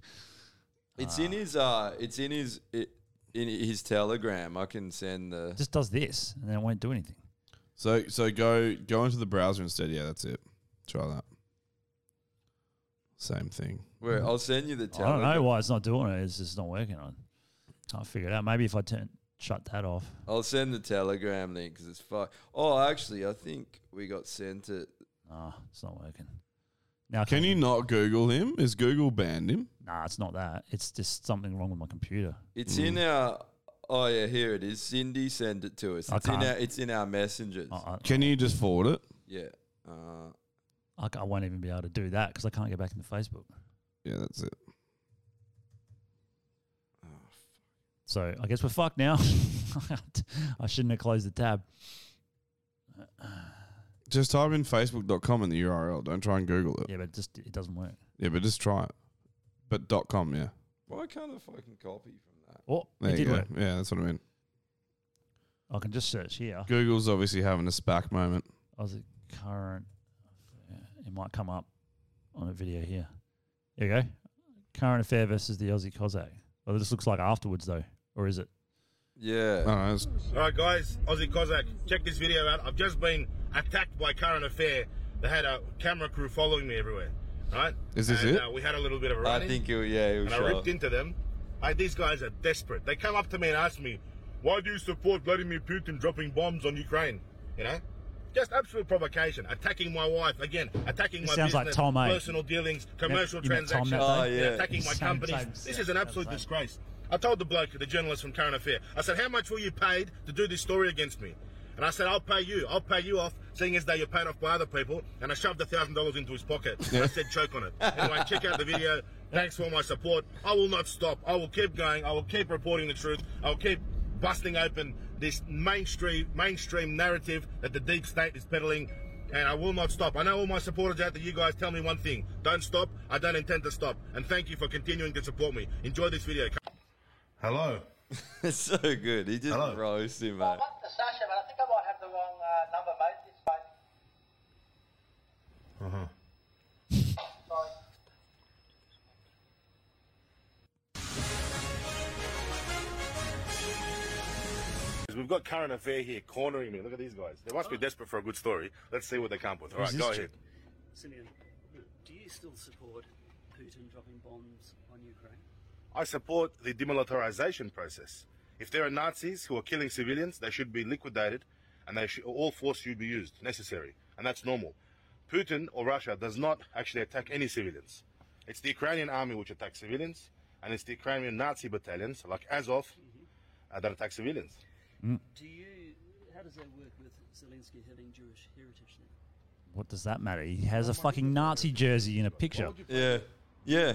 S7: It's in his. Uh, it's in his. It, in his telegram, I can send the.
S6: Just does this, and then it won't do anything.
S5: So so go go into the browser instead. Yeah, that's it. Try that. Same thing.
S7: Where I'll send you the
S6: Mm. I don't
S7: telegram.
S6: know why it's not doing it. It's just not working on. Can't figure it out. Maybe if I turn shut that off.
S7: I'll send the telegram link because it's fuck. Oh, actually, I think we got sent it.
S6: Ah, it's not working.
S5: can you not Google him? Is Google banned him?
S6: Nah, it's not that. It's just something wrong with my computer.
S7: It's in our. Oh yeah, here it is. Cindy sent it to us.
S6: I
S7: It's in
S6: can't.
S7: our. It's in our messengers.
S5: Can you just forward it?
S7: Yeah. Uh,
S6: I, ca- I won't even be able to do that because I can't get back into Facebook.
S5: Yeah, that's it.
S7: Ah,
S6: So I guess we're fucked now. I shouldn't have closed the tab.
S5: Just type in facebook.com in the URL. Don't try and Google it.
S6: Yeah, but just it doesn't work.
S5: Yeah, but just try it. But dot com, yeah.
S7: why can't I fucking copy from that?
S6: Oh,
S5: There
S6: it
S5: you
S6: did
S5: go.
S6: work.
S5: Yeah, that's what I mean.
S6: I can just search here.
S5: Google's obviously having a SPAC moment.
S6: I was at current. uh, It might come up on a video here. There you go. Current affair versus the Aussie Cossack. Well, this looks like afterwards though, or is it?
S7: Yeah.
S12: All right, guys, Aussie Cossack, check this video out. I've just been attacked by Current Affair. They had a camera crew following me everywhere. Right?
S5: Is this
S12: and,
S5: it?
S12: Uh, we had a little bit of a
S7: I
S12: run.
S7: think you. Yeah. It
S12: and
S7: was
S12: I ripped into them. I, these guys are desperate. They come up to me and ask me, "Why do you support Vladimir Putin dropping bombs on Ukraine?" You know, just absolute provocation, attacking my wife again, attacking
S6: This
S12: my
S6: sounds like
S12: business,
S6: Tom, eh?
S12: personal dealings, commercial
S6: you met Tom
S12: transactions,
S6: that day?
S12: and
S6: Oh, yeah.
S12: attacking my
S6: Same-
S12: companies.
S6: same-
S12: this is an absolute disgrace. I told the bloke, the journalist from Current Affair, I said, "How much were you paid to do this story against me?" And I said, "I'll pay you. I'll pay you off." Seeing as though you're paid off by other people, and I shoved a thousand dollars into his pocket. And I said, "Choke on it." Anyway, check out the video. Thanks for my support. I will not stop. I will keep going. I will keep reporting the truth. I will keep busting open this mainstream mainstream narrative that the deep state is peddling, and I will not stop. I know all my supporters out there. You guys tell me one thing: don't stop. I don't intend to stop. And thank you for continuing to support me. Enjoy this video. Hello.
S7: it's so good. He just
S12: Hello.
S7: roasts him, mate.
S13: to Sasha, but I think I might have the wrong uh, number, mate. It's fine.
S12: Uh-huh. We've got current affair here cornering me. Look at these guys. They must be desperate for a good story. Let's see what they come up with. All right,
S14: Who's
S12: go
S14: this
S12: ahead.
S14: Simeon, do you still support Putin dropping bombs on Ukraine?
S12: I support the demilitarization process. If there are Nazis who are killing civilians, they should be liquidated and they should, all force should be used, necessary, and that's normal. Putin or Russia does not actually attack any civilians. It's the Ukrainian army which attacks civilians, and it's the Ukrainian Nazi battalions like Azov uh, that attack civilians.
S14: Do you? How does that work with Zelensky having Jewish heritage now?
S6: What does that matter? He has a fucking Nazi jersey in a picture.
S7: Yeah. Yeah.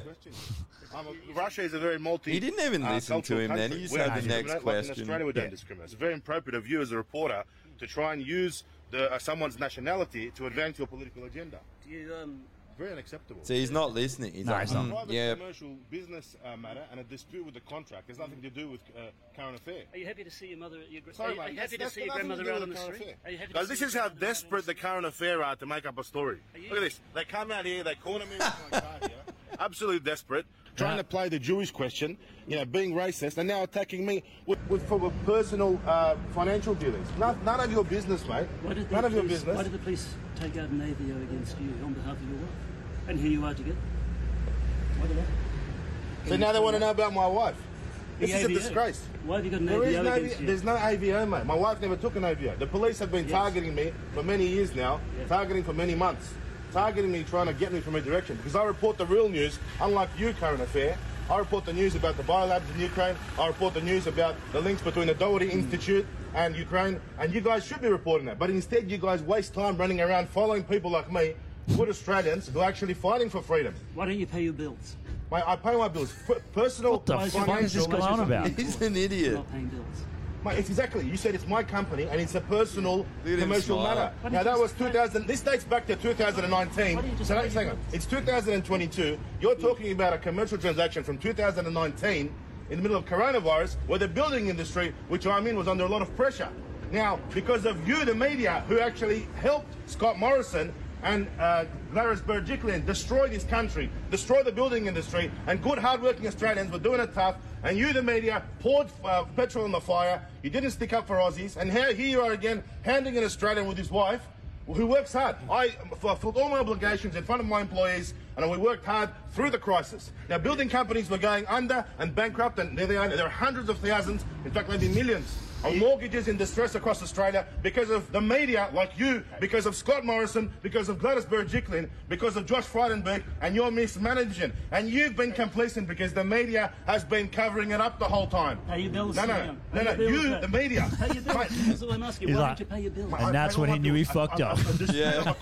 S12: Um, Russia is a very multi. uh,
S7: He didn't even listen
S12: cultural
S7: to him then.
S12: country.
S7: He just
S12: We
S7: had
S12: don't
S7: the next
S12: discriminate, Like
S7: question.
S12: in Australia, we don't
S7: Yeah.
S12: discriminate. It's very inappropriate of you as a reporter to try and use the, uh, someone's nationality to advance your political agenda.
S14: Do you? Um,
S12: very unacceptable.
S7: So he's not listening. He's like, "Mm,
S12: private
S7: yeah,
S12: commercial business uh, matter and a dispute with the contract. There's nothing to do with uh, current affair.
S14: Are you happy to see your mother? Your, gra-
S12: Sorry,
S14: are you, are
S12: mate,
S14: you happy to
S12: that's-
S14: see your
S12: that's
S14: grandmother
S12: nothing to do
S14: out
S12: with
S14: on the
S12: the current
S14: street?
S12: affair.
S14: Are you happy to
S12: Guys,
S14: see
S12: this
S14: your
S12: is how
S14: grandmother out on
S12: desperate the current affair are to make up a story. Look at this. They come out here, they corner me with my card, yeah? Absolutely desperate. Trying to play the Jewish question, you know, being racist, and now attacking me with, with, for with personal uh, financial dealings. None, none of your business, mate.
S14: Why did the
S12: None of your
S14: police-
S12: business.
S14: Why did the police take out an AVO against you on behalf of your wife? And here you are together. Why did that?
S12: So now they want to know about my wife.
S14: The
S12: This is a
S14: AVO.
S12: disgrace.
S14: Why have you got an
S12: There is
S14: AVO
S12: no,
S14: against you?
S12: There's no AVO, mate. My wife never took an AVO. The police have been targeting me for many years now, targeting for many months, targeting me, trying to get me from a direction. Because I report the real news, unlike you, current affair. I report the news about the biolabs in Ukraine. I report the news about the links between the Doherty
S14: Mm.
S12: Institute and Ukraine. And you guys should be reporting that. But instead, you guys waste time running around following people like me, good Australians, who are actually fighting for freedom.
S14: Why don't you pay your bills?
S12: Mate, I pay my bills. P- personal. What
S6: the fuck is this going on about? He's
S7: an idiot.
S14: Not paying bills.
S12: Mate, it's exactly. You said it's my company and it's a personal
S7: Look at him
S12: commercial
S7: smile.
S12: matter.
S7: Why don't
S12: Now
S7: you
S12: that
S7: just
S12: was 2000. This dates back to 2019. So that's- hang on. It's 2022. You're talking about a commercial transaction from 2019 in the middle of coronavirus, where the building industry, which I'm in, was under a lot of pressure. Now, because of you, the media, who actually helped Scott Morrison and uh, Glaris Berejiklian destroy this country, destroy the building industry, and good, hardworking Australians were doing it tough. And you, the media, poured uh, petrol on the fire. You didn't stick up for Aussies, and here, here you are again, handing an Australian with his wife, who works hard. I fulfilled all my obligations in front of my employees, and we worked hard through the crisis. Now, building companies were going under and bankrupt, and there they are. There are hundreds of thousands, in fact, maybe millions, of mortgages in distress across Australia because of the media like you, because of Scott Morrison, because of Gladys Berejiklian, because of Josh Frydenberg, and your mismanagement. And you've been complicit because the media has been covering it up the whole time.
S14: Pay your bills.
S12: No, no,
S14: Liam. Pay
S12: no, no,
S14: your bills,
S12: you,
S14: mate.
S12: the media.
S14: Pay your bills. That's all I'm asking.
S6: He's
S14: Why
S6: like-
S14: don't you pay your bills?
S6: And that's when he knew he fucked up.
S7: Yeah.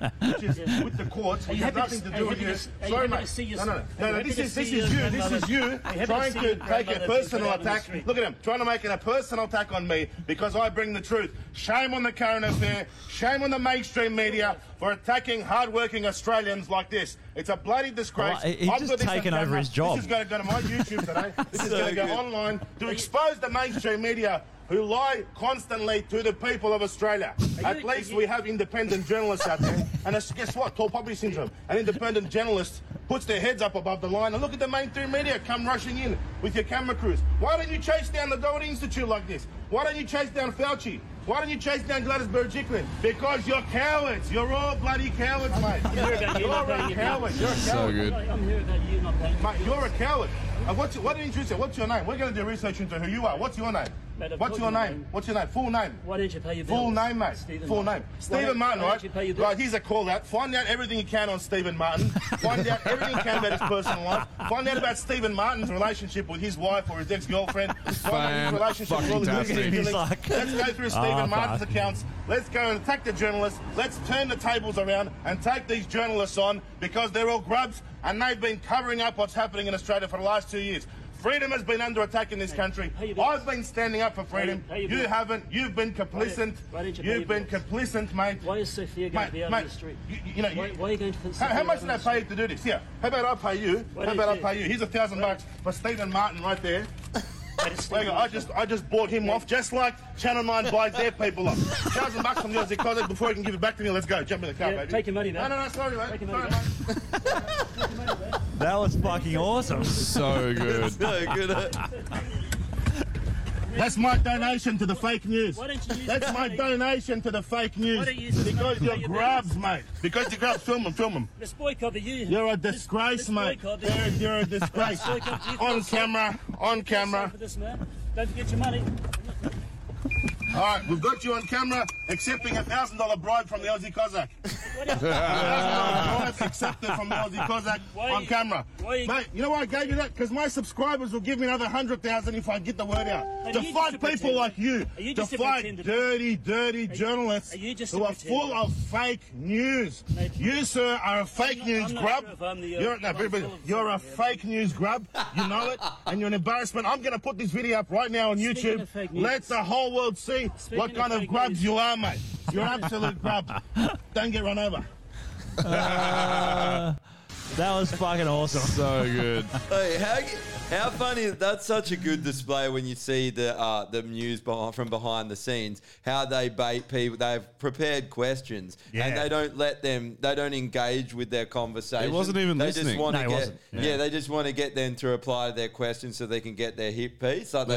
S12: with the courts,
S14: Are
S12: which
S14: you
S12: has
S14: happy to-
S12: nothing to
S14: are
S12: do
S14: you
S12: with
S14: happy to- are you
S12: you. Sorry,
S14: happy to
S12: mate.
S14: see your-
S12: No, no,
S14: are
S12: no,
S14: you
S12: no.
S14: happy
S12: This
S14: to
S12: is
S14: see
S12: this
S14: your
S12: is you. This is
S14: grandmother- are
S12: you
S14: you happy to
S12: trying
S14: see
S12: to
S14: your
S12: take a
S14: grandmother
S12: personal
S14: go out on the
S12: attack.
S14: street?
S12: Look at him trying to make it a personal attack on me because I bring the truth. Shame on the current affair. Shame on the mainstream media for attacking hardworking Australians like this. It's a bloody disgrace.
S6: Well, he- he's
S12: I've
S6: just
S12: got this on
S6: taken over
S12: camera.
S6: his job.
S12: This is going to go to my YouTube today. This is
S6: So
S12: going to go
S6: good.
S12: online to expose the mainstream media. Who lie constantly to the people of Australia. At least we have independent journalists out there. And that's, guess what? Tall poppy syndrome. An independent journalist puts their heads up above the line and look at the mainstream media come rushing in with your camera crews. Why don't you chase down the Doherty Institute like this? Why don't you chase down Fauci? Why don't you chase down Gladys Berejiklian? Because you're cowards. You're all bloody cowards, mate.
S14: I'm here about you
S12: You're
S14: not
S12: a
S14: paying your
S12: coward.
S14: bills.
S12: You're a coward.
S14: I'm here about you not paying your
S12: Mate, you're a coward. Uh, what's, what did you say? What's your name? We're going to do research into who you are. What's your name?
S14: Mate, I've
S12: What's
S14: told
S12: your
S14: you my
S12: name?
S14: name.
S12: What's your name? Full name.
S14: Why don't you pay your bills?
S12: Full name, mate.
S14: Stephen
S12: Full
S14: Martin.
S12: name.
S14: Why
S12: Stephen
S14: don't-
S12: Martin,
S14: why
S12: right?
S14: don't you pay your bills?
S12: Right, here's a call out. Find out everything you can on Stephen Martin. Find out everything you can about his personal life. Find out about Stephen Martin's relationship with his wife or his ex-girlfriend. Find out his relationship with all the
S5: Fan-fucking-tastic.
S12: different
S5: He's
S12: dealings.
S5: like-
S12: Let's go through Stephen
S5: Ah,
S12: Martin's
S5: fuck.
S12: accounts. Let's go and attack the journalists. Let's turn the tables around and take these journalists on because they're all grubs and they've been covering up what's happening in Australia for the last two years. Freedom has been under attack in this country. I've been standing up for freedom.
S14: Pay your
S12: You
S14: bills.
S12: haven't. You've been complicit.
S14: Why don't you pay
S12: You've
S14: your
S12: been complicit, mate.
S14: Why is Sophia going to
S12: Mate,
S14: be out
S12: mate,
S14: on the street?
S12: You, you know,
S14: why,
S12: you-
S14: why are you going to put
S12: How,
S14: Sophia
S12: how much
S14: out
S12: did
S14: on
S12: I
S14: the
S12: pay you to do this? Yeah. How about I pay you?
S14: Why
S12: how
S14: don't
S12: about I
S14: you-
S12: pay you? Here's a thousand bucks for Stephen Martin right there. Hang on, I just I just bought him off, just like Channel 9 buys their people off. thousand bucks from yours deposit before you can give it back to me. Let's go. Jump in the car,
S14: Yeah,
S12: baby.
S14: take your money,
S12: No,
S14: man.
S12: no, no, sorry, mate. Sorry, mate.
S6: That was fucking awesome.
S5: So good.
S7: So good.
S12: That's my donation to the fake news.
S14: Why don't you use
S12: That's
S14: the
S12: my
S14: money-
S12: donation to the fake news.
S14: don't you use the money
S12: because
S14: to
S12: you're
S14: pay your
S12: grubs, mate. Because you're grubs. Film them, film them.
S14: Let's boycott the you.
S12: You're a
S14: Let's
S12: disgrace, mate.
S14: boycott the
S12: You're, you're a disgrace.
S14: Let's boycott the youth.
S12: on camera, on camera.
S14: For this man. Don't forget your money.
S12: All right, we've got you on camera accepting a thousand dollar bribe from the Aussie Cossack. Bribe's accepted from the Aussie Cossack
S15: Why
S12: on
S15: you-
S12: camera.
S15: why you-
S12: Mate, you know why I gave you that? Because my subscribers will give me another hundred thousand if I get the word out.
S15: Are
S12: to
S15: you
S12: fight
S15: just a
S12: people
S15: pretender?
S12: like you,
S15: Are you
S12: to
S15: just a
S12: fight
S15: pretender?
S12: dirty, dirty journalists
S15: are you just a
S12: who are
S15: pretender?
S12: full of fake news. You, sir, are a fake
S15: not-
S12: news
S15: I'm not
S12: grub.
S15: sure if I'm the, uh,
S12: you're, no,
S15: I'm
S12: but- but
S15: full of-
S12: you're a fake news grub. You know it, and you're an embarrassment. I'm going to put this video up right now on
S15: Speaking
S12: YouTube.
S15: of fake news.
S12: Let the whole world see
S15: Speaking
S12: what
S15: of
S12: kind of,
S15: fake
S12: grubs
S15: news.
S12: you are, mate. You're an absolute grub. Don't get run over.
S6: Uh, that was fucking awesome.
S5: So good.
S7: Hey, how, how funny! That's such a good display when you see the uh, the news behind, from behind the scenes. How they bait people. They've prepared questions, and
S5: Yeah.
S7: they don't let them. They don't engage with their conversation.
S5: It wasn't even
S7: they Just
S5: listening.
S7: want
S5: No,
S7: to
S5: it
S7: get,
S5: wasn't.
S7: Yeah.
S5: Yeah.
S7: they just want to get them to reply to their questions so they can get their hit piece. Like they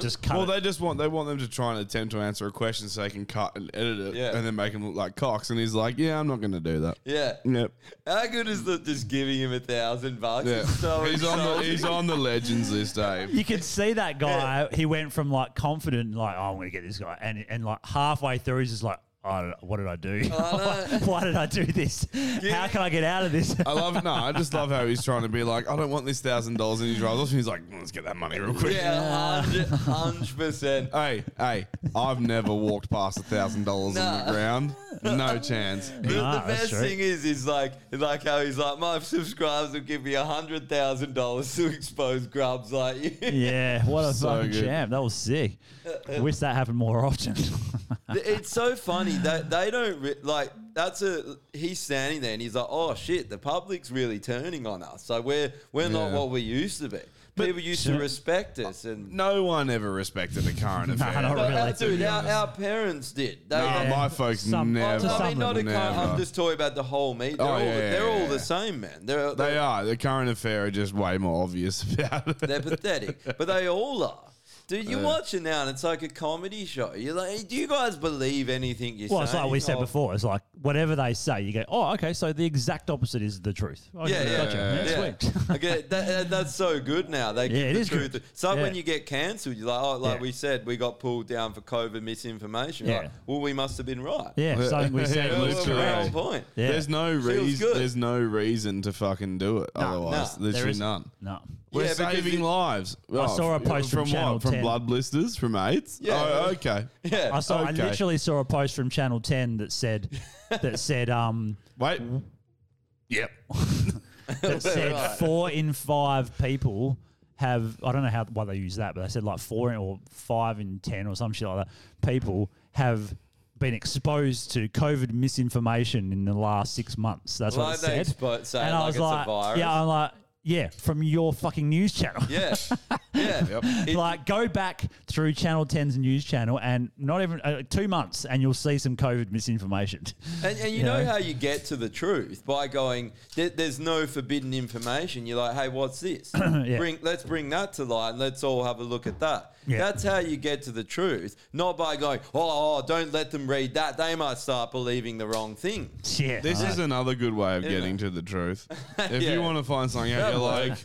S7: just bait Oh, them.
S5: Well, they Oh, just want they want them to try and attempt to answer a question so they can cut and edit it,
S7: Yeah.
S5: and then make him look like cocks. And he's like, "Yeah, I'm not going to do that."
S7: Yeah.
S5: Yep.
S7: How good is the just giving him a thousand bucks?
S5: Yeah.
S7: It's so
S5: he's on the he's
S7: exciting.
S5: on the legends list, Dave.
S6: You could see that guy. He went from like confident, like oh, I'm gonna get this guy, and and like halfway through, he's just like, I don't know, what did I do? Why did I do this? How can I get out of this?
S5: I love no. I just love how he's trying to be like, I don't want this thousand dollars, and he drives off. And he's like, "Mm, let's get that money real quick.
S7: Yeah, hundred percent.
S5: Hey, hey, I've never walked past a thousand dollars on
S7: Nah.
S5: the ground. No chance.
S7: The, the best thing is, is like, like how he's like, my subscribers will give me a hundred thousand dollars to expose grubs like you.
S6: yeah, what a
S7: So
S6: fucking
S7: good. Uh,
S6: champ. That was sick. Wish that happened more often.
S7: it's so funny that they don't re- like. That's a he's standing there and he's like, oh shit, the public's really turning on us. So we're we're not
S5: Yeah.
S7: what we used to be. People used to respect us, and
S5: no one ever respected a current
S7: Nah,
S5: affair.
S7: not But, really, uh, to be dude, our- honest. our parents did. They-
S5: Nah,
S7: Yeah.
S5: my folks
S7: Some-
S5: never.
S7: I mean, not a
S5: never.
S7: current. I'm just talking about the whole meat. They're,
S5: Oh,
S7: all,
S5: yeah, yeah,
S7: they're all
S5: yeah.
S7: the same, man. They're,
S5: they are. The current affair are just way more obvious about it.
S7: They're pathetic, but they all are. Dude, you
S5: Yeah.
S7: watch it now, and it's like a comedy show. You're like, do you guys believe anything Oh. you say?
S6: well, it's like we said before. It's like whatever they say, you go, oh, okay, so the exact opposite is the truth. Okay,
S7: yeah, yeah,
S6: Oh, gotcha. Next
S7: yeah.
S6: week.
S7: I get it. That- that- that's so good now. They
S6: Yeah,
S7: give
S6: it
S7: the
S6: is
S7: truth.
S6: good.
S7: It's like when
S6: Yeah.
S7: you get cancelled, you're like, oh, like
S6: Yeah.
S7: we said, we got pulled down for COVID misinformation.
S5: Yeah.
S7: Like, well, we must have been right.
S6: Yeah, something we said
S7: Yeah,
S6: was
S7: well,
S6: correct.
S7: well, point.
S5: There's no
S7: Feels
S5: reason.
S7: good.
S5: There's no reason to fucking do it. Otherwise,
S6: no,
S5: there's
S6: there
S5: literally
S6: isn't.
S5: none.
S6: No.
S5: We're
S6: Yeah, because
S5: saving
S6: you-
S5: lives.
S6: I saw a post from Channel
S5: what? From
S6: 10.
S5: blood blisters, from AIDS.
S6: Yeah.
S5: Oh, okay.
S7: Yeah.
S6: I saw. I
S5: Okay.
S6: literally saw a post from Channel Ten that said, that said, um,
S5: wait, yep,
S6: that said
S5: Right.
S6: four in five people have. I don't know how why they use that, but they said like four in- or five in ten or some shit like that. People have been exposed to COVID misinformation in the last six months. That's what
S7: Like
S6: it
S7: they
S6: said.
S7: expo- say it like it's a virus.
S6: yeah, I'm like, yeah, from your fucking news channel.
S7: Yeah.
S6: like go back through Channel 10's news channel and not even uh, two months, and you'll see some COVID misinformation.
S7: And, and you,
S6: You
S7: know,
S6: know?
S7: how you get to the truth by going. There, there's no forbidden information. You're like, hey, what's this?
S6: Yeah.
S7: Bring, let's bring that to light. and Let's all have a look at that.
S6: Yeah.
S7: That's how you get to the truth, not by going, oh, oh, don't let them read that. They might start believing the wrong thing.
S6: Yeah.
S5: This is another good way of
S7: Isn't
S5: getting
S7: it?
S5: to the truth. If
S7: Yeah.
S5: you want to find something out,
S7: Yeah,
S5: you're
S7: like-
S5: like,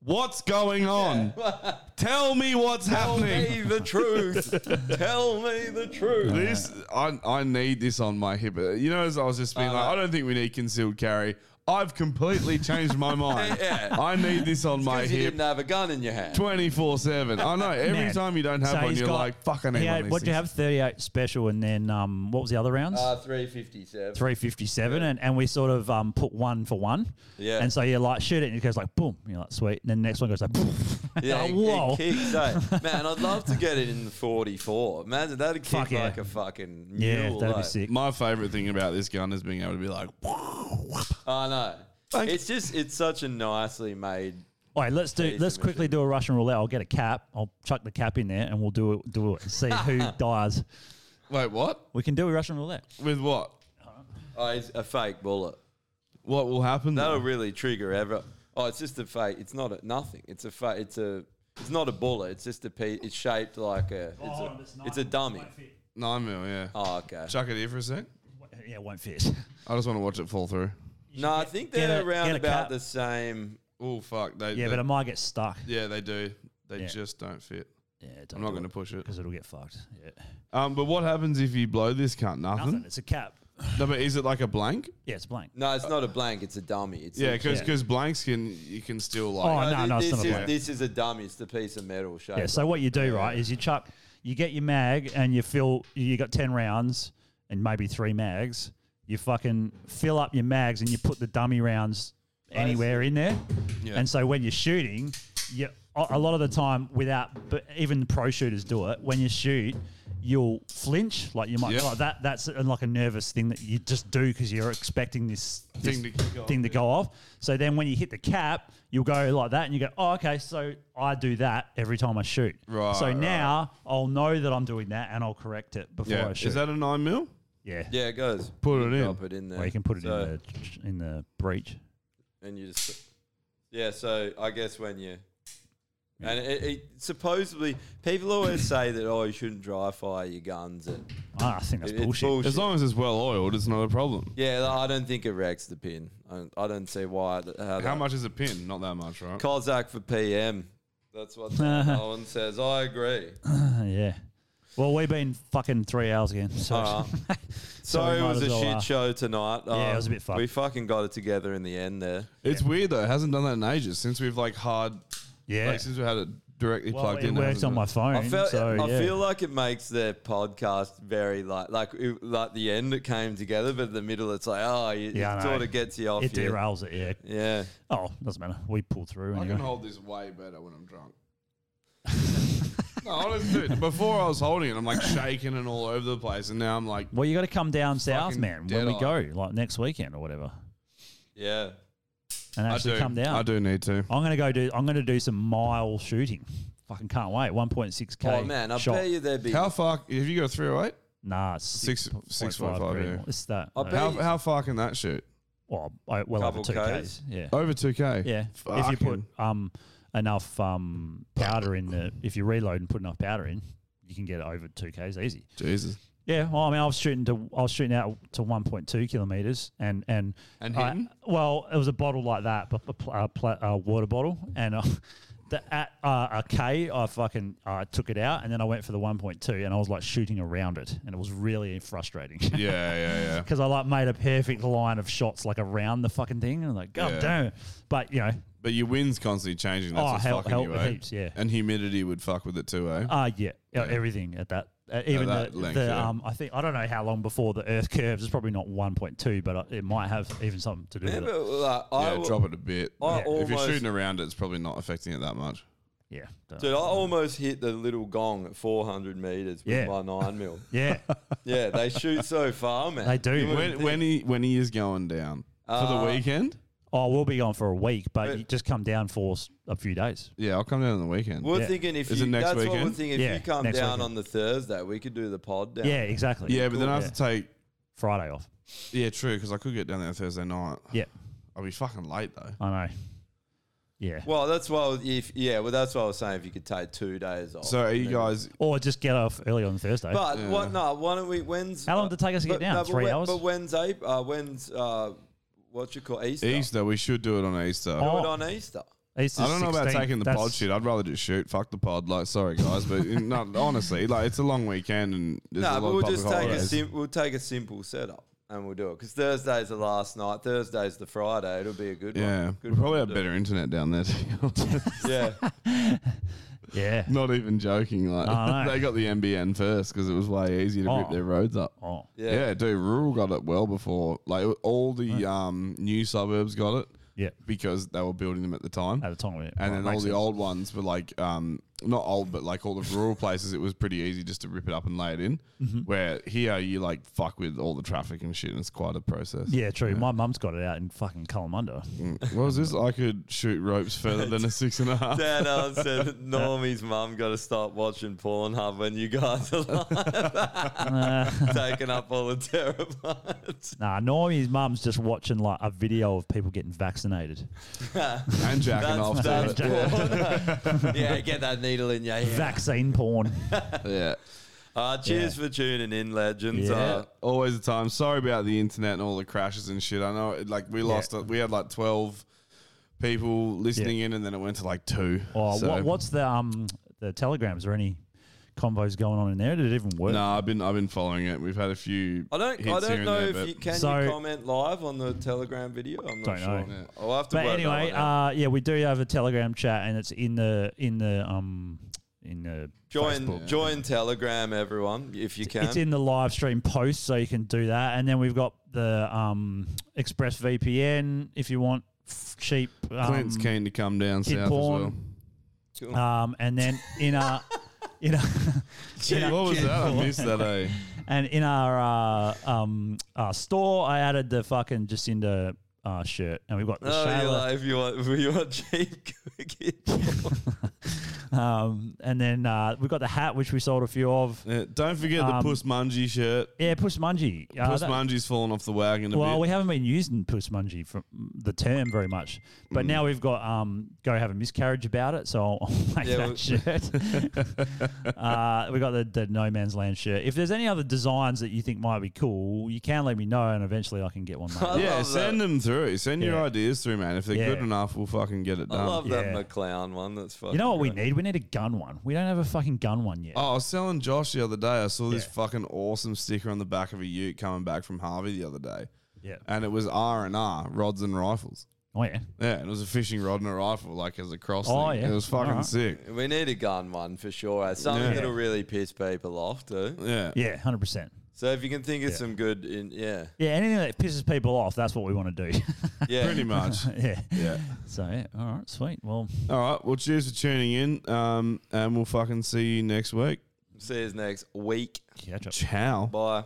S5: what's going on? Tell me what's
S7: Tell
S5: happening.
S7: me the truth. Tell me the truth.
S5: This I, I need this on my hip. Uh, You know, as I was just being like, I don't think we need concealed carry. I've completely changed my mind.
S7: Yeah.
S5: I need this on my
S7: 'Cause you
S5: hip
S7: didn't have a gun in your hand.
S5: twenty four seven. I know. Every
S6: Man.
S5: time you don't have
S6: So
S5: one,
S6: he's
S5: you're
S6: got-
S5: like, fuck, I need
S6: he
S5: one
S6: had-
S5: of these
S6: What do you
S5: things.
S6: have? 38 special, and then um, what was the other rounds?
S7: Uh, 357.
S6: 357, and, and we sort of um, put one for one.
S7: Yeah.
S6: And so you like shoot it, and it goes like boom. And you're like sweet. And then the next one goes like boom.
S7: Yeah, it-
S6: Whoa.
S7: it kicks. eh? Man, I'd love to get it in the 44. Imagine that'd kick
S5: Fuck yeah.
S7: like a fucking mule. like.
S5: My favorite thing about this gun is being able to be like,
S7: I know. it's just it's such a nicely made.
S6: All right, let's do.
S7: Piece
S6: Let's
S7: of
S6: quickly do a Russian roulette. I'll get a cap. I'll chuck the cap in there, and we'll do it. Do it. and See who dies.
S5: Wait, what?
S6: We can do a Russian roulette.
S5: with what?
S7: Oh, it's a fake bullet.
S5: What will happen?
S7: That'll really trigger ever. Oh, it's just a fake. It's not a, nothing. It's a fake. It's a. It's not a bullet. It's just a piece. It's shaped like a. It's
S6: Oh,
S7: a.
S6: it's
S7: It's a dummy.
S5: Nine mil, yeah.
S7: Oh, okay.
S5: Chuck it here for a sec.
S6: Yeah, it won't fit.
S5: I just want to watch it fall through.
S7: No, I think
S6: get
S7: they're
S6: a-
S7: around
S6: get a
S7: about
S6: cap.
S7: the same.
S5: Oh fuck! They
S6: Yeah,
S5: they-
S6: but it might get stuck.
S5: Yeah, they do. They
S6: Yeah.
S5: just don't fit.
S6: Yeah,
S5: I'm not going to push it
S6: because it'll get fucked. Yeah.
S5: Um, but what happens if you blow this cunt? Nothing.
S6: Nothing. It's a cap.
S5: No, but is it like a blank?
S6: Yeah, it's blank.
S7: No, it's not a blank. It's a dummy. It's
S5: yeah,
S7: a-
S5: because blanks can you can still
S6: Oh,
S5: like.
S7: thi- this is, This is a dummy. It's the piece of metal shaped.
S6: Yeah. So what you do, right, is you chuck, you get your mag and you fill. You got ten rounds and maybe three mags. You fucking fill up your mags and you put the dummy rounds anywhere in there.
S5: Yeah.
S6: And so when you're shooting, you a a lot of the time without, but even the pro shooters do it. When you shoot, you'll flinch like you might
S5: Yep.
S6: like that. That's uh, like a nervous thing that you just do because you're expecting this
S5: Thing
S6: this
S5: to kick off,
S6: thing to go off. So then when you hit the cap, you'll go like that and you go, oh, okay, so I do that every time I shoot.
S5: Right,
S6: So
S5: right.
S6: now I'll know that I'm doing that and I'll correct it before
S5: Yeah.
S6: I shoot.
S5: Is that a nine mil?
S6: Yeah.
S7: Yeah, it goes.
S5: Put
S7: You
S5: it in.
S7: Drop it in there.
S6: Or you can put it
S7: So-
S6: in the ch- in the breach.
S7: and you just yeah so i guess when you and it, it supposedly people always say that oh you shouldn't dry fire your guns and
S6: Ah, I think that's
S7: It- it's
S6: bullshit.
S7: bullshit.
S5: As long as it's well oiled, it's not a problem.
S7: yeah like, i don't think it wrecks the pin i don't, I don't see why th- how,
S5: How much is a pin? Not that much, right?
S7: cossack for pm that's what owen says i agree
S6: yeah. Well, we've been fucking three hours again. So,
S7: Alright. Uh,
S6: we
S7: so, it
S6: might
S7: was
S6: as
S7: a
S6: well,
S7: shit
S6: uh,
S7: show tonight Um,
S6: yeah, it was a bit fucked.
S7: we fucking got it together in the end there
S5: It's weird though. It hasn't done that in ages since we've like hard.
S6: Yeah.
S5: Like, since we had it directly
S6: Well,
S5: plugged
S6: it
S5: in.
S6: works
S5: hasn't
S6: on
S5: it?
S6: my phone,
S7: I feel,
S6: so,
S7: I
S6: yeah.
S7: feel like it makes their podcast very like like it- like the end it came together, but the middle it's like oh you,
S6: Yeah, I
S7: it
S6: know.
S7: sort of gets you off.
S6: It
S7: your-
S6: derails it, yeah.
S7: Yeah.
S6: Oh, doesn't matter. We pull through.
S5: I
S6: Anyway.
S5: can hold this way better when I'm drunk. no, honestly, dude, before I was holding it, I'm like shaking and all over the place, and now I'm like,
S6: Well, you got to come down south,
S5: Fucking
S6: man, when
S5: dead
S6: we
S5: eye.
S6: go, like next weekend or whatever,
S7: yeah.
S6: and
S5: I
S6: actually
S5: do.
S6: come down.
S5: I do need to.
S6: I'm gonna go do. I'm gonna do some mile shooting. Fucking can't wait. 1.6k.
S7: Oh man, I
S6: shot.
S7: bet you there'd be.
S5: How far? Have you got a 308?
S6: Nah, it's six
S5: Six point five. Yeah.
S6: It's that.
S5: How,
S6: uh,
S5: how far can that shoot?
S6: Well, I- well over
S5: Couple
S6: two
S5: Ks?
S6: k's. Yeah.
S5: Over two k.
S6: Yeah. If you put um enough um powder in the, if you reload and put enough powder in, you can get it over two k's easy.
S5: Jesus.
S6: Yeah, well, I mean, I was shooting to I was shooting out to one point two kilometers, and and
S5: And
S6: I-
S5: hitting?
S6: well, it was a bottle like that, but a, pl- a, pla a water bottle, and uh, the at uh, a K, I fucking uh, took it out, and then I went for the one point two, and I was like shooting around it, and it was really frustrating. Yeah,
S5: yeah, yeah.
S6: Because I like made a perfect line of shots like around the fucking thing, and I'm like, god
S5: Yeah.
S6: damn, it." but you know,
S5: But your wind's constantly changing. That's
S6: Oh,
S5: what's
S6: hell-
S5: fucking
S6: hell
S5: you, eh?
S6: heaps, yeah.
S5: And humidity would fuck with it too, eh?
S6: Ah, yeah, yeah, everything at that. Uh, even
S5: that
S6: the,
S5: length,
S6: the
S5: yeah.
S6: um, I think I don't know how long before the Earth curves. It's probably not one point two, but uh, it might have even something to do with
S7: Remember,
S6: it.
S5: uh,
S7: like, I
S5: yeah,
S7: w-
S5: drop it a bit.
S7: I
S5: If you're
S7: almost-
S5: shooting around it, it's probably not affecting it that much.
S6: Yeah.
S7: Dude, I almost hit the little gong at 400 meters with
S5: Yeah.
S7: my nine mil.
S6: Yeah.
S7: yeah, they shoot so far, man. You wouldn't
S5: When,
S7: think.
S5: when he when he is going down for
S7: Uh,
S5: the weekend.
S6: Oh, we'll be gone for a week, but, you just come down for s- a few days.
S5: Yeah, I'll come down on the weekend.
S7: we're thinking if
S5: is
S7: you,
S5: it next
S7: that's
S5: weekend?
S7: what we're thinking. If
S6: Yeah,
S7: you come down
S6: next weekend.
S7: on the Thursday, we could do the pod down.
S6: Yeah, exactly.
S5: Yeah, but then I have
S6: Yeah.
S5: to take
S6: Friday off.
S5: Yeah, true. Because I could get down there Thursday night.
S6: Yeah,
S5: I'll be fucking late though.
S6: I know. Yeah.
S7: Well, that's why I was- if yeah, well that's what I was saying. If you could take two days off.
S5: So are you guys?
S6: Or just get off early on Thursday.
S7: But what? No, why don't we? When's
S6: How long did it take us to get
S7: but-
S6: down?
S7: no, but
S6: Three
S7: when-
S6: hours?
S7: But when's April? Uh, when's uh, what you call Easter?
S5: Easter, we should do it on Easter.
S7: Do
S6: Oh,
S7: it on Easter.
S5: I don't know about taking the pod shit. I'd rather just shoot. Fuck the pod. Like, sorry guys, but in- no, honestly, like it's a long weekend and
S7: No,
S5: there's a lot
S7: but
S5: of
S7: we'll
S5: public
S7: just take a
S5: holidays.
S7: sim- we'll take a simple setup and we'll do it because Thursday's the last night. Thursday's the Friday. It'll be a good
S5: yeah,
S7: one.
S5: we
S7: Good
S5: will probably
S7: one
S5: have
S7: to
S5: better internet down there. To be honest.
S7: do. Yeah,
S6: Yeah.
S5: Not even joking. Like
S7: I know.
S5: they got the MBN first because it was way easier to rip
S7: Oh.
S5: their roads up.
S6: Oh.
S7: Yeah.
S5: Yeah. dude. Rural got it well before. Like all the um, new suburbs got it.
S6: Yeah.
S5: Because they were building them at the time.
S6: At the time, yeah.
S5: And
S6: Right,
S5: then all
S6: makes
S5: the
S6: sense.
S5: old ones were like, um, not old, but like all the rural places, it was pretty easy just to rip it up and lay it in.
S6: Mhm.
S5: Where here you like fuck with all the traffic and shit, and it's quite a process.
S6: Yeah, true. My mum's got it out in fucking Kalamunda.
S5: Mm. What was this? I could shoot ropes further than a six and a half.
S7: Dan Allen said that Normie's mum got to start watching Pornhub when you guys are live, taking up all the terabytes.
S6: Nah, Normie's mum's just watching like a video of people getting vaccinated.
S5: and jacking off to
S6: that's
S5: it.
S7: porn. yeah, get that needle in your hand.
S6: Vaccine porn.
S5: yeah.
S7: Uh, cheers for tuning in, legends. Uh,
S5: always a time. Sorry about the internet and all the crashes and shit. I know, it- like we lost, it. we had like twelve people listening in, and then it went to like two.
S6: Oh,
S5: So-
S6: what, what's the um the telegrams or any combos going on in there? Did it even work?
S5: No, I've been I've been following it. We've had a few.
S7: I don't. I
S5: hits here
S7: don't
S5: and
S7: know
S5: there,
S7: if
S5: but-
S7: you can
S6: So-
S7: you comment live on the Telegram video. I'm not
S6: Don't know.
S7: sure. I'll have to.
S6: but
S7: work that
S6: anyway,
S7: one out.
S6: uh, yeah, we do have a Telegram chat, and it's in the in the um in the
S7: join
S6: Facebook.
S7: join Telegram, everyone, if you can.
S6: It's in the live stream post, so you can do that. And then we've got the um, Express VPN if you want f- cheap. Um,
S5: Clint's keen to come down
S6: kid
S5: south
S6: porn.
S5: as well. Cool.
S6: Um, and then in our in our
S5: Gee, what was
S6: kid
S5: that? I
S6: porn.
S5: missed that, eh?
S6: And in our uh, um, our store, I added the fucking Jacinda uh, shirt, and we've got the
S7: oh,
S6: Shayla.
S7: you're like, if you want, if you want cheap
S6: Um, and then uh, we've got the hat, which we sold a few of. Um,
S5: don't forget the Puss Mungie shirt.
S6: Yeah, Puss Mungie. Uh,
S5: Puss
S6: that-
S5: Mungie's fallen off the wagon a
S6: Well,
S5: bit.
S6: we haven't been using Puss Mungie from the term very much, but now we've got um, go have a miscarriage about it. So I'll, I'll make
S7: Yeah,
S6: that
S7: well-
S6: shirt. uh, we got the, the No Man's Land shirt. If there's any other designs that you think might be cool, you can let me know, and eventually I can get one. made.
S5: yeah, send them through. Send your
S6: Yeah.
S5: ideas through, man. If they're
S6: Yeah.
S5: good enough, we'll fucking get it done.
S7: I love that McClown one. That's fucking.
S6: You know what we need? We need a gun one. We don't have a fucking gun one yet.
S5: Oh, I was telling Josh the other day. I saw this fucking awesome sticker on the back of a Ute coming back from Harvey the other day.
S6: Yeah.
S5: and it was R and R rods and rifles.
S6: Oh yeah,
S5: yeah. and It was a fishing rod and a rifle, like as a cross.
S7: Oh,
S5: thing.
S7: yeah.
S5: it was fucking
S7: Alright.
S5: sick.
S7: We need a gun one for sure. eh? Something
S5: Yeah.
S7: that'll really piss people off, too.
S5: Yeah.
S6: Yeah, hundred percent.
S7: So if you can think of
S6: Yeah.
S7: some good, in yeah,
S6: Yeah, anything that pisses people off, that's what we want to do.
S7: Yeah. Pretty much.
S6: yeah.
S5: Yeah.
S6: So yeah, all right, sweet. Well,
S5: All right. Well, cheers for tuning in. Um, and we'll fucking see you next week.
S7: see us next week.
S6: Catch up.
S5: Ciao.
S7: Bye.